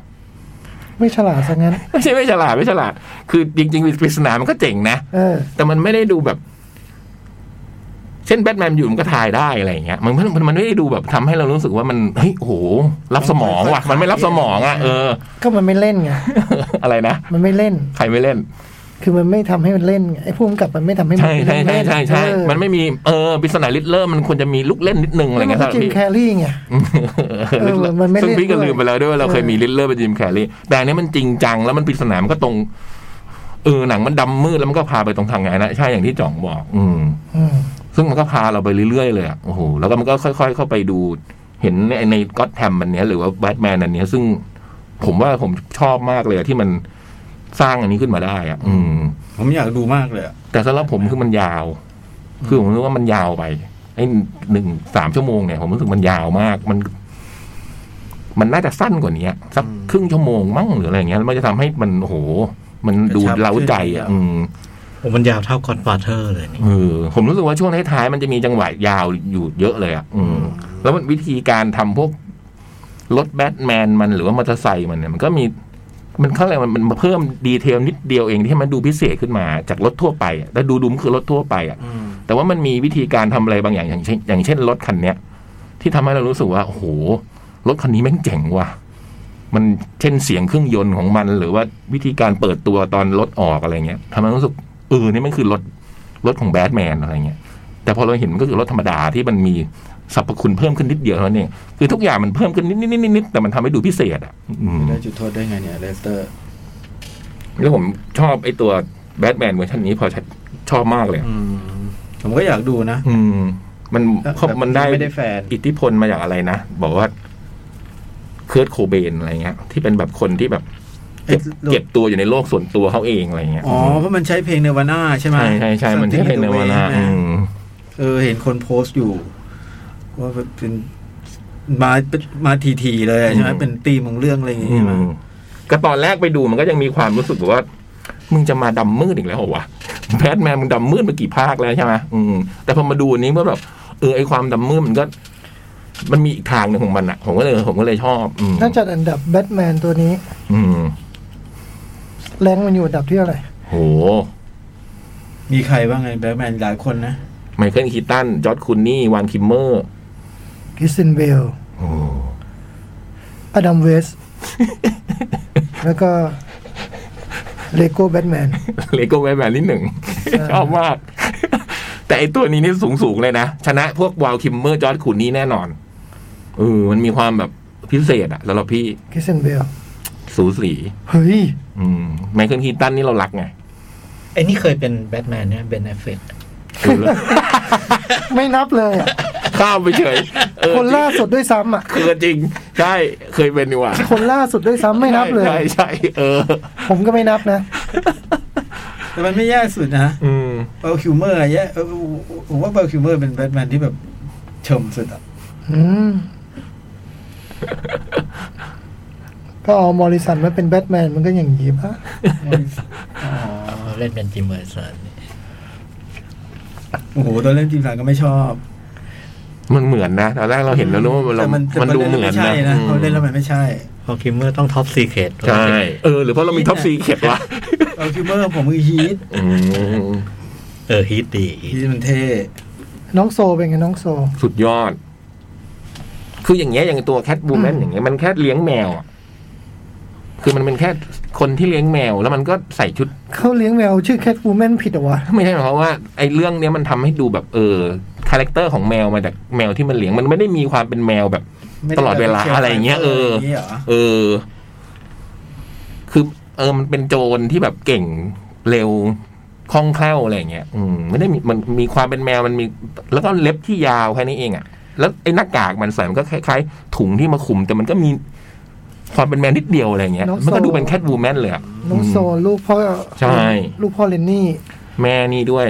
Speaker 5: ไม่ฉลาดซะงั้น
Speaker 3: ไม่ใช่ไม่ฉลาดไม่ฉลาด คือจริงๆปริศนามันก็เจ๋งนะ
Speaker 5: เออ
Speaker 3: แต่มันไม่ได้ดูแบบ เช่นแบทแมนอยู่มันก็ทายได้อะไรอย่างเงี้ยมันมันมันมันไม่ได้ดูแบบทำให้เรารู้สึกว่ามันเฮ้ยโอ้โหรับสมองว่ะ มันไม่รับสมองอ่ะเออ
Speaker 5: ก็มันไม่เล่นไง
Speaker 3: อะไรนะ
Speaker 5: มันไม่เล่น
Speaker 3: ใครไม่เล่น
Speaker 5: คือมันไม่ทำให้มันเล่นไงไอ้พุ่มกับมันไม่ทำให้มัน
Speaker 3: ใช่ใช่ใช่ใช่ใช่
Speaker 5: เออ
Speaker 3: มันไม่มีเออปริศนาลิตเลอร์มันควรจะมีลูกเล่นนิดนึงอะไร
Speaker 5: แล้วมัน
Speaker 3: เงี้ยค
Speaker 5: ก็
Speaker 3: รับ
Speaker 5: จิม
Speaker 3: พี่
Speaker 5: แคร์รี่ไง
Speaker 3: เออ
Speaker 5: มันไม่เล่น
Speaker 3: ซึ่งพี่ก็
Speaker 5: ด้วย
Speaker 3: ลืมไปแล้วด้วยว่าเราเคย
Speaker 5: เออ
Speaker 3: มีลิตเลอร์เป็นจิมแคร์รี่แต่อันนี้มันจริงจังแล้วมันปริศนามันก็ตรงเออหนังมันดำมืดแล้วมันก็พาไปตรงทางไงนะใช่อย่างที่จ่องบอก อืม
Speaker 5: อืม
Speaker 3: ซึ่งมันก็พาเราไปเรื่อยๆเลยอะโอ้โห แล้วก็มันก็ค่อย ๆ เข้าไปดู เห็นในในก็อตแทมมันเนี้ยหรือว่าแบทแมนอันเนี้ย ซึ่งผมว่าผมชอบมากเลยอะที่มันสร้างอันนี้ขึ้นมาได้อะอืม
Speaker 2: ผมอยากดูมากเลยอะ
Speaker 3: แต่สำหรับผมคือมันยาว คือผมรู้ว่ามันยาวไปไอ้หนึ่งสามชั่วโมงเนี่ย ผมรู้สึกมันยาวมาก มัน มันน่าจะสั้นกว่านี้สักครึ่งชั่วโมงมั้งหรืออะไรอย่างเงี้ยแล้วมันจะทำให้มันโอ้โห มันดูเล้าใจอ่ะ อืม
Speaker 4: โอ้มันยาวเท่า Godfather เลยนี่
Speaker 3: เออผมรู้สึกว่าช่วงท้ายๆมันจะมีจังหวะยาวอยู่เยอะเลยอ่ะอืม แล้วมันวิธีการทำพวกรถแบทแมนมันหรือว่ามอเตอร์ไซค์มันเนี่ยมันก็มี มันเขาเรียกว่ามันมันเพิ่มดีเทลนิดเดียวเองที่ให้มันดูพิเศษขึ้นมาจากรถทั่วไปอะแล้วดูดุมนคือรถทั่วไปอ่ะ
Speaker 2: อืม
Speaker 3: แต่ว่ามันมีวิธีการทำอะไรบางอย่างอย่างเช่นอย่างเช่นรถคันเนี้ย ที่ทำให้เรารู้สึกว่าโอ้โหรถคันนี้แม่งเจ๋งว่ะมันเช่นเสียงเครื่องยนต์ของมัน หรือว่าวิธีการเปิดตัวตอนรถออกอะไรเงี้ยทำให้เรารู้สึกเออนี่มันคือรถรถของแบทแมนอะไรเงี้ยแต่พอเราเห็นมันก็คือรถธรรมดาที่มันมีสรรพคุณเพิ่มขึ้นนิดเดียวเท่านั้นเองคือทุกอย่างมันเพิ่มขึ้นนิดนิดนิดนิดแต่มันทำให้ดูพิเศษอ่ะอืม
Speaker 2: ได้จุดโทษได้ไงเนี่ยเลสเตอร์
Speaker 3: แล้วผมชอบไอ้ตัวแบทแมนเวอร์ชันนี้พอชอบมากเลยอะ
Speaker 2: ผมก็อยากดูนะ
Speaker 3: อืม มันครบ
Speaker 2: แต่
Speaker 3: มันได้
Speaker 2: ไม่ได้แฟน
Speaker 3: อิทธิพลมาจากอะไรนะ บอกว่าเคิร์ตโคเบนอะไรเงี้ย ที่เป็นแบบคนที่แบบเก็บ
Speaker 2: ไอ้ลูก
Speaker 3: เก็บตัวอยู่ในโลกส่วนตัวเขาเองอะไรเงี้ย
Speaker 2: อ๋อ เพราะมันใช้เพลงเนวาน่าใช่ไหม
Speaker 3: ใช่ใช่ใช่มันที่เป็น
Speaker 2: Something
Speaker 3: เน
Speaker 2: in the
Speaker 3: วานา
Speaker 2: Way ใช่ไหมเออ เห็นคนโพสต์อยู่ ว่าเป็นมามาทีทีๆเลยใช่ไหมเป็นตีมของเรื่องอะไรอย่างงี้
Speaker 3: อื
Speaker 2: ใช่ไหม
Speaker 3: มก็ตอนแรกไปดูมันก็ยังมีความรู้สึกแบบว่า มึงจะมาดำมืดอีกแล้วเหรอวะแบทแมนมึงดำมืดมากี่ภาคแล้วใช่ไหมอืมแต่พอมาดูอันนี้ก็แบบเออไอความดำมืดมันก็ มันมีอีกทางหนึ่งของมันอ่ะผมก็เลยผมก็เลยชอบ อืม
Speaker 5: ถ้าจัดอันดับแบทแมนตัวนี้
Speaker 3: อืม
Speaker 5: แรงมันอยู่อันดับที่เท่าไหร่
Speaker 3: โห
Speaker 2: มีใครบ้างไงแบทแมนหลายคนนะ
Speaker 3: ไมเคิลคีตันจอร์ดคุนนี่วานคิมเมอร์
Speaker 5: คริสตินเบลอดัมเวส แล้วก็เลโก้แบทแมน
Speaker 3: เลโก้แบทแมนที่หนึ่ง ชอบมาก แต่ไอตัวนี้นี่สูงสูงๆเลยนะ ชนะพวกวาลคิมเมอร์จอร์ดคุนนี่แน่นอนเออมันมีความแบบพิเศษอะสำหรับพี่
Speaker 5: คริสตินเบล
Speaker 3: สูสี
Speaker 5: เฮ้ย
Speaker 3: อืมไมเคิลคีตันนี่เรารักไง
Speaker 4: ไอ้นี่เคยเป็นแบทแมนเนี่ยเบนแอฟเฟก
Speaker 3: ดูแล้ว
Speaker 5: ไม่นับเลยอะ
Speaker 3: ข้ามไปเฉยเออ
Speaker 5: คนล่าสุดด้วยซ้ำอ่ะ
Speaker 3: เออจริง ใช่ เคยเป็นดีกว่า
Speaker 5: คนล่าสุดด้วยซ้ำไม่นับเลย
Speaker 3: ใช่ใช่เออ
Speaker 5: ผมก็ไม่นับนะ
Speaker 2: แต่มันไม่แย่สุดนะ
Speaker 3: อืม
Speaker 2: เบลคิวเมอร์แย่เออผมว่าเบลคิวเมอร์เป็นแบทแมนที่แบบเชมสุดอ่ะ
Speaker 5: อื ม ก็เอามอริสันมาเป็นแบทแมนมันก็อย่างนี้ปะ
Speaker 4: เล่นเป็นจิมเมอร์สัน
Speaker 2: โอ้โหตอนเล่นจิมสันก็ไม่ชอบ
Speaker 3: มันเหมือนนะตอนแรกเราเห็นแล้วนึกว่าเรา
Speaker 2: แต่มันแต่
Speaker 3: มันดูเหมือน
Speaker 2: ไใช่
Speaker 3: นะ
Speaker 2: นะเขาเล่นแล้วมันไม่ใช่
Speaker 4: พอคิมเมอร์ต้องท็อปซีเคท
Speaker 3: ใช่เออหรือเพราะเรามีท็อปซีเข็ดวะ
Speaker 2: เบลคิวเมอร์ผมคือฮีท
Speaker 3: อืม
Speaker 4: เออฮีทดี
Speaker 2: ฮีทมันเท่
Speaker 5: น้องโซเป็นไงน้องโซ
Speaker 3: สุดยอด คืออย่างเงี้ยอย่างตัวแคทบูแมน
Speaker 5: อืม
Speaker 3: อย่างเงี้ยมันแค่เลี้ยงแมวอะคือมันเป็นแค่คนที่เลี้ยงแมว แล้วมันก็ใส่ชุด
Speaker 5: เขาเลี้ยงแมวชื่อแคท w ูแมนผิดเหรอวะ
Speaker 3: ไม่ใช่หมายความว่าไอ้เรื่องเนี้ยมันทำให้ดูแบบเออคาแรคเตอร์ของแมวมาจากแมวที่มันเลี้ยงมันไม่ได้มีความเป็นแมวแบบ
Speaker 2: ไม่ไ
Speaker 3: ตลอดเวลา
Speaker 2: แบบ
Speaker 3: อะไรอย่างเงี้ยเออ
Speaker 2: ย่างงี้ยหร
Speaker 3: เออ คือเออมันเป็นโจรที่แบบเก่งเร็วคล่องแคล่วอะไรอย่างเงี้ยอืมไม่ได้มีมันมีความเป็นแมวมันมี แล้วก็เล็บที่ยาวแค่นี้เองอะ่ะ แล้วไอ้หน้ากากมันใส่มันก็คล้ายๆถุงที่มาคลุม แต่มันก็มีความเป็นแมวนิดเดียวอะไรอย่างเงี้ย
Speaker 5: น้องโซ
Speaker 3: มันก็ดูเป็นแคทบูแมนเลยอะ
Speaker 5: น้องโซลูกพ่อ
Speaker 3: ใช่
Speaker 5: ลูกพ่อเลนนี่
Speaker 3: แม่นี่ด้วย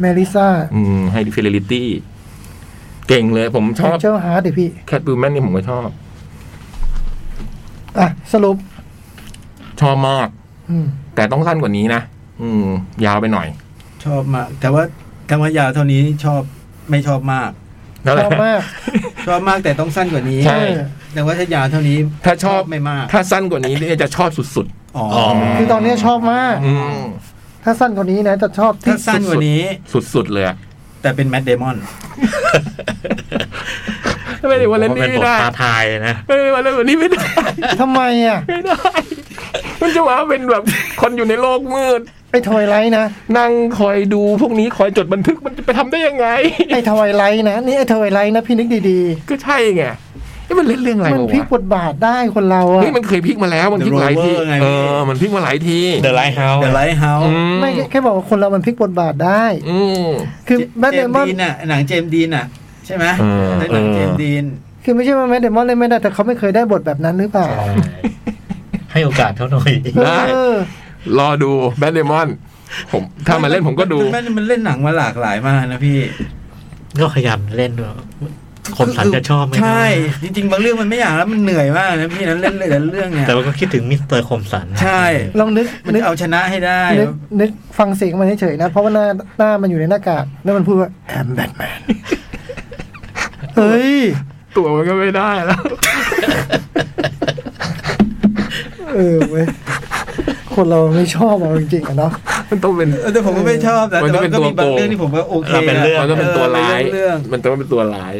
Speaker 5: แมริซ่า
Speaker 3: อืมไฮดิฟิลิตี้เก่งเลย ผมชอบ
Speaker 5: เจ้าฮาร์ดเดี๋ยวพี่
Speaker 3: แคทบูแมนนี่ผมก็ชอบ
Speaker 5: อ่ะ สรุป
Speaker 3: ชอบมาก
Speaker 5: อืม
Speaker 3: แต่ต้องสั้นกว่านี้นะอืม ยาวไปหน่อย
Speaker 2: ชอบมาก แต่ว่าธรรมยาวเท่านี้ชอบไม่ชอบมาก
Speaker 3: นั่น
Speaker 5: ช
Speaker 3: แหละ
Speaker 5: อบมาก
Speaker 2: ชอบมากแต่ต้องสั้นกว่านี้
Speaker 3: ใช่
Speaker 2: แต่ว่าถ้ายาวเท่านี้
Speaker 3: ถ้าชอบ
Speaker 2: ไม่มาก
Speaker 3: ถ้าสั้นกว่านี้เนี่ยจะชอบสุด
Speaker 2: อ๋อ
Speaker 3: ม
Speaker 5: คือตอนเนี้ยชอบมาก
Speaker 3: ๆ อืม
Speaker 5: ถ้าสั้นกว่านี้นะ จะชอบ
Speaker 2: ถ้า
Speaker 5: ที่
Speaker 2: สั้นกว่านี้
Speaker 3: สุดๆเลยอะ
Speaker 2: แต่เป็นแมดเดมอน
Speaker 3: ไม่ได้วันเล่น
Speaker 4: เป็
Speaker 3: นี่
Speaker 4: นบ
Speaker 3: ไม่
Speaker 4: ท
Speaker 3: ได้
Speaker 4: ท้าทายนะ
Speaker 3: ไม่ได้วันเล่นวันนี้ไม่ได้
Speaker 5: ทำไมอ่ะ
Speaker 3: ไม่ได้ มันจะว่าเป็นแบบคนอยู่ในโลกมืด
Speaker 5: ไอ้ทอยไลท์นะ
Speaker 3: นั่งคอยดูพวกนี้คอยจดบันทึกมันจะไปทำได้ยัง ไง
Speaker 5: ไอ้ทอยไลท์นะ นี่ไอ้ทอยไลท์นะพี่นึกดี
Speaker 3: ก็ใช่ไงนี่มันเล่นเรื่องอะไร
Speaker 5: ๆ มัน
Speaker 3: มา
Speaker 5: พลิก
Speaker 3: วะ
Speaker 5: บทบาทได้คนเราอะ
Speaker 3: นี่มันเคยพลิกมาแล้วมันพลิก
Speaker 2: The
Speaker 3: หลายที
Speaker 2: Rover ไง
Speaker 3: เออมันพลิกมาหลายที
Speaker 4: เดอะไลท์เฮาส์
Speaker 2: The Lighthouse
Speaker 3: อืม
Speaker 5: ไม่แค่บอกว่าคนเรามันพลิกบทบาทได้
Speaker 3: อืม
Speaker 5: คือแมด
Speaker 2: เจ
Speaker 5: เด
Speaker 2: มส์
Speaker 5: มอน
Speaker 2: ดีนน่ะหนังเจมส์ดีนน่ะ ใช่ไหม
Speaker 3: เออ
Speaker 2: ในหนังเจมส์ดีน
Speaker 5: คือไม่ใช่ว่าแมดเดมอนเล่นไม่ได้แต่เขาไม่เคยได้บทแบบนั้นหรือเปล่า
Speaker 4: ให้โอกาสเขาหน่อย
Speaker 3: ได้
Speaker 5: เออ
Speaker 3: รอดูแบทเลมอนผมถ้ามาเล่นผมก็ดู
Speaker 2: มันมันเล่นหนังมาหลากหลายมากนะพี่
Speaker 4: ก็พยายามเล่นด้วยคมสันจะชอบไหมนะ
Speaker 2: ใช่ จริง ๆ บางเรื่องมันไม่อยากแล้วมันเหนื่อยมากนะพี่นั้นเล่นเรื่องเรื่องเนี่ย
Speaker 4: แต่ว่าก็คิดถึงมิสเตอร์คมสัน
Speaker 2: ใช่
Speaker 5: ลองนึก
Speaker 2: มัน
Speaker 5: นึ
Speaker 2: จะ
Speaker 5: ก
Speaker 2: เอาชนะให้ได้
Speaker 5: นึกนึกฟังเสียงมันเฉยๆนะ เพราะว่าหน้าหน้ามันอยู่ในหน้ากากแล้วมันพูดว่า I'm Batman เฮ้ย
Speaker 3: ตัวมันก็ไม่ได้แล้ว
Speaker 5: เออเว้ยคนเราไม่ชอบเอาจริงๆอะเนาะ
Speaker 3: มันต้องเป็น
Speaker 2: เออแต่ผมก็ไม่ชอบนะ
Speaker 3: มัน
Speaker 2: แต่
Speaker 3: จะเป็
Speaker 2: ว่าน ก็มี
Speaker 3: ตัวโกง
Speaker 2: บางเรื่องที่ผมก็โอเค
Speaker 4: เราเป็นเรื่อง
Speaker 3: มันต้องเป็นตัวร้าย
Speaker 2: เออเป็นเรื่อง
Speaker 3: มันต้องเป็นตัวร้าย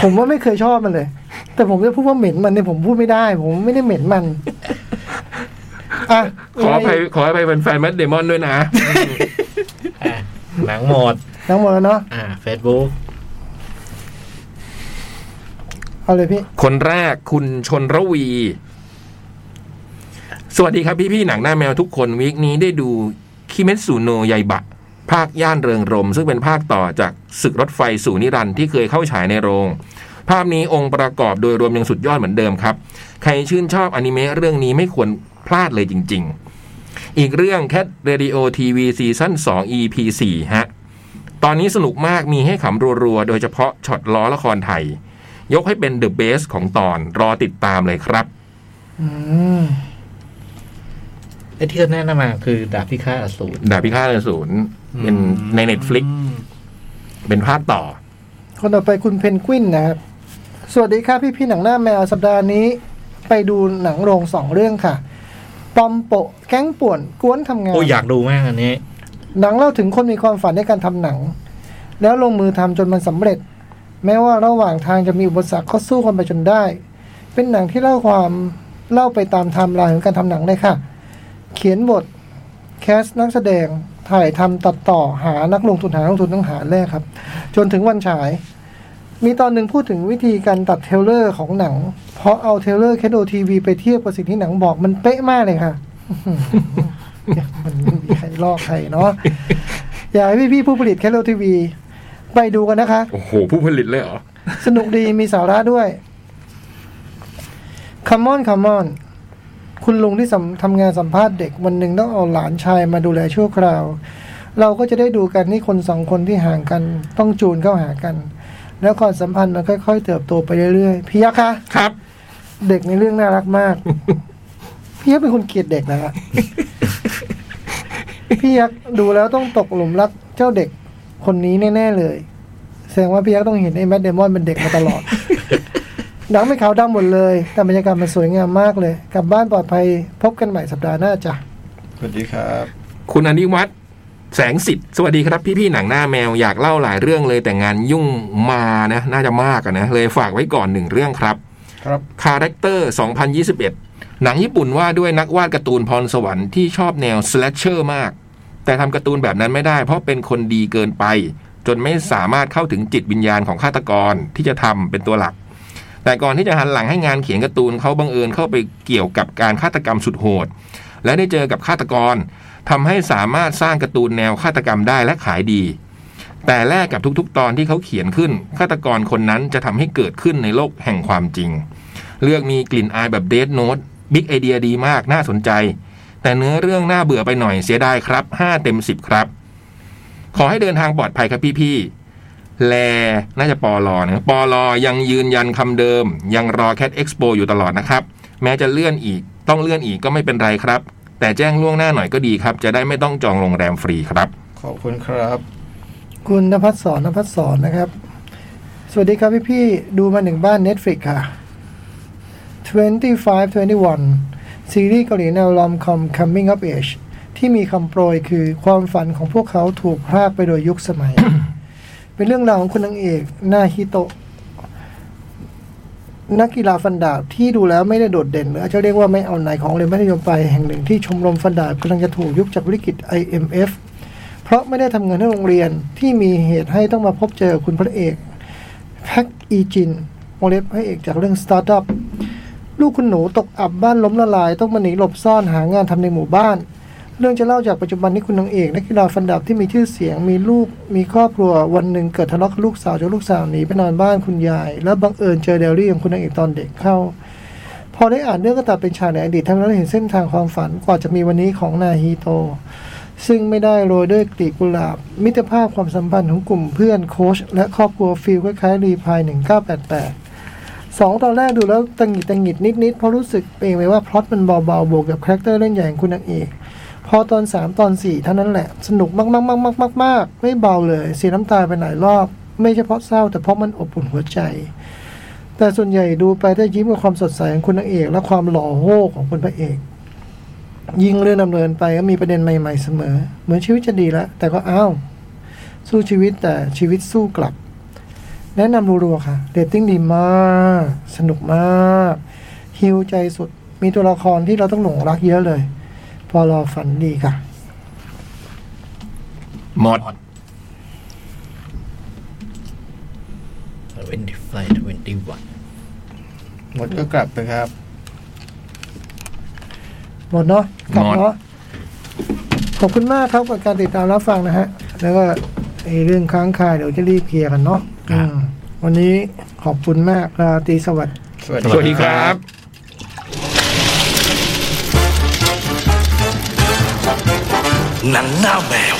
Speaker 5: ผมว่าไม่เคยชอบมันเลย แต่ผมจะพูดว่าเหม็นมันเนี่ยผมพูดไม่ได้ ผมไม่ได้เหม็นมันอ่ะ
Speaker 3: ขออภัยขออภัยแฟนๆแมทเดมอนด้วยนะ
Speaker 4: อ่ะหนังหมด
Speaker 5: ทั้งหมดแล้วเนาะ
Speaker 4: อ่าเฟซบุ๊ก
Speaker 5: เอาเลยพี่
Speaker 3: คนแรกคุณชนระวี สวัสดีครับพี่พี่ๆหนังหน้าแมวทุกคนวีคนี้ได้ดูคิเมสุโนยายบะ ภาคย่านเริงรมย์ซึ่งเป็นภาคต่อจากศึกรถไฟสู่นิรันดร์ที่เคยเข้าฉายในโรง ภาพนี้องค์ประกอบโดยรวมยังสุดยอดเหมือนเดิมครับ ใครชื่นชอบอนิเมะเรื่องนี้ไม่ควรพลาดเลยจริง ๆ อีกเรื่องแคทเรดิโอทีวีซีซั่น2 EP 4ฮะ ตอนนี้สนุกมากมีให้ขำรัวๆ โดยเฉพาะช็อตล้อละครไทย ยกให้เป็นเดอะเบสของตอนรอติดตามเลยครับ
Speaker 5: อืม
Speaker 4: ไอ้ที่เขาแนะนำมาคือดาบพิฆาตอสูร
Speaker 3: ดาบพิฆาตอสูรเป็นในเน็ตฟลิก
Speaker 2: อืม
Speaker 3: เป็นภาคต่อ
Speaker 5: คนต่อไปคุณเพนกวินนะครับ สวัสดีค่ะพี่พี่ๆหนังหน้าแมวสัปดาห์นี้ ไปดูหนังโรงสองเรื่องค่ะ ปอมโปะแก๊งป่วนกวนทำงาน
Speaker 4: โอ้อยากดูมากอันนี้
Speaker 5: หนังเล่าถึงคนมีความฝันในการทำหนัง แล้วลงมือทำจนมันสำเร็จ แม้ว่าระหว่างทางจะมีอุปสรรคก็สู้กันไปจนได้ เป็นหนังที่เล่าความเล่าไปตามไทม์ไลน์ของการทำหนังเลยค่ะ เขียนบท แคสต์นักแสดงถ่ายทำตัดต่อหานักลงทุนหานักลงทุนตั้งหาแรกครับ จนถึงวันฉาย มีตอนหนึ่งพูดถึงวิธีการตัดเทรลเลอร์ของหนัง เพราะเอาเทรลเลอร์แคดโอทีวีไปเทียบกับสิ่งที่หนังบอกมันเป๊ะมากเลยค่ะ มันไม่มีใครลอกใครเนาะ อยากให้พี่ๆผู้ผลิตแคทโลทีวี ไปดูกันนะคะ
Speaker 3: โอ้โห ผู้ผลิตเลยเหรอ
Speaker 5: สนุกดีมีสาระด้วยค o ม e อนค m ม on คุณลุงที่สำทำงานสัมภาษณ์เด็กวันหนึ่งต้องเอาหลานชายมาดูแลชั่วคราว เราก็จะได้ดูกันนี่คนสองคนที่ห่างกัน ต้องจูนเข้าหากัน แล้วความสัมพันธ์มันค่อยๆ เติบโตไปเรื่อยๆ พี่ยักษ์คะ
Speaker 3: ครับ
Speaker 5: เด็กในเรื่องน่ารักมาก พี่ยักษ์เป็นคนเกลียดเด็กนะฮะ พี่ยักษ์ดูแล้วต้องตกหลุมรักเจ้าเด็กคนนี้แน่ๆเลย แสดงว่าพี่ยักษ์ต้องเห็นไอ้แมดเดมอนเป็นเด็กมาตลอด หนังไม่ขาวดำหมดเลย แต่บรรยากาศมันสวยงามมากเลย กลับบ้านปลอดภัยพบกันใหม่สัปดาห์หน้าจ้ะ
Speaker 2: สวัสดีครับ
Speaker 3: คุณอนิวัตรแสงสิทธิ์สวัสดีครับพี่พี่ๆหนังหน้าแมวอยากเล่าหลายเรื่องเลยแต่งานยุ่งมานะ น่าจะมากอะนะเลยฝากไว้ก่อนหนึ่งเรื่องครับ
Speaker 2: ครับ
Speaker 3: คาแรคเตอร์ 2021 หนังญี่ปุ่นว่าด้วยนักวาดการ์ตูนพรสวรรค์ที่ชอบแนวสแลชเชอร์มาก แต่ทำการ์ตูนแบบนั้นไม่ได้เพราะเป็นคนดีเกินไป จนไม่สามารถเข้าถึงจิตวิญญาณของฆาตกรที่จะทำเป็นตัวหลัก แต่ก่อนที่จะหันหลังให้งานเขียนการ์ตูนเขาบังเอิญเข้าไปเกี่ยวกับการฆาตกรรมสุดโหด และได้เจอกับฆาตกรทำให้สามารถสร้างการ์ตูนแนวฆาตกรรมได้และขายดี แต่แลกกับทุกๆ ตอนที่เขาเขียนขึ้นฆาตกรคนนั้นจะทำให้เกิดขึ้นในโลกแห่งความจริง เรื่องมีกลิ่นอายแบบเดทโน t ตบิ๊กไอเดียดีมากน่าสนใจ แต่เนื้อเรื่องน่าเบื่อไปหน่อยเสียดายครับ 5 เต็ม 10 ครับ ขอให้เดินทางปลอดภัยครับพี่ๆแลน่าจะปอลอนะปอลอยังยืนยันคำเดิม ยังรอแคดเอ็กซ์โปอยู่ตลอดนะครับ แม้จะเลื่อนอีก ต้องเลื่อนอีกก็ไม่เป็นไรครับ แต่แจ้งล่วงหน้าหน่อยก็ดีครับ จะได้ไม่ต้องจองโรงแรมฟรีครับ
Speaker 2: ขอบคุณครับ
Speaker 5: คุณนภัสสรนภัสสรนะครับ สวัสดีครับพี่พี่ๆดูมาหนึ่งบ้าน Netflix ค่ะ 2521 ซีรีส์เกาหลีแนวลอมคอม Coming of Age ที่มีคำโปรยคือความฝันของพวกเขาถูกพรากไปโดยยุคสมัย เป็นเรื่องราวของคุณนางเอก นาฮิโตะ นักกีฬาฟันดาบที่ดูแล้วไม่ได้โดดเด่นหรืออาจจะเรียกว่าไม่เอาไหนของเลยไม่ได้ยมไปแห่งหนึ่งที่ชมรมฟันดาบกำลังจะถูกยุบจากวิกฤต IMF เพราะไม่ได้ทำเงินให้โรงเรียนที่มีเหตุให้ต้องมาพบเจอคุณพระเอกแพ็กอีจินวงเล็บพระเอกจากเรื่อง Startup ลูกคุณหนูตกอับบ้านล้มละลาย ต้องมาหนีหลบซ่อนหางานทำในหมู่บ้าน เรื่องจะเล่าจากปัจจุบันนี้คุณนางเอกนักกีฬาฟันดาบที่มีชื่อเสียงมีลูกมีครอบครัววันหนึ่งเกิดทะเลาะกับลูกสาวจนลูกสาวหนีไปนอนบ้านคุณยาย แล้วบังเอิญเจอเดลลี่ของคุณนางเอกตอนเด็กเข้า พอได้อ่านเรื่องก็ตัดเป็นฉากในอดีตทำให้เราเห็นเส้นทางความฝันกว่าจะมีวันนี้ของนาฮีโต ซึ่งไม่ได้โรยด้วยกลีบกุหลาบ มิตรภาพความสัมพันธ์ของกลุ่มเพื่อนโค้ชและครอบครัวฟิลคล้ายๆรีพาย1988 สองตอนแรกดูแล้วตังหงิดตังหงิดนิดนิดๆเพราะรู้สึกเองไปว่าพล็อตมันเบาๆบวกกับคาแรคเตอร์เล่นใหญ่ของคุณนางเอกพอตอนสามตอนสี่เท่านั้นแหละ สนุกมากๆๆๆๆๆไม่เบาเลยเสียน้ำตาไปหลายรอบ ไม่เฉพาะเศร้า แต่เพราะมันอบอุ่นหัวใจ แต่ส่วนใหญ่ดูไปได้ยิ้มกับความสดใสของคุณนางเอก และความหล่อโฮของคุณพระเอก ยิ่งเรื่องดำเนินไปก็มีประเด็นใหม่ๆเสมอ เหมือนชีวิตจะดีแล้วแต่ก็อ้าวสู้ชีวิตแต่ชีวิตสู้กลับ แนะนำรัวๆค่ะ เรตติ้งดีมาก สนุกมาก ฮิวใจสุด มีตัวละครที่เราต้องหลงรักเยอะเลย พอรอฝันดีค่ะ
Speaker 3: หมด
Speaker 4: เวนตี้ไฟเวนตี้วัน
Speaker 2: หมดก็กลับไปครับ
Speaker 5: หมดเนาะกลับ
Speaker 3: หมด
Speaker 5: เนาะขอบคุณมากครับกับการติดตามรับฟังนะฮะ แล้วก็ไอ้เรื่องค้างคาเดี๋ยวจะรีบเคลียร์กันเนาะอืมวันนี้ขอบคุณมากราตรีสวัสดิ
Speaker 3: สวัสดีครับ
Speaker 1: หนังหน้าแมว